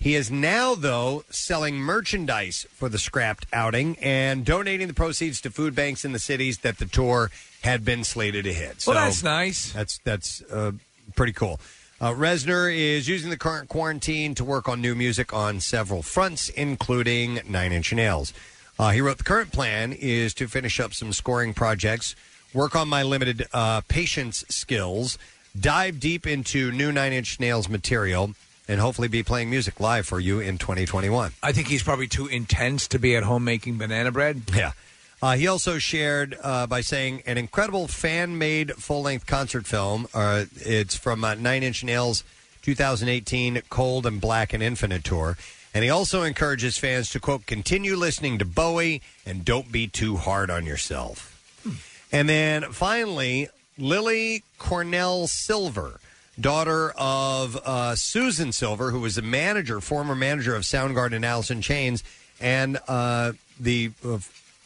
[SPEAKER 1] He is now, though, selling merchandise for the scrapped outing and donating the proceeds to food banks in the cities that the tour had been slated to hit.
[SPEAKER 6] Well, that's nice.
[SPEAKER 1] That's that's uh, pretty cool. Uh, Reznor is using the current quarantine to work on new music on several fronts, including Nine Inch Nails. Uh, he wrote the current plan is to finish up some scoring projects, work on my limited uh, patience skills, dive deep into new Nine Inch Nails material, and hopefully be playing music live for you in 2021.
[SPEAKER 6] I think he's probably too intense to be at home making banana bread.
[SPEAKER 1] Yeah. Uh, he also shared uh, by saying an incredible fan made full length concert film. Uh, it's from uh, Nine Inch Nails 2018 Cold and Black and Infinite Tour. And he also encourages fans to, quote, continue listening to Bowie and don't be too hard on yourself. And then finally, Lily Cornell Silver, daughter of uh, Susan Silver, who was the manager, former manager of Soundgarden, Alice in Chains, and uh, the uh,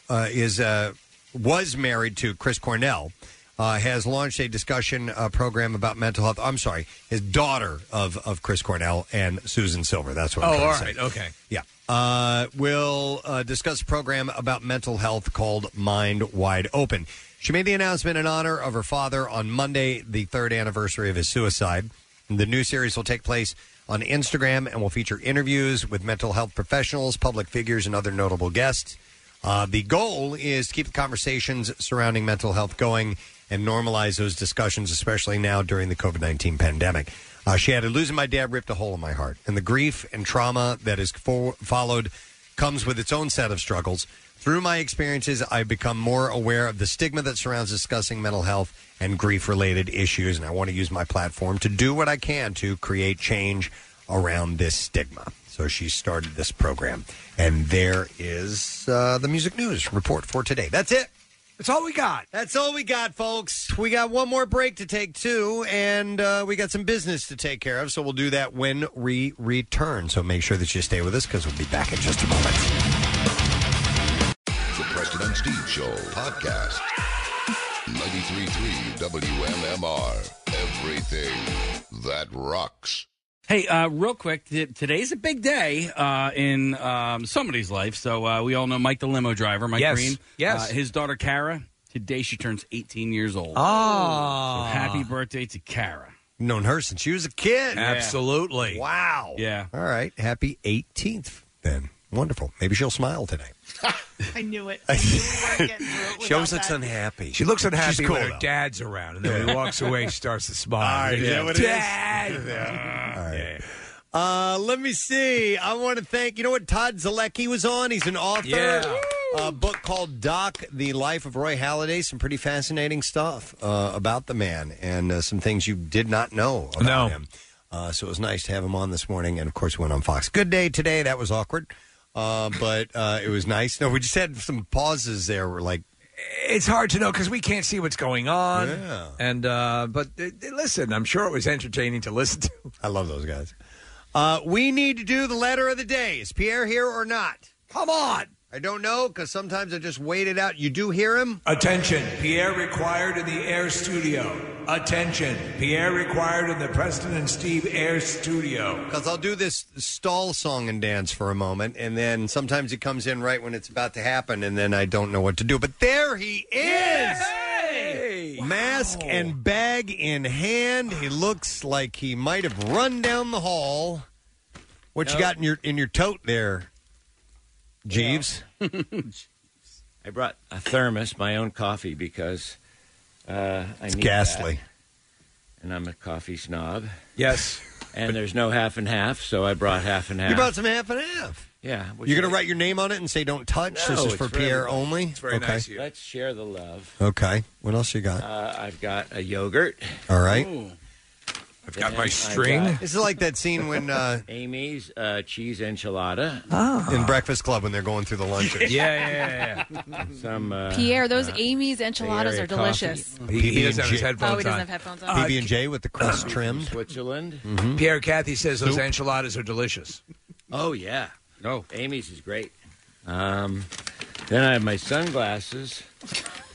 [SPEAKER 1] uh, is uh, was married to Chris Cornell. uh, has launched a discussion uh, program about mental health. I'm sorry, his daughter of, of Chris Cornell and Susan Silver. That's what. I'm
[SPEAKER 6] Oh,
[SPEAKER 1] trying
[SPEAKER 6] all
[SPEAKER 1] to say.
[SPEAKER 6] right, okay.
[SPEAKER 1] Yeah. Uh, we'll uh, discuss a program about mental health called Mind Wide Open. She made the announcement in honor of her father on Monday, the third anniversary of his suicide. The new series will take place on Instagram and will feature interviews with mental health professionals, public figures, and other notable guests. Uh, the goal is to keep the conversations surrounding mental health going and normalize those discussions, especially now during the COVID 19 pandemic. Uh, she added, Losing my dad ripped a hole in my heart, and the grief and trauma that is fo- followed comes with its own set of struggles. Through my experiences, I've become more aware of the stigma that surrounds discussing mental health and grief related issues, and I want to use my platform to do what I can to create change around this stigma. So she started this program. And there is uh, the music news report for today. That's it.
[SPEAKER 17] That's all we got.
[SPEAKER 1] That's all we got, folks. We got one more break to take, too, and uh, we got some business to take care of. So we'll do that when we return. So make sure that you stay with us because we'll be back in just a moment.
[SPEAKER 14] The Preston and Steve Show podcast. 93.3 WMMR. Everything that rocks.
[SPEAKER 5] Hey, uh, real quick, t- today's a big day uh, in um, somebody's life. So uh, we all know Mike the limo driver, Mike
[SPEAKER 6] Yes.
[SPEAKER 5] Green.
[SPEAKER 6] Yes.
[SPEAKER 5] Uh, his daughter, Kara, today she turns 18 years old.
[SPEAKER 6] Ah.
[SPEAKER 5] So happy birthday to Kara.
[SPEAKER 1] Known her since she was a kid.
[SPEAKER 5] Yeah. Absolutely.
[SPEAKER 1] Wow.
[SPEAKER 5] Yeah.
[SPEAKER 1] All right. Happy 18th, then. Wonderful. Maybe she'll smile today.
[SPEAKER 4] I knew it.
[SPEAKER 1] she always looks unhappy.
[SPEAKER 6] She looks unhappy
[SPEAKER 1] She's cool,
[SPEAKER 6] when her
[SPEAKER 1] though.
[SPEAKER 6] dad's around, and then when he walks away, she starts to smile.
[SPEAKER 1] All right, is that what it is?
[SPEAKER 6] Dad!
[SPEAKER 1] All right. Uh, let me see. I want to thank, you know what Todd Zalecki was on? He's an author.
[SPEAKER 6] Yeah.
[SPEAKER 1] A book called Doc, The Life of Roy Halladay. Some pretty fascinating stuff uh, about the man and uh, some things you did not know about him. Uh, so it was nice to have him on this morning. And of course, we went on Fox Good Day today. That was awkward, uh, but uh, it was nice. No, we just had some pauses there. We're like,
[SPEAKER 6] It's hard to know because we can't see what's going on.
[SPEAKER 1] Yeah.
[SPEAKER 6] And uh, but uh, listen, I'm sure it was entertaining to listen to.
[SPEAKER 1] I love those guys. Uh, we need to do the letter of the day. Is Pierre here or not?
[SPEAKER 6] Come on.
[SPEAKER 1] I don't know because sometimes I just wait it out. You do hear him?
[SPEAKER 6] Attention, Pierre required in the Air Studio. Attention, Pierre required in the Preston and Steve Air Studio.
[SPEAKER 1] Because I'll do this stall song and dance for a moment, and then sometimes he comes in right when it's about to happen, and then I don't know what to do. But there he is! Mask and bag in hand. He looks like he might have run down the hall. What you
[SPEAKER 3] Nope.
[SPEAKER 1] got in your in your tote there, Jeeves?
[SPEAKER 3] I brought a thermos, my own coffee, because uh, I
[SPEAKER 1] It's
[SPEAKER 3] need
[SPEAKER 1] ghastly.
[SPEAKER 3] that. And I'm a coffee snob.
[SPEAKER 6] Yes.
[SPEAKER 3] And there's no half and half, so I brought half and half.
[SPEAKER 1] You brought some half and half.
[SPEAKER 3] yeah. which
[SPEAKER 1] You're
[SPEAKER 3] I-
[SPEAKER 1] gonna write your name on it and say "Don't touch." this
[SPEAKER 3] No,
[SPEAKER 1] is
[SPEAKER 3] it's
[SPEAKER 1] for Pierre
[SPEAKER 3] everybody.
[SPEAKER 1] only. okay.
[SPEAKER 3] Let's share the love.
[SPEAKER 1] Okay. What else you got?
[SPEAKER 3] Uh, I've got a yogurt.
[SPEAKER 1] All right.
[SPEAKER 3] I've
[SPEAKER 1] got my string. This is like that scene when uh, Oh.
[SPEAKER 3] Amy's uh, cheese enchilada.
[SPEAKER 1] In Breakfast Club when they're going through the lunches.
[SPEAKER 3] yeah, yeah, yeah. Some uh,
[SPEAKER 4] Pierre, those
[SPEAKER 3] uh,
[SPEAKER 4] Amy's enchiladas
[SPEAKER 3] Area
[SPEAKER 4] are delicious.
[SPEAKER 1] He- he doesn't have his headphones
[SPEAKER 4] Oh, he doesn't
[SPEAKER 1] on.
[SPEAKER 4] have headphones on.
[SPEAKER 1] PB and J with the Mm-hmm. crust trimmed.
[SPEAKER 3] Switzerland.
[SPEAKER 6] Pierre Cathy says those
[SPEAKER 3] Soup.
[SPEAKER 6] enchiladas are delicious.
[SPEAKER 3] Oh yeah. Oh, Amy's is great. Um, then I have my sunglasses,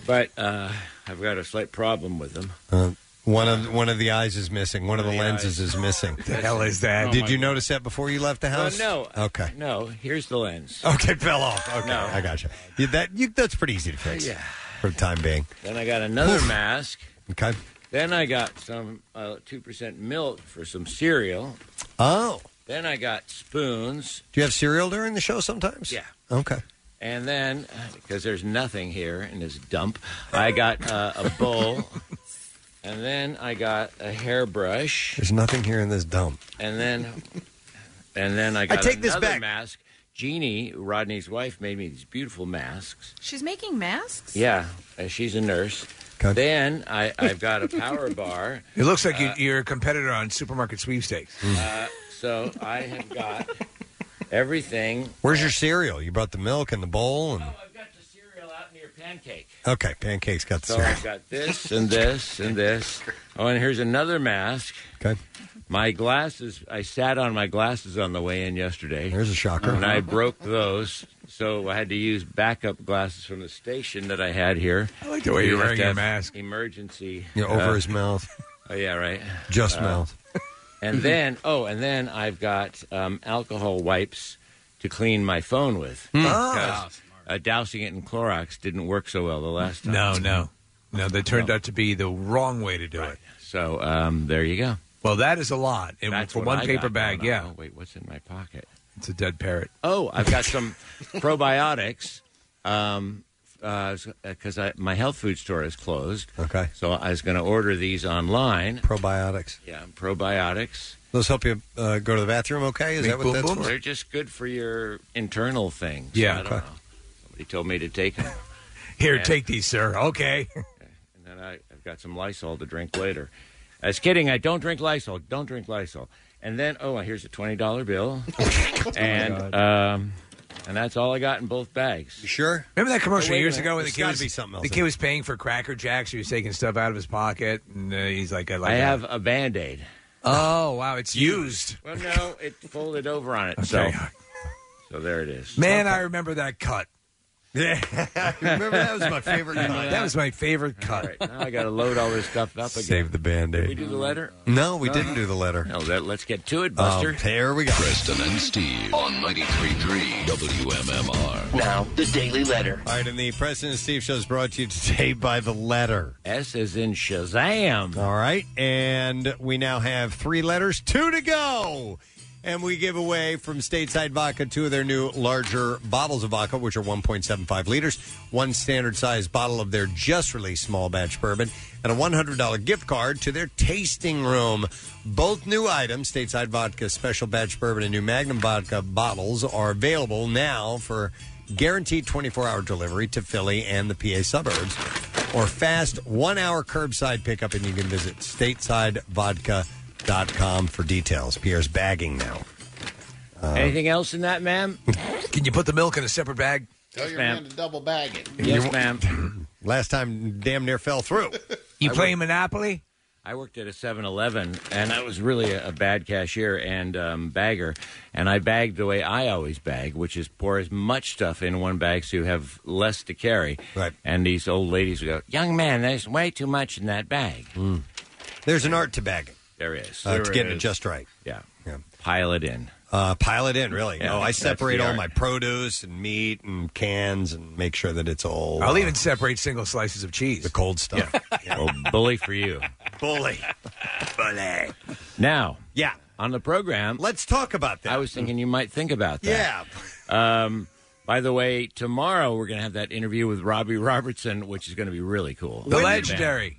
[SPEAKER 3] but uh, I've got a slight problem with them.
[SPEAKER 1] Uh, one of one of the eyes is missing. One of the
[SPEAKER 3] One of the
[SPEAKER 1] lenses
[SPEAKER 3] eyes.
[SPEAKER 1] is missing.
[SPEAKER 3] The hell is that? Oh,
[SPEAKER 1] Did
[SPEAKER 3] my
[SPEAKER 1] you
[SPEAKER 3] God.
[SPEAKER 1] notice that before you left the
[SPEAKER 3] Uh,
[SPEAKER 1] house?
[SPEAKER 3] no.
[SPEAKER 1] Okay.
[SPEAKER 3] No. Here's the lens.
[SPEAKER 1] Okay, it fell off. Okay,
[SPEAKER 3] No.
[SPEAKER 1] I gotcha. You, that you, that's pretty easy to fix.
[SPEAKER 3] Yeah.
[SPEAKER 1] For the time being.
[SPEAKER 3] Then I got another
[SPEAKER 1] Oof.
[SPEAKER 3] mask.
[SPEAKER 1] Okay.
[SPEAKER 3] Then I got some uh, two percent milk for some cereal.
[SPEAKER 1] Oh,
[SPEAKER 3] Then I got spoons,
[SPEAKER 1] do you have cereal during the show sometimes?
[SPEAKER 3] Yeah.
[SPEAKER 1] Okay.
[SPEAKER 3] and then because there's nothing here in this dump, I got uh, a bowl, and then I got a hairbrush.
[SPEAKER 1] There's nothing here in this dump.
[SPEAKER 3] And then, and then I
[SPEAKER 1] I
[SPEAKER 3] got
[SPEAKER 1] take this
[SPEAKER 3] another
[SPEAKER 1] back.
[SPEAKER 3] mask. Jeannie, Rodney's wife, made me these beautiful masks.
[SPEAKER 4] She's making masks?
[SPEAKER 3] Yeah, and she's a nurse. Then I, I've got a power bar.
[SPEAKER 6] It looks like you,
[SPEAKER 3] Uh,
[SPEAKER 6] you're a competitor on supermarket sweepstakes.
[SPEAKER 1] Mm.
[SPEAKER 3] uh, so I have got everything.
[SPEAKER 1] Where's your cereal? You brought the milk and the bowl and
[SPEAKER 3] Your pancake.
[SPEAKER 1] okay, pancakes got the
[SPEAKER 3] So
[SPEAKER 1] cereal.
[SPEAKER 3] I've got this. This and this and this. Oh, and here's another mask.
[SPEAKER 1] Okay.
[SPEAKER 3] My glasses, I sat on my glasses on the way in yesterday.
[SPEAKER 1] There's a shocker.
[SPEAKER 3] And I broke those, so I had to use backup glasses from the station that I had here.
[SPEAKER 1] I like the way you're
[SPEAKER 3] You have
[SPEAKER 1] wearing
[SPEAKER 3] to
[SPEAKER 1] your
[SPEAKER 3] have
[SPEAKER 1] mask.
[SPEAKER 3] Emergency.
[SPEAKER 1] You know, over
[SPEAKER 3] uh,
[SPEAKER 1] his mouth.
[SPEAKER 3] Oh, yeah, right. Uh,
[SPEAKER 1] Just mouth.
[SPEAKER 6] Mm-hmm.
[SPEAKER 3] And then, oh, and then I've got um, alcohol wipes to clean my phone with.
[SPEAKER 6] Hmm.
[SPEAKER 3] Because,
[SPEAKER 6] Ah.
[SPEAKER 3] uh, dousing it in Clorox didn't work so well the last time.
[SPEAKER 6] No, no. No, that turned out to be the wrong way to do it.
[SPEAKER 3] So um, there you go.
[SPEAKER 6] Well, that is a lot. And
[SPEAKER 3] That's
[SPEAKER 6] for
[SPEAKER 3] what
[SPEAKER 6] one
[SPEAKER 3] I
[SPEAKER 6] paper
[SPEAKER 3] got.
[SPEAKER 6] bag,
[SPEAKER 3] No, no,
[SPEAKER 6] yeah.
[SPEAKER 3] no. wait, what's in my pocket?
[SPEAKER 6] It's a dead parrot.
[SPEAKER 3] Oh, I've got some probiotics. Um, because I my health food store is closed.
[SPEAKER 1] Okay.
[SPEAKER 3] So I was going to order these online.
[SPEAKER 1] Probiotics.
[SPEAKER 3] Yeah, probiotics.
[SPEAKER 1] Those help you uh, go to the bathroom okay? Is that what that's for?
[SPEAKER 3] They're just good for your internal things.
[SPEAKER 1] Yeah,
[SPEAKER 3] I don't
[SPEAKER 1] okay.
[SPEAKER 3] know. Somebody told me to take them.
[SPEAKER 6] Here,
[SPEAKER 3] And-
[SPEAKER 6] take these, sir. Okay.
[SPEAKER 3] And then I, I've got some Lysol to drink later. I was kidding. I don't drink Lysol. Don't drink Lysol. And then, oh, here's a twenty dollar bill,
[SPEAKER 6] Oh,
[SPEAKER 3] and um, and that's all I got in both bags. You
[SPEAKER 1] sure?
[SPEAKER 6] Remember that commercial
[SPEAKER 3] Oh, wait a
[SPEAKER 6] years
[SPEAKER 3] minute.
[SPEAKER 6] ago when the
[SPEAKER 3] There's
[SPEAKER 6] kid
[SPEAKER 3] gotta
[SPEAKER 6] was
[SPEAKER 3] be something else
[SPEAKER 6] the
[SPEAKER 3] in
[SPEAKER 6] kid was paying for Cracker Jacks. He was taking stuff out of his pocket, and uh, he's like, "I, like
[SPEAKER 3] I
[SPEAKER 6] that.
[SPEAKER 3] have a band aid.
[SPEAKER 6] Oh wow, it's used.
[SPEAKER 3] Well, no, it folded over on it.
[SPEAKER 6] Okay.
[SPEAKER 3] So, so there it is.
[SPEAKER 6] Man, I remember that cut.
[SPEAKER 1] Yeah, I remember that was my favorite
[SPEAKER 3] Remember
[SPEAKER 6] cut.
[SPEAKER 3] that?
[SPEAKER 6] That was my favorite cut.
[SPEAKER 3] now I got to load all this stuff up again.
[SPEAKER 1] Save the band
[SPEAKER 3] Did
[SPEAKER 1] aid.
[SPEAKER 3] we do the letter?
[SPEAKER 1] No, we didn't do the letter.
[SPEAKER 3] No, that, let's get to it,
[SPEAKER 1] Um,
[SPEAKER 3] Buster.
[SPEAKER 1] here we go.
[SPEAKER 14] Preston and Steve on 93.3 WMMR.
[SPEAKER 1] Now,
[SPEAKER 14] the Daily Letter.
[SPEAKER 1] All right, and the President Steve Show is brought to you today by the letter
[SPEAKER 3] S is in Shazam.
[SPEAKER 1] All right, and we now have three letters, two to go. And we give away from Stateside Vodka two of their new larger bottles of vodka, which are 1.75 liters, one standard size bottle of their just released small batch bourbon, and a $100 gift card to their tasting room. Both new items, Stateside Vodka Special Batch Bourbon and new Magnum Vodka bottles, are available now for guaranteed 24 hour delivery to Philly and the PA suburbs, or fast one hour curbside pickup. And you can visit statesidevodka.com for details. Pierre's bagging now. Uh,
[SPEAKER 3] Anything else in that, ma'am?
[SPEAKER 6] Can you put the milk in a separate bag?
[SPEAKER 3] Tell
[SPEAKER 1] your ma'am. man
[SPEAKER 3] to
[SPEAKER 16] double bag it.
[SPEAKER 3] Yes,
[SPEAKER 1] You-
[SPEAKER 3] ma'am.
[SPEAKER 1] Last time, damn near fell through.
[SPEAKER 6] You play Monopoly?
[SPEAKER 3] I worked at a 7 Eleven, and I was really a, a bad cashier and um, bagger. And I bagged the way I always bag, which is pour as much stuff in one bag so you have less to carry. Right. And these old ladies would go, Young man, there's way too much in that bag.
[SPEAKER 1] There's an art to bagging.
[SPEAKER 3] There is.
[SPEAKER 1] Hmm. Uh,
[SPEAKER 3] There
[SPEAKER 1] it's getting it
[SPEAKER 3] is.
[SPEAKER 1] just right.
[SPEAKER 3] Yeah.
[SPEAKER 1] Yeah.
[SPEAKER 3] Pile it in.
[SPEAKER 1] Uh, pile it in, really.
[SPEAKER 3] Yeah,
[SPEAKER 1] no, I
[SPEAKER 3] that's
[SPEAKER 1] separate
[SPEAKER 3] the
[SPEAKER 1] all
[SPEAKER 3] art.
[SPEAKER 1] my produce and meat and cans and make sure that it's all.
[SPEAKER 6] I'll
[SPEAKER 1] uh,
[SPEAKER 6] even separate single slices of cheese. The
[SPEAKER 1] cold stuff.
[SPEAKER 3] Well, bully for you.
[SPEAKER 1] Bully. Bully.
[SPEAKER 3] Now,
[SPEAKER 1] yeah,
[SPEAKER 3] on the program,
[SPEAKER 1] let's talk about that.
[SPEAKER 3] I was thinking you might think about that. Yeah. Um, by the way, tomorrow we're going to have that interview with Robbie Robertson, which is going to be really cool.
[SPEAKER 1] When-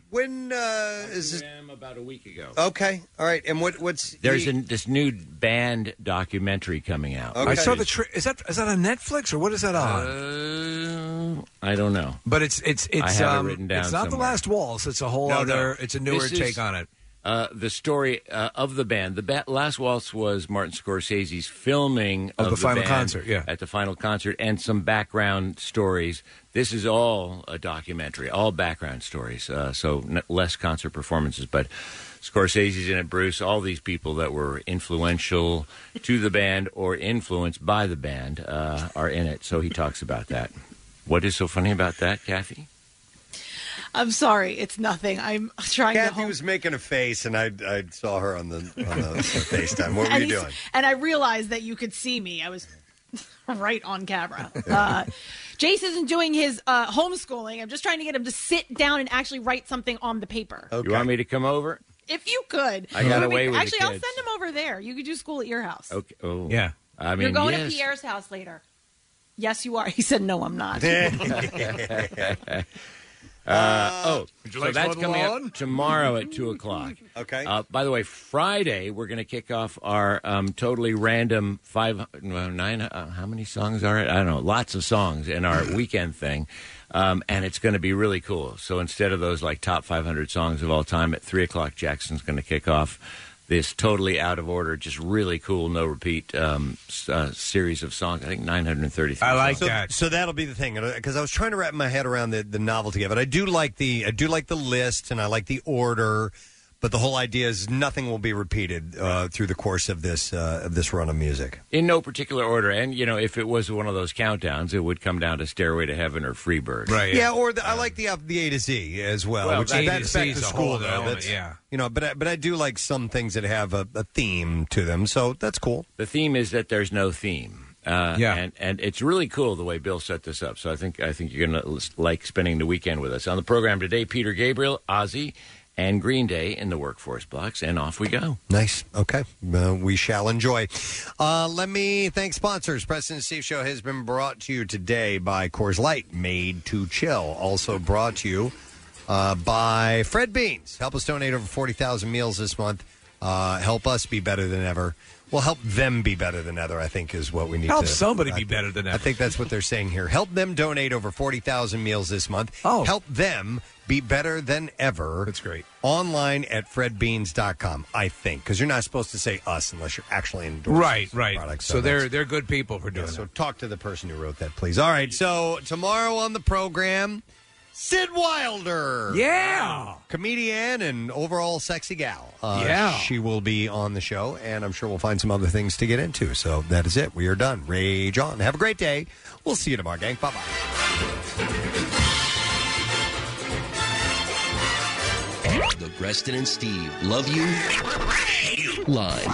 [SPEAKER 1] When uh, is Oh, this?
[SPEAKER 3] About a week ago.
[SPEAKER 1] Okay. All right. And what? What's
[SPEAKER 3] There's
[SPEAKER 1] he-
[SPEAKER 3] an, this new band documentary coming out.
[SPEAKER 6] I saw the. Tra- is that is that on Netflix or what is that
[SPEAKER 3] Uh, on? Uh, I don't know,
[SPEAKER 6] but it's it's
[SPEAKER 3] I
[SPEAKER 6] it's
[SPEAKER 3] have it
[SPEAKER 6] um,
[SPEAKER 3] written down
[SPEAKER 6] It's not the
[SPEAKER 3] somewhere.
[SPEAKER 6] last waltz. It's a whole
[SPEAKER 3] No, no.
[SPEAKER 6] other. It's a newer
[SPEAKER 3] This is-
[SPEAKER 6] take on it.
[SPEAKER 3] Uh, the story uh, of the band. The ba- last waltz was Martin Scorsese's filming
[SPEAKER 6] Of
[SPEAKER 3] of,
[SPEAKER 6] the final
[SPEAKER 3] band
[SPEAKER 6] concert, yeah.
[SPEAKER 3] at the final concert, and some background stories. This is all a documentary, all background stories. Uh, so n- less concert performances, but Scorsese's in it, Bruce, all these people that were influential to the band or influenced by the band uh, are in it. So he talks about that. What is so funny about that, Kathy?
[SPEAKER 4] I'm sorry, it's nothing. I'm trying to.
[SPEAKER 1] Kathy was making a face, and I I saw her on the on the FaceTime. What were
[SPEAKER 4] and
[SPEAKER 1] you
[SPEAKER 4] he's-
[SPEAKER 1] doing?
[SPEAKER 4] And I realized that you could see me. I was right on camera. Uh, Jace isn't doing his uh, homeschooling. I'm just trying to get him to sit down and actually write something on the paper.
[SPEAKER 3] You want me to come over?
[SPEAKER 4] If you could,
[SPEAKER 3] Oh. I got
[SPEAKER 4] It would be-
[SPEAKER 3] away with the
[SPEAKER 4] Actually, I'll
[SPEAKER 3] kids.
[SPEAKER 4] send him over there. You could do school at your house.
[SPEAKER 3] Okay. Oh, yeah. I mean,
[SPEAKER 4] You're going
[SPEAKER 3] yes.
[SPEAKER 4] to Pierre's house later. Yes, you are. He said, "No, I'm not."
[SPEAKER 3] Uh, oh,
[SPEAKER 6] would you
[SPEAKER 3] so
[SPEAKER 6] like some
[SPEAKER 3] that's
[SPEAKER 6] on the
[SPEAKER 3] coming
[SPEAKER 6] lawn?
[SPEAKER 3] up tomorrow at 2 o'clock.
[SPEAKER 1] Okay.
[SPEAKER 3] Uh, by the way, Friday, we're going to kick off our um, totally random five, no, nine, uh, how many songs are it? I don't know, lots of songs in our weekend thing. Um, and it's going to be really cool. So instead of those like top 500 songs of all time, at 3 o'clock, Jackson's going to kick off this totally out of order, just really cool, no repeat um, s- uh, series of songs. I think 933. songs.
[SPEAKER 1] so, So that'll be the thing because I was trying to wrap my head around the, the novelty of it. I do like the I do like the list and I like the order, But the whole idea is nothing will be repeated uh, through the course of this uh, of this run of music.
[SPEAKER 3] In no particular order. And, you know, if it was one of those countdowns, it would come down to Stairway to Heaven or Freebird.
[SPEAKER 1] Yeah, or the, I like the the A to Z as well.
[SPEAKER 3] Well,
[SPEAKER 1] which
[SPEAKER 3] that-
[SPEAKER 1] that's
[SPEAKER 3] A to
[SPEAKER 1] back
[SPEAKER 3] Z
[SPEAKER 1] to
[SPEAKER 3] is a
[SPEAKER 1] school
[SPEAKER 3] whole
[SPEAKER 1] though.
[SPEAKER 3] element,
[SPEAKER 1] that's,
[SPEAKER 3] yeah.
[SPEAKER 1] You know, but I, but I do like some things that have a, a theme to them, so that's cool.
[SPEAKER 3] The theme is that there's no theme. Uh,
[SPEAKER 1] Yeah.
[SPEAKER 3] and, and it's really cool the way Bill set this up. So I think I think you're going to like spending the weekend with us on the program today. Peter Gabriel, Ozzy, and Green Day in the workforce blocks, and off we go.
[SPEAKER 1] Nice. Okay. Uh, we shall enjoy. Uh, let me thank sponsors. President Steve Show has been brought to you today by Coors Light, made to chill. Also brought to you uh, by Fred Beans. Help us donate over 40,000 meals this month. Uh, help us be better than ever. Well, help them be better than ever, I think, is what we need
[SPEAKER 6] Help
[SPEAKER 1] to
[SPEAKER 6] somebody
[SPEAKER 1] I
[SPEAKER 6] be
[SPEAKER 1] think-
[SPEAKER 6] better than
[SPEAKER 1] I think that's what they're saying here. Help them donate over 40,000 meals this month. Oh. Help them be better than ever. That's great. Online at fredbeans.com, I think, because you're not supposed to say us unless you're actually endorsing
[SPEAKER 6] Right,
[SPEAKER 1] the
[SPEAKER 6] right.
[SPEAKER 1] product,
[SPEAKER 6] so
[SPEAKER 1] that's-
[SPEAKER 6] they're they're good people for doing
[SPEAKER 1] Yeah, so
[SPEAKER 6] that.
[SPEAKER 1] talk to the person who wrote that, please. All right, so tomorrow on the program, Sid Wilder.
[SPEAKER 6] Yeah.
[SPEAKER 1] Comedian and overall sexy gal. Uh,
[SPEAKER 6] Yeah.
[SPEAKER 1] She will be on the show, and I'm sure we'll find some other things to get into. So that is it. We are done. Rage on. Have a great day. We'll see you tomorrow, gang. Bye bye.
[SPEAKER 18] The Preston and Steve love you line.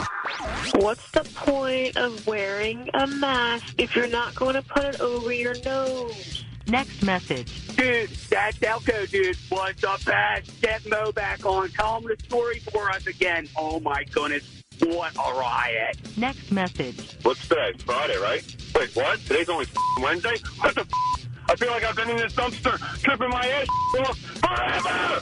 [SPEAKER 19] What's the point of wearing a mask if you're not going to put it over your nose?
[SPEAKER 23] Next message.
[SPEAKER 9] Dude, that Delco dude was the best. Get Mo back on. Tell him the story for us again. Oh my goodness, what a riot!
[SPEAKER 23] Next message.
[SPEAKER 24] What's today? Friday, right? Wait, what? Today's only f***ing Wednesday? What the f***? I feel like I've been in this dumpster, tripping my ass off forever!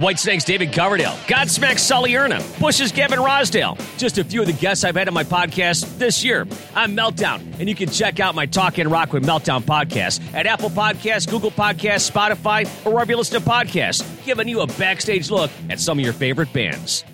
[SPEAKER 25] White Snake's David Coverdale, Godsmack's Sully Erna, Bush's Gavin Rosdale. Just a few of the guests I've had on my podcast this year. I'm Meltdown, and you can check out my Talk and Rock with Meltdown podcast at Apple Podcasts, Google Podcasts, Spotify, or wherever you listen to podcasts, giving you a backstage look at some of your favorite bands.